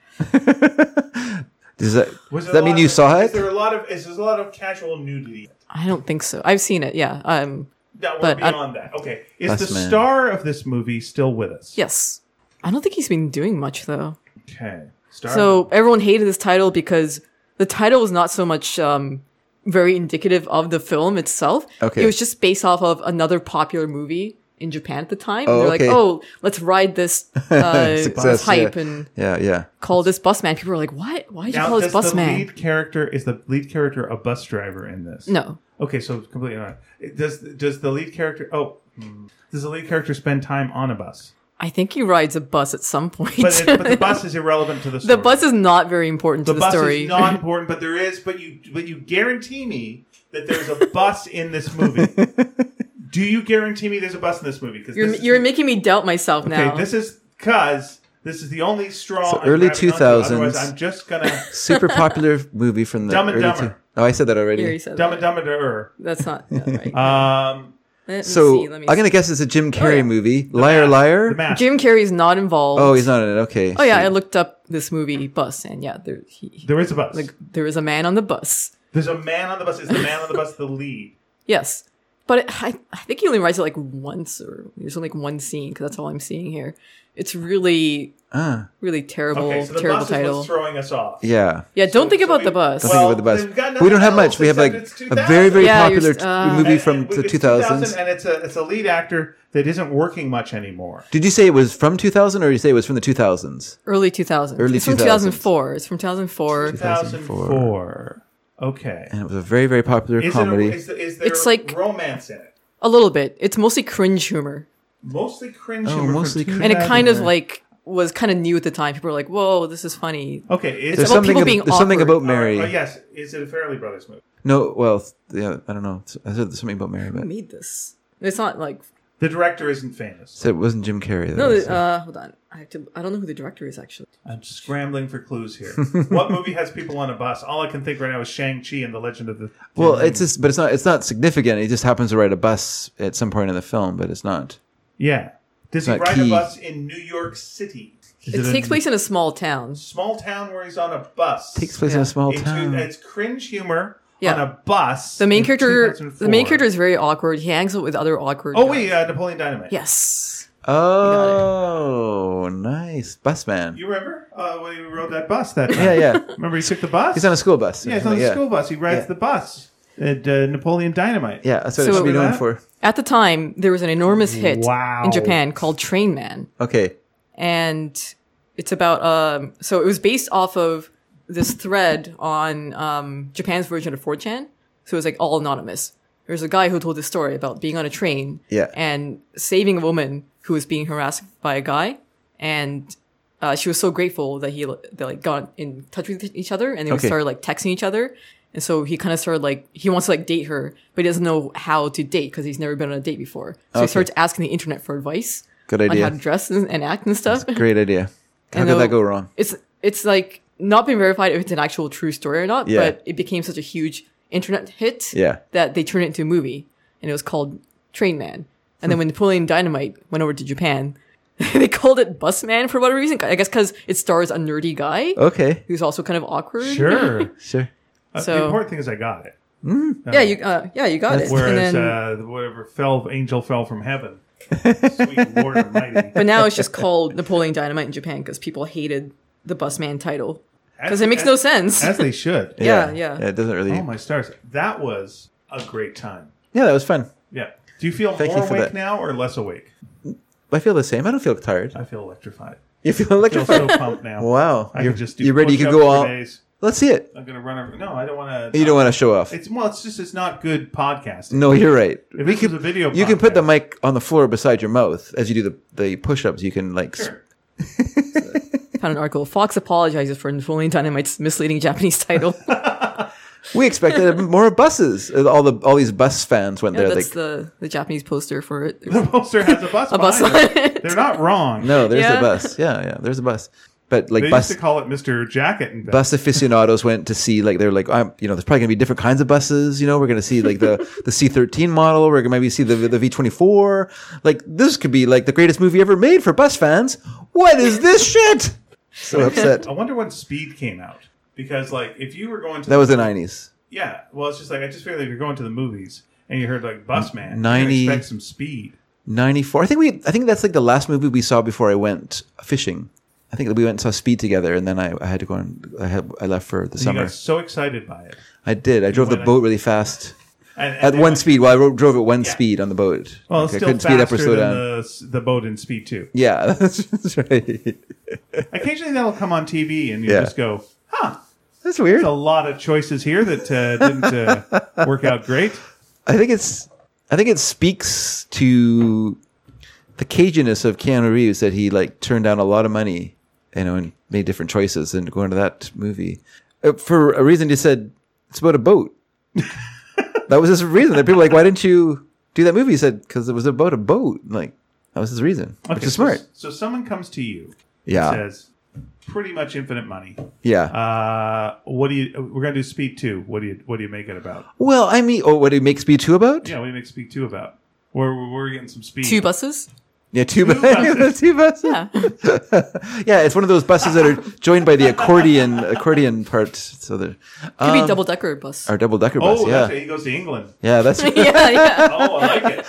Speaker 1: Does that
Speaker 2: Was
Speaker 1: does
Speaker 2: there a
Speaker 1: that mean
Speaker 2: lot
Speaker 1: you
Speaker 2: of-
Speaker 3: Uh,
Speaker 1: saw
Speaker 2: Is
Speaker 1: it?
Speaker 2: there a lot of is there a lot of casual nudity?
Speaker 3: I don't think so. I've seen it, yeah. Um
Speaker 2: That we're
Speaker 3: But I-
Speaker 2: beyond that. Okay, is
Speaker 1: That's
Speaker 2: the
Speaker 1: man.
Speaker 2: star of this movie still with us?
Speaker 3: yes. I don't think he's been doing much though.
Speaker 2: Okay, star.
Speaker 3: So everyone hated this title because the title was not so much um, very indicative of the film itself.
Speaker 1: Okay.
Speaker 3: It was just based off of another popular movie in Japan at the time.
Speaker 1: Oh,
Speaker 3: and they're
Speaker 1: okay.
Speaker 3: like, oh, let's
Speaker 1: [LAUGHS]
Speaker 3: ride this, uh, this
Speaker 1: Success,
Speaker 3: hype
Speaker 1: yeah.
Speaker 3: and
Speaker 1: Yeah, yeah.
Speaker 3: call this Busman. People were like, what? Why did you
Speaker 2: now,
Speaker 3: call
Speaker 2: does
Speaker 3: this
Speaker 2: the
Speaker 3: Busman?
Speaker 2: lead character is the lead character a bus driver in this?
Speaker 3: No.
Speaker 2: Okay, so completely not. Does does the lead character? Oh, hmm. does the lead character spend time on a bus?
Speaker 3: I think he rides a bus at some point.
Speaker 2: But, it, but the bus is irrelevant to the story.
Speaker 3: [LAUGHS] The bus is not very important
Speaker 2: the
Speaker 3: to the
Speaker 2: bus
Speaker 3: story.
Speaker 2: is
Speaker 3: [LAUGHS]
Speaker 2: not important, but there is. But you but you guarantee me that there's a bus in this
Speaker 3: [LAUGHS]
Speaker 2: movie. Do you guarantee me there's a bus in this movie? Because
Speaker 3: you're, you're making me doubt myself now.
Speaker 2: Okay, this is because this is the only straw.
Speaker 1: So
Speaker 2: I'm
Speaker 1: early
Speaker 2: grabbing onto,
Speaker 1: 2000s.
Speaker 2: Otherwise, I'm just gonna [LAUGHS]
Speaker 1: Super popular movie from the
Speaker 2: Dumb and
Speaker 1: early
Speaker 2: Dumber.
Speaker 1: two- Oh, I said that already.
Speaker 3: You already said
Speaker 2: dumb
Speaker 3: that.
Speaker 2: and dumb and dumber.
Speaker 3: That's not
Speaker 1: [LAUGHS]
Speaker 3: that's right.
Speaker 2: Um,
Speaker 3: let me
Speaker 1: so
Speaker 3: see. Let me
Speaker 1: I'm
Speaker 3: see. Oh,
Speaker 1: gonna guess it's a Jim Carrey
Speaker 3: yeah.
Speaker 1: movie. liar, liar.
Speaker 2: the mask.
Speaker 3: Jim Carrey's not involved.
Speaker 1: Oh, he's not in it. Okay.
Speaker 3: Oh yeah, I looked up this movie bus, and yeah, there he,
Speaker 2: there is a bus.
Speaker 3: there is a man on the bus.
Speaker 2: There's a man on the bus. Is the man on the bus the lead?
Speaker 3: Yes, but it, I I think he only rides it like once, or there's only like one scene because that's all I'm seeing here. It's really
Speaker 1: Ah,
Speaker 3: really terrible,
Speaker 2: Okay, so the
Speaker 3: Oh, terrible
Speaker 2: bus is
Speaker 3: title.
Speaker 2: what's throwing us off.
Speaker 1: yeah.
Speaker 3: yeah, don't think
Speaker 2: so
Speaker 3: about
Speaker 2: we-
Speaker 3: the bus.
Speaker 1: Don't
Speaker 2: Well,
Speaker 1: think about the
Speaker 2: then we've got
Speaker 1: bus. We don't have
Speaker 2: nothing
Speaker 1: much. We have
Speaker 2: else
Speaker 1: like
Speaker 2: except it's
Speaker 1: a very, very
Speaker 2: 2000.
Speaker 3: Yeah,
Speaker 1: popular
Speaker 3: you're- uh,
Speaker 1: t- movie
Speaker 2: And-
Speaker 1: from
Speaker 2: and
Speaker 1: the
Speaker 2: it's
Speaker 1: 2000s.
Speaker 2: 2000, and it's a it's a lead actor that isn't working much anymore.
Speaker 1: Did you say it was from 2000 or did you say it was from the 2000s?
Speaker 3: Early 2000s.
Speaker 1: Early
Speaker 3: it's from
Speaker 1: 2000s.
Speaker 3: 2004. It's from 2004.
Speaker 1: 2004.
Speaker 2: 2004. Okay.
Speaker 1: And it was a very, very popular
Speaker 2: Is, it a,
Speaker 1: comedy.
Speaker 2: is, the- is there
Speaker 3: It's like-
Speaker 2: romance in it?
Speaker 3: A little bit. It's mostly cringe humor,
Speaker 2: Mostly cringe.
Speaker 1: Oh,
Speaker 2: humor from
Speaker 1: mostly cringe.
Speaker 3: and it kind of
Speaker 1: Right.
Speaker 3: like was kind of new at the time. People were like, "Whoa, this is funny."
Speaker 2: Okay, is
Speaker 3: It's
Speaker 1: There's
Speaker 3: about
Speaker 1: something.
Speaker 3: people
Speaker 1: ab-
Speaker 3: being
Speaker 1: there's something
Speaker 3: awkward.
Speaker 1: about Mary.
Speaker 2: Oh, yes, is it a Fairly Brothers movie?
Speaker 1: No, well, th- yeah, I don't know. It's- I said there's something about Mary, but
Speaker 3: Who made this? It's not like
Speaker 2: The director isn't famous.
Speaker 1: so it wasn't Jim Carrey.
Speaker 3: no.
Speaker 1: Though, so-
Speaker 3: Uh, hold on, I have to. I don't know who the director is actually.
Speaker 2: I'm scrambling for clues here. [LAUGHS] what movie has people on a bus? All I can think right now is Shang Chi and the Legend of the.
Speaker 1: well, it's just, but it's not. It's not significant. He just happens to ride a bus at some point in the film, but it's not.
Speaker 2: yeah. Does he
Speaker 1: Not
Speaker 2: ride a
Speaker 1: key.
Speaker 2: bus in New York City?
Speaker 3: It takes place in a small town.
Speaker 2: Small town where he's on a bus.
Speaker 1: Takes place in
Speaker 3: Yeah.
Speaker 1: a small
Speaker 2: Into-
Speaker 1: town.
Speaker 2: It's cringe humor
Speaker 3: Yeah.
Speaker 2: on a bus.
Speaker 3: The
Speaker 2: in
Speaker 3: main character,
Speaker 2: 2004.
Speaker 3: the main character is very awkward. He hangs out with other awkward.
Speaker 2: Oh
Speaker 3: guys.
Speaker 2: wait, uh, Napoleon Dynamite.
Speaker 3: Yes.
Speaker 1: oh, nice bus man.
Speaker 2: You remember uh, when he rode that bus that time?
Speaker 1: Yeah, yeah.
Speaker 2: Remember he took the bus?
Speaker 1: He's on a school bus. or
Speaker 2: yeah, he's on the
Speaker 1: something, yeah.
Speaker 2: school bus. He rides
Speaker 1: Yeah.
Speaker 2: the bus. At uh, Napoleon Dynamite.
Speaker 1: Yeah, that's what
Speaker 3: So-
Speaker 1: it should be known
Speaker 2: Remember
Speaker 1: for.
Speaker 3: At the time, there was an enormous hit
Speaker 2: Wow.
Speaker 3: in Japan called Train Man,
Speaker 1: Okay.
Speaker 3: and it's about um. So it was based off of this thread on um Japan's version of 4chan. So it was like all anonymous. There's a guy who told this story about being on a train
Speaker 1: Yeah.
Speaker 3: and saving a woman who was being harassed by a guy, and uh, she was so grateful that he they like got in touch with each other and they would
Speaker 1: Okay.
Speaker 3: started like texting each other, and so he kind of started like he wants to like date her, but he doesn't know how to date because he's never been on a date before. So he
Speaker 1: Okay.
Speaker 3: starts asking the internet for advice
Speaker 1: Good
Speaker 3: on how to
Speaker 1: idea.
Speaker 3: dress and, and act and stuff.
Speaker 1: Great
Speaker 3: [LAUGHS]
Speaker 1: idea. How could
Speaker 3: And they'll-
Speaker 1: that go wrong?
Speaker 3: It's it's like not been verified if it's an actual true story or not,
Speaker 1: Yeah.
Speaker 3: but it became such a huge internet hit
Speaker 1: Yeah.
Speaker 3: that they turned it into a movie, and it was called Train Man. And then when Napoleon Dynamite went over to Japan, [LAUGHS] they called it Bus Man for whatever reason. I guess because it stars a nerdy guy
Speaker 1: Okay.
Speaker 3: who's also kind of awkward. [LAUGHS]
Speaker 2: Sure.
Speaker 1: Sure.
Speaker 2: Uh, the
Speaker 3: So-
Speaker 2: important thing is I got it.
Speaker 3: Yeah, you uh, yeah you got it. And
Speaker 2: Whereas
Speaker 3: then,
Speaker 2: uh, the- whatever fell, angel fell
Speaker 1: [LAUGHS]
Speaker 2: from heaven. Sweet Lord Almighty.
Speaker 3: but now it's just called Napoleon Dynamite in Japan because people hated the Bus Man title because it makes no sense.
Speaker 2: As they should.
Speaker 3: Yeah, yeah.
Speaker 1: It doesn't really.
Speaker 2: Oh my stars! That was a great time.
Speaker 1: yeah, that was fun.
Speaker 2: Yeah. Do you feel
Speaker 1: Thank you
Speaker 2: more
Speaker 1: for
Speaker 2: awake
Speaker 1: that.
Speaker 2: now or less awake?
Speaker 1: I feel the same. I don't feel tired. [LAUGHS]
Speaker 2: I feel electrified.
Speaker 1: You feel
Speaker 2: I feel
Speaker 1: electrified.
Speaker 2: so pumped now.
Speaker 1: Wow.
Speaker 2: I
Speaker 1: you're
Speaker 2: can just do
Speaker 1: you ready? You can
Speaker 2: push-ups
Speaker 1: go
Speaker 2: for
Speaker 1: all.
Speaker 2: days.
Speaker 1: Let's see it.
Speaker 2: I'm gonna run over. No, I don't want
Speaker 1: You don't want to show off.
Speaker 2: It's well. It's just it's not good podcasting.
Speaker 1: No, you're right.
Speaker 2: If this was a video,
Speaker 1: You can put the
Speaker 2: podcast-
Speaker 1: mic on the floor beside your mouth as you do the, the push ups. You can, like,
Speaker 2: Sure.
Speaker 3: Found an article. Fox apologizes for Napoleon Dynamite's misleading Japanese
Speaker 1: [LAUGHS]
Speaker 3: title.
Speaker 1: s- we expected [LAUGHS] more buses. All the all these bus fans went there.
Speaker 3: That's
Speaker 1: Like,
Speaker 3: the the Japanese poster for it.
Speaker 2: [LAUGHS] The poster has a bus.
Speaker 3: A bus
Speaker 2: behind
Speaker 3: on
Speaker 2: it.
Speaker 3: it.
Speaker 2: They're not wrong.
Speaker 1: no, there's
Speaker 3: Yeah.
Speaker 1: a bus. Yeah, yeah, there's a bus. But, like,
Speaker 2: they
Speaker 1: bus.
Speaker 2: used to call it Mister Jacket and
Speaker 1: [LAUGHS] bus aficionados went to see like they're like I'm you know there's probably gonna be different kinds of buses you know we're gonna see like the the C13 model we're gonna maybe see the the V24 like this could be like the greatest movie ever made for bus fans what is this shit so upset
Speaker 2: I wonder when Speed came out because like if you were going to
Speaker 1: that was the 90s
Speaker 2: yeah well it's just like I just figured if you're going to the movies and you heard like Busman
Speaker 1: 90
Speaker 2: you expect some speed
Speaker 1: 94 I think we I think that's like the last movie we saw before I went fishing I think we went and saw Speed together and then I, I had to go and I had I left for the
Speaker 2: you
Speaker 1: summer
Speaker 2: got so excited by it
Speaker 1: I did I drove the
Speaker 2: went-
Speaker 1: boat really fast
Speaker 2: and, and
Speaker 1: at
Speaker 2: they
Speaker 1: one
Speaker 2: went-
Speaker 1: speed well I ro- drove at one speed on the boat
Speaker 2: well it's
Speaker 1: Like, I
Speaker 2: still
Speaker 1: couldn't
Speaker 2: faster
Speaker 1: speed up or slow
Speaker 2: than
Speaker 1: down
Speaker 2: the the boat in Speed too
Speaker 1: yeah [LAUGHS] that's right
Speaker 2: occasionally that'll come on TV and you
Speaker 1: Yeah.
Speaker 2: just go huh
Speaker 1: That's weird.
Speaker 2: there's a lot of choices here that uh, didn't
Speaker 1: [LAUGHS]
Speaker 2: uh, work out great
Speaker 1: I think it's I think it speaks to the caginess of Keanu Reeves that he like turned down a lot of money, you know, and made different choices and going to that movie Uh, for a reason. You said it's about a boat. [LAUGHS] that was his reason. That people were like, why didn't you do that movie? He said because it was about a boat. Like that was his reason, which is
Speaker 2: so-
Speaker 1: smart.
Speaker 2: so someone comes to you
Speaker 1: Yeah,
Speaker 2: says pretty much infinite money
Speaker 1: yeah.
Speaker 2: Uh, what do you? We're gonna do Speed Two. What do you? What do you make it about?
Speaker 1: well, I mean, oh, what it makes me two about?
Speaker 2: Yeah, what do you make Speed Two about? We're we're getting some speed.
Speaker 3: [LAUGHS] Two buses.
Speaker 1: Yeah, two, bu- [LAUGHS]
Speaker 2: buses.
Speaker 1: two buses.
Speaker 3: Yeah.
Speaker 1: yeah, it's one of those buses that are joined by the accordion accordion part. So they're
Speaker 3: Could
Speaker 1: um,
Speaker 3: be double decker bus.
Speaker 1: our double decker bus.
Speaker 2: Oh,
Speaker 1: yeah,
Speaker 2: that's it. he goes to England.
Speaker 1: yeah, that's
Speaker 3: [LAUGHS] yeah, yeah.
Speaker 2: Oh,
Speaker 1: [LAUGHS]
Speaker 2: I like it.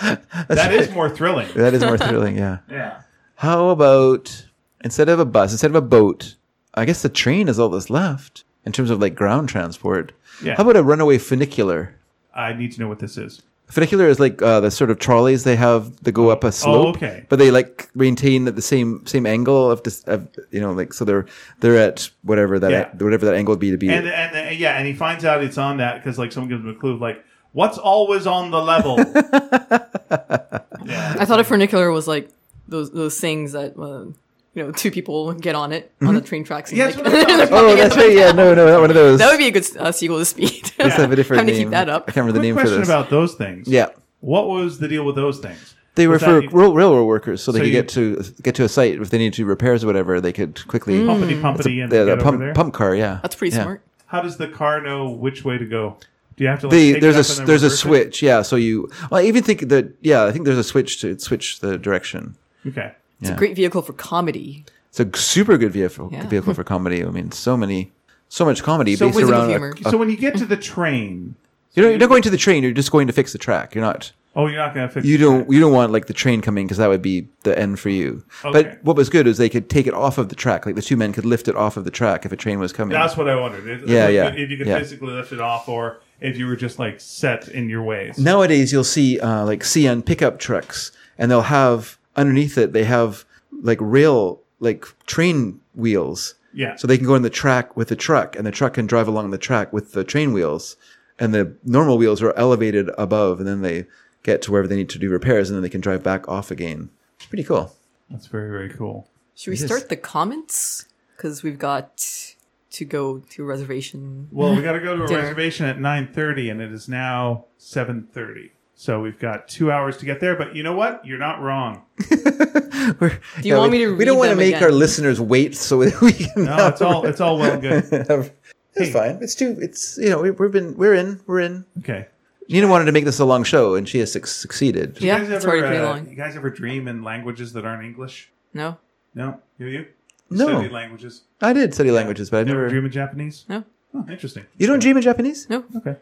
Speaker 2: That is more thrilling.
Speaker 1: that is more thrilling. Yeah.
Speaker 2: Yeah.
Speaker 1: How about instead of a bus, instead of a boat? I guess the train is all that's left in terms of like ground transport.
Speaker 2: Yeah.
Speaker 1: How about a runaway funicular?
Speaker 2: I need to know what this is.
Speaker 1: Funicular is like uh, the sort of trolleys they have that go up a slope,
Speaker 2: Oh, okay.
Speaker 1: but they like maintain at the same same angle of, dis- of you know like so they're they're at whatever that
Speaker 2: Yeah.
Speaker 1: whatever that angle would be to be
Speaker 2: And and and- yeah, and he finds out it's on that because like someone gives him a clue of, like what's always on the [LAUGHS] level. yeah.
Speaker 3: I thought a funicular was like those those things that uh, you know, two people get on it on the train tracks. And
Speaker 2: Yeah,
Speaker 3: like,
Speaker 2: that's what I thought.
Speaker 3: they're
Speaker 1: Oh,
Speaker 3: bumping
Speaker 1: Mm-hmm. that's
Speaker 3: into
Speaker 1: right. Yeah, no, no, not one of those.
Speaker 3: That would be a good uh, sequel to Speed.
Speaker 1: Let's have a different
Speaker 3: [LAUGHS] Having to
Speaker 1: name.
Speaker 3: keep that
Speaker 1: I
Speaker 3: up.
Speaker 1: can't remember the
Speaker 2: Quick
Speaker 1: name for
Speaker 2: question
Speaker 1: this.
Speaker 2: about those things.
Speaker 1: yeah,
Speaker 2: What was the deal with those things?
Speaker 1: they were
Speaker 2: Was
Speaker 1: for
Speaker 2: that you-
Speaker 1: rail- railroad workers, so they
Speaker 2: So
Speaker 1: could
Speaker 2: you-
Speaker 1: get to get to a site if they needed to do repairs or whatever. They could quickly
Speaker 2: pumpity pumpity and
Speaker 1: the,
Speaker 2: get
Speaker 1: the
Speaker 2: over
Speaker 1: pump
Speaker 2: there.
Speaker 1: pump car. Yeah,
Speaker 3: Mm. That's pretty
Speaker 1: Yeah.
Speaker 3: smart.
Speaker 2: How does the car know which way to go? Do you have to? Like,
Speaker 1: They,
Speaker 2: pick
Speaker 1: there's
Speaker 2: it
Speaker 1: a
Speaker 2: up
Speaker 1: s-
Speaker 2: and then
Speaker 1: there's a
Speaker 2: reverse it?
Speaker 1: switch, yeah. So you, well, I even think that, yeah, I think there's a switch to switch the direction.
Speaker 2: Okay.
Speaker 3: It's
Speaker 1: Yeah.
Speaker 3: a great vehicle for comedy.
Speaker 1: It's a super good vehicle
Speaker 3: Yeah.
Speaker 1: vehicle for comedy. I mean, so many, so much comedy
Speaker 2: So
Speaker 1: based
Speaker 2: with
Speaker 1: around.
Speaker 3: humor.
Speaker 1: A, a,
Speaker 2: So when you get to the train,
Speaker 1: you know, you're not going to the train. You're just going to fix the track. You're not.
Speaker 2: oh, you're not gonna fix.
Speaker 1: You
Speaker 2: the
Speaker 1: don't.
Speaker 2: track.
Speaker 1: You don't want like the train coming because that would be the end for you.
Speaker 2: Okay.
Speaker 1: But what was good is they could take it off of the track. Like the two men could lift it off of the track if a train was coming.
Speaker 2: That's what I wondered. If,
Speaker 1: Yeah,
Speaker 2: if,
Speaker 1: yeah,
Speaker 2: If you could
Speaker 1: yeah.
Speaker 2: physically lift it off, or if you were just like set in your ways.
Speaker 1: nowadays you'll see uh, like CN pickup trucks, and they'll have underneath it they have like rail like train wheels,
Speaker 2: Yeah.
Speaker 1: so they can go on the track with the truck, and the truck can drive along the track with the train wheels, and the normal wheels are elevated above, and then they get to wherever they need to do repairs, and then they can drive back off again. It's pretty cool.
Speaker 2: That's very very cool.
Speaker 3: Should we start the comments? Because we've got to go to a reservation.
Speaker 2: Well, we got to go
Speaker 3: [LAUGHS]
Speaker 2: to a
Speaker 3: Dinner.
Speaker 2: reservation at 9:30 and it is now 7:30. So we've got 2 hours to get there, but you know what? You're not wrong.
Speaker 3: [LAUGHS] Do you want
Speaker 1: we,
Speaker 3: me to
Speaker 1: We don't
Speaker 3: read
Speaker 1: want to
Speaker 3: them
Speaker 1: make
Speaker 3: again?
Speaker 1: our listeners wait so [LAUGHS] that we can.
Speaker 3: [LAUGHS]
Speaker 2: No, it's all it's all well and good.
Speaker 1: [LAUGHS] have- it's
Speaker 2: Hey.
Speaker 1: fine. It's too. It's you know we, we've been we're in we're in.
Speaker 2: Okay.
Speaker 1: Nina wanted to make this a long show, and she has suc succeeded.
Speaker 3: Yeah,
Speaker 2: you guys
Speaker 3: it's
Speaker 2: ever,
Speaker 3: already pretty
Speaker 2: uh,
Speaker 3: long.
Speaker 2: You guys ever dream in languages that aren't English?
Speaker 3: No,
Speaker 2: No. You you?
Speaker 1: No.
Speaker 2: Study languages.
Speaker 1: I did study languages, but I
Speaker 2: You ever
Speaker 1: never.
Speaker 2: dream in Japanese?
Speaker 3: no,
Speaker 2: Oh, interesting.
Speaker 1: You don't dream in Japanese?
Speaker 3: no.
Speaker 2: Okay.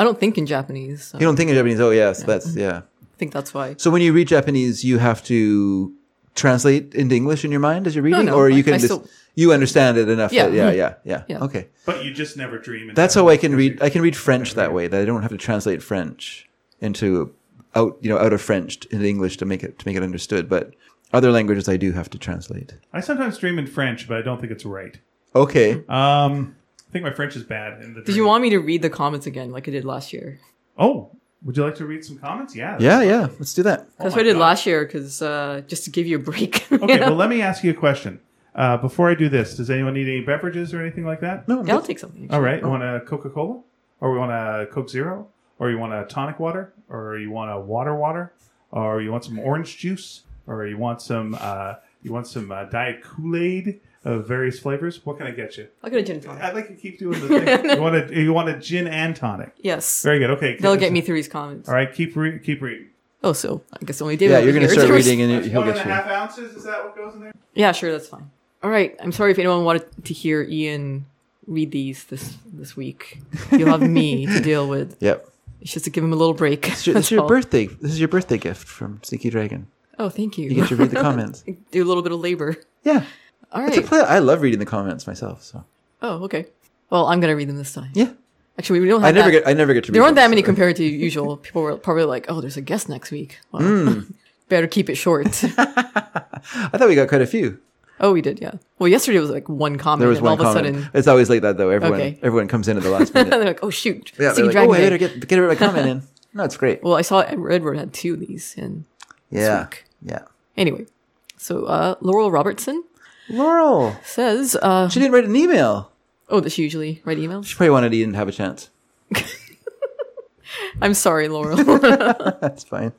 Speaker 3: I don't think in Japanese. So
Speaker 1: You don't think in Japanese. Oh, yes, that's yeah.
Speaker 3: I think that's why.
Speaker 1: So when you read Japanese, you have to translate into English in your mind as you're reading,
Speaker 3: no,
Speaker 1: or you
Speaker 3: I-
Speaker 1: can
Speaker 3: I
Speaker 1: just
Speaker 3: still-
Speaker 1: you understand it enough.
Speaker 3: Yeah.
Speaker 1: that, yeah, yeah, yeah,
Speaker 3: Yeah.
Speaker 1: Okay,
Speaker 2: But you just never dream in
Speaker 1: that's
Speaker 2: Japanese.
Speaker 1: how I can read. I can read French that way. That I don't have to translate French into out you know out of French into English to make it to make it understood. But other languages, I do have to translate.
Speaker 2: I sometimes dream in French, but I don't think it's right.
Speaker 1: Okay,
Speaker 3: Uh,
Speaker 2: Um I think my French is bad in the
Speaker 3: Did you want me to read the comments again, like I did last year?
Speaker 2: Oh, would you like to read some comments? Yeah.
Speaker 1: yeah, yeah. Let's do that.
Speaker 3: That's
Speaker 2: my
Speaker 3: what I did
Speaker 2: God.
Speaker 3: last year, because uh, just to give you a break. [LAUGHS]
Speaker 2: Okay,
Speaker 3: yeah.
Speaker 2: well, let me ask you a question. Uh, before I do this, does anyone need any beverages or anything like that?
Speaker 1: No, I'm
Speaker 3: Yeah, I'll
Speaker 1: good.
Speaker 3: take something.
Speaker 2: All right, you want a Coca Cola? Or we want a Coke Zero? Or you want a tonic water? Or you want a water water? Or you want some orange juice? Or you want some uh, you want some uh, Diet Kool Aid of various flavors? What can I get you?
Speaker 3: I'll get a gin and tonic.
Speaker 2: I'd like to keep doing the
Speaker 3: [LAUGHS]
Speaker 2: thing. you want a you want a gin and tonic?
Speaker 3: Yes,
Speaker 2: Very good. Okay,
Speaker 3: they'll get me through these comments.
Speaker 2: All right, keep re- keep reading.
Speaker 3: Oh, so I guess only David.
Speaker 1: Yeah,
Speaker 3: over
Speaker 1: you're gonna
Speaker 3: here. [LAUGHS]
Speaker 1: start reading, and
Speaker 2: That's
Speaker 1: he'll
Speaker 2: One and a
Speaker 1: get you.
Speaker 2: half ounces. Is that what goes in there?
Speaker 3: Yeah, sure, that's fine. All right, I'm sorry if anyone wanted to hear Ian read these this this week. You'll have
Speaker 1: [LAUGHS]
Speaker 3: me to deal with.
Speaker 1: Yep.
Speaker 3: It's just to give him a little break.
Speaker 1: It's your,
Speaker 3: that's
Speaker 1: it's your
Speaker 3: all.
Speaker 1: birthday. This is your birthday gift from Sneaky Dragon.
Speaker 3: Oh, thank you.
Speaker 1: You get to
Speaker 3: [LAUGHS]
Speaker 1: read the comments.
Speaker 3: Do a little bit of labor.
Speaker 1: Yeah.
Speaker 3: All
Speaker 1: It's a
Speaker 3: right.
Speaker 1: play. I love reading the comments myself. So
Speaker 3: oh, okay. Well, I'm gonna read them this time.
Speaker 1: yeah,
Speaker 3: Actually, we don't have.
Speaker 1: I never
Speaker 3: that.
Speaker 1: get. I never get to.
Speaker 3: There
Speaker 1: read
Speaker 3: aren't that
Speaker 1: them,
Speaker 3: many
Speaker 1: so-
Speaker 3: compared to usual. People were probably like, "Oh, there's a guest next week." Well,
Speaker 1: Hmm.
Speaker 3: [LAUGHS] better keep it short.
Speaker 1: [LAUGHS] I thought we got quite a few.
Speaker 3: oh, we did, yeah. Well, yesterday was like one comment,
Speaker 1: There was
Speaker 3: and
Speaker 1: one
Speaker 3: all of
Speaker 1: comment.
Speaker 3: a sudden,
Speaker 1: it's always like that though. Everyone,
Speaker 3: Okay.
Speaker 1: everyone comes in at the last minute.
Speaker 3: [LAUGHS] they're like, "Oh shoot,
Speaker 1: yeah,
Speaker 3: Secret
Speaker 1: they're like,
Speaker 3: Dragon
Speaker 1: oh, I
Speaker 3: Day."
Speaker 1: better get get a comment in. No, it's great.
Speaker 3: Well, I saw Edward had two of these, and
Speaker 1: yeah,
Speaker 3: week.
Speaker 1: yeah.
Speaker 3: anyway, so uh, Laurel Robertson
Speaker 1: Laurel,
Speaker 3: says, uh,
Speaker 1: she didn't write an email.
Speaker 3: "Oh, does she usually write emails?"
Speaker 1: She probably wanted to didn't have a chance.
Speaker 3: I'm sorry, Laurel.
Speaker 1: That's fine.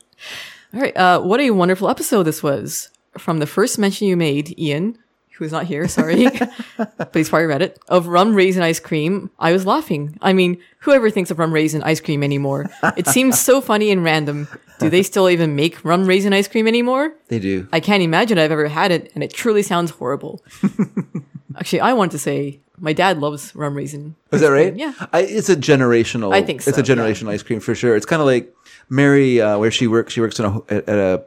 Speaker 3: All right. Uh, what a wonderful episode this was. From the first mention you made, Ian, who is not here,
Speaker 1: [LAUGHS]
Speaker 3: sorry, but he's probably read it, of rum raisin ice cream, I was laughing. I mean, whoever thinks of rum raisin ice cream anymore? It seems so funny and random. Do they still even make rum raisin ice cream anymore?
Speaker 1: They do.
Speaker 3: I can't imagine I've ever had it, and it truly
Speaker 1: [LAUGHS]
Speaker 3: sounds horrible. Actually, I want to say my dad loves rum raisin.
Speaker 1: Is that right?
Speaker 3: Yeah.
Speaker 1: I, it's a generational.
Speaker 3: I think
Speaker 1: it's a
Speaker 3: so, yeah.
Speaker 1: generational ice cream for sure. It's kind of like Mary, uh, where she works. She works in a at a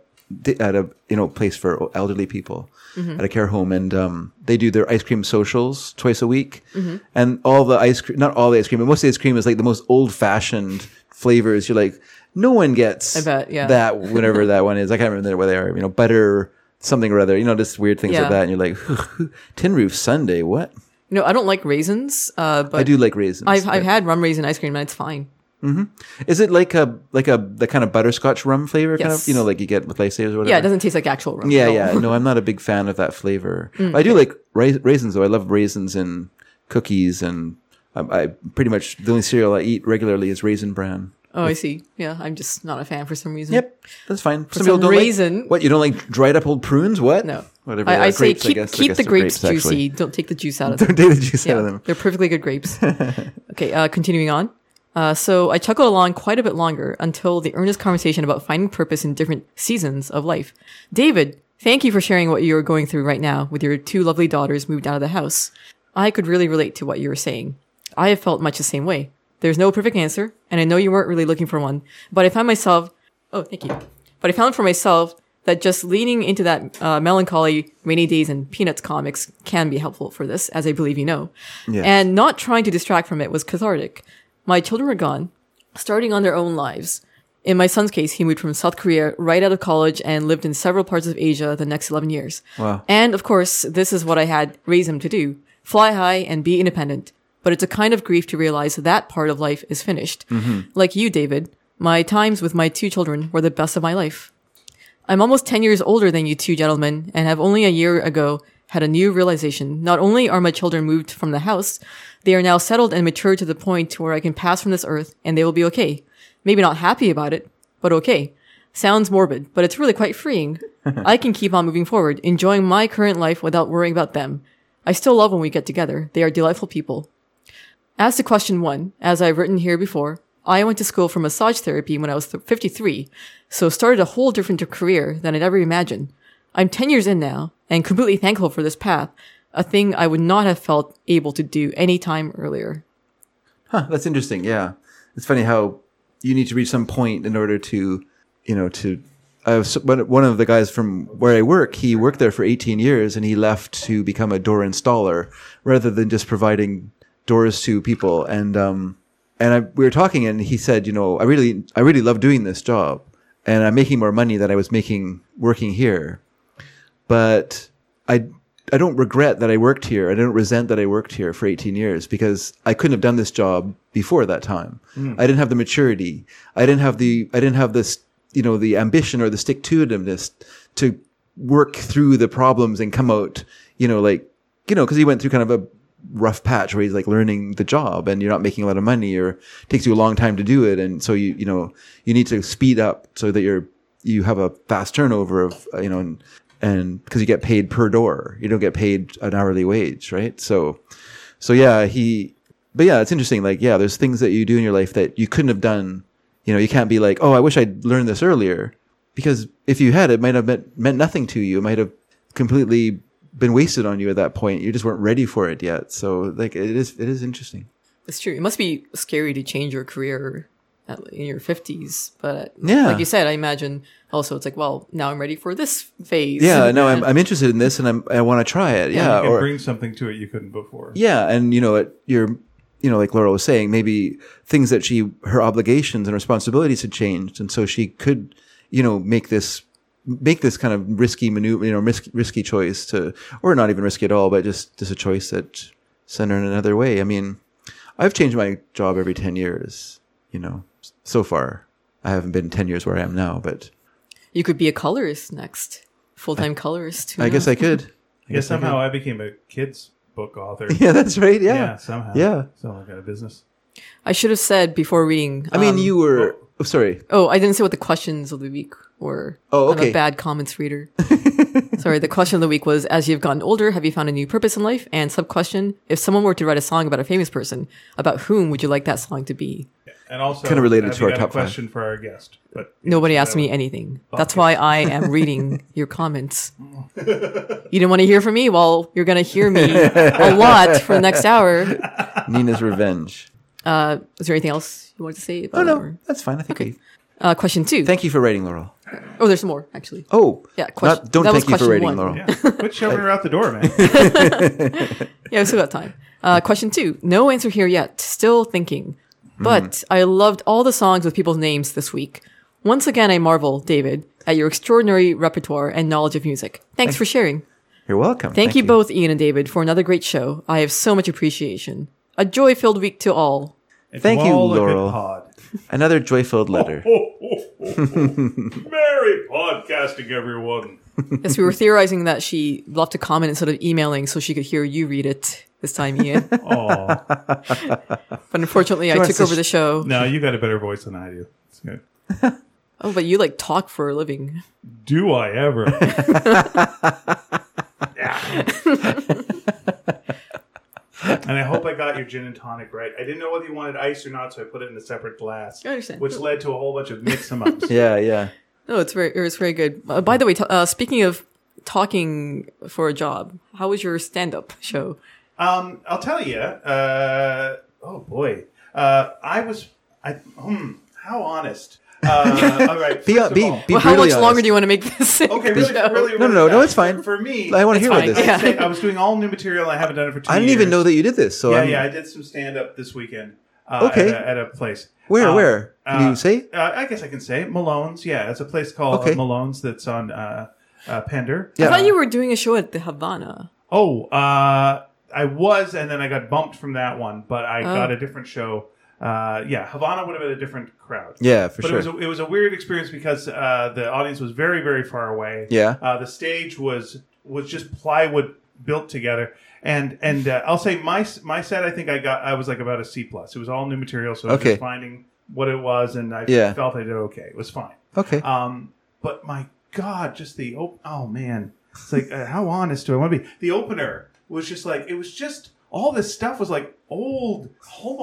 Speaker 1: at a you know place for elderly people
Speaker 3: Mm-hmm.
Speaker 1: at a care home, and um, they do their ice cream socials twice a week.
Speaker 3: Mm-hmm.
Speaker 1: And all the ice cream, not all the ice cream, but most of the ice cream is like the most old fashioned flavors. You're like, no one gets
Speaker 3: I bet, yeah.
Speaker 1: that whatever that one is. I can't remember what they are. You know, butter something or other. You know, just weird things like [LAUGHS]
Speaker 3: Yeah.
Speaker 1: that. And you're like, tin roof Sunday. What?
Speaker 3: No, I don't like raisins, uh, but
Speaker 1: I do like raisins.
Speaker 3: I've, I've
Speaker 1: but-
Speaker 3: had rum raisin ice cream, and it's fine.
Speaker 1: Is it like a like a the kind of butterscotch rum flavor kind of
Speaker 3: Yes.
Speaker 1: you know like you get with lifesavers or whatever?
Speaker 3: Yeah, it doesn't taste like actual rum.
Speaker 1: Yeah,
Speaker 3: no.
Speaker 1: yeah. No, I'm not a big fan of that
Speaker 3: [LAUGHS]
Speaker 1: flavor.
Speaker 3: Mm.
Speaker 1: I do like rais- raisins though. I love raisins and cookies and um, I, I pretty much the only cereal I eat regularly is raisin bran.
Speaker 3: Oh, I see. Yeah, I'm just not a fan for some reason.
Speaker 1: Yep, that's fine. For
Speaker 3: some reason-
Speaker 1: what you don't like dried up old prunes? What?
Speaker 3: No.
Speaker 1: whatever.
Speaker 3: I,
Speaker 1: they
Speaker 3: I
Speaker 1: are.
Speaker 3: say
Speaker 1: Grapes,
Speaker 3: keep,
Speaker 1: guess.
Speaker 3: keep
Speaker 1: guess
Speaker 3: the
Speaker 1: they're
Speaker 3: grapes, juicy.
Speaker 1: actually.
Speaker 3: Don't take the juice out of
Speaker 1: [LAUGHS]
Speaker 3: them.
Speaker 1: Don't take the juice out of
Speaker 3: Yeah,
Speaker 1: them.
Speaker 3: they're perfectly good grapes. okay, uh, continuing on. Uh, so I chuckled along quite a bit longer until the earnest conversation about finding purpose in different seasons of life. David, thank you for sharing what you're going through right now with your two lovely daughters moved out of the house. I could really relate to what you were saying. I have felt much the same way. There's no perfect answer, and I know you weren't really looking for one, but I found myself, oh, thank you. But I found for myself that just leaning into that uh, melancholy rainy days and peanuts comics can be helpful for this, as I believe you know. And not trying to distract from it was cathartic. My children were gone, starting on their own lives. In my son's case, he moved from South Korea right out of college and lived in several parts of Asia the next 11 years.
Speaker 1: Wow.
Speaker 3: And of course, this is what I had raised him to do fly high and be independent. But it's a kind of grief to realize that part of life is finished. Like you, David, my times with my two children were the best of my life. I'm almost 10 years older than you two gentlemen and have only a year ago had a new realization. Not only are my children moved from the house, they are now settled and mature to the point to where I can pass from this earth and they will be okay. Maybe not happy about it, but okay. Sounds morbid, but it's really quite freeing. I can keep on moving forward, enjoying my current life without worrying about them. I still love when we get together. They are delightful people. As to question one, as I've written here before, I went to school for massage therapy when I was th- 53, so started a whole different career than I'd ever imagined. I'm 10 years in now and completely thankful for this path, a thing I would not have felt able to do any time earlier.
Speaker 1: Huh, that's interesting. Yeah, it's funny how you need to reach some point in order to, you know, to. I was one one of the guys from where I work. He worked there for 18 years, and he left to become a door installer rather than just providing doors to people. And um, and I, we were talking, and he said, you know, I really, I really love doing this job, and I'm making more money than I was making working here but I I don't regret that I worked here. I don't resent that I worked here for 18 years because I couldn't have done this job before that time. I didn't have the maturity. I didn't have the I didn't have this you know the ambition or the stick to itiveness to work through the problems and come out you know like you know because he went through kind of a rough patch where he's like learning the job and you're not making a lot of money or it takes you a long time to do it and so you you know you need to speed up so that you're you have a fast turnover of uh, you know and and because you get paid per door you don't get paid an hourly wage right so so yeah he but yeah it's interesting like yeah there's things that you do in your life that you couldn't have done you know you can't be like oh i wish i'd learned this earlier because if you had it might have meant, meant nothing to you it might have completely been wasted on you at that point you just weren't ready for it yet so like it is it is interesting
Speaker 3: It's true. It must be scary to change your career at, in your 50s, but
Speaker 1: Yeah.
Speaker 3: like you said, I imagine also it's like, well, now I'm ready for this phase.
Speaker 1: yeah no i'm,
Speaker 3: And-
Speaker 1: I'm interested in this and I'm, i want to try it yeah,
Speaker 2: you can
Speaker 1: Uh, or
Speaker 2: bring something to it you couldn't before.
Speaker 1: Yeah, and you know, it, you're, you know, like Laura was saying, maybe things that she, her obligations and responsibilities had changed, and so she could, you know, make this, make this kind of risky maneuver, you know, risky, risky choice to, or not even risky at all, but just just a choice that sent her in another way. I mean, I've changed my job every ten years, you know, s- so far. I haven't been ten years where I am now, but
Speaker 3: you could be a colorist next, full time colorist. who
Speaker 1: I guess
Speaker 3: knows?
Speaker 1: I could. [LAUGHS] I
Speaker 2: Yeah,
Speaker 1: guess I
Speaker 2: somehow I became a kids book author.
Speaker 1: could. [LAUGHS] Yeah, that's right. Yeah.
Speaker 2: Yeah, somehow.
Speaker 1: Yeah.
Speaker 2: Somehow I got a business.
Speaker 3: I should have said before reading.
Speaker 1: I mean,
Speaker 3: um,
Speaker 1: you were. Oh, sorry.
Speaker 3: Oh, I didn't say what the questions of the week were.
Speaker 1: Oh,
Speaker 3: I'm
Speaker 1: okay.
Speaker 3: a bad
Speaker 1: [LAUGHS]
Speaker 3: comments reader. Sorry, the question of the week was As you've gotten older, have you found a new purpose in life? And sub question If someone were to write a song about a famous person, about whom would you like that song to be?
Speaker 2: And also
Speaker 1: Kinda related
Speaker 2: have
Speaker 1: to
Speaker 2: you
Speaker 1: our
Speaker 2: got
Speaker 1: top
Speaker 2: a
Speaker 1: five.
Speaker 2: question for our guest. But
Speaker 3: Nobody asked me anything. That's why I am reading your comments. You didn't want to hear from me? Well, you're going to hear me a lot for the next hour.
Speaker 1: Nina's revenge.
Speaker 3: Uh, is there anything else you wanted to say?
Speaker 1: [LAUGHS] Oh no, that's fine. I think. We,
Speaker 3: Uh, question two.
Speaker 1: Thank you for writing, Laurel.
Speaker 3: oh, there's more, actually.
Speaker 1: Oh,
Speaker 3: Yeah, question-
Speaker 1: not, don't
Speaker 3: that was
Speaker 1: thank you for
Speaker 3: question
Speaker 1: rating,
Speaker 3: one.
Speaker 1: Laurel.
Speaker 2: yeah. Quit shoving
Speaker 1: [LAUGHS]
Speaker 2: her out the door, man.
Speaker 3: Yeah, we still got time. Uh, question two. No answer here yet. Still thinking. But
Speaker 1: Hmm.
Speaker 3: I loved all the songs with people's names this week. Once again, I marvel, David, at your extraordinary repertoire and knowledge of music. Thanks for sharing.
Speaker 1: You're welcome.
Speaker 3: Thank, you, both, Ian and David, for another great show. I have so much appreciation. A joy filled week to all.
Speaker 2: It's
Speaker 1: Thank you,
Speaker 2: all a good
Speaker 1: Laurel.
Speaker 2: pod.
Speaker 1: Another joy-filled letter.
Speaker 2: Oh, oh, oh, oh. Merry podcasting, everyone.
Speaker 1: [LAUGHS]
Speaker 3: Yes, we were theorizing that she left a comment instead of emailing so she could hear you read it this time, Ian.
Speaker 1: [LAUGHS]
Speaker 3: but
Speaker 2: Oh,
Speaker 3: unfortunately, I
Speaker 1: wants
Speaker 3: took
Speaker 1: to
Speaker 3: over
Speaker 1: sh-
Speaker 3: the show.
Speaker 2: no, you got a better voice than I do. It's good.
Speaker 3: Oh, but you like talk for a living.
Speaker 2: Do I
Speaker 1: [LAUGHS]
Speaker 2: ever? Yeah. and I hope I got your gin and tonic right. I didn't know whether you wanted ice or not, so I put it in a separate glass,
Speaker 3: I understand.
Speaker 2: which led to a whole bunch of mix em ups.
Speaker 1: Yeah, yeah.
Speaker 3: No, it's very, it was very good. Uh, by the way, t- uh, speaking of talking for a job, how was your stand-up show?
Speaker 2: Um, I'll tell you. Uh, oh boy, uh, I was. I hmm, how honest. Uh,
Speaker 1: [LAUGHS]
Speaker 2: all right.
Speaker 1: Be,
Speaker 2: first of
Speaker 1: be,
Speaker 2: all-
Speaker 1: be
Speaker 3: Well, how
Speaker 1: brutally
Speaker 3: much longer
Speaker 1: honest.
Speaker 3: do you want to make this?
Speaker 2: Okay, really,
Speaker 3: show?
Speaker 2: really, really
Speaker 1: No, no, no, no,
Speaker 2: fast.
Speaker 1: it's fine.
Speaker 2: For me,
Speaker 1: I want to hear about
Speaker 3: fine.
Speaker 1: this.
Speaker 2: I,
Speaker 3: Yeah.
Speaker 2: was saying- I was doing all new material. I haven't done it for two.
Speaker 1: I didn't even
Speaker 2: years.
Speaker 1: know that you did this. So
Speaker 2: Yeah,
Speaker 1: I'm,
Speaker 2: yeah, I did some stand up this weekend. Uh,
Speaker 1: Okay.
Speaker 2: At a, at a place.
Speaker 1: Where,
Speaker 2: Um,
Speaker 1: where? Can
Speaker 2: uh,
Speaker 1: you say?
Speaker 2: Uh, I guess I can say it. Malone's. Yeah, it's a place called uh,
Speaker 1: Okay.
Speaker 2: Malone's that's on uh, uh, Pender.
Speaker 3: [LAUGHS] I
Speaker 1: Yeah.
Speaker 3: thought you were doing a show at the Havana.
Speaker 2: Oh, uh, I was, and then I got bumped from that one, but I
Speaker 3: Oh.
Speaker 2: got a different show. Uh, yeah, Havana would have been a different crowd.
Speaker 1: Yeah, for
Speaker 2: but
Speaker 1: sure.
Speaker 2: it was a, it was a weird experience because uh, the audience was very very far away.
Speaker 1: Yeah.
Speaker 2: uh, the stage was was just plywood built together, and and uh, I'll say my s- my set I think I got I was like about a C plus. It was all new material, so I was
Speaker 1: Okay.
Speaker 2: just finding what it was, and I
Speaker 1: Yeah.
Speaker 2: felt I did okay. It was fine.
Speaker 1: okay.
Speaker 3: Uh,
Speaker 2: Um, but my God, just the op- oh man, it's like uh, how honest do I want to be? The opener was just like it was just all this stuff was like old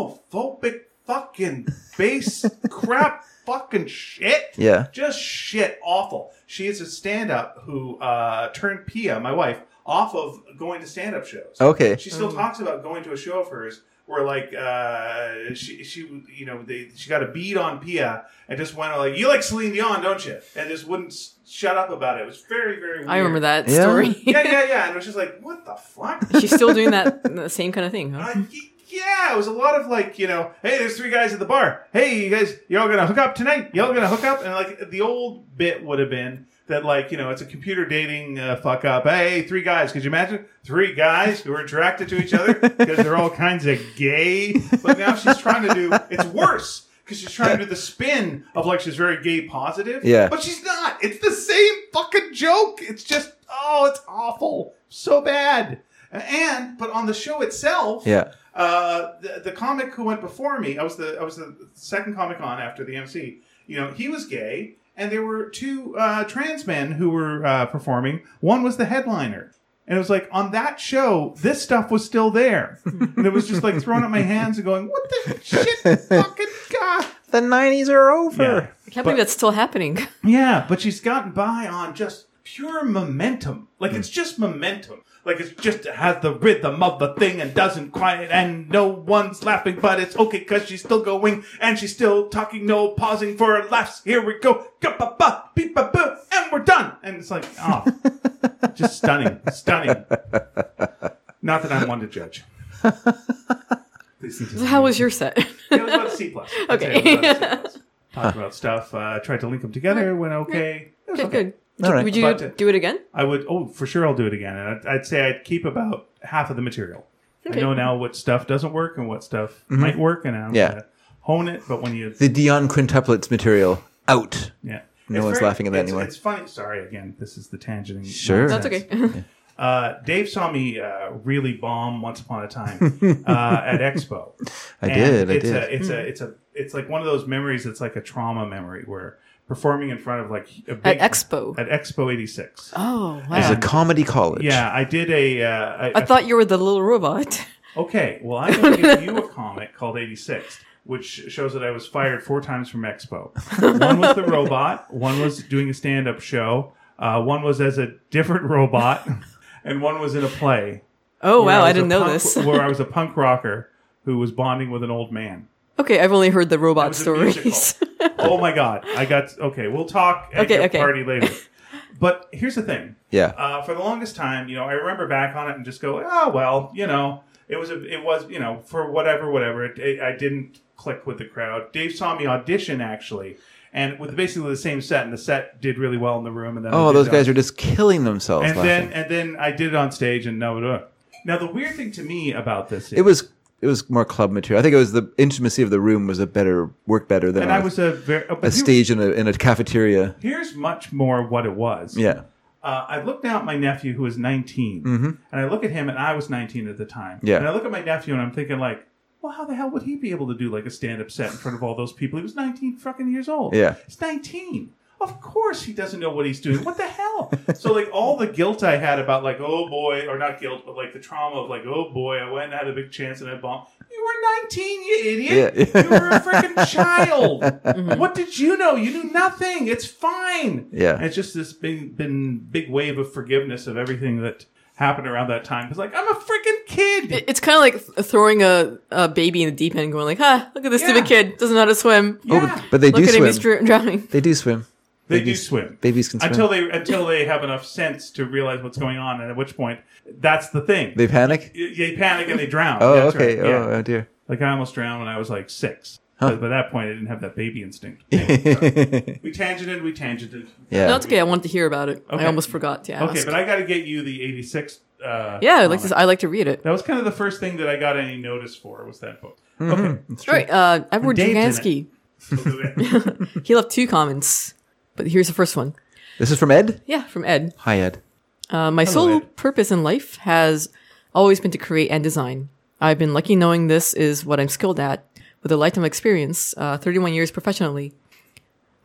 Speaker 2: homophobic fucking base crap fucking shit.
Speaker 1: Yeah.
Speaker 2: just shit awful. She is a stand up who uh, turned Pia, my wife, off of going to stand up shows.
Speaker 1: okay.
Speaker 2: She
Speaker 3: Oh.
Speaker 2: still talks about going to a show of hers where like uh, she she you know they she got a bead on Pia and just went like you like Celine Dion don't you and just wouldn't s- shut up about it. It was very very. Weird.
Speaker 3: I remember
Speaker 1: [LAUGHS]
Speaker 3: that
Speaker 1: Yeah.
Speaker 3: story.
Speaker 2: Yeah yeah yeah. And it was just like what the fuck.
Speaker 3: [LAUGHS] She's still doing that the same kind of thing, huh?
Speaker 2: Uh, y- yeah, it was a lot of like, you know, hey, there's three guys at the bar. Hey, you guys, y'all gonna hook up tonight? Y'all gonna hook up? And like the old bit would have been that, like, you know, it's a computer dating uh, fuck up. Hey, three guys. Could you imagine three guys who are attracted to each other because they're all kinds of gay? But now she's trying to do it's worse. Because she's trying to do the spin of like she's very gay positive.
Speaker 1: Yeah.
Speaker 2: But she's not. It's the same fucking joke. It's just, oh, it's awful. So bad. And, but on the show itself,
Speaker 1: Yeah.
Speaker 2: uh, the, the comic who went before me, I was the I was the second comic on after the MC. You know, he was gay, and there were two uh, trans men who were uh, performing. One was the headliner, and it was like on that show, this stuff was still
Speaker 3: [LAUGHS]
Speaker 2: there, and it was just like throwing up my hands and going, "What the shit, fucking god!"
Speaker 1: The 90s are over.
Speaker 2: Yeah.
Speaker 3: I can't believe that's still happening. [LAUGHS]
Speaker 2: Yeah, but she's gotten by on just pure momentum. Like it's just momentum. Like it's just has the rhythm of the thing and doesn't quiet and no one's laughing, but it's okay because she's still going and she's still talking, no pausing for her laughs. Here we go, ba beep ba boo, and we're done. And it's like, oh, just stunning, stunning. Not that I'm one to judge. These things are-
Speaker 3: How was your set? [LAUGHS]
Speaker 2: it was about a C plus. I'd say it was about a C plus. Talked about stuff. Uh, tried to link them together. Went okay. It was
Speaker 3: good,
Speaker 2: okay.
Speaker 3: good.
Speaker 1: All right.
Speaker 3: Would you
Speaker 2: But, uh,
Speaker 3: do it again?
Speaker 2: I would. Oh, for sure, I'll do it again. And I'd, I'd say I'd keep about half of the material. I
Speaker 3: Okay.
Speaker 2: know now what stuff doesn't work and what stuff might work, and I'm
Speaker 1: Mm-hmm. Yeah.
Speaker 2: gonna hone it. But when you,
Speaker 1: The Dion quintuplets material out.
Speaker 2: yeah,
Speaker 1: No
Speaker 2: It's
Speaker 1: one's
Speaker 2: very-
Speaker 1: laughing at that
Speaker 2: it's-
Speaker 1: anymore.
Speaker 2: It's funny. Sorry again. This is the tangenting.
Speaker 1: Sure.
Speaker 3: That's
Speaker 2: nonsense.
Speaker 3: okay. [LAUGHS]
Speaker 2: Uh, Dave saw me uh, really bomb once upon
Speaker 1: [LAUGHS]
Speaker 2: a time uh, at Expo.
Speaker 1: I
Speaker 2: And
Speaker 1: did, I
Speaker 2: it's
Speaker 1: did.
Speaker 2: A, it's a, it's a, it's like one of those memories. that's like a trauma memory where performing in front of like a
Speaker 3: At
Speaker 2: big,
Speaker 3: Expo.
Speaker 2: at Expo '86.
Speaker 3: Oh,
Speaker 1: It's
Speaker 3: wow.
Speaker 1: a comedy college.
Speaker 2: Yeah, I did a. Uh, I,
Speaker 3: I thought you were the little robot. [LAUGHS]
Speaker 2: okay, well, I will give you a comic called '86, which shows that I was fired four times from Expo. One was the robot. One was doing a stand-up show. Uh, one was as a different robot, [LAUGHS] and one was in a play.
Speaker 3: Oh,
Speaker 2: where
Speaker 3: wow.
Speaker 2: was
Speaker 3: I
Speaker 2: a
Speaker 3: didn't know
Speaker 2: punk-
Speaker 3: this.
Speaker 2: where I was a punk rocker who was bonding with an old man.
Speaker 3: [LAUGHS] Okay, I've only heard the
Speaker 2: It
Speaker 3: robot
Speaker 2: was a
Speaker 3: stories.
Speaker 2: musical. oh my god! I got okay. We'll talk at
Speaker 3: Okay,
Speaker 2: your
Speaker 3: okay.
Speaker 2: party
Speaker 3: [LAUGHS]
Speaker 2: later. But here's the thing:
Speaker 1: Yeah.
Speaker 2: uh, for the longest time, you know, I remember back on it and just go, oh well, you know, it was a, it was, you know, for whatever, whatever. It, it, I didn't click with the crowd. Dave saw me audition actually, and with basically the same set, and the set did really well in the room. And then
Speaker 1: Oh, those guys are just killing themselves
Speaker 2: And
Speaker 1: laughing.
Speaker 2: uh. then and then I did it on stage, and no, no. Now the weird thing to me about this, is,
Speaker 1: it was it was more club material. I think it was the intimacy of the room was a better worked better than
Speaker 2: And
Speaker 1: a,
Speaker 2: I was a very oh,
Speaker 1: a
Speaker 2: but here-
Speaker 1: stage in a in a cafeteria.
Speaker 2: Here's much more what it was.
Speaker 1: Yeah.
Speaker 2: uh, I look down at my nephew who was 19, and I look at him, and I was 19 at the time.
Speaker 1: Mm-hmm. Yeah.
Speaker 2: And I look at my nephew, and I'm thinking like, well, how the hell would he be able to do like a stand up set in front of all those people? He was 19 fucking years old.
Speaker 1: Yeah.
Speaker 2: He's 19. Of course he doesn't know what he's doing. What the hell? so like all the guilt I had about like oh boy or not guilt but like the trauma of like oh boy I went and had a big chance and I bombed. You were 19, you idiot.
Speaker 1: Yeah.
Speaker 2: you were
Speaker 1: [LAUGHS]
Speaker 2: a freaking child.
Speaker 1: Mm-hmm.
Speaker 2: What did you know? You knew nothing. It's fine.
Speaker 1: Yeah.
Speaker 2: And it's just this big, been big wave of forgiveness of everything that happened around that time. It's like I'm a freaking kid.
Speaker 3: It- It's kind of like throwing a, a baby in the deep end, and going like, "Huh, look at this stupid
Speaker 2: Yeah.
Speaker 3: kid doesn't know how to swim.
Speaker 1: Oh,
Speaker 2: Yeah.
Speaker 1: but they do
Speaker 3: look at him,
Speaker 1: swim.
Speaker 3: he's dr- drowning."
Speaker 1: they do swim.
Speaker 2: They do
Speaker 1: Babies-
Speaker 2: swim.
Speaker 1: Babies can swim.
Speaker 2: Until they until they have enough sense to realize what's going on, and at which point, that's the thing.
Speaker 1: they panic.
Speaker 2: Y- they panic and they drown.
Speaker 1: [LAUGHS] Oh,
Speaker 2: That's
Speaker 1: okay.
Speaker 2: right. Yeah.
Speaker 1: Oh, oh dear.
Speaker 2: Like I almost drowned when I was like six. But by that point, I didn't have that
Speaker 1: [LAUGHS]
Speaker 2: baby instinct.
Speaker 1: yeah.
Speaker 2: we tangented. We tangented.
Speaker 3: No, it's okay. I wanted to hear about it.
Speaker 2: Okay.
Speaker 3: I almost forgot to ask.
Speaker 2: Okay, but I got to get you the '86. Uh,
Speaker 3: yeah, I like
Speaker 2: comment.
Speaker 3: to, I like to read it.
Speaker 2: That was kind of the first thing that I got any notice for was that book.
Speaker 1: Mm-hmm. [LAUGHS]
Speaker 3: All right, uh, Edward
Speaker 2: Dave's in it.
Speaker 3: Dragansky.
Speaker 2: Okay.
Speaker 3: He left two comments, but here's the first one.
Speaker 1: This is from Ed.
Speaker 3: Yeah, from Ed.
Speaker 1: Hi, Ed.
Speaker 3: Uh, my sole
Speaker 2: Ed.
Speaker 3: purpose in life has always been to create and design. I've been lucky knowing this is what I'm skilled at with a lifetime experience, uh, 31 years professionally.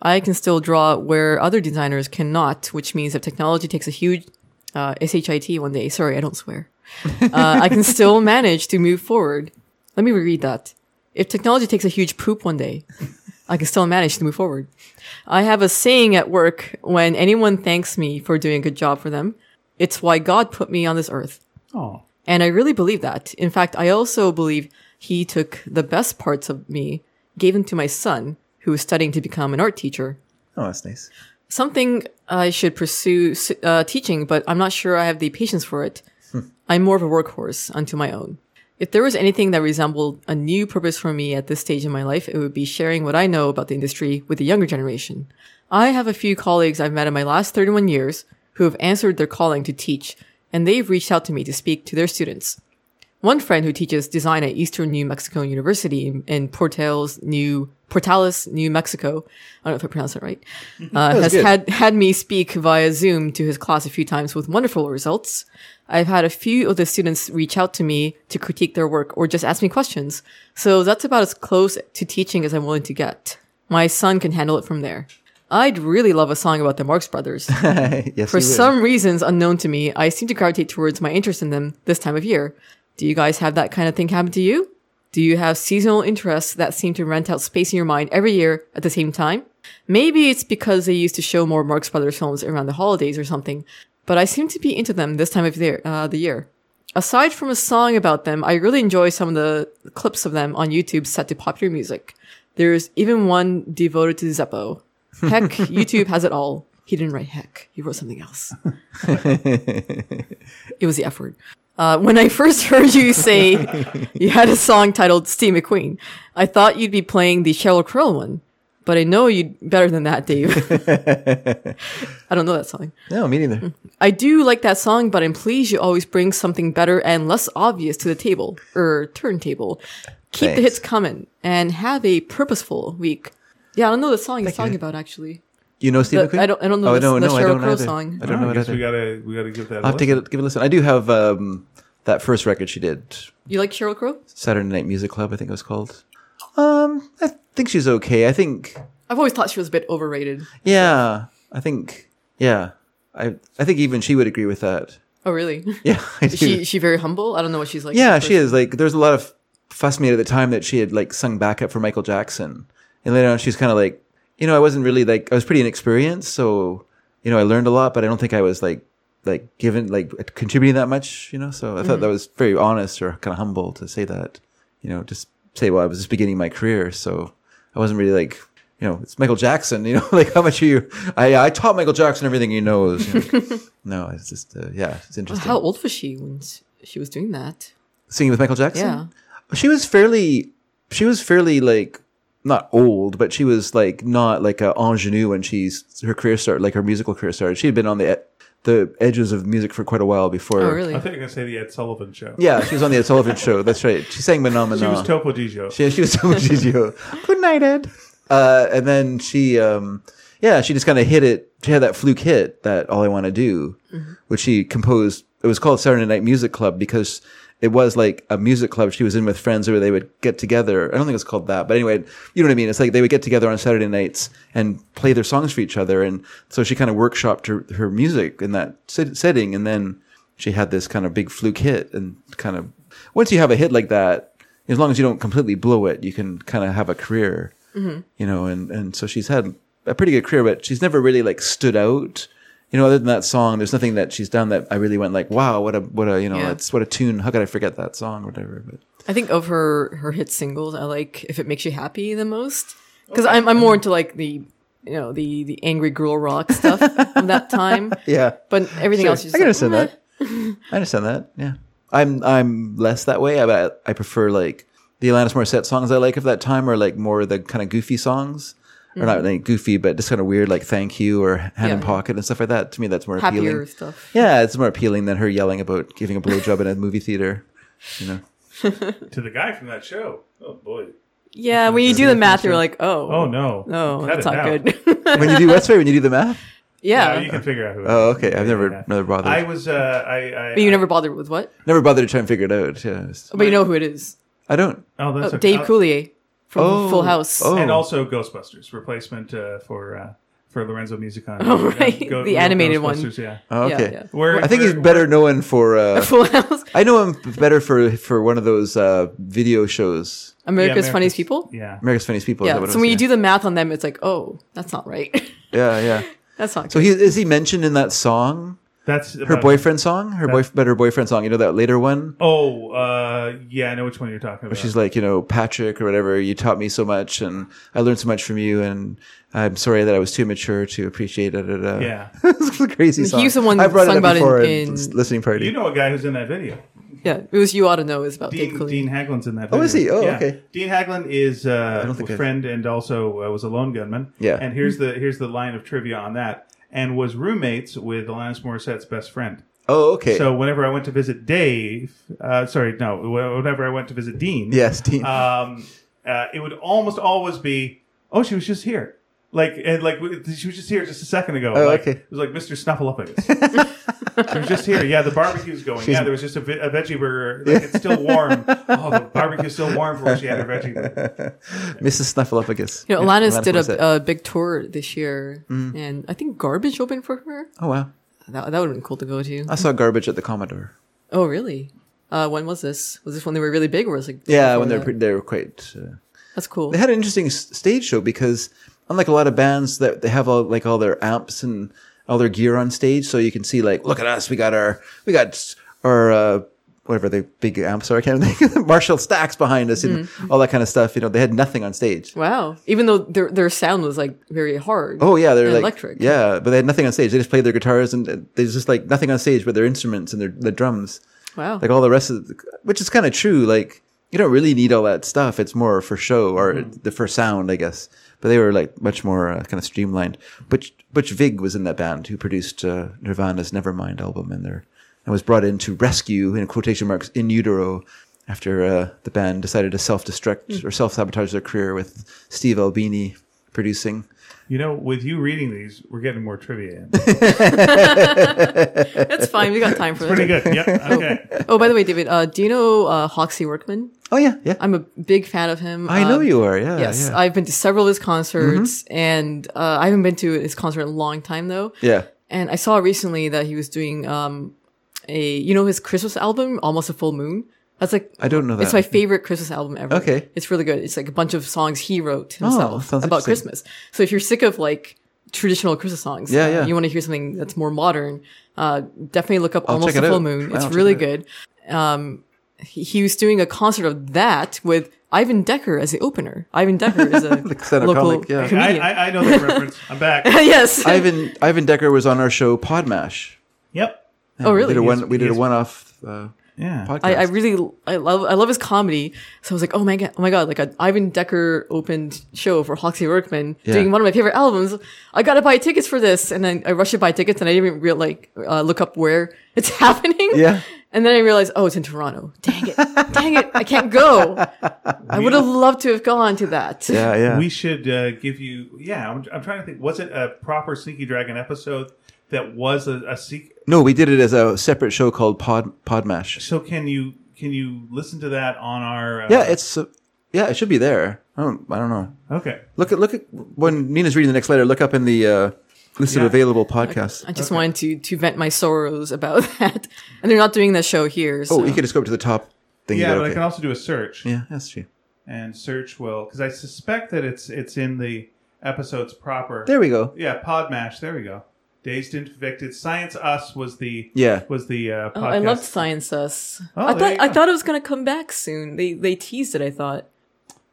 Speaker 3: I can still draw where other designers cannot, which means if technology takes a huge uh, SHIT one day, sorry, I don't swear, uh, I can still manage to move forward. Let me reread that. If technology takes a huge poop one day, I can still manage to move forward. I have a saying at work when anyone thanks me for doing a good job for them, it's why God put me on this earth.
Speaker 2: Oh,
Speaker 3: And I really believe that. In fact, I also believe he took the best parts of me, gave them to my son, who is studying to become an art teacher.
Speaker 1: Oh, that's nice. [LAUGHS]
Speaker 3: Something I should pursue s- uh, teaching, but I'm not sure I have the patience for it. I'm more of a workhorse unto my own. If there was anything that resembled a new purpose for me at this stage in my life, it would be sharing what I know about the industry with the younger generation. I have a few colleagues I've met in my last 31 years who have answered their calling to teach, and they've reached out to me to speak to their students. One friend who teaches design at Eastern New Mexico University in- in Portales, New Portales, New Mexico. I don't know if I pronounced it right. Uh, has
Speaker 1: good.
Speaker 3: had had me speak via Zoom to his class a few times with wonderful results. I've had a few of the students reach out to me to critique their work or just ask me questions. So that's about as close to teaching as I'm willing to get. My son can handle it from there. I'd really love a song about the Marx Brothers.
Speaker 1: yes,
Speaker 3: For
Speaker 1: you would.
Speaker 3: some reasons unknown to me, I seem to gravitate towards my interest in them this time of year. Do you guys have that kind of thing happen to you? Do you have seasonal interests that seem to rent out space in your mind every year at the same time? Maybe it's because they used to show more Marx Brothers films around the holidays or something, but I seem to be into them this time of the, uh, the year. Aside from a song about them, I really enjoy some of the clips of them on YouTube set to popular music. There's even one devoted to Zeppo. Heck, YouTube has it all. He didn't write heck. He wrote something else. it was the F word. Uh, when I first [LAUGHS] heard you say you had a song titled Steve McQueen, I thought you'd be playing the Cheryl Crow one, but I know you better than that, Dave. I don't know that song.
Speaker 1: No, me neither.
Speaker 3: I do like that song, but I'm pleased you always bring something better and less obvious to the table or turntable. Keep the
Speaker 1: Thanks.
Speaker 3: hits coming and have a purposeful week. Yeah, I don't know the song you're talking about actually.
Speaker 1: You know Steve
Speaker 3: The-
Speaker 1: McQueen?
Speaker 3: I don't- I don't know
Speaker 1: Oh,
Speaker 3: this- the
Speaker 1: no, I
Speaker 3: Sheryl
Speaker 1: don't
Speaker 3: Crow
Speaker 1: either.
Speaker 3: song.
Speaker 1: I don't know
Speaker 2: I
Speaker 1: it
Speaker 2: guess
Speaker 1: either.
Speaker 2: we gotta we gotta give that.
Speaker 1: I'll have to get, give it a listen. I do have um, that first record she did,
Speaker 3: You like Cheryl Crow?
Speaker 1: Saturday Night Music Club, I think it was called. Um, I think she's okay. I think,
Speaker 3: I've always thought she was a bit overrated.
Speaker 1: yeah, I think, yeah, I I think even she would agree with that. [LAUGHS]
Speaker 3: Oh, really?
Speaker 1: Yeah, I
Speaker 3: [LAUGHS]
Speaker 1: do.
Speaker 3: Is she is she very humble? I don't know what she's like.
Speaker 1: yeah, she is. Like, there's a lot of fuss made at the time that she had like sung backup for Michael Jackson, and later on she's kind of like, you know, I wasn't really like I was pretty inexperienced, so you know, I learned a lot, but I don't think I was like like given like contributing that much, you know. So I thought
Speaker 3: Mm-hmm.
Speaker 1: that was very honest or kind of humble to say that, you know, just say, well, I was just beginning my career, so I wasn't really like. You know, it's Michael Jackson. [LAUGHS] You know, like how much are you? I I taught Michael Jackson everything he knows. you
Speaker 3: [LAUGHS]
Speaker 1: know. no, it's just uh, yeah, it's interesting.
Speaker 3: How old was she when s- she was doing that?
Speaker 1: Singing with Michael Jackson.
Speaker 3: Yeah.
Speaker 1: She was fairly, she was fairly like not old, but she was like not like a ingenue when she's her career started, like her musical career started. She had been on the the edges of music for quite a while before.
Speaker 3: Oh,
Speaker 2: I
Speaker 3: really?
Speaker 2: think you're gonna say the Ed Sullivan Show.
Speaker 1: Yeah, she was on the [LAUGHS] Ed Sullivan show. That's right. She sang Manamana.
Speaker 2: She was Topo Gijo.
Speaker 1: [LAUGHS] She, she was so much easier. Good night, Ed. Uh, and then she, um, yeah, she just kind of hit it. She had that fluke hit that "All I Want to Do," which she composed. It was called Saturday Night Music Club because it was like a music club she was in with friends where they would get together. I don't think it's called that, but anyway, you know what I mean. It's like they would get together on Saturday nights and play their songs for each other, and so she kind of workshopped her, her music in that sit- setting, and then she had this kind of big fluke hit, and kind of once you have a hit like that, as long as you don't completely blow it, you can kind of have a career, you know. And and so she's had a pretty good career, but she's never really like stood out, you know. Other than that song, there's nothing that she's done that I really went like, wow, what a what a you know,
Speaker 3: Yeah.
Speaker 1: that's what a tune. How could I forget that song, or whatever? But
Speaker 3: I think of her her hit singles, I like "If It Makes You Happy" the most because I'm I'm more into like the you know the the angry
Speaker 1: [LAUGHS]
Speaker 3: girl rock stuff from that time.
Speaker 1: yeah,
Speaker 3: But everything
Speaker 1: Sure.
Speaker 3: else, is
Speaker 1: I
Speaker 3: just
Speaker 1: can understand
Speaker 3: like, meh.
Speaker 1: that. I understand that. Yeah, I'm I'm less that way. I I prefer like the Alanis Morissette songs I like of that time are like more the kind of goofy songs. Or not like goofy, but just kind of weird, like "Thank You" or "Hand in
Speaker 3: Mm-hmm. Yeah.
Speaker 1: Pocket" and stuff like that. To me, that's more
Speaker 3: happier
Speaker 1: appealing.
Speaker 3: stuff.
Speaker 1: Yeah, it's more appealing than her yelling about giving a blowjob in a movie theater. You
Speaker 3: [LAUGHS]
Speaker 1: know,
Speaker 2: To the guy from that show. Oh boy.
Speaker 3: Yeah, when you do the math, you're like, oh,
Speaker 2: Oh no.
Speaker 3: no,
Speaker 2: Cut
Speaker 3: that's
Speaker 2: it
Speaker 3: not
Speaker 2: out.
Speaker 3: good. [LAUGHS]
Speaker 1: when you do that's right. When you do the math,
Speaker 3: yeah,
Speaker 2: No, you can figure out who. it
Speaker 1: Oh,
Speaker 2: is.
Speaker 1: okay. I've never- never bothered.
Speaker 2: I was. Uh, I. I,
Speaker 3: but you never bothered with what.
Speaker 1: never bother to try and figure it out. Yeah, it's-
Speaker 3: But you know who it is?
Speaker 1: I don't.
Speaker 2: Oh, that's okay.
Speaker 3: Oh, Dave
Speaker 2: Uh,
Speaker 3: Coulier from
Speaker 1: Oh,
Speaker 3: Full House.
Speaker 1: oh.
Speaker 2: and also Ghostbusters replacement uh, for uh, for Lorenzo Musicon.
Speaker 3: [LAUGHS] Oh, right. The animated one.
Speaker 2: Ghostbusters, Yeah.
Speaker 1: Oh,
Speaker 3: Yeah,
Speaker 1: okay.
Speaker 3: yeah.
Speaker 2: Where-
Speaker 1: I think he's
Speaker 2: where-
Speaker 1: better known for. Uh,
Speaker 3: [LAUGHS] Full House,
Speaker 1: I know him better for for one of those uh, video shows,
Speaker 3: America's
Speaker 2: America's-
Speaker 3: Funniest People.
Speaker 2: Yeah.
Speaker 1: America's Funniest People. is that
Speaker 3: Yeah,
Speaker 1: what it
Speaker 3: so
Speaker 1: was?
Speaker 3: when you
Speaker 1: Yeah.
Speaker 3: do the math on them, it's like, oh, that's not right. [LAUGHS]
Speaker 1: yeah, yeah.
Speaker 3: that's not.
Speaker 1: So he is he mentioned in that song,
Speaker 2: That's
Speaker 1: her
Speaker 2: about-
Speaker 1: boyfriend song, her boy, better boyfriend song. You know that later one.
Speaker 2: Oh, uh, yeah. I know which one you're talking about.
Speaker 1: She's like, you know, Patrick or whatever. You taught me so much, and I learned so much from you. And I'm sorry that I was too mature to appreciate it.
Speaker 2: yeah.
Speaker 1: [LAUGHS] it's a crazy song.
Speaker 3: was the one
Speaker 1: I brought
Speaker 3: sung
Speaker 1: it up
Speaker 3: about in-
Speaker 1: before
Speaker 3: in-
Speaker 1: s- listening party.
Speaker 2: [LAUGHS] You know a guy who's in that video.
Speaker 3: Yeah, it was you ought to know is about Dave
Speaker 2: Dean,
Speaker 3: Coulier.
Speaker 2: Dean Haglund's in that.
Speaker 1: Oh,
Speaker 2: video.
Speaker 1: is he? Oh, okay.
Speaker 2: Dean Haglund is uh,
Speaker 1: don't think
Speaker 2: a
Speaker 1: I-
Speaker 2: friend and also uh, was a lone gunman.
Speaker 1: Yeah.
Speaker 2: And here's the here's the line of trivia on that. And was roommates with Alanis Morissette's best friend.
Speaker 1: oh, okay.
Speaker 2: So whenever I went to visit Dave, uh, sorry, no, whenever I went to visit Dean,
Speaker 1: yes, Dean.
Speaker 2: um, uh, it would almost always be, oh, she was just here. Like and like w- she was just here just a second ago.
Speaker 1: Oh,
Speaker 2: like,
Speaker 1: okay.
Speaker 2: It was like Mr. Snuffleupagus. she was just here. Yeah, the barbecue's going. yeah, there was just a, ve- a veggie burger. Like, it's still warm. oh, the barbecue's still warm from when she had her veggie burger.
Speaker 1: Mrs. Snuffleupagus.
Speaker 3: You know, Alanis did
Speaker 1: Morissette. Mm.
Speaker 3: a, a big tour this year, and I think Garbage opened for her.
Speaker 1: oh wow!
Speaker 3: That, that would have been cool to go to.
Speaker 1: I saw Garbage at the Commodore.
Speaker 3: oh, really? Uh, when was this? Was this when they were really big, or was it?
Speaker 1: Yeah,
Speaker 3: before
Speaker 1: when they were
Speaker 3: that?
Speaker 1: pre- they were quite. Uh,
Speaker 3: That's cool.
Speaker 1: they had an interesting s- stage show because unlike a lot of bands that they have all like all their amps and all their gear on stage so you can see like look at us we got our we got s- our uh whatever the big amps are i can't [LAUGHS] think marshall stacks behind us and all that kind of stuff you know they had nothing on stage
Speaker 3: Wow. Even though their their sound was like very hard.
Speaker 1: Oh yeah, they're
Speaker 3: and
Speaker 1: like
Speaker 3: electric.
Speaker 1: Yeah, but they had nothing on stage. They just played their guitars and uh, there's just like nothing on stage but their instruments and their the drums.
Speaker 3: Wow.
Speaker 1: Like all the rest of, the, which is kind of true. Like you don't really need all that stuff. It's more for show or
Speaker 3: Mm-hmm.
Speaker 1: the for sound, I guess. But they were like much more uh, kind of streamlined. Butch Butch Vig was in that band who produced uh, Nirvana's Nevermind album and their and was brought in to rescue in quotation marks in utero after uh, the band decided to self destruct
Speaker 3: Mm.
Speaker 1: or self sabotage their career with Steve Albini producing.
Speaker 2: You know, with you reading these, we're getting more trivia. in.
Speaker 3: That's fine. We got
Speaker 1: [LAUGHS]
Speaker 3: time for
Speaker 2: Pretty
Speaker 3: that.
Speaker 2: good. Yep. Okay.
Speaker 3: Oh, by the way, David, uh, do you know uh, Hoxie Workman?
Speaker 1: Oh yeah, yeah.
Speaker 3: I'm a big fan of him.
Speaker 1: I know
Speaker 3: Um,
Speaker 1: you are. Yeah.
Speaker 3: Yes,
Speaker 1: Yeah. Mm-hmm.
Speaker 3: I've been to several of his concerts, and uh, I haven't been to his concert in a long time though.
Speaker 1: yeah.
Speaker 3: And I saw recently that he was doing um a you know his Christmas album, Almost a Full Moon. That's like
Speaker 1: I don't know that.
Speaker 3: it's my favorite Christmas album ever.
Speaker 1: Okay. Oh,
Speaker 3: It's really good. It's like a bunch of songs he wrote himself
Speaker 1: sounds
Speaker 3: about
Speaker 1: interesting.
Speaker 3: Christmas. So if you're sick of like traditional Christmas songs,
Speaker 1: Yeah,
Speaker 3: uh,
Speaker 1: yeah.
Speaker 3: you want to hear something that's more modern, uh, definitely look up Almost
Speaker 1: check
Speaker 3: a
Speaker 1: it
Speaker 3: Full
Speaker 1: out.
Speaker 3: Moon.
Speaker 1: Wow,
Speaker 3: it's
Speaker 1: check
Speaker 3: really
Speaker 1: it
Speaker 3: good. Um, he, he was doing a concert of that with Ivan Decker as the opener. Ivan Decker
Speaker 1: [LAUGHS]
Speaker 3: is a
Speaker 1: stand-up
Speaker 3: local
Speaker 1: comic, yeah. I-
Speaker 2: I,
Speaker 3: comedian.
Speaker 2: I, I know that reference. I'm back.
Speaker 3: [LAUGHS] yes.
Speaker 1: Ivan Ivan Decker was on our show Podmash.
Speaker 2: Yep.
Speaker 3: oh,
Speaker 1: We did
Speaker 3: really?
Speaker 1: a one. We did a
Speaker 2: Yes.
Speaker 1: one off. Uh,
Speaker 2: Yeah.
Speaker 1: podcast.
Speaker 3: I, I really I love I love his comedy. So I was like, oh my god, oh my god, like an Ivan Decker opened show for Hoxie Workman
Speaker 1: Yeah.
Speaker 3: doing one of my favorite albums. I gotta buy tickets for this, and then I rushed to buy tickets, and I didn't even real like uh, look up where [LAUGHS] it's happening.
Speaker 1: Yeah.
Speaker 3: And then I realized, oh, it's in Toronto. Dang it, dang it, I can't go.
Speaker 1: [LAUGHS]
Speaker 3: I would have loved to have gone to that.
Speaker 1: yeah, yeah.
Speaker 2: We should uh, give you. Yeah, I'm, I'm trying to think. Was it a proper Sneaky Dragon episode that was a, a seek?
Speaker 1: no, we did it as a separate show called Pod Podmash.
Speaker 2: So can you can you listen to that on our? Uh,
Speaker 1: Yeah, it's uh, yeah, it should be there. I don't, I don't know.
Speaker 2: okay.
Speaker 1: Look at look at when Nina's reading the next letter. Look up in the uh, list
Speaker 2: Yeah.
Speaker 1: of available podcasts.
Speaker 3: I just wanted to to vent my sorrows about [LAUGHS] that, and they're not doing that show here. So.
Speaker 1: oh, you can just go up to the top thing.
Speaker 2: Yeah,
Speaker 1: you
Speaker 2: but
Speaker 1: got,
Speaker 2: I
Speaker 1: okay.
Speaker 2: can also do a search
Speaker 1: yeah, that's true.
Speaker 2: and search will because I suspect that it's it's in the episodes proper.
Speaker 1: There we go.
Speaker 2: Yeah, Podmash. There we go. Dazed and convicted. Science Us was the
Speaker 1: Yeah.
Speaker 2: was the uh, podcast.
Speaker 3: Oh, I loved Science Us.
Speaker 2: Oh,
Speaker 3: I
Speaker 2: there
Speaker 3: thought
Speaker 2: you
Speaker 3: I
Speaker 2: go.
Speaker 3: thought it was gonna come back soon. They they teased it. I thought.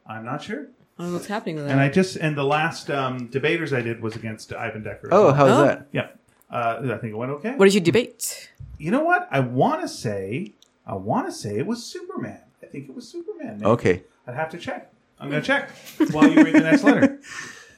Speaker 2: I'm not sure.
Speaker 3: I don't know what's happening with that.
Speaker 2: And I just and the last um, debaters I did was against Ivan Decker. as
Speaker 1: Oh,
Speaker 2: well.
Speaker 1: how's
Speaker 3: Oh.
Speaker 1: that?
Speaker 2: yeah. Uh, I think it went okay.
Speaker 3: what did you debate?
Speaker 2: You know what? I want to say, I want to say it was Superman. I think it was Superman. maybe.
Speaker 1: Okay.
Speaker 2: I'd have to check. I'm going to check while you read the next letter.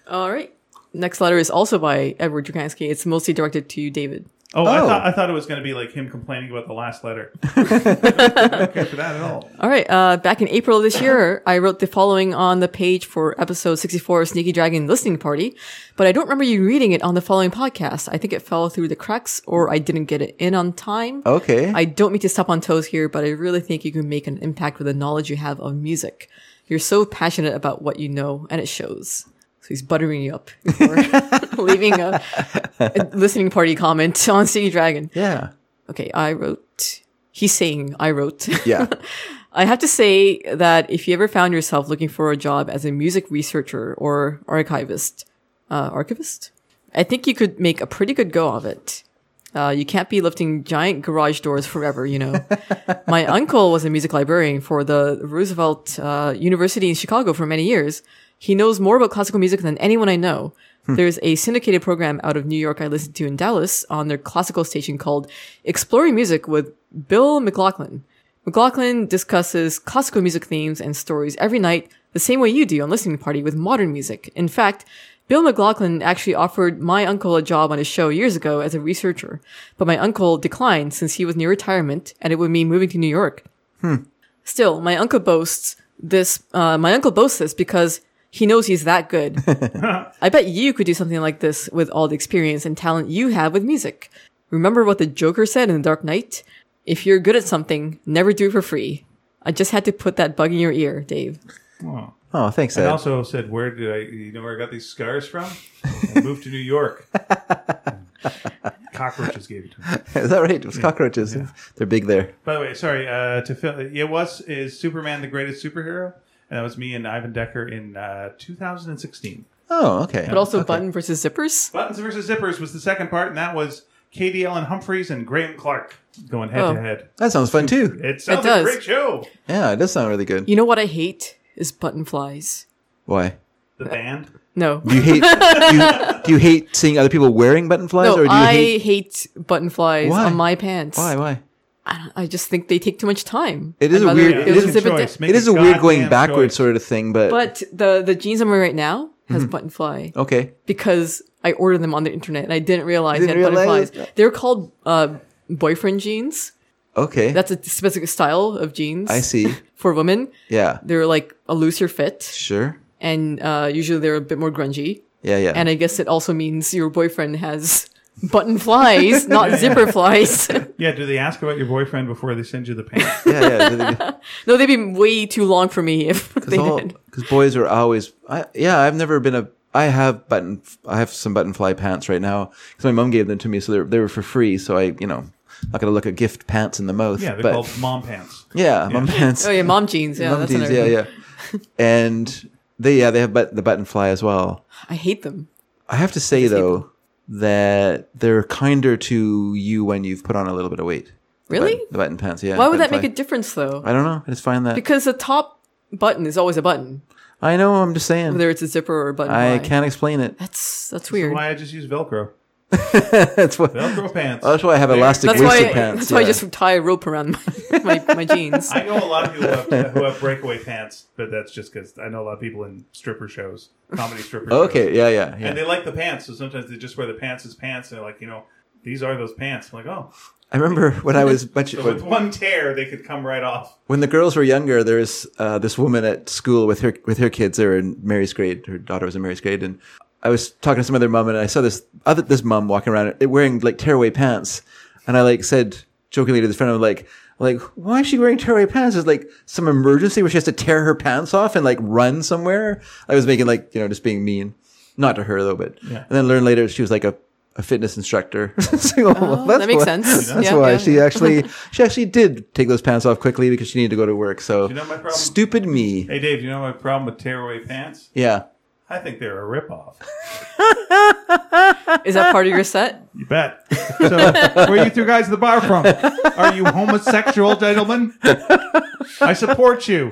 Speaker 3: All right. Next letter is also by Edward Drakansky. It's mostly directed to David.
Speaker 2: Oh, I
Speaker 1: Oh.
Speaker 2: thought I thought it was going to be like him complaining about the last
Speaker 3: [LAUGHS]
Speaker 2: letter. I don't care for that at all.
Speaker 3: All right. Uh, back in April of this
Speaker 2: [LAUGHS]
Speaker 3: year, I wrote the following on the page for episode 64 of Sneaky Dragon Listening Party, but I don't remember you reading it on the following podcast. I think it fell through the cracks or I didn't get it in on time.
Speaker 1: Okay.
Speaker 3: I don't mean to step on toes here, but I really think you can make an impact with the knowledge you have of music. You're so passionate about what you know, and it shows. So he's buttering you up before [LAUGHS] leaving a, a listening party comment on Sea Dragon.
Speaker 1: yeah.
Speaker 3: Okay, I wrote. He's saying I wrote. [LAUGHS]
Speaker 1: Yeah.
Speaker 3: I have to say that if you ever found yourself looking for a job as a music researcher or archivist, uh, archivist, I think you could make a pretty good go of it. Uh, you can't be lifting giant garage doors forever, you know. My uncle was a music librarian for the Roosevelt uh, University in Chicago for many years. He knows more about classical music than anyone I know. There's a syndicated program out of New York I listen to in Dallas on their classical station called Exploring Music with Bill McLaughlin. McLaughlin discusses classical music themes and stories every night, the same way you do on Listening Party with modern music. In fact, Bill McLaughlin actually offered my uncle a job on his show years ago as a researcher, but my uncle declined since he was near retirement and it would mean moving to New York. Still, my uncle boasts this. Uh, my uncle boasts this because he knows he's that good. I bet you could do something like this with all the experience and talent you have with music. Remember what the Joker said in The Dark Knight? If you're good at something, never do it for free. I just had to put that bug in your ear, Dave.
Speaker 2: Oh.
Speaker 1: Oh, thanks,
Speaker 2: And
Speaker 1: Ed.
Speaker 2: also said, where did I? You know where I got these scars from? I moved to New
Speaker 3: [LAUGHS]
Speaker 2: York. Cockroaches gave it to me.
Speaker 1: [LAUGHS] Is that right? It was cockroaches. They're big there.
Speaker 2: By the way, sorry uh, to fill. It was is Superman the greatest superhero, and that was me and Ivan Decker in uh, 2016.
Speaker 1: Oh, okay.
Speaker 3: But also
Speaker 1: okay.
Speaker 3: button versus zippers.
Speaker 2: Buttons versus Zippers was the second part, and that was Katie Ellen Humphreys and Graham Clark going head
Speaker 3: Oh.
Speaker 2: to head.
Speaker 1: That sounds fun too.
Speaker 2: It sounds like
Speaker 3: does.
Speaker 2: a great show.
Speaker 1: Yeah, it does sound really good.
Speaker 3: You know what I hate is button flies.
Speaker 1: Why? [LAUGHS]
Speaker 2: The band.
Speaker 3: No.
Speaker 1: Do you hate? do, you, do you hate seeing other people wearing button flies, or do
Speaker 3: No,
Speaker 1: you
Speaker 3: I
Speaker 1: hate?
Speaker 3: hate, button flies
Speaker 1: Why?
Speaker 3: on my pants.
Speaker 1: Why? Why?
Speaker 3: I just think they take too much time.
Speaker 1: It is
Speaker 3: I'd
Speaker 1: a
Speaker 3: rather
Speaker 1: weird-
Speaker 3: go
Speaker 1: it is a
Speaker 3: zip
Speaker 2: choice.
Speaker 3: down.
Speaker 2: Make
Speaker 1: It is a weird going
Speaker 2: goddamn
Speaker 1: backwards
Speaker 2: choice.
Speaker 1: sort of thing, but,
Speaker 3: But the the jeans I'm wearing right now
Speaker 1: Mm-hmm.
Speaker 3: has button fly
Speaker 1: okay.
Speaker 3: because I ordered them on the internet and I didn't realize
Speaker 1: Didn't
Speaker 3: they had
Speaker 1: realize
Speaker 3: button flies. They're called uh, boyfriend jeans.
Speaker 1: Okay.
Speaker 3: That's a specific style of jeans.
Speaker 1: I see.
Speaker 3: For women,
Speaker 1: Yeah.
Speaker 3: they're like a looser fit
Speaker 1: Sure.
Speaker 3: and uh, usually they're a bit more grungy.
Speaker 1: Yeah, yeah.
Speaker 3: And I guess it also means your boyfriend has button
Speaker 1: [LAUGHS]
Speaker 3: flies, not zipper flies. [LAUGHS]
Speaker 2: Yeah. Do they ask about your boyfriend before they send you the
Speaker 1: [LAUGHS]
Speaker 2: pants?
Speaker 1: yeah,
Speaker 3: [LAUGHS]
Speaker 1: yeah.
Speaker 3: no, they'd be way too long for me if [LAUGHS] they did.
Speaker 1: Because boys are always. I, yeah, I've never been a. I have button. I have some button fly pants right now because my mom gave them to me, so they were, they were for free. So I, you know, not gonna look a gift pants in the mouth.
Speaker 2: yeah, they're
Speaker 1: but
Speaker 2: called mom pants.
Speaker 1: yeah, mom pants.
Speaker 3: Oh yeah, mom jeans. Yeah,
Speaker 1: Mom
Speaker 3: that's
Speaker 1: jeans,
Speaker 3: another.
Speaker 1: yeah, yeah. and they, yeah, they have but, the button fly as well.
Speaker 3: I hate them.
Speaker 1: I have to say though that they're kinder to you when you've put on a little bit of weight. The
Speaker 3: Really?
Speaker 1: button- the button pants. Yeah.
Speaker 3: Why would that
Speaker 1: button
Speaker 3: make
Speaker 1: fly.
Speaker 3: a difference though?
Speaker 1: I don't know. I just find that.
Speaker 3: Because the top button is always a button,
Speaker 1: I know. I'm just saying.
Speaker 3: whether it's a zipper or a button.
Speaker 1: I
Speaker 3: fly.
Speaker 1: can't explain it. [LAUGHS]
Speaker 3: That's that's weird.
Speaker 2: Why I just use Velcro.
Speaker 1: that's what. [LAUGHS]
Speaker 2: Velcro pants.
Speaker 1: That's why I have elastic
Speaker 3: That's
Speaker 1: waisted
Speaker 3: why.
Speaker 1: pants.
Speaker 3: that's why I
Speaker 1: yeah.
Speaker 3: just tie a rope around my my, my
Speaker 2: [LAUGHS]
Speaker 3: jeans.
Speaker 2: I know a lot of people
Speaker 1: [LAUGHS]
Speaker 2: who have, who have breakaway pants, but that's just because I know a lot of people in stripper shows, comedy stripper shows.
Speaker 1: Okay, yeah, yeah, yeah.
Speaker 2: And they like the pants, so sometimes they just wear the pants as pants, and they're like, you know, these are those pants. I'm like, oh.
Speaker 1: I remember when I was much
Speaker 2: So with
Speaker 1: when,
Speaker 2: one tear, they could come right off.
Speaker 1: when the girls were younger. There was uh, this woman at school with her with her kids. They were in Mary's grade. Her daughter was in Mary's grade, and I was talking to some other mom, and I saw this other this mom walking around uh, wearing like tearaway pants, and I like said jokingly to this friend, I'm like. Like, why is she wearing tearaway pants? Is like some emergency where she has to tear her pants off and like run somewhere. I was making like, you know, just being mean. Not to her though, but and then learned later she was like a, a fitness instructor. [LAUGHS] So, well, that's
Speaker 3: Oh, that makes
Speaker 1: why-
Speaker 3: sense.
Speaker 1: That's
Speaker 3: Yeah,
Speaker 1: why
Speaker 3: yeah.
Speaker 1: she actually she actually did take those pants off quickly because she needed to go to work. So
Speaker 2: You know my problem?
Speaker 1: stupid me.
Speaker 2: Hey, Dave, you know my problem with tearaway pants?
Speaker 1: Yeah.
Speaker 2: I think they're a ripoff.
Speaker 3: Is that part of your set?
Speaker 2: You bet. So, where you two guys at the bar from? Are you homosexual, gentlemen? I support you.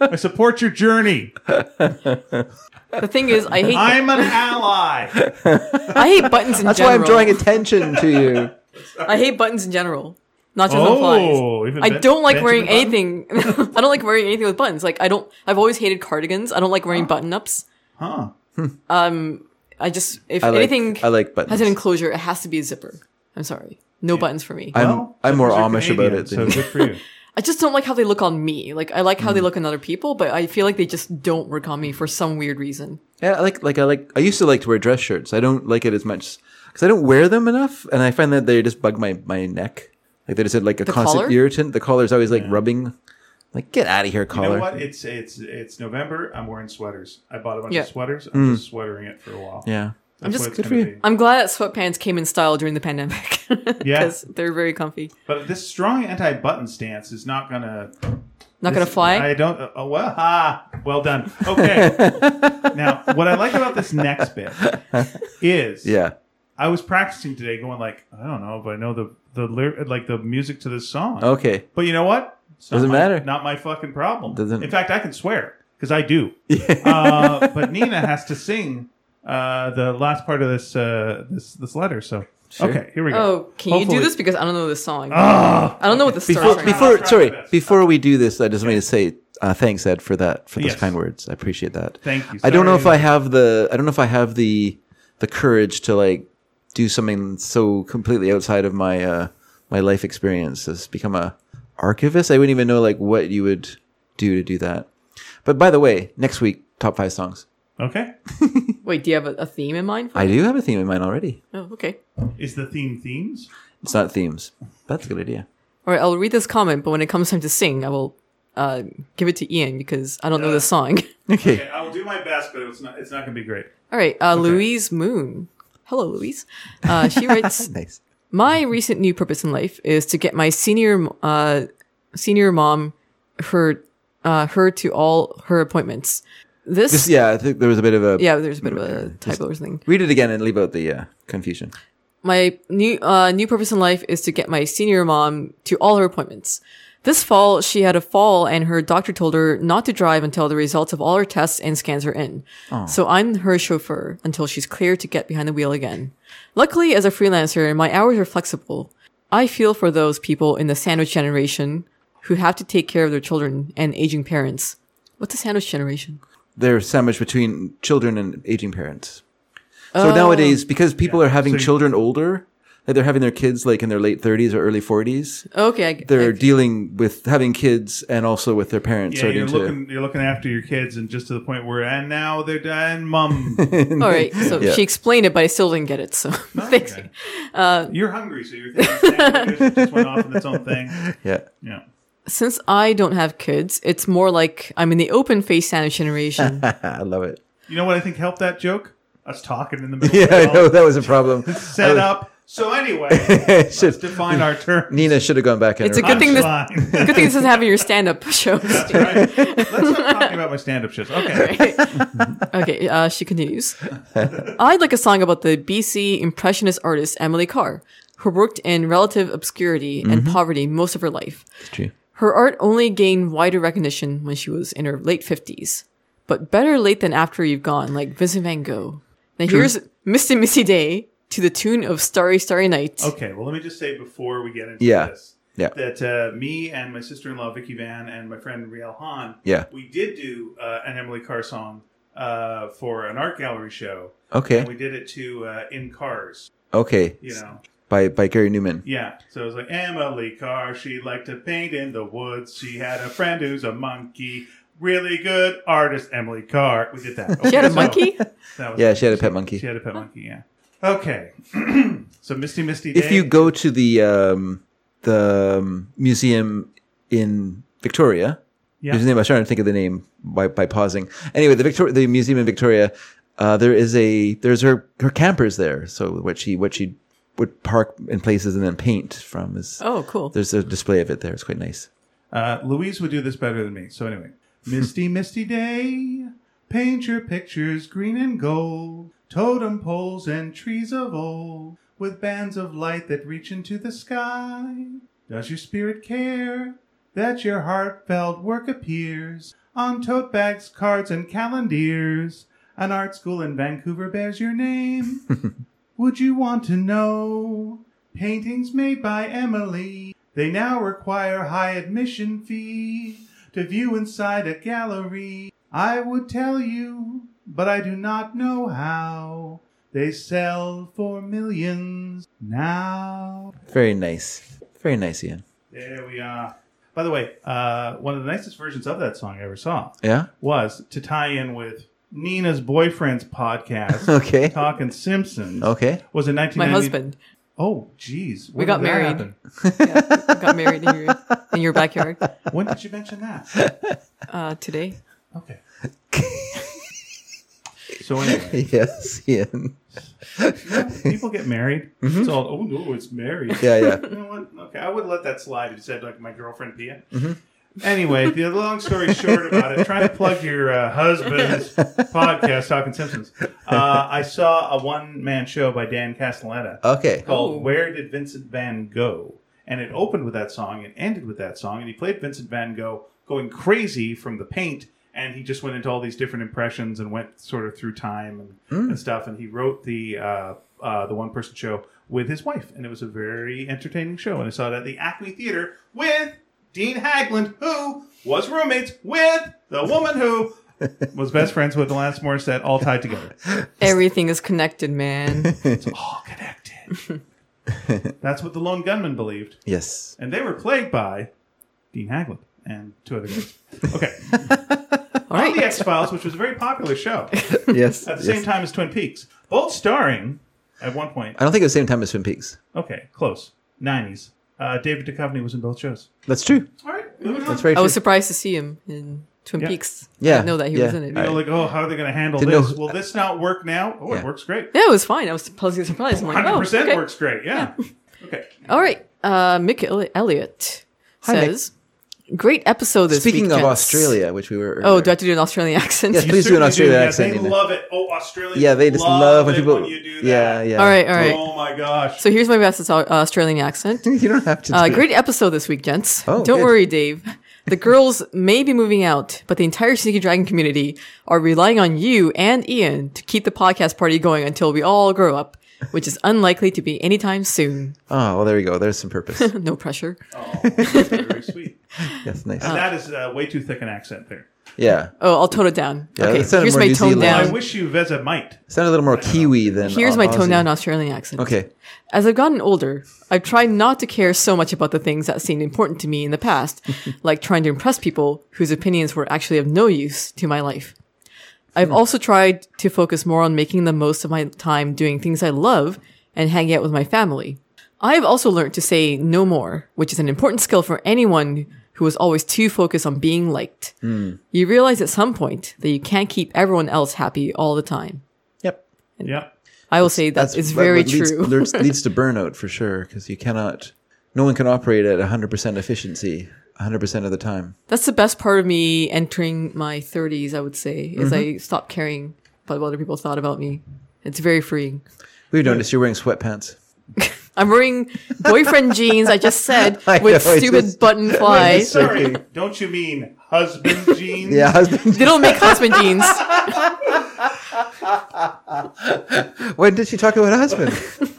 Speaker 2: I support your journey.
Speaker 3: The thing is, I hate i
Speaker 2: I'm an ally.
Speaker 3: hate buttons in
Speaker 1: That's
Speaker 3: general.
Speaker 1: why I'm drawing attention to
Speaker 2: [LAUGHS]
Speaker 1: you.
Speaker 3: I hate buttons in general, not just on flies.
Speaker 2: Oh, even
Speaker 3: I
Speaker 2: Ben-
Speaker 3: don't like wearing
Speaker 2: Benjamin Button?
Speaker 3: anything. [LAUGHS] I don't like wearing anything with buttons. Like I don't. I've always hated cardigans. I don't like wearing button ups.
Speaker 2: Huh.
Speaker 3: I just if
Speaker 1: Hmm. I like
Speaker 3: anything
Speaker 1: I like buttons.
Speaker 3: has an enclosure, it has to be a zipper. I'm sorry, no buttons for me. I,
Speaker 1: I'm
Speaker 2: Well,
Speaker 1: I'm more
Speaker 2: you're
Speaker 1: Amish about
Speaker 2: Canadian,
Speaker 1: it
Speaker 2: So
Speaker 1: than
Speaker 2: good
Speaker 1: [LAUGHS]
Speaker 2: for you.
Speaker 3: just don't like how they look on me. Like I like how
Speaker 2: Hmm.
Speaker 3: they look on other people, but I feel like they just don't work on me for some weird reason.
Speaker 1: Yeah, I like like I like I used to like to wear dress shirts. I don't like it as much because I don't wear them enough, and I find that they just bug my my neck. Like they just had like a constant
Speaker 3: collar?
Speaker 1: irritant. The collar's always like rubbing. Like get out of here,
Speaker 2: You
Speaker 1: collar.
Speaker 2: know what? It's it's it's November. I'm wearing sweaters. I bought a bunch
Speaker 3: Yeah.
Speaker 2: of sweaters. I'm just sweatering it for a while.
Speaker 1: Hmm. Yeah.
Speaker 2: That's
Speaker 3: just-
Speaker 2: what it's
Speaker 1: Good for
Speaker 2: gonna
Speaker 1: you.
Speaker 2: be.
Speaker 3: I'm glad that sweatpants came in style during the pandemic. [LAUGHS]
Speaker 2: Yeah.
Speaker 3: because they're very comfy.
Speaker 2: But this strong anti-button stance is not gonna
Speaker 3: Not gonna
Speaker 2: This-
Speaker 3: fly.
Speaker 2: I don't. Uh, oh, well, ah, well done.
Speaker 1: [LAUGHS]
Speaker 2: Okay. now, what I like about this next bit is,
Speaker 1: Yeah.
Speaker 2: I was practicing today, going like, I don't know, but I know the the lyr- like the music to this song.
Speaker 1: Okay.
Speaker 2: But you know what? It's not
Speaker 1: Doesn't
Speaker 2: my-
Speaker 1: matter.
Speaker 2: Not my fucking problem.
Speaker 1: Doesn't-
Speaker 2: In fact, I can swear because I
Speaker 1: [LAUGHS]
Speaker 2: do. uh, but Nina has to sing uh, the last part of this uh, this this letter. So
Speaker 1: Sure.
Speaker 2: okay, here we go.
Speaker 3: oh, can you
Speaker 2: Hopefully-
Speaker 3: do this? Because I don't know this song.
Speaker 2: Ah!
Speaker 3: I don't know what the story.
Speaker 1: Before,
Speaker 3: is.
Speaker 1: before
Speaker 2: Try
Speaker 1: sorry,
Speaker 2: my best.
Speaker 1: before we do this, I just wanted to say uh, thanks, Ed, for that for those
Speaker 2: Yes.
Speaker 1: kind words. I appreciate that.
Speaker 2: Thank you.
Speaker 1: I don't know if
Speaker 2: Sorry.
Speaker 1: I have the I don't know if I have the the courage to like do something so completely outside of my uh, my life experience as become a archivist. I wouldn't even know like what you would do to do that. But by the way, next week top five songs.
Speaker 2: Okay.
Speaker 3: Wait, do you have a, a theme in mind? For
Speaker 1: I do have a theme in mind already.
Speaker 3: Oh, okay.
Speaker 2: Is the theme themes?
Speaker 1: It's not themes. That's a good idea. [LAUGHS]
Speaker 3: All right, I'll read this comment, but when it comes time to sing, I will uh, give it to Ian because I don't know this
Speaker 2: Uh.
Speaker 3: song. [LAUGHS]
Speaker 1: Okay.
Speaker 2: Okay, I will do my best, but it's not. It's not going to be great.
Speaker 3: All right, uh, Louise Moon. Hello, Louise. Uh, she writes,
Speaker 1: Nice.
Speaker 3: "My recent new purpose in life is to get my senior uh, senior mom her uh, her to all her appointments. This,
Speaker 1: This,
Speaker 3: yeah.
Speaker 1: yeah, I think there was a bit of a
Speaker 3: there's a bit of a typo or something.
Speaker 1: Read it again and leave out the uh, confusion.
Speaker 3: My new uh, new purpose in life is to get my senior mom to all her appointments. This fall, she had a fall, and her doctor told her not to drive until the results of all her tests and scans are in.
Speaker 1: Oh.
Speaker 3: So I'm her chauffeur until she's clear to get behind the wheel again. Luckily, as a freelancer, my hours are flexible. I feel for those people in the sandwich generation who have to take care of their children and aging parents. What's a sandwich generation?
Speaker 1: they're sandwiched between children and aging parents. So nowadays, because people are having
Speaker 2: Oh. So you-
Speaker 1: children older, like they're having their kids like in their late 30s or early 40s,
Speaker 3: Okay, I,
Speaker 1: they're dealing with having kids and also with their parents
Speaker 2: Yeah,
Speaker 1: starting
Speaker 2: you're
Speaker 1: to.
Speaker 2: looking. You're looking after your kids, and just to the point where, and now they're
Speaker 1: [LAUGHS]
Speaker 2: dying, mum.
Speaker 3: all right. So
Speaker 1: Yeah.
Speaker 3: she explained it, but I still didn't get it. So [LAUGHS] thanks.
Speaker 2: Okay.
Speaker 1: Uh,
Speaker 2: you're hungry, so you're thinking sandwich, it just went off on its own thing.
Speaker 1: [LAUGHS] yeah. [LAUGHS]
Speaker 2: Yeah.
Speaker 3: Since I don't have kids, it's more like I'm in the open face sandwich generation.
Speaker 1: I love
Speaker 2: [LAUGHS]
Speaker 1: it.
Speaker 2: You know what I think helped that joke? Us talking in the middle.
Speaker 1: Yeah, I
Speaker 2: of it all.
Speaker 1: know that was a problem. I
Speaker 2: [LAUGHS] Set
Speaker 1: was-
Speaker 2: up. So anyway,
Speaker 1: I should-
Speaker 2: let's define
Speaker 1: [LAUGHS]
Speaker 2: our term.
Speaker 1: Nina should have gone back and.
Speaker 3: It's a
Speaker 1: her-
Speaker 3: good thing this
Speaker 2: Punchline.
Speaker 3: good thing this doesn't happen in your stand [LAUGHS] up shows.
Speaker 2: Right. Let's stop talking about my stand-up shows. Okay.
Speaker 3: Okay, uh, she continues. I'd like a song about the BC impressionist artist Emily Carr, who worked in relative obscurity and poverty most of her life.
Speaker 1: True.
Speaker 3: Her art only gained wider recognition when she was in her late 50s. But better late than after you've gone, like Vincent van Gogh. Now here's Mr. Missy Day to the tune of Starry, Starry Night.
Speaker 2: Okay, well, let me just say before we get into
Speaker 1: Yeah.
Speaker 2: this
Speaker 1: Yeah.
Speaker 2: that uh, me and my sister in law, Vicky Van, and my friend Riel Hahn,
Speaker 1: Yeah.
Speaker 2: we did do uh, an Emily Carr song uh, for an art gallery show. And
Speaker 1: Okay.
Speaker 2: we did it to uh, In Cars,
Speaker 1: Okay.
Speaker 2: you know.
Speaker 1: By by Gary Newman.
Speaker 2: Yeah. So it was like Emily Carr, she liked to paint in the woods. She had a friend who's a monkey. Really good artist, Emily Carr. We did
Speaker 1: [LAUGHS]
Speaker 2: that.
Speaker 3: She had
Speaker 2: Okay,
Speaker 3: a
Speaker 2: so
Speaker 3: monkey?
Speaker 2: that was-
Speaker 1: Yeah, she had a pet monkey.
Speaker 2: She had a pet monkey, yeah. Okay. [CLEARS THROAT] so Misty Misty Day.
Speaker 1: If you go to the um, the um, museum in Victoria,
Speaker 2: Yeah.
Speaker 1: There's a name. I was trying to think of the name by, by pausing. Anyway, the Victoria, the museum in Victoria, uh, there is a there's her her campers there. So what she what she would park in places and then paint from is
Speaker 3: Oh, cool.
Speaker 1: there's a display of it there. It's quite nice.
Speaker 2: Uh, Louise would do this better than me. So anyway, misty, misty day, paint your pictures green and gold, totem poles and trees of old, with bands of light that reach into the sky. Does your spirit care that your heartfelt work appears on tote bags, cards, and calendars? An art school in Vancouver bears your name. Would you want to know? Paintings made by Emily. They now require high admission fee to view inside a gallery. I would tell you, but I do not know how. They sell for millions now.
Speaker 1: Very nice. Very nice, Ian.
Speaker 2: There we are. By the way, uh, one of the nicest versions of that song I ever saw
Speaker 1: Yeah.
Speaker 2: was to tie in with Nina's boyfriend's podcast,
Speaker 3: [LAUGHS]
Speaker 1: Okay.
Speaker 2: Talking Simpsons.
Speaker 1: Okay. [LAUGHS]
Speaker 2: Was it
Speaker 3: Oh. My
Speaker 2: 1990?
Speaker 3: husband
Speaker 2: Oh, jeez.
Speaker 3: We got married. got married in your, in your backyard
Speaker 2: When did you mention that?
Speaker 3: uh, today.
Speaker 2: Okay. [LAUGHS] so anyway,
Speaker 1: Yes, Ian.
Speaker 2: you know, people get married. It's all, oh no, it's married.
Speaker 1: Mm-hmm. Yeah, yeah.
Speaker 2: [LAUGHS] You know what? Okay, I would let that slide if you said, like, my girlfriend Pia.
Speaker 1: Mm-hmm.
Speaker 2: Anyway, the long story short about it, trying to plug your uh,
Speaker 1: [LAUGHS]
Speaker 2: husband's podcast, Talking Simpsons. Uh, I saw a one man show by Dan Castellaneta.
Speaker 1: Okay.
Speaker 2: called
Speaker 3: Oh.
Speaker 2: Where Did Vincent Van Gogh? And it opened with that song and ended with that song. And he played Vincent Van Gogh going crazy from the paint. And he just went into all these different impressions and went sort of through time and, and stuff. And he wrote the uh, uh, the one person show with his wife. And it was a very entertaining show. And I saw it at the Acme Theater with Dean Hagland, who was roommates with the woman who was best friends with Alanis Morissette, all tied together.
Speaker 3: Everything is connected, man.
Speaker 2: It's all connected.
Speaker 1: [LAUGHS]
Speaker 2: That's what the lone gunman believed.
Speaker 1: Yes.
Speaker 2: And they were played by Dean Haglund and two other guys. Okay.
Speaker 1: [LAUGHS]
Speaker 3: All
Speaker 2: On the
Speaker 3: right.
Speaker 2: X Files, which was a very popular show at
Speaker 1: Yes.
Speaker 2: the
Speaker 1: yes.
Speaker 2: same time as Twin Peaks, both starring at one point.
Speaker 1: I don't think it was the same time as Twin Peaks.
Speaker 2: Okay, close. 90s. Uh, David Duchovny was in both shows.
Speaker 1: That's true.
Speaker 2: All right, moving on.
Speaker 1: That's very
Speaker 3: I
Speaker 1: true.
Speaker 3: was surprised to see him in Twin
Speaker 2: Yeah.
Speaker 3: Peaks. I
Speaker 1: Yeah,
Speaker 3: didn't know that he was
Speaker 1: yeah.
Speaker 3: in it.
Speaker 2: You know, like, oh, how are they going to handle
Speaker 1: Didn't
Speaker 2: this?
Speaker 1: know-
Speaker 2: Will this not work now? Oh,
Speaker 1: Yeah.
Speaker 2: it works great.
Speaker 3: Yeah, it was fine. I was pleasantly surprised. I'm like, oh,
Speaker 2: 100%
Speaker 3: okay.
Speaker 2: works great. Yeah. Okay.
Speaker 3: All right. Uh, Mick Elli- Elliott
Speaker 1: Hi, Mick.
Speaker 3: says, great episode this
Speaker 1: Speaking
Speaker 3: week,
Speaker 1: of
Speaker 3: gents."
Speaker 1: Australia, which we were.
Speaker 3: Oh, do I have to do an Australian [LAUGHS] accent?
Speaker 1: Yes,
Speaker 2: You
Speaker 1: please do an
Speaker 2: certainly
Speaker 1: Australian
Speaker 2: yeah,
Speaker 1: accent,
Speaker 2: They
Speaker 1: Nina.
Speaker 2: love it. Oh, Australia.
Speaker 1: yeah, they just love, when
Speaker 2: it
Speaker 1: people.
Speaker 2: you do
Speaker 1: Yeah,
Speaker 2: that.
Speaker 1: yeah.
Speaker 3: All right, all right.
Speaker 2: Oh, my gosh.
Speaker 3: So here's my best Aus- Australian
Speaker 1: [LAUGHS]
Speaker 3: accent.
Speaker 1: you don't have to.
Speaker 3: Uh,
Speaker 1: do it.
Speaker 3: great episode this week, gents.
Speaker 1: Oh,
Speaker 3: Don't
Speaker 1: good.
Speaker 3: worry, Dave. The girls may be moving out, but the entire Sneaky Dragon community are relying on you and Ian to keep the podcast party going until we all grow up, which is unlikely to be anytime soon. [LAUGHS]
Speaker 1: Oh, well, there we go. There's some purpose.
Speaker 3: no pressure.
Speaker 2: Oh, that's very
Speaker 3: [LAUGHS]
Speaker 2: sweet.
Speaker 1: Yes, nice.
Speaker 2: And that is uh, way too thick an accent there.
Speaker 1: yeah.
Speaker 3: Oh, I'll tone it down.
Speaker 1: Yeah,
Speaker 3: okay,
Speaker 1: let's sound
Speaker 3: here's
Speaker 1: more
Speaker 3: my
Speaker 1: New
Speaker 3: tone
Speaker 1: Zealand.
Speaker 2: I
Speaker 1: Um,
Speaker 3: down.
Speaker 2: wish you Veza might.
Speaker 1: Sounded a little more Kiwi than.
Speaker 3: Here's my
Speaker 1: Au-
Speaker 3: tone
Speaker 1: Uh, Aussie.
Speaker 3: down Australian accent.
Speaker 1: Okay.
Speaker 3: As I've gotten older, I've tried not to care so much about the things that seemed important to me in the past,
Speaker 1: [LAUGHS]
Speaker 3: like trying to impress people whose opinions were actually of no use to my life. I've
Speaker 1: Hmm.
Speaker 3: also tried to focus more on making the most of my time doing things I love and hanging out with my family. I've also learned to say no more, which is an important skill for anyone who is always too focused on being liked.
Speaker 1: Hmm.
Speaker 3: You realize at some point that you can't keep everyone else happy all the time.
Speaker 1: Yep.
Speaker 2: Yep.
Speaker 3: I will say that is very
Speaker 1: what leads,
Speaker 3: true. [LAUGHS]
Speaker 1: leads, leads to burnout for sure because you cannot. No one can operate at 100% efficiency 100% of the time.
Speaker 3: That's the best part of me entering my 30s, I would say, is
Speaker 1: Mm-hmm.
Speaker 3: I stopped caring about what other people thought about me. It's very freeing.
Speaker 1: We've noticed you're wearing sweatpants.
Speaker 3: I'm wearing boyfriend [LAUGHS] jeans, I just said,
Speaker 1: [LAUGHS] I
Speaker 3: with
Speaker 1: know, it's
Speaker 3: stupid
Speaker 1: just- [LAUGHS]
Speaker 3: button flies.
Speaker 2: Sorry,
Speaker 3: [LAUGHS]
Speaker 2: don't you mean husband jeans?
Speaker 1: Yeah, husband.
Speaker 3: They don't make husband jeans.
Speaker 1: [LAUGHS] When did she talk about her
Speaker 3: [LAUGHS]
Speaker 1: husband?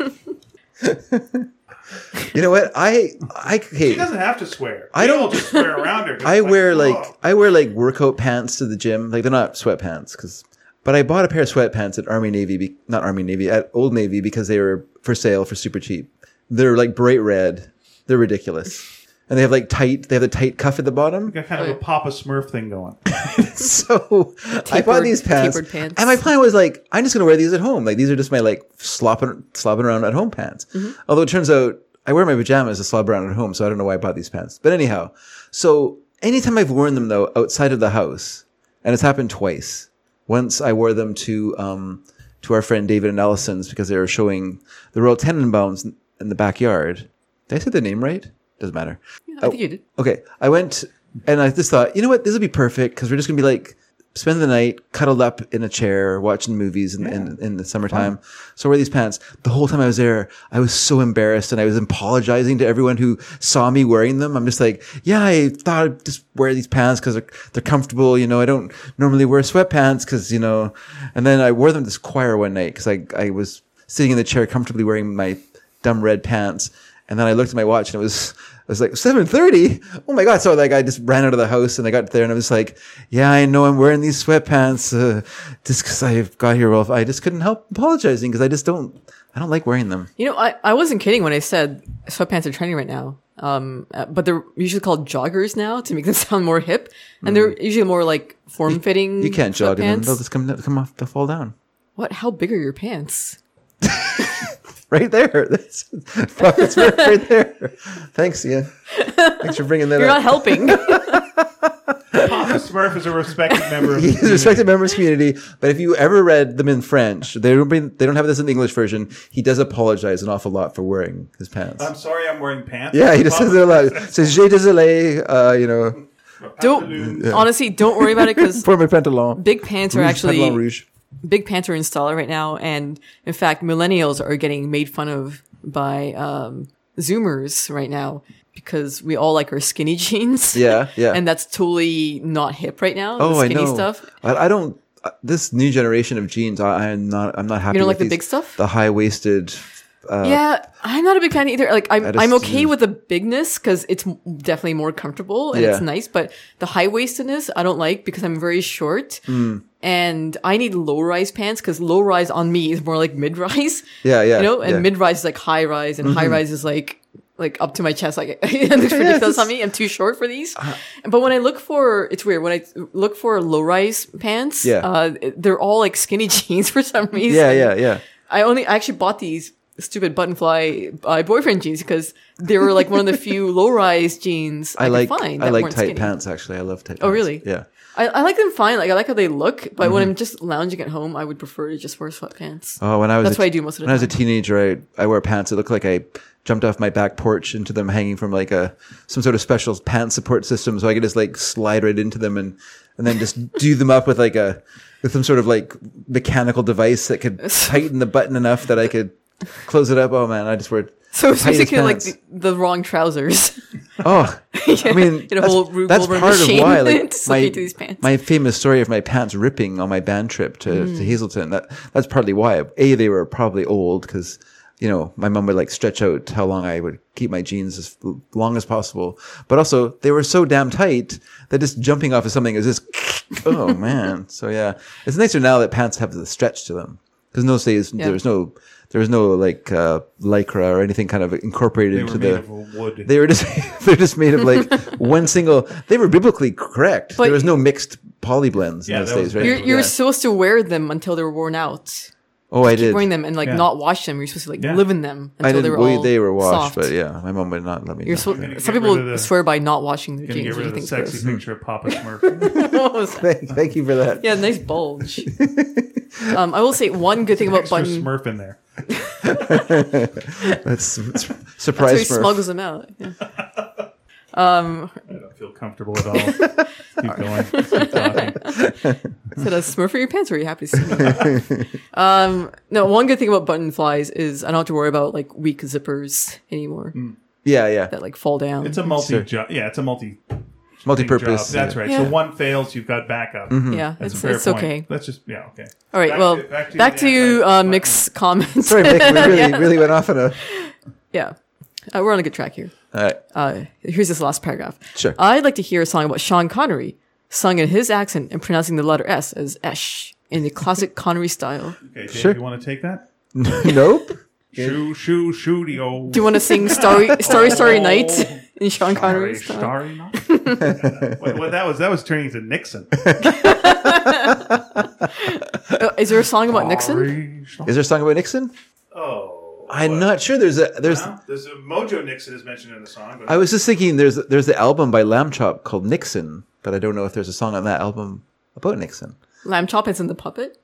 Speaker 1: [LAUGHS] you know what? I I
Speaker 2: She
Speaker 1: hate.
Speaker 2: doesn't have to swear.
Speaker 1: I
Speaker 2: We
Speaker 1: don't-
Speaker 2: all just swear around her.
Speaker 1: [LAUGHS]
Speaker 2: 'cause
Speaker 1: I
Speaker 2: it's
Speaker 1: wear like
Speaker 2: oh.
Speaker 1: I wear like workout pants to the gym. Like they're not sweatpants because. But I bought a pair of sweatpants at Army Navy, be, not Army Navy, at Old Navy because they were for sale for super cheap. They're like bright red. They're ridiculous, and they have like tight. They have the tight cuff at the bottom.
Speaker 2: got
Speaker 3: Oh,
Speaker 2: kind of a Papa Smurf thing going.
Speaker 1: [LAUGHS] so I bought
Speaker 3: Tapered-
Speaker 1: these pants,
Speaker 3: tapered pants.
Speaker 1: and my plan was like, I'm just gonna wear these at home. Like these are just my like slopping slopping around at home pants.
Speaker 3: Mm-hmm.
Speaker 1: Although it turns out I wear my pajamas to slop around at home, so I don't know why I bought these pants. But anyhow, so anytime I've worn them though outside of the house, and it's happened twice. Once I wore them to um to our friend David and Allison's because they were showing the Royal Tenenbaums in the backyard. Did I say the name right? Doesn't matter.
Speaker 3: I think you did.
Speaker 1: Okay, I went and I just thought, you know what, this would be perfect because we're just gonna be like spend the night cuddled up in a chair watching movies in, in, in the summertime. So I wear these pants. The whole time I was there, I was so embarrassed and I was apologizing to everyone who saw me wearing them. I'm just like, yeah, I thought I'd just wear these pants because they're, they're comfortable. You know, I don't normally wear sweatpants because you know. And then I wore them to this choir one night because I I was sitting in the chair comfortably wearing my dumb red pants. And then I looked at my watch and it was, I was like, 7.30? Oh my God. So like, I just ran out of the house and I got there and I was like, yeah, I know I'm wearing these sweatpants, uh, just cause I got here. Well, I just couldn't help apologizing because I just don't, I don't like wearing them.
Speaker 3: You know, I, I wasn't kidding when I said sweatpants are trending right now. Um, uh, but they're usually called joggers now to make them [LAUGHS] sound more hip, and they're usually more like form fitting.
Speaker 1: Mm. You can't jog in them. They'll just come, come off, they'll fall down.
Speaker 3: What? How big are your pants?
Speaker 1: Right there. [LAUGHS] That's, pockets right, right there. Thanks, yeah. Thanks for bringing that
Speaker 3: [LAUGHS]
Speaker 1: [LAUGHS]
Speaker 3: You're not
Speaker 1: up.
Speaker 3: helping.
Speaker 2: Papa Smurf is a
Speaker 1: [LAUGHS]
Speaker 2: respected member of the
Speaker 1: He's a
Speaker 2: community.
Speaker 1: respected member of his community, but if you ever read them in French, they don't bring, they don't have this in the English version. He does apologize an awful lot for wearing his pants.
Speaker 2: I'm sorry I'm wearing pants.
Speaker 1: Yeah, he just says it aloud. Says "Je désolé," uh, you know,
Speaker 3: don't honestly, don't worry about it because
Speaker 1: for my pantalon.
Speaker 3: big pants are
Speaker 1: Rouge,
Speaker 3: actually
Speaker 1: pantalon rouge.
Speaker 3: big pants are in style right now, and in fact, millennials are getting made fun of by um, Zoomers right now because we all like our skinny [LAUGHS] jeans.
Speaker 1: Yeah, yeah.
Speaker 3: and that's totally not hip right now.
Speaker 1: oh,
Speaker 3: the
Speaker 1: I
Speaker 3: skinny
Speaker 1: know.
Speaker 3: stuff.
Speaker 1: I, I don't. uh, This new generation of jeans, I, I'm not. I'm not happy.
Speaker 3: You don't
Speaker 1: with
Speaker 3: like the
Speaker 1: these-
Speaker 3: big stuff?
Speaker 1: The high waisted. uh,
Speaker 3: yeah, I'm not a big fan either. Like I'm,
Speaker 1: just-
Speaker 3: I'm okay with the bigness because it's m- definitely more comfortable and it's
Speaker 1: Yeah.
Speaker 3: nice. But the high waistedness I don't like because I'm very short,
Speaker 1: Hmm.
Speaker 3: and I need low rise pants because low rise on me is more like mid rise.
Speaker 1: [LAUGHS] Yeah, yeah,
Speaker 3: You know, and
Speaker 1: yeah. Mm-hmm.
Speaker 3: mid rise is like high rise, and high rise is like like up to my chest. Like [LAUGHS] it
Speaker 1: [LAUGHS]
Speaker 3: looks ridiculous on me. I'm too short for these.
Speaker 1: Uh-huh.
Speaker 3: but when I look for, it's weird when I look for low rise pants.
Speaker 1: Yeah.
Speaker 3: uh, they're all like skinny [LAUGHS] jeans for some reason.
Speaker 1: Yeah, yeah, yeah.
Speaker 3: I only I actually bought these stupid buttonfly uh, boyfriend jeans because they were like one of the
Speaker 1: [LAUGHS]
Speaker 3: few low rise jeans I,
Speaker 1: I like.
Speaker 3: could find.
Speaker 1: I
Speaker 3: that
Speaker 1: like
Speaker 3: weren't
Speaker 1: tight
Speaker 3: skinny.
Speaker 1: pants. Actually, I love tight.
Speaker 3: Oh,
Speaker 1: pants.
Speaker 3: really?
Speaker 1: Yeah. Mm-hmm.
Speaker 3: I, I like them fine. Like I like how they look, but when I'm just lounging at home, I would prefer to just wear sweatpants.
Speaker 1: Oh, when I was
Speaker 3: That's
Speaker 1: a,
Speaker 3: what I do most of the
Speaker 1: When I was a
Speaker 3: time.
Speaker 1: teenager, I I wear pants. It looked like I jumped off my back porch into them, hanging from like a some sort of special pant support system, so I could just like slide right into them and and then
Speaker 3: [LAUGHS]
Speaker 1: just do them up with like a with some sort of like mechanical device that
Speaker 3: [LAUGHS]
Speaker 1: could tighten the button enough that I could close it up. Oh man, I just wear
Speaker 3: so it's
Speaker 1: tightest
Speaker 3: basically like
Speaker 1: pants.
Speaker 3: the, the
Speaker 1: [LAUGHS]
Speaker 3: wrong trousers. [LAUGHS]
Speaker 1: Oh, I mean,
Speaker 3: in a
Speaker 1: that's,
Speaker 3: whole Rube
Speaker 1: that's
Speaker 3: Goldberg
Speaker 1: part
Speaker 3: machine
Speaker 1: of why, like,
Speaker 3: [LAUGHS] to slip
Speaker 1: my,
Speaker 3: into these pants.
Speaker 1: my famous story of my pants ripping on my band trip to,
Speaker 3: Mm.
Speaker 1: to Hazelton. That that's partly why. A, they were probably old because you know my mom would like stretch out how long I would keep my jeans as l- long as possible. But also, they were so damn tight that just jumping off of something is just [LAUGHS] oh man. So yeah, it's nicer now that pants have the stretch to them because in those days
Speaker 3: Yeah.
Speaker 1: there was no. There was no like uh, lycra or anything kind of incorporated
Speaker 2: They were
Speaker 1: into
Speaker 2: made
Speaker 1: the
Speaker 2: of wood.
Speaker 1: [LAUGHS] they were just they're just made of
Speaker 3: [LAUGHS]
Speaker 1: like one single. They were biblically correct.
Speaker 3: But-
Speaker 1: there was no mixed poly blends
Speaker 2: Yeah,
Speaker 1: in those
Speaker 2: that
Speaker 1: days,
Speaker 2: was-
Speaker 1: right?
Speaker 3: You're, you're
Speaker 1: Yeah.
Speaker 3: supposed to wear them until they were worn out.
Speaker 1: oh, I did.
Speaker 3: Wearing them and like
Speaker 2: Yeah.
Speaker 3: not wash them. You're supposed to like
Speaker 2: Yeah.
Speaker 3: live in them
Speaker 1: I
Speaker 3: until
Speaker 1: did.
Speaker 3: they were
Speaker 1: well,
Speaker 3: all
Speaker 1: they were washed,
Speaker 3: soft.
Speaker 1: but yeah, my mom would not let me.
Speaker 2: [LAUGHS]
Speaker 3: You're
Speaker 1: know.
Speaker 3: so,
Speaker 2: gonna
Speaker 3: some
Speaker 2: get
Speaker 3: people
Speaker 2: rid of the-
Speaker 3: swear by not washing their
Speaker 2: Gonna get
Speaker 3: jeans. which
Speaker 2: rid
Speaker 3: I
Speaker 2: of the
Speaker 3: think's
Speaker 2: sexy
Speaker 3: gross.
Speaker 2: picture of
Speaker 3: [LAUGHS]
Speaker 2: Papa Smurf.
Speaker 3: What was
Speaker 1: [LAUGHS]
Speaker 3: that?
Speaker 1: thank, thank you for that.
Speaker 3: [LAUGHS] Yeah,
Speaker 1: [LAUGHS]
Speaker 3: nice bulge. um, I will say one good thing about
Speaker 2: Extra
Speaker 3: Button.
Speaker 2: Smurf in there.
Speaker 3: [LAUGHS]
Speaker 1: That's, [LAUGHS] that's
Speaker 3: So he
Speaker 1: surprise for
Speaker 3: smuggles them out. Yeah.
Speaker 2: I don't feel comfortable
Speaker 3: [LAUGHS]
Speaker 2: at all. Keep going. Keep talking.
Speaker 3: Said a smurf for your pants. Were you happy to see me? um, no, one good thing about button flies is I don't have to worry about like weak zippers anymore
Speaker 2: Hmm.
Speaker 1: Yeah, yeah.
Speaker 3: that like fall down.
Speaker 2: It's a multi. Ju- yeah, it's a multi.
Speaker 1: Multi-purpose,
Speaker 2: Job.
Speaker 1: [LAUGHS]
Speaker 2: That's
Speaker 1: yeah.
Speaker 2: right. So
Speaker 3: Yeah.
Speaker 2: one fails, you've got backup.
Speaker 1: Hmm. Mm-hmm.
Speaker 3: Yeah,
Speaker 2: That's a
Speaker 3: it's,
Speaker 2: fair
Speaker 3: it's
Speaker 2: point.
Speaker 3: okay.
Speaker 2: Let's just yeah okay.
Speaker 3: All right.
Speaker 2: Back
Speaker 3: well,
Speaker 2: to- back to
Speaker 3: back
Speaker 2: the
Speaker 3: to you,
Speaker 2: anti-
Speaker 3: uh, Mick's comments.
Speaker 1: Sorry, Mick, we really, really went off on a.
Speaker 3: [LAUGHS] yeah, uh, we're on a good track here.
Speaker 1: All
Speaker 3: [LAUGHS]
Speaker 1: right.
Speaker 3: Uh, here's this last paragraph.
Speaker 1: Sure.
Speaker 3: I'd like to hear a song about Sean Connery, sung in his accent and pronouncing the letter S as Esh in the classic Connery style.
Speaker 2: Okay, Dave,
Speaker 1: Sure.
Speaker 2: you want to take that?
Speaker 1: nope.
Speaker 2: Shoo shoo shootio.
Speaker 3: Do you want to
Speaker 1: [LAUGHS]
Speaker 3: sing Starry Starry Starry Night [LAUGHS]
Speaker 2: Oh.
Speaker 3: in Sean Connery style?
Speaker 2: starry
Speaker 3: [LAUGHS]
Speaker 2: night. what, what that was that was turning to Nixon.
Speaker 3: Uh, is there a song about Nixon?
Speaker 1: Is there a song about Nixon?
Speaker 2: Oh,
Speaker 1: I'm not sure. There's a there's.
Speaker 2: Well, there's a Mojo Nixon is mentioned in the song. But
Speaker 1: I was just thinking there's there's the album by Lamb Chop called Nixon, but I don't know if there's a song on that album about Nixon.
Speaker 3: Lamb Chop is in the puppet.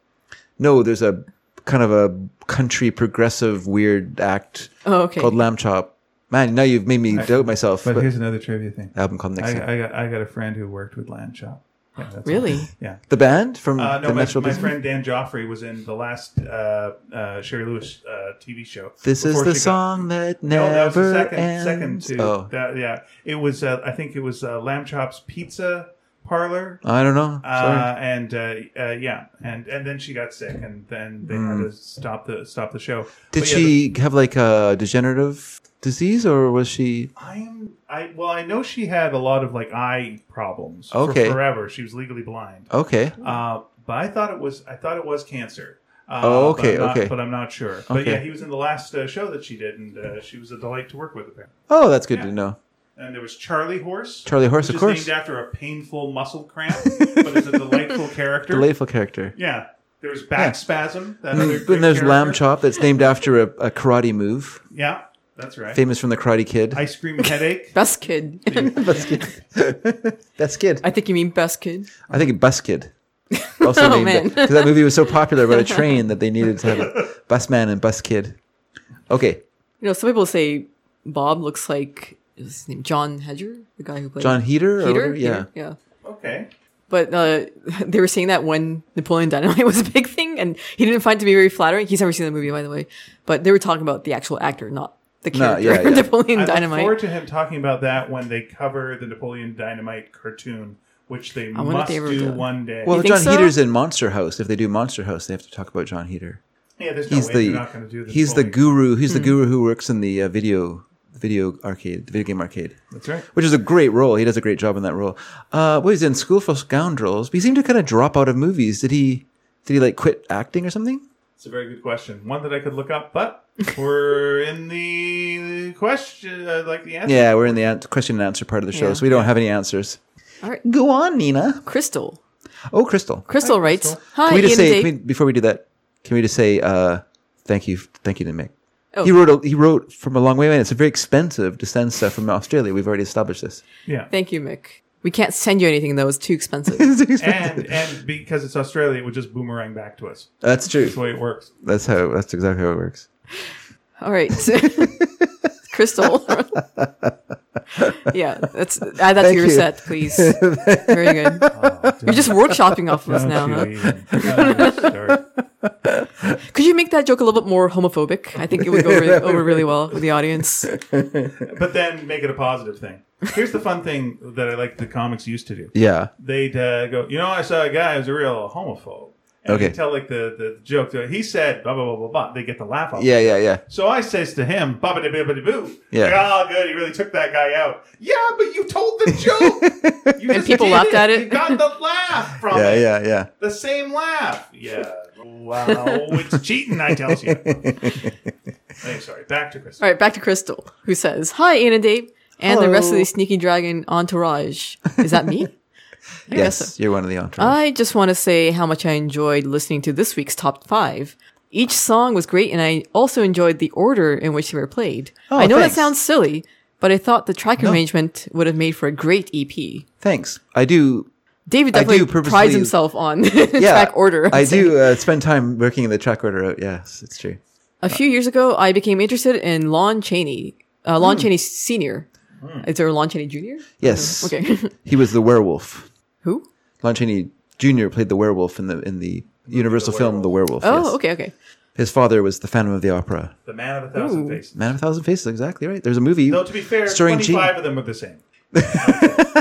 Speaker 1: No, there's a kind of a country progressive weird act
Speaker 3: Oh, okay.
Speaker 1: called Lamb Chop. Man, now you've made me doubt myself. But,
Speaker 2: but here's another trivia thing.
Speaker 1: album called Oh, Nixon.
Speaker 2: I, I got I got a friend who worked with Land Shop. Yeah, that's
Speaker 3: Really?
Speaker 2: all. Yeah.
Speaker 1: the band from
Speaker 2: Uh, no,
Speaker 1: the
Speaker 2: my,
Speaker 1: Metro
Speaker 2: my
Speaker 1: Business-
Speaker 2: friend Dan Joffrey was in the last uh, uh, Sherry Lewis uh, TV show.
Speaker 1: This is
Speaker 2: before
Speaker 1: the
Speaker 2: she got-
Speaker 1: song that
Speaker 2: No,
Speaker 1: never
Speaker 2: that was the second, second
Speaker 1: ends.
Speaker 2: to
Speaker 1: oh,
Speaker 2: that, yeah. It was uh, I think it was uh, Lamb Chop's Pizza Parlor.
Speaker 1: I don't know. Sorry.
Speaker 2: Uh, and uh, uh, yeah, and and then she got sick, and then they had to stop the stop the show.
Speaker 1: Hmm. Did
Speaker 2: But yeah,
Speaker 1: she have like a degenerative disease, or was she?
Speaker 2: I'm I well, I know she had a lot of like eye problems.
Speaker 1: Okay.
Speaker 2: For forever, she was legally blind.
Speaker 1: Okay,
Speaker 2: Uh, but I thought it was I thought it was cancer. Uh,
Speaker 1: Oh, okay,
Speaker 2: but I'm not,
Speaker 1: okay.
Speaker 2: But I'm not sure. But
Speaker 1: Okay.
Speaker 2: yeah, he was in the last uh, show that she did, and uh, she was a delight to work with. Apparently.
Speaker 1: Oh, that's good
Speaker 2: Yeah.
Speaker 1: to know.
Speaker 2: And there was Charlie Horse.
Speaker 1: Charlie Horse, of
Speaker 2: which is
Speaker 1: course.
Speaker 2: named after a painful muscle
Speaker 1: [LAUGHS]
Speaker 2: cramp, but is a delightful character.
Speaker 1: Delightful character.
Speaker 2: yeah. There was back spasm. That other
Speaker 1: Then
Speaker 2: great
Speaker 1: there's Lamb
Speaker 2: character.
Speaker 1: Chop, that's named after a, a karate move,
Speaker 2: Yeah, that's right.
Speaker 1: famous from the Karate Kid. [LAUGHS]
Speaker 2: Ice cream headache.
Speaker 3: Best kid.
Speaker 1: Best Kid. Best Kid.
Speaker 3: [LAUGHS] I think you mean best kid.
Speaker 1: I think Bus Kid.
Speaker 3: [LAUGHS]
Speaker 1: Also
Speaker 3: Oh, man.
Speaker 1: named because that movie was so popular
Speaker 3: [LAUGHS]
Speaker 1: about a train that they needed to have a bus man and bus kid. Okay,
Speaker 3: You know, some people say Bob looks like is his name John Hedger, the guy who played
Speaker 1: John Heater. Or
Speaker 3: Peter?
Speaker 1: whatever? Yeah.
Speaker 3: Peter, yeah.
Speaker 2: Okay.
Speaker 3: But uh, [LAUGHS] they were saying that when Napoleon Dynamite [LAUGHS] was a big thing, and he didn't find it to be very flattering. He's never seen the movie, by the way. But they were talking about the actual actor, not the
Speaker 1: No,
Speaker 3: character [LAUGHS]
Speaker 1: yeah, yeah.
Speaker 3: Napoleon
Speaker 2: I look
Speaker 3: Dynamite.
Speaker 2: forward to him talking about that when they cover the Napoleon Dynamite cartoon, which they
Speaker 3: wonder if
Speaker 2: must
Speaker 3: they ever
Speaker 2: do,
Speaker 3: do it.
Speaker 2: one day.
Speaker 1: Well, if
Speaker 3: think
Speaker 1: John
Speaker 3: so?
Speaker 1: Heater's in Monster House. If they do Monster House, they have to talk about John Heater.
Speaker 2: yeah, there's no
Speaker 1: He's
Speaker 2: way they're not going to do
Speaker 1: the
Speaker 2: this.
Speaker 1: he's the
Speaker 2: fully.
Speaker 1: guru. He's the
Speaker 3: Hmm.
Speaker 1: guru who works in the uh, video video arcade, the video game arcade.
Speaker 2: That's right.
Speaker 1: which is a great role. He does a great job in that role. Uh, well, he's in School for Scoundrels, but he seemed to kind of drop out of movies. Did he? Did he like quit acting or something?
Speaker 2: It's a very good question. One that I could look up, but we're in the question, uh, like the answer.
Speaker 1: Yeah, we're in the an- question and answer part of the show,
Speaker 3: Yeah.
Speaker 1: so we don't have any answers.
Speaker 3: All right,
Speaker 1: Go on, Nina.
Speaker 3: Crystal.
Speaker 1: Oh, Crystal.
Speaker 3: Crystal writes,
Speaker 2: Crystal.
Speaker 3: "Hi,
Speaker 1: Can we just
Speaker 3: Ian and
Speaker 1: say
Speaker 3: Dave."
Speaker 1: can we- before we do that? Can we just say uh, thank you, thank you to Mick.
Speaker 3: Oh.
Speaker 1: He wrote. A, he wrote from a long way, and it's very expensive to send stuff from Australia. We've already established this.
Speaker 2: Yeah.
Speaker 3: Thank you, Mick. We can't send you anything though; it's too expensive."
Speaker 1: [LAUGHS] [LAUGHS] It's expensive.
Speaker 2: And and because it's Australia, it would just boomerang back to us.
Speaker 1: that's true.
Speaker 2: That's the way it
Speaker 3: [LAUGHS]
Speaker 2: works.
Speaker 1: That's how. That's exactly how it works.
Speaker 3: All right. [LAUGHS] Crystal. [LAUGHS] yeah, that's add that to
Speaker 1: Thank
Speaker 3: your
Speaker 1: you. [LAUGHS]
Speaker 3: set, please. Very good. You're just workshopping off of us
Speaker 2: Don't
Speaker 3: now.
Speaker 2: you
Speaker 3: Huh? [LAUGHS]
Speaker 2: even- don't you start.
Speaker 3: Could you make that joke a little bit more homophobic? I think it would go re- over really well with the audience.
Speaker 2: but then make it a positive thing. Here's the fun thing that I like the comics used to do.
Speaker 1: Yeah.
Speaker 2: they'd uh, go, you know, I saw a guy who's a real homophobe. And
Speaker 1: Okay.
Speaker 2: okay. Tell like the, the joke. they're like, He said blah blah blah blah blah. They get the laugh off.
Speaker 1: Yeah. Yeah. Yeah.
Speaker 2: So I says to him, "Baba de baba de boo."
Speaker 1: Yeah.
Speaker 2: Like, oh, good. He really took that guy out. Yeah, but you
Speaker 1: [LAUGHS]
Speaker 2: told the joke. You just
Speaker 3: people
Speaker 2: did
Speaker 3: laughed at it.
Speaker 2: You got the laugh from
Speaker 1: Yeah.
Speaker 2: it.
Speaker 1: Yeah. Yeah.
Speaker 2: The same laugh. Yeah. Wow, it's cheating. I tells
Speaker 1: [LAUGHS]
Speaker 2: you. Anyway, sorry. Back to Chris.
Speaker 3: All right, back to Crystal, who says, Hi, Ian and Dave, and the rest of
Speaker 1: Hello.
Speaker 3: the Sneaky Dragon entourage. Is
Speaker 1: [LAUGHS]
Speaker 3: that me? I guess so.
Speaker 1: Yes, you're one of the entourage.
Speaker 3: I just want to say how much I enjoyed listening to this week's top five. Each song was great, and I also enjoyed the order in which they were played.
Speaker 1: Oh,
Speaker 3: I know
Speaker 1: thanks.
Speaker 3: that sounds silly, but I thought the track arrangement would have made for a great EP.
Speaker 1: Thanks. I do.
Speaker 3: David
Speaker 1: I do
Speaker 3: definitely
Speaker 1: purposely-
Speaker 3: prides himself on [LAUGHS]
Speaker 1: Yeah,
Speaker 3: track order.
Speaker 1: I do uh, spend time working the track order out. Yes, it's true.
Speaker 3: A few years ago, I became interested in Lon Chaney, uh, Lon
Speaker 1: Hmm.
Speaker 3: Chaney Senior. Is there a Lon Chaney Junior?
Speaker 1: Yes.
Speaker 3: Okay, [LAUGHS]
Speaker 1: He was the werewolf.
Speaker 3: who?
Speaker 1: Lon Chaney Jr. played the werewolf in the in the Universal film The Werewolf.
Speaker 3: Oh,
Speaker 1: yes.
Speaker 3: okay, okay.
Speaker 1: His father was the Phantom of the Opera.
Speaker 2: The man of a thousand
Speaker 3: Ooh.
Speaker 2: faces.
Speaker 1: Man of a Thousand Faces, exactly right. There's a movie.
Speaker 2: Though to be fair,
Speaker 1: Starring Gene-
Speaker 2: twenty-five of them are the same.
Speaker 1: [LAUGHS]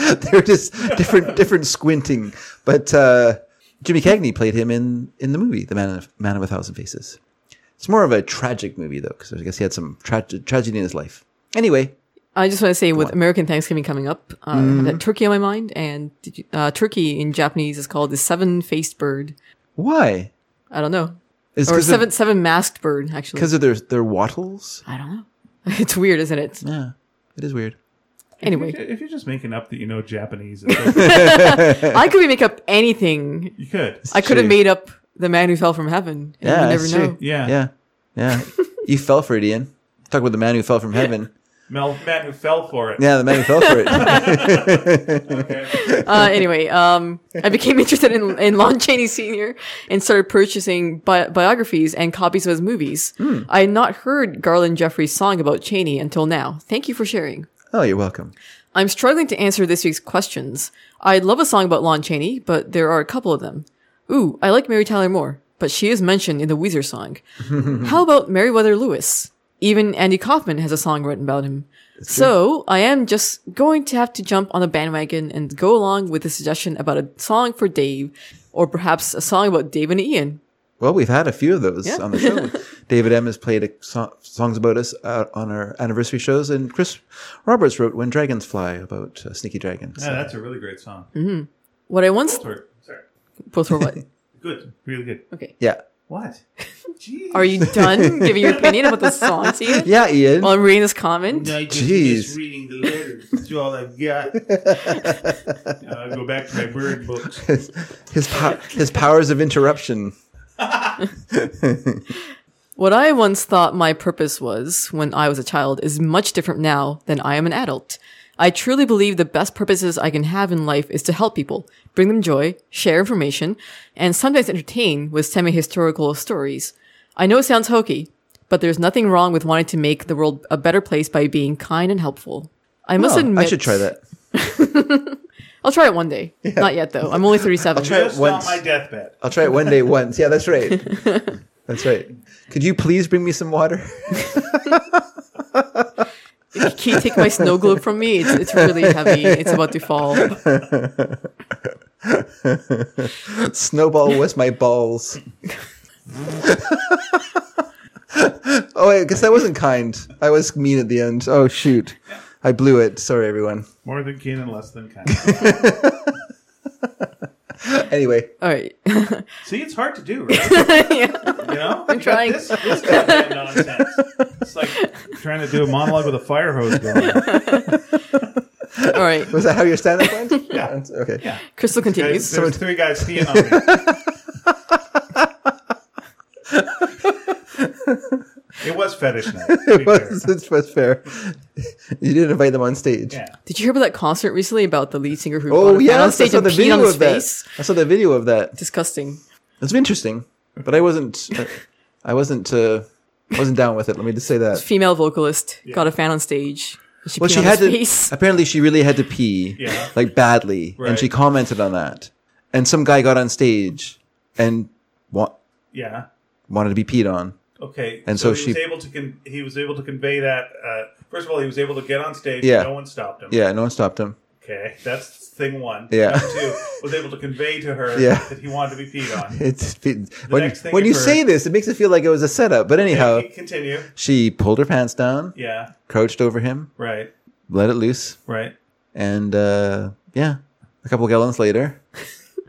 Speaker 1: They're just different, different squinting. But uh, Jimmy Cagney played him in in the movie, The Man of, Man of a Thousand Faces. It's more of a tragic movie though, because I guess he had some tra- tragedy in his life. Anyway,
Speaker 3: I just want to say, with American Thanksgiving coming up, uh, I
Speaker 1: Mm-hmm.
Speaker 3: had turkey on my mind, and did you- uh, turkey in Japanese is called the seven faced bird.
Speaker 1: why?
Speaker 3: I don't know,
Speaker 1: Is
Speaker 3: or
Speaker 1: because
Speaker 3: seven seven masked bird actually.
Speaker 1: of, their their wattles?
Speaker 3: I don't know. [LAUGHS] It's weird,
Speaker 1: [LAUGHS]
Speaker 3: isn't it?
Speaker 1: Yeah, it is weird.
Speaker 3: Anyway,
Speaker 2: If you're just making up that you know Japanese, it's okay.
Speaker 3: I could make up anything.
Speaker 1: [LAUGHS]
Speaker 2: you could.
Speaker 3: I could have
Speaker 1: true.
Speaker 3: made up the man who fell from heaven.
Speaker 1: Yeah,
Speaker 3: and you never
Speaker 1: that's
Speaker 3: know.
Speaker 1: true.
Speaker 2: Yeah.
Speaker 1: Yeah,
Speaker 3: [LAUGHS]
Speaker 1: yeah. you fell for it, Ian. Talk about the man who fell from heaven.
Speaker 2: Mel, Matt who fell for it.
Speaker 1: Yeah, the man who fell for
Speaker 3: [LAUGHS]
Speaker 1: it.
Speaker 3: uh, anyway, um, I became [LAUGHS] interested in, in Lon Chaney Sr. and started purchasing bi- biographies and copies of his movies.
Speaker 1: Hmm.
Speaker 3: I had not heard Garland Jeffries' song about Cheney until now. Thank you for sharing.
Speaker 1: Oh, you're welcome.
Speaker 3: I'm struggling to answer this week's questions. I'd love a song about Lon Chaney, but there are a couple of them. Ooh, I like Mary Tyler Moore, but she is mentioned in the Weezer song. How about Meriwether Lewis? Even Andy Kaufman has a song written about him. So I am just going to have to jump on the bandwagon and go along with the suggestion about a song for Dave, or perhaps a song about Dave and Ian.
Speaker 1: Well, we've had a few of those on the show. David M has played a so- songs about us uh, on our anniversary shows, and Chris Roberts wrote "When Dragons Fly" about uh, sneaky dragons.
Speaker 2: Yeah, that's a really great song.
Speaker 3: Mm-hmm. What I once
Speaker 2: Sorry. Sorry.
Speaker 3: both were what?
Speaker 2: Good. Really good.
Speaker 3: Okay.
Speaker 1: yeah,
Speaker 2: What? Jeez.
Speaker 3: Are you done giving your opinion about the song, Ian?
Speaker 1: yeah, Ian.
Speaker 3: While I'm reading this comment.
Speaker 2: I just,
Speaker 1: Jeez.
Speaker 2: just reading the
Speaker 1: [LAUGHS]
Speaker 2: letters. That's all I've got. uh, go back to my
Speaker 1: [LAUGHS]
Speaker 2: bird books.
Speaker 1: his his, pow- his powers of interruption.
Speaker 3: What I once thought my purpose was when I was a child is much different now than I am an adult. I truly believe the best purposes I can have in life is to help people, bring them joy, share information, and sometimes entertain with semi-historical stories. I know it sounds hokey, but there's nothing wrong with wanting to make the world a better place by being kind and helpful. I must
Speaker 1: Oh,
Speaker 3: admit,
Speaker 1: I should try that.
Speaker 3: I'll try it one day. Not yet though. I'm only 37.
Speaker 1: try it
Speaker 2: Just
Speaker 1: once.
Speaker 2: on my deathbed.
Speaker 1: I'll try it one day once. Yeah, that's
Speaker 3: [LAUGHS]
Speaker 1: right. That's right. Could you please bring me some water?
Speaker 3: Can you take my snow globe from me? It's, it's really heavy. It's about to fall.
Speaker 1: Snowball was my balls. oh, wait, I guess that wasn't kind. I was mean at the end. Oh, shoot. I blew it. Sorry, everyone.
Speaker 2: More than keen and less
Speaker 1: [LAUGHS]
Speaker 2: than kind.
Speaker 1: Anyway,
Speaker 3: All right. [LAUGHS]
Speaker 2: See, it's hard to do, right? yeah. You know? [LAUGHS] I'm
Speaker 3: trying.
Speaker 2: This, this goddamn nonsense. It's like trying to do a monologue with a fire hose going. on.
Speaker 3: All right.
Speaker 1: was that how your stand up went?
Speaker 2: [LAUGHS] Yeah.
Speaker 1: Okay.
Speaker 2: [LAUGHS]
Speaker 1: [LAUGHS]
Speaker 2: Yeah.
Speaker 3: Crystal continues.
Speaker 2: There's, there's three guys peeing on me. it was fetish night. to be
Speaker 1: It
Speaker 2: fair.
Speaker 1: was, it was fair. You didn't invite them on stage.
Speaker 2: Yeah.
Speaker 3: Did you hear about that concert recently about the lead singer who
Speaker 1: Oh,
Speaker 3: got
Speaker 1: yeah.
Speaker 3: on
Speaker 1: I
Speaker 3: stage
Speaker 1: saw
Speaker 3: and
Speaker 1: the
Speaker 3: peed
Speaker 1: video
Speaker 3: on his
Speaker 1: of that.
Speaker 3: face?
Speaker 1: I saw the video of that.
Speaker 3: Disgusting.
Speaker 1: It's interesting, but I wasn't. Uh, I wasn't. Uh, wasn't down with it. Let me just say that.
Speaker 3: Female vocalist got a fan on stage. and She
Speaker 1: Well,
Speaker 3: peed
Speaker 1: she
Speaker 3: on
Speaker 1: had
Speaker 3: his
Speaker 1: to. [LAUGHS]
Speaker 3: face.
Speaker 1: Apparently, she really had to pee,
Speaker 2: Yeah.
Speaker 1: like badly, and
Speaker 2: Right.
Speaker 1: she commented on that. And some guy got on stage and wa-
Speaker 2: Yeah.
Speaker 1: wanted to be peed on.
Speaker 2: Okay.
Speaker 1: And so
Speaker 2: he
Speaker 1: she-
Speaker 2: was able to con- he was able to convey that. Uh, first of all, he was able to get on stage.
Speaker 1: Yeah.
Speaker 2: No one stopped him.
Speaker 1: Yeah, no one stopped him.
Speaker 2: Okay. That's thing one.
Speaker 1: Yeah.
Speaker 2: Number two was able to convey to her
Speaker 1: Yeah.
Speaker 2: that he wanted to be peed
Speaker 1: [LAUGHS]
Speaker 2: on.
Speaker 1: It's it- when
Speaker 2: next thing
Speaker 1: when
Speaker 2: you
Speaker 1: you
Speaker 2: heard-
Speaker 1: say this, it makes it feel like it was a setup. But anyhow,
Speaker 2: Okay, Continue.
Speaker 1: she pulled her pants down,
Speaker 2: Yeah.
Speaker 1: crouched over him,
Speaker 2: Right.
Speaker 1: let it loose,
Speaker 2: Right.
Speaker 1: and uh, yeah, a couple gallons
Speaker 2: [LAUGHS]
Speaker 1: later,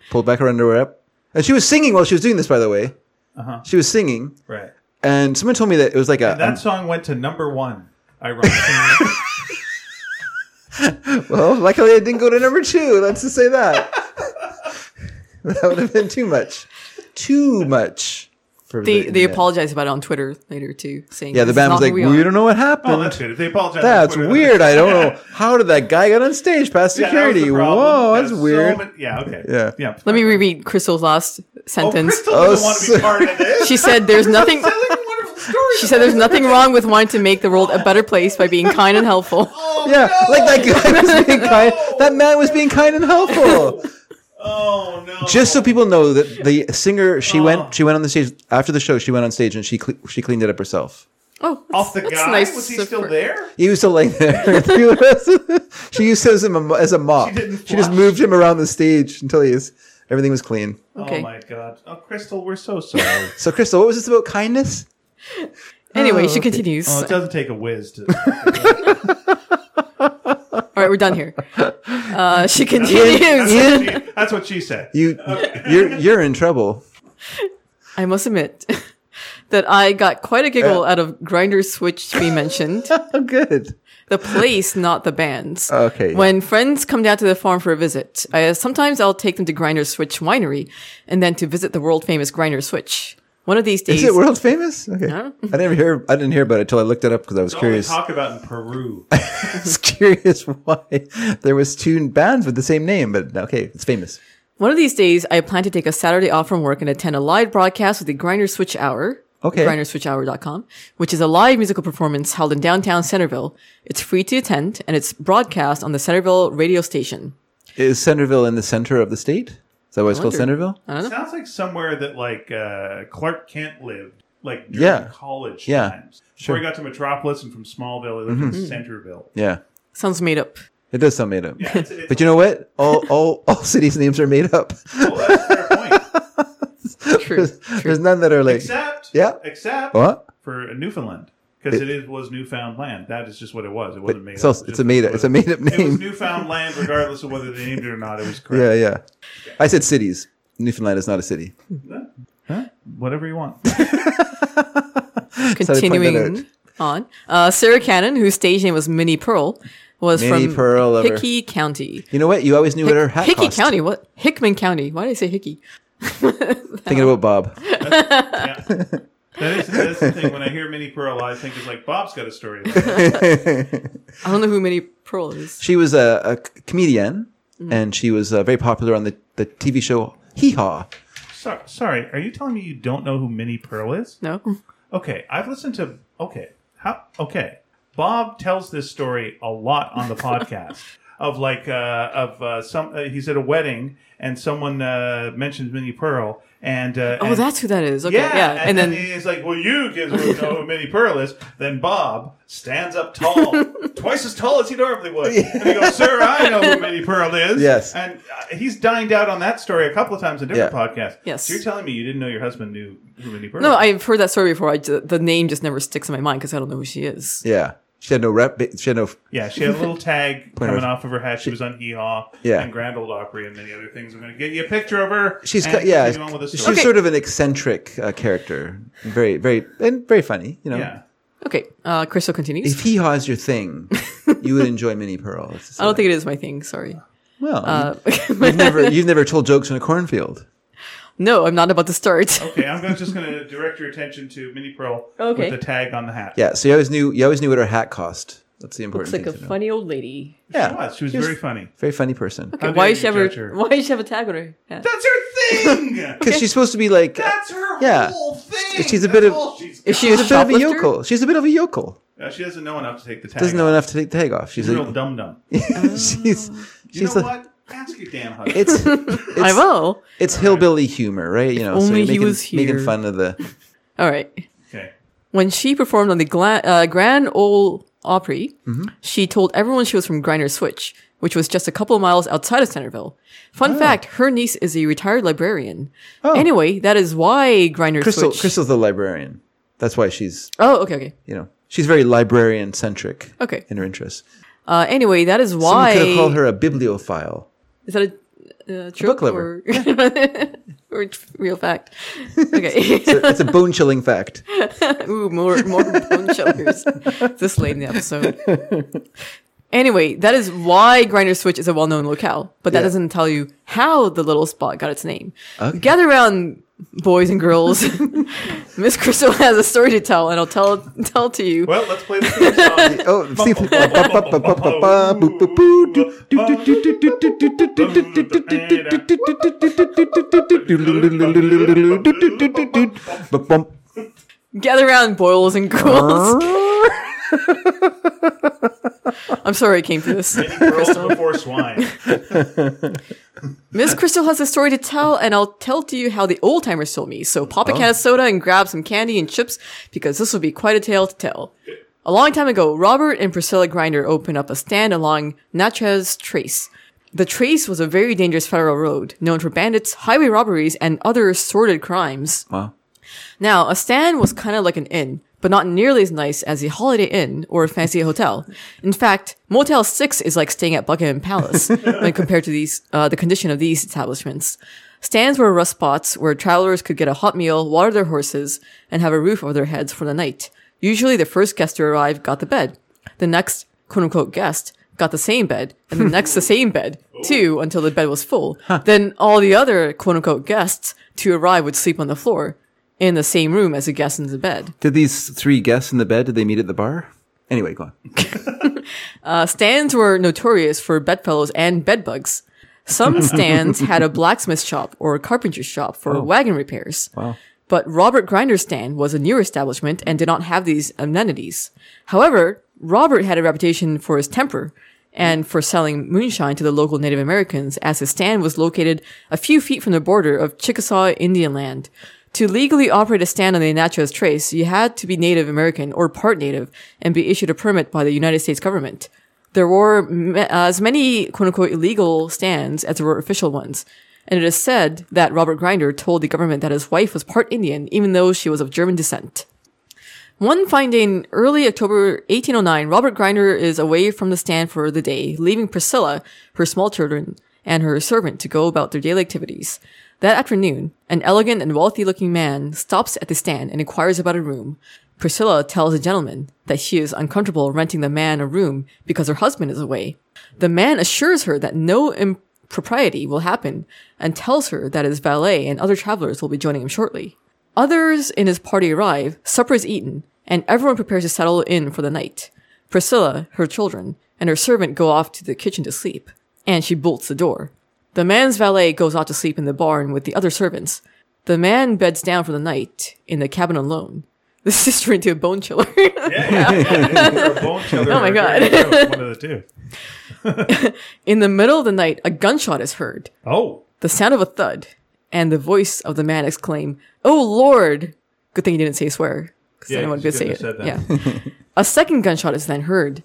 Speaker 1: pulled back her underwear up, and she was singing while she was doing this. By the way,
Speaker 2: Uh-huh.
Speaker 1: she was singing,
Speaker 2: Right.
Speaker 1: and someone told me that it was like a
Speaker 2: That song went to number one.
Speaker 1: [LAUGHS]
Speaker 2: Ironically.
Speaker 1: Well, Oh, luckily it didn't go to number two. Let's just say that. [LAUGHS] that would have been too much. Too much. For
Speaker 3: [LAUGHS]
Speaker 1: the
Speaker 3: They, they
Speaker 1: internet.
Speaker 3: apologized about it on Twitter later too, saying
Speaker 1: Yeah, the
Speaker 3: "This is
Speaker 1: band
Speaker 3: not
Speaker 1: was
Speaker 3: who
Speaker 1: like, we,
Speaker 3: are."
Speaker 1: don't know what happened.
Speaker 2: oh, that's good. They apologize.
Speaker 1: That's
Speaker 2: Twitter.
Speaker 1: weird. I don't
Speaker 2: [LAUGHS]
Speaker 1: know. How did that guy get on stage past
Speaker 2: Yeah, that was the
Speaker 1: security?
Speaker 2: problem.
Speaker 1: Whoa,
Speaker 2: Yeah,
Speaker 1: that's
Speaker 2: so
Speaker 1: weird.
Speaker 2: many- yeah. Okay.
Speaker 1: Yeah.
Speaker 2: Yeah.
Speaker 3: Let me reread Crystal's last
Speaker 2: Oh,
Speaker 1: [LAUGHS]
Speaker 3: sentence.
Speaker 2: Crystal
Speaker 1: Oh,
Speaker 2: doesn't want to be
Speaker 1: so-
Speaker 2: part of this.
Speaker 3: She
Speaker 1: [LAUGHS]
Speaker 3: said, "There's nothing."
Speaker 2: That's a wonderful story.
Speaker 3: She said, "There's nothing wrong with wanting to make the world a better place by being kind
Speaker 1: [LAUGHS]
Speaker 3: and helpful."
Speaker 2: Oh,
Speaker 1: yeah,
Speaker 2: no.
Speaker 1: like that guy was
Speaker 2: [LAUGHS]
Speaker 1: being kind. That man was being kind and helpful.
Speaker 2: Oh no.
Speaker 1: Just so people know
Speaker 2: Oh.
Speaker 1: that the singer, she went, she went on the stage after the show. She went on stage and she cle she cleaned it up herself.
Speaker 3: Oh,
Speaker 2: off the
Speaker 3: that's
Speaker 2: guy.
Speaker 3: nice
Speaker 2: was he
Speaker 3: so
Speaker 2: still
Speaker 3: far.
Speaker 2: there?
Speaker 1: He was still laying there. [LAUGHS] He was- she used him as a, mo- as a mop.
Speaker 2: She didn't
Speaker 1: she just
Speaker 2: flush?
Speaker 1: moved him around the stage until he was, everything was clean.
Speaker 3: Okay.
Speaker 2: Oh my god. Oh, Crystal,
Speaker 1: [LAUGHS]
Speaker 2: we're so sorry.
Speaker 1: So, Crystal, what was this about kindness?
Speaker 3: Anyway,
Speaker 1: Oh,
Speaker 3: she
Speaker 1: okay.
Speaker 3: continues.
Speaker 2: oh, it doesn't take a whiz
Speaker 1: [LAUGHS]
Speaker 2: to.
Speaker 3: All right, we're
Speaker 1: [LAUGHS]
Speaker 3: done here. Uh, she
Speaker 2: That's,
Speaker 3: continues.
Speaker 2: what she, that's what she said.
Speaker 1: You, you're, you're in trouble.
Speaker 3: I must admit [LAUGHS] that I got quite a giggle out of Grinder's Switch to
Speaker 1: [LAUGHS]
Speaker 3: be mentioned.
Speaker 1: Oh, good.
Speaker 3: the place, not the bands.
Speaker 1: Okay.
Speaker 3: When friends come down to the farm for a visit, I, sometimes I'll take them to Grinder's Switch Winery and then to visit the world famous Grinder's Switch. One of these days.
Speaker 1: Is it world famous? Okay.
Speaker 3: No.
Speaker 1: I didn't hear, I didn't hear about it until I looked it up because I was
Speaker 2: Don't
Speaker 1: curious. [LAUGHS]
Speaker 2: talk about in Peru.
Speaker 1: I was curious why there was two bands with the same name, but okay, it's famous.
Speaker 3: One of these days, I plan to take a Saturday off from work and attend a live broadcast with the Grinder Switch Hour.
Speaker 1: Okay.
Speaker 3: GrinderSwitchHour.com, which is a live musical performance held in downtown Centerville. It's free to attend and it's broadcast on the Centerville radio station.
Speaker 1: Is Centerville in the center of the state? Is that why it's called
Speaker 3: wonder. Uh.
Speaker 1: Centerville?
Speaker 2: Sounds like somewhere that like uh, Clark Kent lived, like during
Speaker 1: Yeah.
Speaker 2: college
Speaker 1: Yeah. Mm-hmm.
Speaker 2: times. Before he got to Metropolis and from Smallville, he lived in Centerville.
Speaker 1: [LAUGHS] Yeah.
Speaker 3: Sounds made up.
Speaker 1: It does sound made up.
Speaker 2: Yeah, it's, it's
Speaker 1: But you know what? All, all, all [LAUGHS] cities' names are made up.
Speaker 2: cool. That's a fair
Speaker 1: [LAUGHS]
Speaker 2: point.
Speaker 3: True.
Speaker 1: There's none that are like,
Speaker 2: Except,
Speaker 1: Yeah.
Speaker 2: except
Speaker 1: what?
Speaker 2: for Newfoundland, because it is, was Newfoundland. That is just what it was. It wasn't made
Speaker 1: It's, also,
Speaker 2: up.
Speaker 1: it's a made up, it's a made up
Speaker 2: [LAUGHS] It was
Speaker 1: name.
Speaker 2: Newfoundland, regardless of whether they named it or not. It was
Speaker 1: [LAUGHS] Yeah,
Speaker 2: correct.
Speaker 1: yeah. I said cities. Newfoundland is not a city.
Speaker 2: Huh? Whatever you want.
Speaker 1: I pointed that
Speaker 3: Continuing on, uh, Sarah Cannon, whose stage name was Minnie Pearl, was
Speaker 1: Minnie
Speaker 3: from
Speaker 1: Pearl of her-
Speaker 3: Hickey County.
Speaker 1: You know what? You always knew what her hat
Speaker 3: Hickey
Speaker 1: cost.
Speaker 3: County? What? Hickman County. Why did I say Hickey?
Speaker 1: Thinking about Bob.
Speaker 2: Yeah. That is, that's the thing. When I hear Minnie Pearl, I think it's like Bob's got a story. Like that.
Speaker 3: I don't know who Minnie Pearl is.
Speaker 1: She was a, a c- comedian,
Speaker 2: Mm-hmm.
Speaker 1: and she was uh, very popular on the, the TV show Hee Haw.
Speaker 2: So, sorry, are you telling me you don't know who Minnie Pearl is?
Speaker 3: No?
Speaker 2: Okay, I've listened to. Okay, how? Okay, Bob tells this story a lot on the podcast
Speaker 3: [LAUGHS]
Speaker 2: of like uh, of uh, some. Uh, he's at a wedding and someone uh, mentions Minnie Pearl and uh,
Speaker 3: Oh,
Speaker 2: and-
Speaker 3: that's who that is. Okay.
Speaker 2: yeah,
Speaker 3: Yeah. And, then,
Speaker 2: he's like, "Well, you kids would know who Minnie Pearl is." Then Bob stands up
Speaker 3: [LAUGHS]
Speaker 2: tall, twice as tall as he normally would, and he goes, "Sir, I know who Minnie Pearl is."
Speaker 1: Yes.
Speaker 2: and uh, he's dined out on that story a couple of times in different
Speaker 1: Yeah.
Speaker 2: podcasts.
Speaker 3: Yes.
Speaker 2: so you're telling me you didn't know your husband knew who Minnie Pearl?
Speaker 3: no,
Speaker 2: was?
Speaker 3: I've heard that story before. I ju- the name just never sticks in my mind because I don't know who she is.
Speaker 1: Yeah. She had no rep. She had no.
Speaker 2: Yeah, she had a little
Speaker 1: [LAUGHS]
Speaker 2: tag
Speaker 1: Point
Speaker 2: coming
Speaker 1: of-
Speaker 2: off of her hat. She was on Hee Haw
Speaker 1: Yeah.
Speaker 2: and Grand Old Opry and many other things. I'm going to get you a picture of her.
Speaker 1: She's
Speaker 2: and
Speaker 1: ki- yeah.
Speaker 2: continue on with the
Speaker 1: She's
Speaker 2: story.
Speaker 1: sort of an eccentric uh, character. Very, very, and very funny. You know,
Speaker 2: Yeah.
Speaker 3: Okay. Uh, Crystal continues.
Speaker 1: if hee haw is your thing, you would enjoy Minnie Pearl. It's
Speaker 2: [LAUGHS]
Speaker 3: I don't think it is my
Speaker 1: [LAUGHS]
Speaker 3: thing. Sorry.
Speaker 2: Oh,
Speaker 3: Uh,
Speaker 1: well,
Speaker 2: uh,
Speaker 1: you've never you've never told jokes in a cornfield.
Speaker 3: [LAUGHS] No, I'm not about to start.
Speaker 2: Okay, I'm gonna, just going to direct your attention to Minnie Pearl
Speaker 3: Okay.
Speaker 2: with the tag on the hat.
Speaker 1: Yeah, so you always knew you always knew what her hat cost. That's the important
Speaker 3: Looks like
Speaker 1: thing
Speaker 3: a
Speaker 1: to know.
Speaker 3: funny old lady.
Speaker 1: yeah,
Speaker 2: She was. She was
Speaker 1: She
Speaker 2: very funny.
Speaker 1: very funny person. Because
Speaker 2: How
Speaker 3: why
Speaker 2: dare
Speaker 3: does
Speaker 2: you
Speaker 3: she have her,
Speaker 2: judge her.
Speaker 3: Why does she have a tag on her? hat?
Speaker 2: That's her thing.
Speaker 1: [LAUGHS] she's supposed to be like
Speaker 2: That's her
Speaker 1: Yeah.
Speaker 2: whole thing.
Speaker 1: She's a
Speaker 2: That's
Speaker 1: bit of-
Speaker 2: all she's
Speaker 3: Is
Speaker 2: got.
Speaker 3: she a
Speaker 1: she's a bit of a
Speaker 3: shoplifter?
Speaker 1: yokel. She's a bit of a yokel.
Speaker 2: Uh, she doesn't know enough to take the tag.
Speaker 1: Doesn't know
Speaker 2: off.
Speaker 1: enough to take the tag off. She's
Speaker 2: She's a real
Speaker 1: a,
Speaker 2: dum dum.
Speaker 1: [LAUGHS] she's
Speaker 3: Oh.
Speaker 2: You
Speaker 1: she's
Speaker 2: know
Speaker 1: a,
Speaker 2: what? Ask your damn husband.
Speaker 1: it's
Speaker 2: [LAUGHS]
Speaker 3: I
Speaker 1: it's,
Speaker 3: will.
Speaker 1: it's hillbilly humor, right? You know, so
Speaker 3: only
Speaker 1: you're
Speaker 3: he
Speaker 1: making,
Speaker 3: was
Speaker 1: making
Speaker 3: here.
Speaker 1: fun of
Speaker 3: [LAUGHS]
Speaker 1: the
Speaker 3: All right.
Speaker 2: okay.
Speaker 3: When she performed on the gla- uh, Grand Ole Opry,
Speaker 1: Mm-hmm.
Speaker 3: she told everyone she was from Griner Switch, which was just a couple of miles outside of Centerville.
Speaker 1: Oh.
Speaker 3: Fun fact: her niece is a retired librarian. Anyway, that is why Griner
Speaker 1: Crystal.
Speaker 3: Switch.
Speaker 1: Crystal's the librarian. That's why she's
Speaker 3: Oh, okay, okay,
Speaker 1: you know she's very librarian centric
Speaker 3: okay.
Speaker 1: in her interests.
Speaker 3: Uh, anyway, that is
Speaker 1: Someone
Speaker 3: why.
Speaker 1: could have called her a bibliophile.
Speaker 3: Is that a, uh joke
Speaker 1: lover.
Speaker 3: or, [LAUGHS] or it's real
Speaker 1: [LAUGHS]
Speaker 3: fact? Okay. [LAUGHS]
Speaker 1: It's a bone chilling fact.
Speaker 3: Ooh, more more bone chillers this late in the episode. Anyway, that is why Grinder Switch is a well-known locale, but that
Speaker 1: Yeah.
Speaker 3: doesn't tell you how the little spot got its name. Gather around, boys and girls. Miss Crystal has a story to tell, and I'll tell tell it to you.
Speaker 2: Well, let's
Speaker 1: [LAUGHS]
Speaker 2: play the theme song.
Speaker 1: Oh,
Speaker 2: [LAUGHS]
Speaker 1: see,
Speaker 2: That's
Speaker 3: Gather around, boils and girls. I'm sorry I came to this.
Speaker 2: Pearls before swine.
Speaker 3: Miss Crystal has a story to tell, and I'll tell to you how the old timers told me. So pop a can of soda and grab some candy and chips because this will be quite a tale to tell. A long time ago, Robert and Priscilla Grinder opened up a stand along Natchez Trace. The Trace was a very dangerous federal road known for bandits, highway robberies, and other sordid crimes.
Speaker 1: Wow.
Speaker 3: Now, a stand was kind of like an inn, but not nearly as nice as a Holiday Inn or a fancy hotel. In fact, Motel 6 is like staying at Buckingham Palace when compared to these, uh, the condition of these establishments. Stands were rest spots where travelers could get a hot meal, water their horses, and have a roof over their heads for the night. Usually the first guest to arrive got the bed. The next, quote unquote, guest got the same bed, and the next the same bed, too, until the bed was full. Then all the other, quote unquote, guests to arrive would sleep on the floor in the same room as the guest in the bed.
Speaker 1: Did these three guests in the bed? Did they meet at the bar? Anyway, go on.
Speaker 3: Uh, stands were notorious for bedfellows and bedbugs. Some stands had a blacksmith shop or a carpenter shop for wagon repairs.
Speaker 1: Wow.
Speaker 3: But Robert Grinder's stand was a newer establishment and did not have these amenities. However, Robert had a reputation for his temper and for selling moonshine to the local Native Americans as his stand was located a few feet from the border of Chickasaw Indian land. To legally operate a stand on the Natchez Trace, you had to be Native American or part Native and be issued a permit by the United States government. There were m- as many quote unquote illegal stands as there were official ones. And it is said that Robert Grinder told the government that his wife was part Indian, even though she was of German descent. One fine day in early October 1809, Robert Grinder is away from the stand for the day, leaving Priscilla, her small children, and her servant to go about their daily activities. That afternoon, an elegant and wealthy looking man stops at the stand and inquires about a room. Priscilla tells the gentleman that she is uncomfortable renting the man a room because her husband is away. The man assures her that no impropriety will happen and tells her that his valet and other travelers will be joining him shortly. Others in his party arrive, supper is eaten, and everyone prepares to settle in for the night. Priscilla, her children, and her servant go off to the kitchen to sleep, and she bolts the door. The man's valet goes out to sleep in the barn with the other servants. The man beds down for the night in the cabin alone. [LAUGHS] This is turned into a bone chiller. [LAUGHS]
Speaker 2: oh
Speaker 3: my God.
Speaker 2: One of the two.
Speaker 3: in the middle of the night, a gunshot is heard.
Speaker 2: Oh.
Speaker 3: the sound of a thud, and the voice of the man exclaim, "Oh Lord!" Good thing he didn't say swear, because
Speaker 2: Yeah,
Speaker 3: anyone
Speaker 2: he
Speaker 3: could say it.
Speaker 2: couldn't have said
Speaker 3: Yeah.
Speaker 2: [LAUGHS]
Speaker 3: a second gunshot is then heard.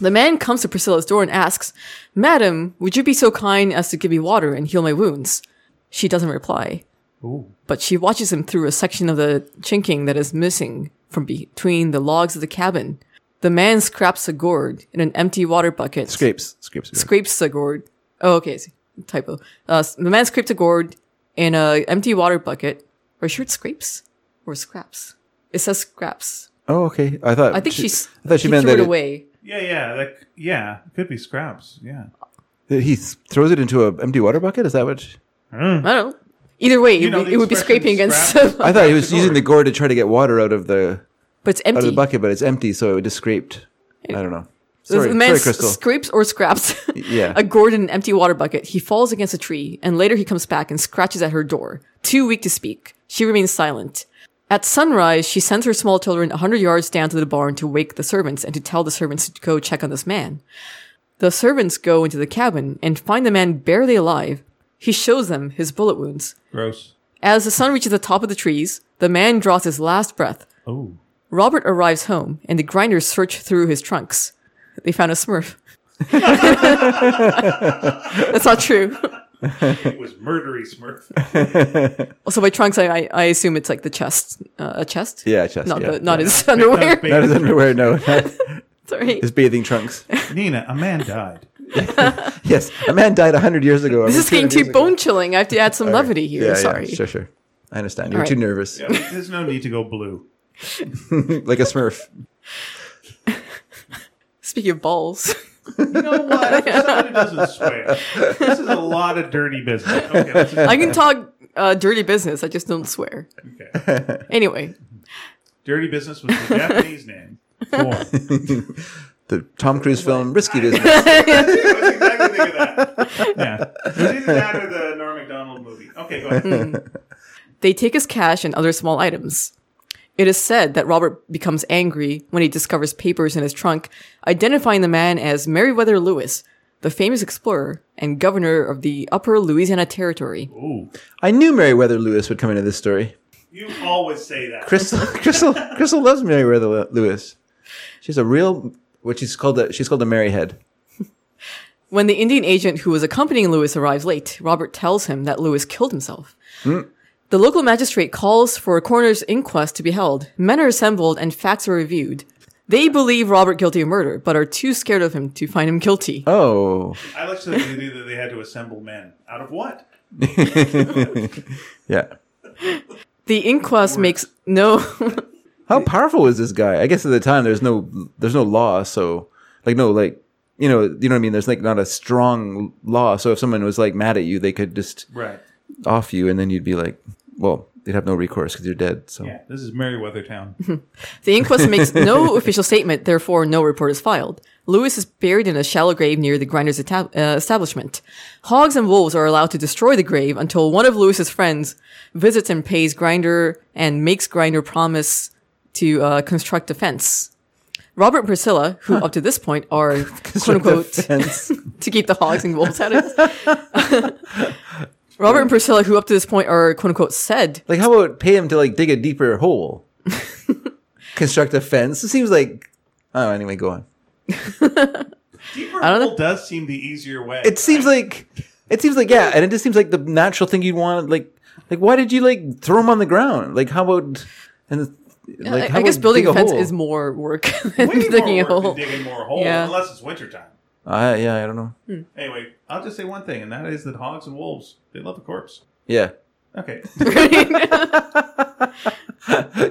Speaker 3: The man comes to Priscilla's door and asks, "Madam, would you be so kind as to give me water and heal my wounds?" She doesn't reply,
Speaker 2: Ooh.
Speaker 3: but she watches him through a section of the chinking that is missing from between the logs of the cabin. The man scraps a gourd in an empty water bucket
Speaker 1: Scrapes. Scrapes. Scrapes.
Speaker 3: scrapes a gourd. Oh, okay, it's a typo. Uh, s- the man scrapes a gourd in a empty water bucket. Are you sure it's scrapes or scraps? It says scraps.
Speaker 1: Oh, okay. I thought.
Speaker 3: I think she's.
Speaker 1: I thought she
Speaker 3: he
Speaker 1: meant
Speaker 3: threw
Speaker 1: that
Speaker 3: it
Speaker 1: it,
Speaker 3: away.
Speaker 2: Yeah, yeah. That, yeah. It could be scraps. Yeah.
Speaker 1: that he s- throws it into an empty water bucket. Is that what? she- Hmm.
Speaker 3: I don't know. Either way,
Speaker 2: You
Speaker 3: it,
Speaker 2: know
Speaker 3: would-
Speaker 2: the
Speaker 3: it would be
Speaker 2: expression,
Speaker 3: scraping against.
Speaker 2: scraps.
Speaker 1: I thought he was
Speaker 2: the
Speaker 1: using
Speaker 2: gourd.
Speaker 1: the gourd to try to get water out of the
Speaker 3: [LAUGHS] but it's
Speaker 1: out of
Speaker 3: empty.
Speaker 1: the bucket, but it's empty, so it's scraped. I don't know.
Speaker 3: So
Speaker 1: Sorry,
Speaker 3: the man
Speaker 1: sorry,
Speaker 3: s-
Speaker 1: Crystal.
Speaker 3: scrapes or scraps
Speaker 1: [LAUGHS] yeah.
Speaker 3: a gourd in an empty water bucket. He falls against a tree, and later he comes back and scratches at her door. Too weak to speak, she remains silent. At sunrise, she sends her small children a hundred yards down to the barn to wake the servants and to tell the servants to go check on this man. The servants go into the cabin and find the man barely alive. He shows them his bullet wounds.
Speaker 2: Gross.
Speaker 3: As the sun reaches the top of the trees, the man draws his last breath.
Speaker 2: Oh.
Speaker 3: Robert arrives home, and the grinders search through his trunks. They found a smurf. [LAUGHS] That's not true.
Speaker 2: It was murdery
Speaker 3: [LAUGHS]
Speaker 2: smurf.
Speaker 3: Also, by trunks, I, I, I assume it's like the chest. Uh, a chest?
Speaker 1: Yeah, chest,
Speaker 3: Not,
Speaker 1: yeah,
Speaker 3: the, not
Speaker 1: yeah.
Speaker 2: [LAUGHS]
Speaker 3: his underwear.
Speaker 1: Not his underwear, no. not
Speaker 3: Sorry.
Speaker 1: his bathing trunks.
Speaker 2: Nina, a man died.
Speaker 1: Yes, a man died 100 years ago.
Speaker 3: This is getting too bone chilling. I have to add some levity here.
Speaker 1: Yeah,
Speaker 3: Sorry.
Speaker 1: yeah, sure, sure. I understand. You're
Speaker 3: All
Speaker 1: too
Speaker 3: right.
Speaker 1: nervous,
Speaker 2: Yeah, there's no need to go blue.
Speaker 1: like a Smurf.
Speaker 3: Speaking of balls, [LAUGHS]
Speaker 2: You know what? For someone who doesn't swear, this is a lot of dirty business. Okay, let's just-
Speaker 3: I can talk uh, dirty business. I just don't swear.
Speaker 2: okay.
Speaker 3: Anyway,
Speaker 2: Dirty business was the Japanese name. Porn. I was
Speaker 1: The Tom Cruise film Risky Business.
Speaker 2: exactly thinking that. Yeah. It was either that or the Norm Macdonald movie. Okay, go ahead.
Speaker 3: they take his cash and other small items. It is said that Robert becomes angry when he discovers papers in his trunk identifying the man as Meriwether Lewis, the famous explorer and governor of the Upper Louisiana Territory.
Speaker 1: I knew Meriwether Lewis would come into this story.
Speaker 2: You always say that.
Speaker 3: [LAUGHS]
Speaker 1: Crystal, Crystal, Crystal loves Meriwether Lew- Lewis. She's a real what she's called. A, she's called a Maryhead.
Speaker 3: When the Indian agent who was accompanying Lewis arrives late, Robert tells him that Lewis killed himself. The local magistrate calls for a coroner's inquest to be held. Men are assembled and facts are reviewed. They believe Robert guilty of murder, but are too scared of him to find him guilty.
Speaker 1: Oh,
Speaker 2: I like to think they knew that they had to assemble men. Out of what?
Speaker 1: yeah.
Speaker 3: The inquest makes no
Speaker 1: How powerful was this guy? I guess at the time there's no there's no law, so like no like you know you know what I mean. There's like not a strong law, so if someone was like mad at you, they could just
Speaker 2: Right.
Speaker 1: off you, and then you'd be like, well, you'd have no recourse because you're dead. So
Speaker 2: Yeah. This is Meriwether Town.
Speaker 3: [LAUGHS] The inquest
Speaker 1: [LAUGHS]
Speaker 3: makes no official statement, therefore, no report is filed. Lewis is buried in a shallow grave near the grinder's eta- uh, establishment. Hogs and wolves are allowed to destroy the grave until one of Lewis's friends visits and pays Grinder and makes Grinder promise to uh, construct a fence. Robert and Priscilla, who up to this point are
Speaker 1: [LAUGHS]
Speaker 3: quote
Speaker 1: Construct a
Speaker 3: unquote
Speaker 1: fence.
Speaker 3: [LAUGHS] to keep the hogs and wolves out of it. [LAUGHS] Robert and Priscilla, who up to this point are quote unquote said
Speaker 1: Like, how about pay him to like dig a deeper
Speaker 3: [LAUGHS]
Speaker 1: hole, construct a fence? It seems like. Oh, anyway, go on.
Speaker 2: Deeper
Speaker 3: don't know.
Speaker 2: hole does seem the easier way.
Speaker 1: It seems like it seems like yeah, and it just seems like the natural thing you'd want. Like, like why did you like throw him on the ground? Like, how about and like
Speaker 3: I, I guess building
Speaker 1: dig
Speaker 3: a fence
Speaker 1: hole?
Speaker 3: is more work [LAUGHS] than
Speaker 2: Way more
Speaker 3: digging a
Speaker 2: work than
Speaker 3: hole.
Speaker 2: digging more holes,
Speaker 3: Yeah.
Speaker 2: unless it's wintertime.
Speaker 1: Uh, yeah, I don't know.
Speaker 3: Hmm.
Speaker 2: Anyway, I'll just say one thing, and that is that hogs and wolves, they love a corpse.
Speaker 1: Yeah,
Speaker 2: Okay.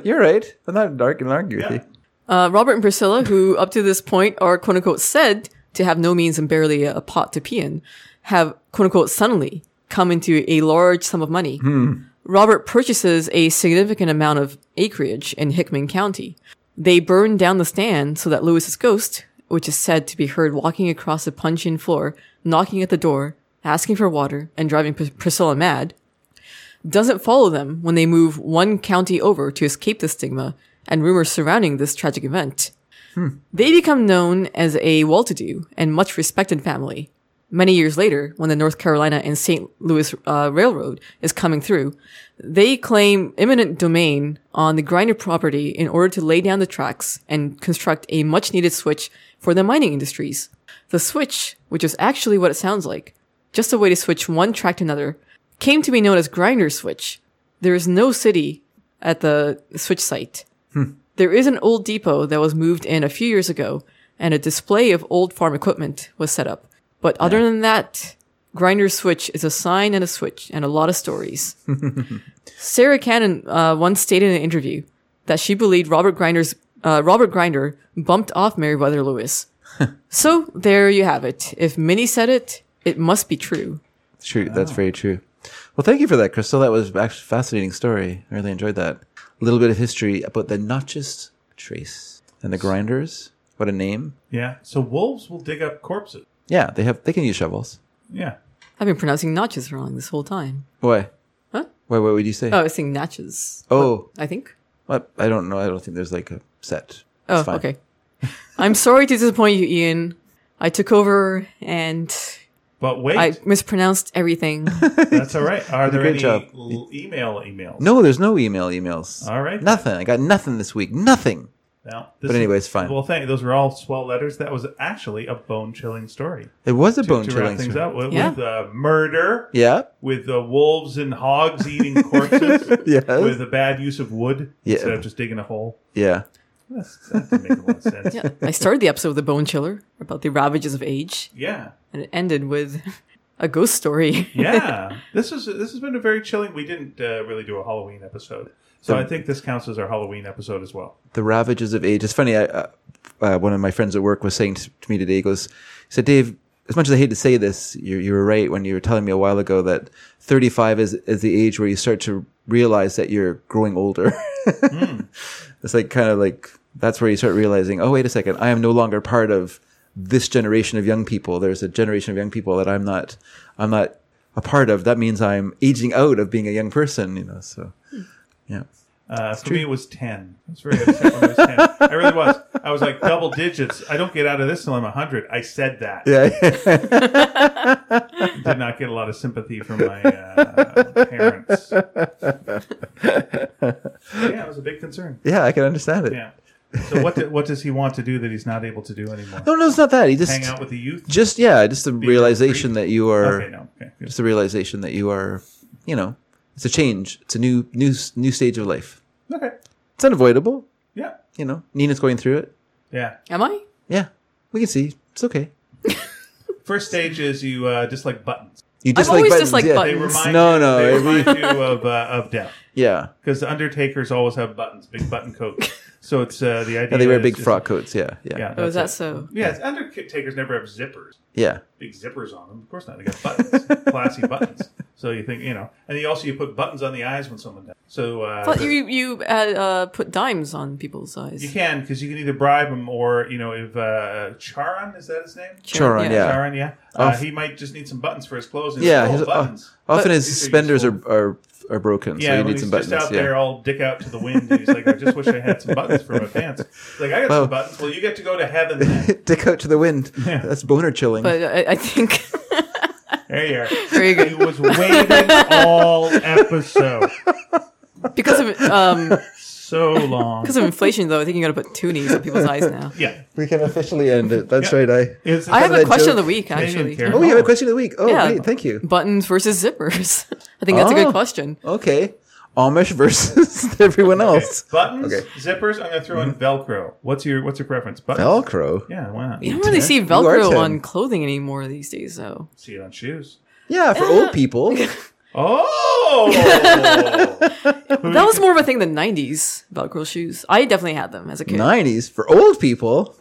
Speaker 1: you're right. I'm not dark and arguing
Speaker 2: Yeah.
Speaker 1: with you.
Speaker 3: [LAUGHS] uh, Robert and Priscilla, who up to this point are quote unquote said to have no means and barely a pot to pee in, have quote unquote suddenly come into a large sum of money.
Speaker 2: Hmm.
Speaker 3: Robert purchases a significant amount of acreage in Hickman County. They burn down the stand so that Lewis's ghost, which is said to be heard walking across the puncheon floor, knocking at the door, asking for water, and driving Pris- Priscilla mad, doesn't follow them when they move one county over to escape the stigma and rumors surrounding this tragic event. They become known as a well to do and much respected family. Many years later, when the North Carolina and St. Louis uh, Railroad is coming through, they claim eminent domain on the grinder property in order to lay down the tracks and construct a much needed switch for the mining industries. The switch, which is actually what it sounds like, just a way to switch one track to another, came to be known as Grinder Switch. There is no city at the switch site. There is an old depot that was moved in a few years ago, and a display of old farm equipment was set up. But other than that, Grinder Switch is a sign and a switch and a lot of stories. Sarah Cannon uh, once stated in an interview that she believed Robert Grinder's uh, Robert Grinder bumped off Meriwether Lewis. so there you have it. If Minnie said it, it must be true.
Speaker 1: True, that's very true. Well, thank you for that, Crystal. That was actually a fascinating story. I really enjoyed that. A little bit of history about the Notches Trace and the Grinders. What a name!
Speaker 2: yeah. So wolves will dig up corpses.
Speaker 1: Yeah, they have. They can use shovels.
Speaker 2: Yeah.
Speaker 3: I've been pronouncing notches wrong this whole time.
Speaker 1: Why?
Speaker 3: Huh?
Speaker 1: Why? What would you say?
Speaker 3: Oh, I was saying natches.
Speaker 1: oh,
Speaker 3: I think.
Speaker 1: what? I don't know. I don't think there's like a set.
Speaker 3: Oh,
Speaker 1: It's fine.
Speaker 2: [LAUGHS]
Speaker 3: okay. I'm sorry to disappoint you, Ian. I took over and
Speaker 2: But wait,
Speaker 3: I mispronounced
Speaker 2: [LAUGHS]
Speaker 3: everything.
Speaker 2: that's
Speaker 1: [LAUGHS]
Speaker 2: all right. Are there
Speaker 1: great
Speaker 2: any
Speaker 1: job.
Speaker 2: l- email emails?
Speaker 1: No, there's no email emails.
Speaker 2: All right.
Speaker 1: Nothing. I got nothing this week. Nothing.
Speaker 2: No.
Speaker 1: But anyway, it's fine.
Speaker 2: Well, thank you. Those were all swell letters. That was actually a bone chilling story.
Speaker 1: It was a
Speaker 2: To-
Speaker 1: bone
Speaker 2: to
Speaker 1: chilling
Speaker 2: wrap things
Speaker 1: story.
Speaker 2: up with,
Speaker 3: Yeah.
Speaker 2: with uh, murder,
Speaker 1: Yeah.
Speaker 2: with the wolves and hogs eating corpses,
Speaker 1: [LAUGHS] Yes.
Speaker 2: with the bad use of wood
Speaker 1: Yeah.
Speaker 2: instead of just digging a hole.
Speaker 1: Yeah.
Speaker 2: That's, that doesn't make
Speaker 1: [LAUGHS]
Speaker 2: a lot of sense.
Speaker 3: yeah, I started the episode with a bone chiller about the ravages of age,
Speaker 2: yeah.
Speaker 3: and it ended with a ghost story.
Speaker 2: yeah this is this has been a very chilling we didn't uh, really do a halloween episode so i think this counts as our halloween episode as well
Speaker 1: the ravages of age. It's funny. I, uh, uh, one of my friends at work was saying to, to me today, he goes, he said, Dave, as much as I hate to say this, you, you were right when you were telling me a while ago that 35 is, is the age where you start to realize that you're growing older. [LAUGHS] It's like kind of like, that's where you start realizing, oh, wait a second, I am no longer part of this generation of young people. There's a generation of young people that I'm not, I'm not a part of. That means I'm aging out of being a young person, you know, so yeah. [LAUGHS]
Speaker 2: Uh, for me, it was 10. I was very upset when I was 10. I really was. I was like, double digits. I don't get out of this till I'm 100. I said that.
Speaker 1: Yeah.
Speaker 2: Did not get a lot of sympathy from my uh, parents. yeah, it was a big concern.
Speaker 1: yeah, I can understand it.
Speaker 2: Yeah. So what do, what does he want to do that he's not able to do anymore?
Speaker 1: No, no, it's not that. He just,
Speaker 2: Hang out with the youth?
Speaker 1: just yeah, just the realization that you are,
Speaker 2: Okay, no. Okay, good.
Speaker 1: just the realization that you are, you know, it's a change. It's a new, new, new stage of life.
Speaker 2: okay.
Speaker 1: It's unavoidable.
Speaker 2: Yeah.
Speaker 1: You know, Nina's going through it.
Speaker 2: Yeah.
Speaker 3: Am I?
Speaker 1: Yeah, we can see. It's okay.
Speaker 2: First stage is you uh, dislike buttons.
Speaker 1: You
Speaker 3: I've
Speaker 1: dislike
Speaker 3: always
Speaker 1: buttons.
Speaker 3: disliked
Speaker 1: yeah.
Speaker 2: They
Speaker 3: buttons.
Speaker 2: remind
Speaker 1: No,
Speaker 2: you,
Speaker 1: no,
Speaker 2: they
Speaker 1: it
Speaker 2: remind you of uh, of death
Speaker 1: Yeah.
Speaker 2: because the undertakers always have buttons, big button
Speaker 1: [LAUGHS]
Speaker 2: coats. So it's uh, the idea.
Speaker 1: Yeah, they wear
Speaker 2: is
Speaker 1: big
Speaker 2: just-
Speaker 1: frock coats. Yeah, yeah,
Speaker 2: Yeah,
Speaker 1: yeah.
Speaker 3: Oh, is that
Speaker 2: that's
Speaker 3: so?
Speaker 2: it. Yeah, it's undertakers never have zippers,
Speaker 1: yeah.
Speaker 2: big zippers on them. Of course not. They got
Speaker 1: [LAUGHS]
Speaker 2: buttons, classy buttons. So you think you know, and you also you put buttons on the eyes when someone dies. So uh,
Speaker 3: But you you had, uh, put dimes on people's
Speaker 2: you
Speaker 3: eyes.
Speaker 2: can because you can either bribe them or you know if uh, Charon is that his name?
Speaker 1: Choron, yeah.
Speaker 2: Charon, yeah. Uh,
Speaker 1: Off-
Speaker 2: he might just need some buttons for his clothes. And
Speaker 1: Yeah,
Speaker 2: yeah,
Speaker 1: his- uh,
Speaker 2: buttons.
Speaker 1: Often his
Speaker 2: These are
Speaker 1: suspenders are,
Speaker 2: useful.
Speaker 1: are are broken,
Speaker 2: Yeah,
Speaker 1: so you
Speaker 2: when
Speaker 1: need some
Speaker 2: he's
Speaker 1: buttons.
Speaker 2: just out
Speaker 1: yeah.
Speaker 2: there all dick out to the wind. And he's like, I just wish I had some buttons for my pants. He's like, I got
Speaker 1: Well-
Speaker 2: some buttons. Well, you get to go to heaven then.
Speaker 1: Dick out [LAUGHS] to the wind. That's boner chilling.
Speaker 3: But I,
Speaker 2: [LAUGHS]
Speaker 3: I think
Speaker 2: There you are.
Speaker 3: Very good.
Speaker 2: He was waiting all episode.
Speaker 3: because of um
Speaker 2: So long.
Speaker 3: because of inflation though, I think you got to put toonies on people's eyes
Speaker 1: [LAUGHS]
Speaker 3: now.
Speaker 2: Yeah.
Speaker 1: we can officially end it. That's
Speaker 2: Yeah.
Speaker 1: right. I.
Speaker 2: It's,
Speaker 3: I have
Speaker 1: that
Speaker 3: a question
Speaker 1: joke.
Speaker 3: of the week
Speaker 2: didn't
Speaker 3: actually.
Speaker 2: care.
Speaker 1: Oh, we have a question of the week. Oh,
Speaker 3: Yeah.
Speaker 1: great. Thank you.
Speaker 3: Buttons versus zippers. [LAUGHS] I think that's a good
Speaker 1: Oh.
Speaker 3: question.
Speaker 1: Okay. Amish [LAUGHS] versus everyone else.
Speaker 2: buttons,
Speaker 1: Okay. Mm-hmm.
Speaker 2: zippers. I'm gonna throw in Velcro. What's your What's your preference? Buttons.
Speaker 1: Velcro.
Speaker 2: Yeah, why not?
Speaker 3: You don't really see
Speaker 1: You are
Speaker 3: Velcro
Speaker 1: Tim.
Speaker 3: on clothing anymore these days, though.
Speaker 2: See it on shoes.
Speaker 1: Yeah, for old people. [LAUGHS]
Speaker 2: Oh,
Speaker 3: That was more of a thing than '90s Velcro shoes. I definitely had them as a kid
Speaker 1: 90s for old people.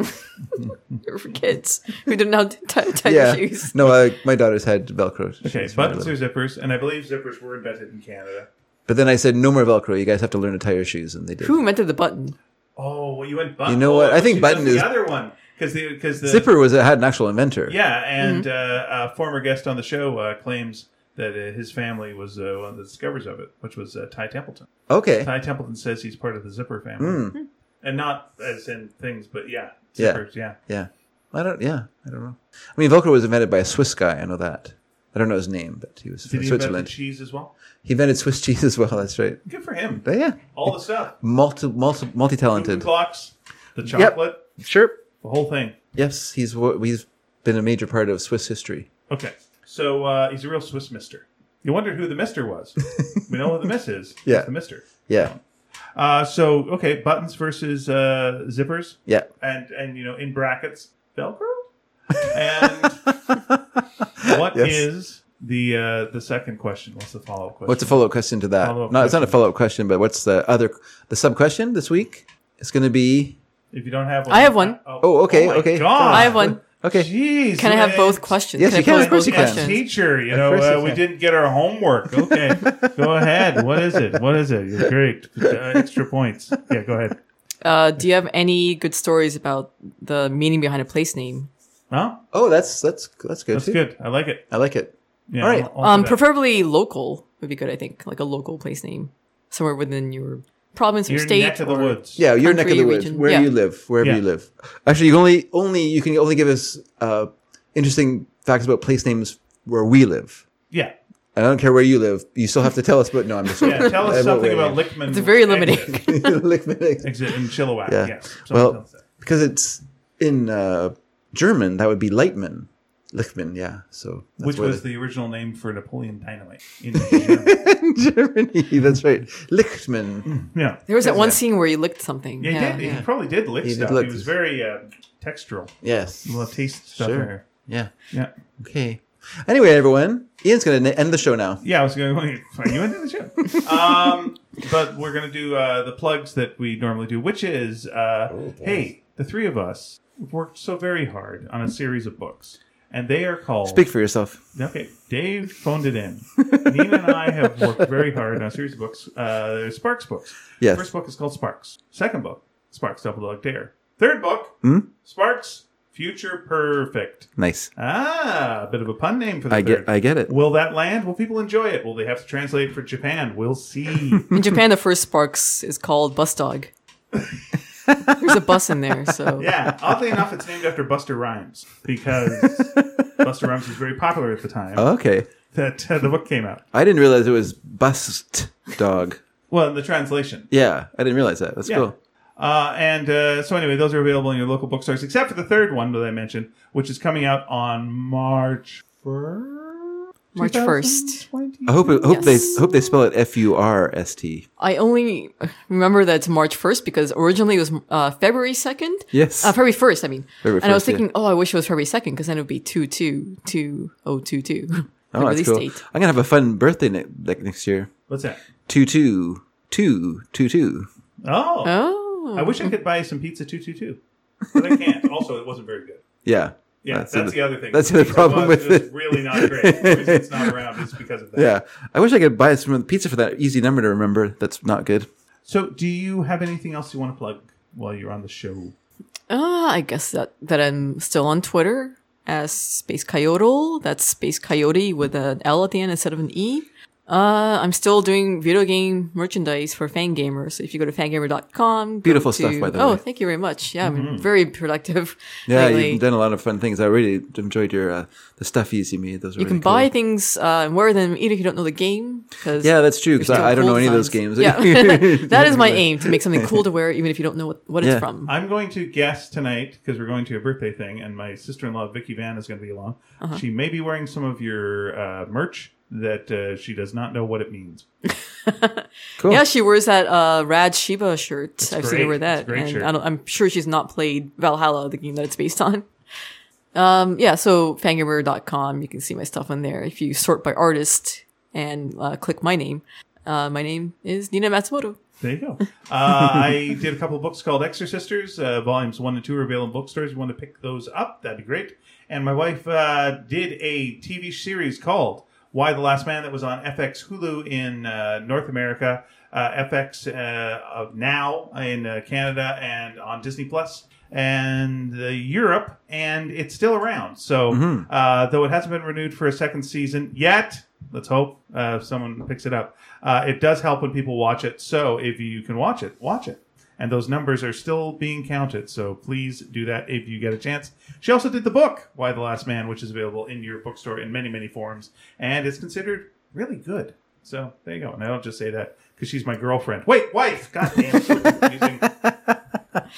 Speaker 3: for kids [LAUGHS] who didn't have t- tight
Speaker 1: Yeah.
Speaker 3: shoes.
Speaker 1: No, I, my daughter's had Velcro.
Speaker 2: okay.
Speaker 1: She's
Speaker 2: Buttons
Speaker 1: really-
Speaker 2: or zippers, and I believe zippers were invented in Canada.
Speaker 1: But then I said, no more Velcro. You guys have to learn to tie your shoes. And they did.
Speaker 3: Who invented the button?
Speaker 2: Oh, well, you went button.
Speaker 1: You know what? I think button
Speaker 2: the
Speaker 1: is-
Speaker 2: the other one because the because the
Speaker 1: Zipper was had an actual inventor.
Speaker 2: Yeah, and
Speaker 1: Mm-hmm.
Speaker 2: uh, a former guest on the show uh, claims that uh, his family was uh, one of the discoverers of it, which was uh, Ty Templeton.
Speaker 1: Okay.
Speaker 2: Ty Templeton says he's part of the zipper family, and not as in things, but yeah,
Speaker 1: Hmm. Yeah.
Speaker 2: zippers, yeah.
Speaker 1: Yeah. I don't. Yeah, I don't know. I mean, Velcro was invented by a Swiss guy. I know that. I don't know his name, but he was
Speaker 2: Did
Speaker 1: from
Speaker 2: he invent
Speaker 1: Switzerland.
Speaker 2: the cheese as well?
Speaker 1: he invented Swiss cheese [LAUGHS] as well. That's right.
Speaker 2: Good for him.
Speaker 1: But yeah,
Speaker 2: All the stuff,
Speaker 1: multi multi multi
Speaker 2: the
Speaker 1: talented.
Speaker 2: clocks, the chocolate,
Speaker 1: Sure.
Speaker 2: the whole thing.
Speaker 1: Yes, he's wo- he's been a major part of Swiss history.
Speaker 2: Okay, so uh, he's a real Swiss Mister. You wondered who the Mister
Speaker 1: [LAUGHS]
Speaker 2: was. we know who the Miss is. It's
Speaker 1: Yeah.
Speaker 2: the Mister.
Speaker 1: Yeah.
Speaker 2: Uh, so okay, buttons versus uh, zippers.
Speaker 1: Yeah.
Speaker 2: and and you know in brackets velcro and what is
Speaker 1: Yes.
Speaker 2: the uh the second question what's the follow-up question
Speaker 1: What's a follow up question to that?
Speaker 2: Follow-up
Speaker 1: no, it's not a
Speaker 2: question.
Speaker 1: follow up question, but what's the other the sub question this week? It's going to be
Speaker 2: if you don't have one
Speaker 3: I have one.
Speaker 1: Oh, okay,
Speaker 2: my
Speaker 1: okay.
Speaker 2: God.
Speaker 3: I have one.
Speaker 1: okay.
Speaker 2: Jeez,
Speaker 3: Can I have
Speaker 2: man.
Speaker 3: both questions?
Speaker 1: Yes, you
Speaker 3: I
Speaker 1: can.
Speaker 3: pose
Speaker 1: Of course
Speaker 3: both
Speaker 1: you can.
Speaker 3: questions?
Speaker 2: Teacher, you know,
Speaker 1: course you
Speaker 2: uh, we
Speaker 1: can.
Speaker 2: didn't get our
Speaker 1: [LAUGHS]
Speaker 2: homework. Okay, go ahead. What is it? What is it? You're great. Uh, extra points. Yeah, go ahead.
Speaker 3: Uh, do you have any good stories about the meaning behind a place name?
Speaker 2: Huh?
Speaker 1: Oh, that's that's that's good.
Speaker 2: That's
Speaker 1: too.
Speaker 2: good. I like it.
Speaker 1: I like it.
Speaker 2: Yeah,
Speaker 1: All right.
Speaker 2: I'll- I'll do
Speaker 3: Um,
Speaker 2: that.
Speaker 3: preferably local would be good. I think like a local place name somewhere within your province or
Speaker 2: your
Speaker 3: state.
Speaker 2: neck of the
Speaker 3: or-
Speaker 2: woods.
Speaker 1: Yeah, your neck
Speaker 3: country,
Speaker 1: of the woods,
Speaker 3: region.
Speaker 1: where
Speaker 3: Yeah.
Speaker 1: you live, wherever
Speaker 2: Yeah.
Speaker 1: you live. Actually, you can only only you can only give us uh, interesting facts about place names where we live.
Speaker 2: Yeah.
Speaker 1: And I don't care where you live, you still have to tell us. But no, I'm just
Speaker 2: Yeah. Tell us something
Speaker 1: [LAUGHS]
Speaker 2: about Lickman.
Speaker 3: It's very
Speaker 2: exit.
Speaker 3: limiting.
Speaker 2: [LAUGHS]
Speaker 1: Lickman.
Speaker 2: Exit in Chilliwack.
Speaker 1: Yeah.
Speaker 2: Yes. Something
Speaker 1: well,
Speaker 2: else there.
Speaker 1: because it's in uh, German, that would be Leitman, Lichtman. Yeah, so that's
Speaker 2: which
Speaker 1: where
Speaker 2: was the original name for Napoleon Dynamite.
Speaker 1: [LAUGHS]
Speaker 2: In Germany.
Speaker 1: in [LAUGHS] Germany. That's right, Lichtman.
Speaker 2: yeah,
Speaker 3: There was that one scene where you licked something.
Speaker 2: yeah, he did. He probably did lick
Speaker 1: did
Speaker 2: stuff.
Speaker 1: lick
Speaker 2: he was
Speaker 1: this.
Speaker 2: very uh, textural.
Speaker 1: Yes.
Speaker 2: Well, taste stuff.
Speaker 1: Sure.
Speaker 2: in there.
Speaker 1: Yeah.
Speaker 2: Yeah,
Speaker 1: Okay. Anyway, everyone, Ian's going to end the show now.
Speaker 2: yeah. I was going. [LAUGHS] Are you into the show? um, but we're going to do uh, the plugs that we normally do, which is, uh,
Speaker 1: Oh,
Speaker 2: hey, the three of us have worked so very hard on a series of books, and they are called.
Speaker 1: Speak for yourself.
Speaker 2: Okay, Dave phoned it in. Nina and I have worked very hard on a series of books. Uh, there's Sparks books.
Speaker 1: Yes. Hmm?
Speaker 2: First book is called Sparks. Second book, Sparks Double Dog Dare. Third book, Sparks Future Perfect.
Speaker 1: Nice.
Speaker 2: Ah, a bit of a pun name for the
Speaker 1: I
Speaker 2: third.
Speaker 1: get I get it.
Speaker 2: Will that land? Will people enjoy it? Will they have to translate for Japan? We'll
Speaker 1: [LAUGHS]
Speaker 2: see.
Speaker 3: In Japan,
Speaker 2: [LAUGHS]
Speaker 3: the first Sparks is called Bus Dog. There's a bus in there, so
Speaker 2: [LAUGHS] yeah. Oddly enough, it's named after Buster Rhymes because
Speaker 1: [LAUGHS]
Speaker 2: Buster Rhymes was very popular at the time
Speaker 1: Okay.
Speaker 2: that uh, the book came out.
Speaker 1: I didn't realize it was bust dog.
Speaker 2: Well, in the translation.
Speaker 1: Yeah, I didn't realize that. That's
Speaker 2: Yeah.
Speaker 1: cool.
Speaker 2: Uh, and uh, so, anyway, those are available in your local bookstores, except for the third one that I mentioned, which is coming out on March 1st.
Speaker 3: March 1st.
Speaker 1: I hope it, hope
Speaker 3: Yes.
Speaker 1: they hope they spell it F U R S T.
Speaker 3: I only uh, remember that it's March 1st because originally it was uh, February 2nd.
Speaker 1: Yes.
Speaker 3: Uh, February 1st, I mean.
Speaker 1: February
Speaker 3: and I was
Speaker 1: 1st,
Speaker 3: thinking, oh, I wish it was February 2nd because then it would be 222022.
Speaker 1: Oh, that's cool. I'm gonna have a fun birthday ne- like next year.
Speaker 2: What's that?
Speaker 1: Two two two two two.
Speaker 2: Oh.
Speaker 3: Oh.
Speaker 2: I wish I could buy some pizza 222. But I can't. also, it wasn't very good.
Speaker 1: Yeah.
Speaker 2: Yeah, that's,
Speaker 1: That's the-
Speaker 2: the other thing.
Speaker 1: that's the other
Speaker 2: Pizza
Speaker 1: problem
Speaker 2: was
Speaker 1: with
Speaker 2: just
Speaker 1: it.
Speaker 2: really not great. The reason it's not around is because of that.
Speaker 1: [LAUGHS] Yeah. I wish I could buy some of the pizza for that easy number to remember. That's not good.
Speaker 2: So, do you have anything else you want to plug while you're on the show?
Speaker 3: Uh, I guess that, that I'm still on Twitter as Space Coyote. That's Space Coyote with an L at the end instead of an E. Uh, I'm still doing video game merchandise for Fangamers. If you go to fangamer.com, go
Speaker 1: Beautiful
Speaker 3: to-
Speaker 1: stuff, by the
Speaker 3: oh,
Speaker 1: way. Mm-hmm.
Speaker 3: thank you very much. Yeah, I'm very productive.
Speaker 1: Yeah,
Speaker 3: lately.
Speaker 1: you've done a lot of fun things. I really enjoyed your uh, the stuffies you made. Those were
Speaker 3: You
Speaker 1: really
Speaker 3: can buy
Speaker 1: cool.
Speaker 3: things uh, and wear them even if you don't know the game. 'cause
Speaker 1: Yeah, that's true. Because
Speaker 3: there's no
Speaker 1: I, I don't know
Speaker 3: cool
Speaker 1: any of those
Speaker 3: signs.
Speaker 1: games. [LAUGHS]
Speaker 3: Yeah. [LAUGHS] that is my aim to make something cool to wear even if you don't know what, what
Speaker 1: Yeah.
Speaker 3: it's from.
Speaker 2: I'm going to guess tonight because we're going to a birthday thing, and my sister-in-law Vicky Van is going to be along. She may be wearing some of your uh, merch that uh, she does not know what it means.
Speaker 1: cool.
Speaker 3: Yeah, she wears that uh, Rad Sheba shirt. I've seen
Speaker 2: great.
Speaker 3: her wear
Speaker 2: It's
Speaker 3: that.
Speaker 2: a great
Speaker 3: and
Speaker 2: shirt.
Speaker 3: I don't, I'm sure she's not played Valhalla, the game that it's based on. [LAUGHS] Um, yeah, so fangamer.com, you can see my stuff on there. If you sort by artist and uh, click my name, uh, my name is Nina Matsumoto.
Speaker 2: There you go. Uh, I did a couple of books called Exorcisters. Uh, volumes one and two are available in bookstores. If you want to pick those up, that'd be great. And my wife uh, did a TV series called Why the Last Man that was on FX Hulu in uh, North America, uh, FX uh, of now in uh, Canada, and on Disney Plus and uh, Europe. And it's still around. So, uh, though it hasn't been renewed for a second season yet, let's hope uh, someone picks it up. Uh, it does help when people watch it. So if you can watch it, watch it. And those numbers are still being counted. So please do that if you get a chance. She also did the book, Why the Last Man, which is available in your bookstore in many, many forms. And it's considered really good. So there you go. And I don't just say that because she's my girlfriend. Wait, wife! God damn it.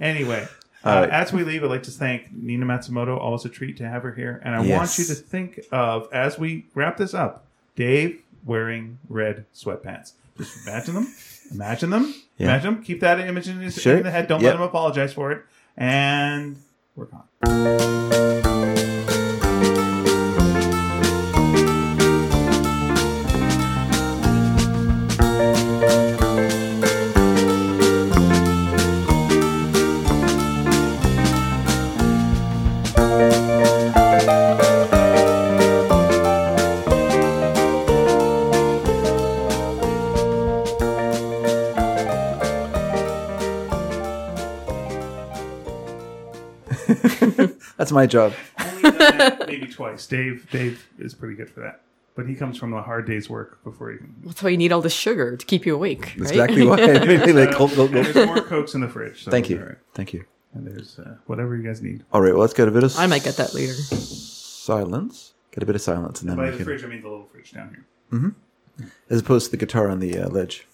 Speaker 2: anyway.
Speaker 1: All
Speaker 2: Uh,
Speaker 1: right.
Speaker 2: as we leave, I'd like to thank Nina Matsumoto. Always a treat to have her here. And I want
Speaker 1: Yes.
Speaker 2: you to think of, as we wrap this up, Dave wearing red sweatpants. Just imagine them. Imagine them.
Speaker 1: Yeah.
Speaker 2: Imagine them. Keep that image in, his,
Speaker 1: Sure.
Speaker 2: in the head. Don't let
Speaker 1: Yep.
Speaker 2: him apologize for it. And we're gone.
Speaker 1: That's my job.
Speaker 2: [LAUGHS] Only done that maybe twice. Dave, Dave is pretty good for that. But he comes from a hard day's work before
Speaker 1: [LAUGHS]
Speaker 2: he can.
Speaker 3: That's why you need all the sugar to keep you awake. Right? [LAUGHS]
Speaker 1: That's exactly why. I really like,
Speaker 2: Uh,
Speaker 1: gulp, gulp,
Speaker 2: and
Speaker 1: gulp.
Speaker 2: there's more cokes in the fridge. so
Speaker 1: Thank
Speaker 2: it's all
Speaker 1: you.
Speaker 2: right.
Speaker 1: Thank you.
Speaker 2: And there's uh, whatever you guys need.
Speaker 1: All right. Well, let's get a bit of
Speaker 3: I might get that later.
Speaker 1: silence. Get a bit of silence, and then
Speaker 2: By
Speaker 1: we
Speaker 2: the
Speaker 1: can,
Speaker 2: fridge, I mean the little fridge down here.
Speaker 1: as opposed to the guitar on the uh, ledge.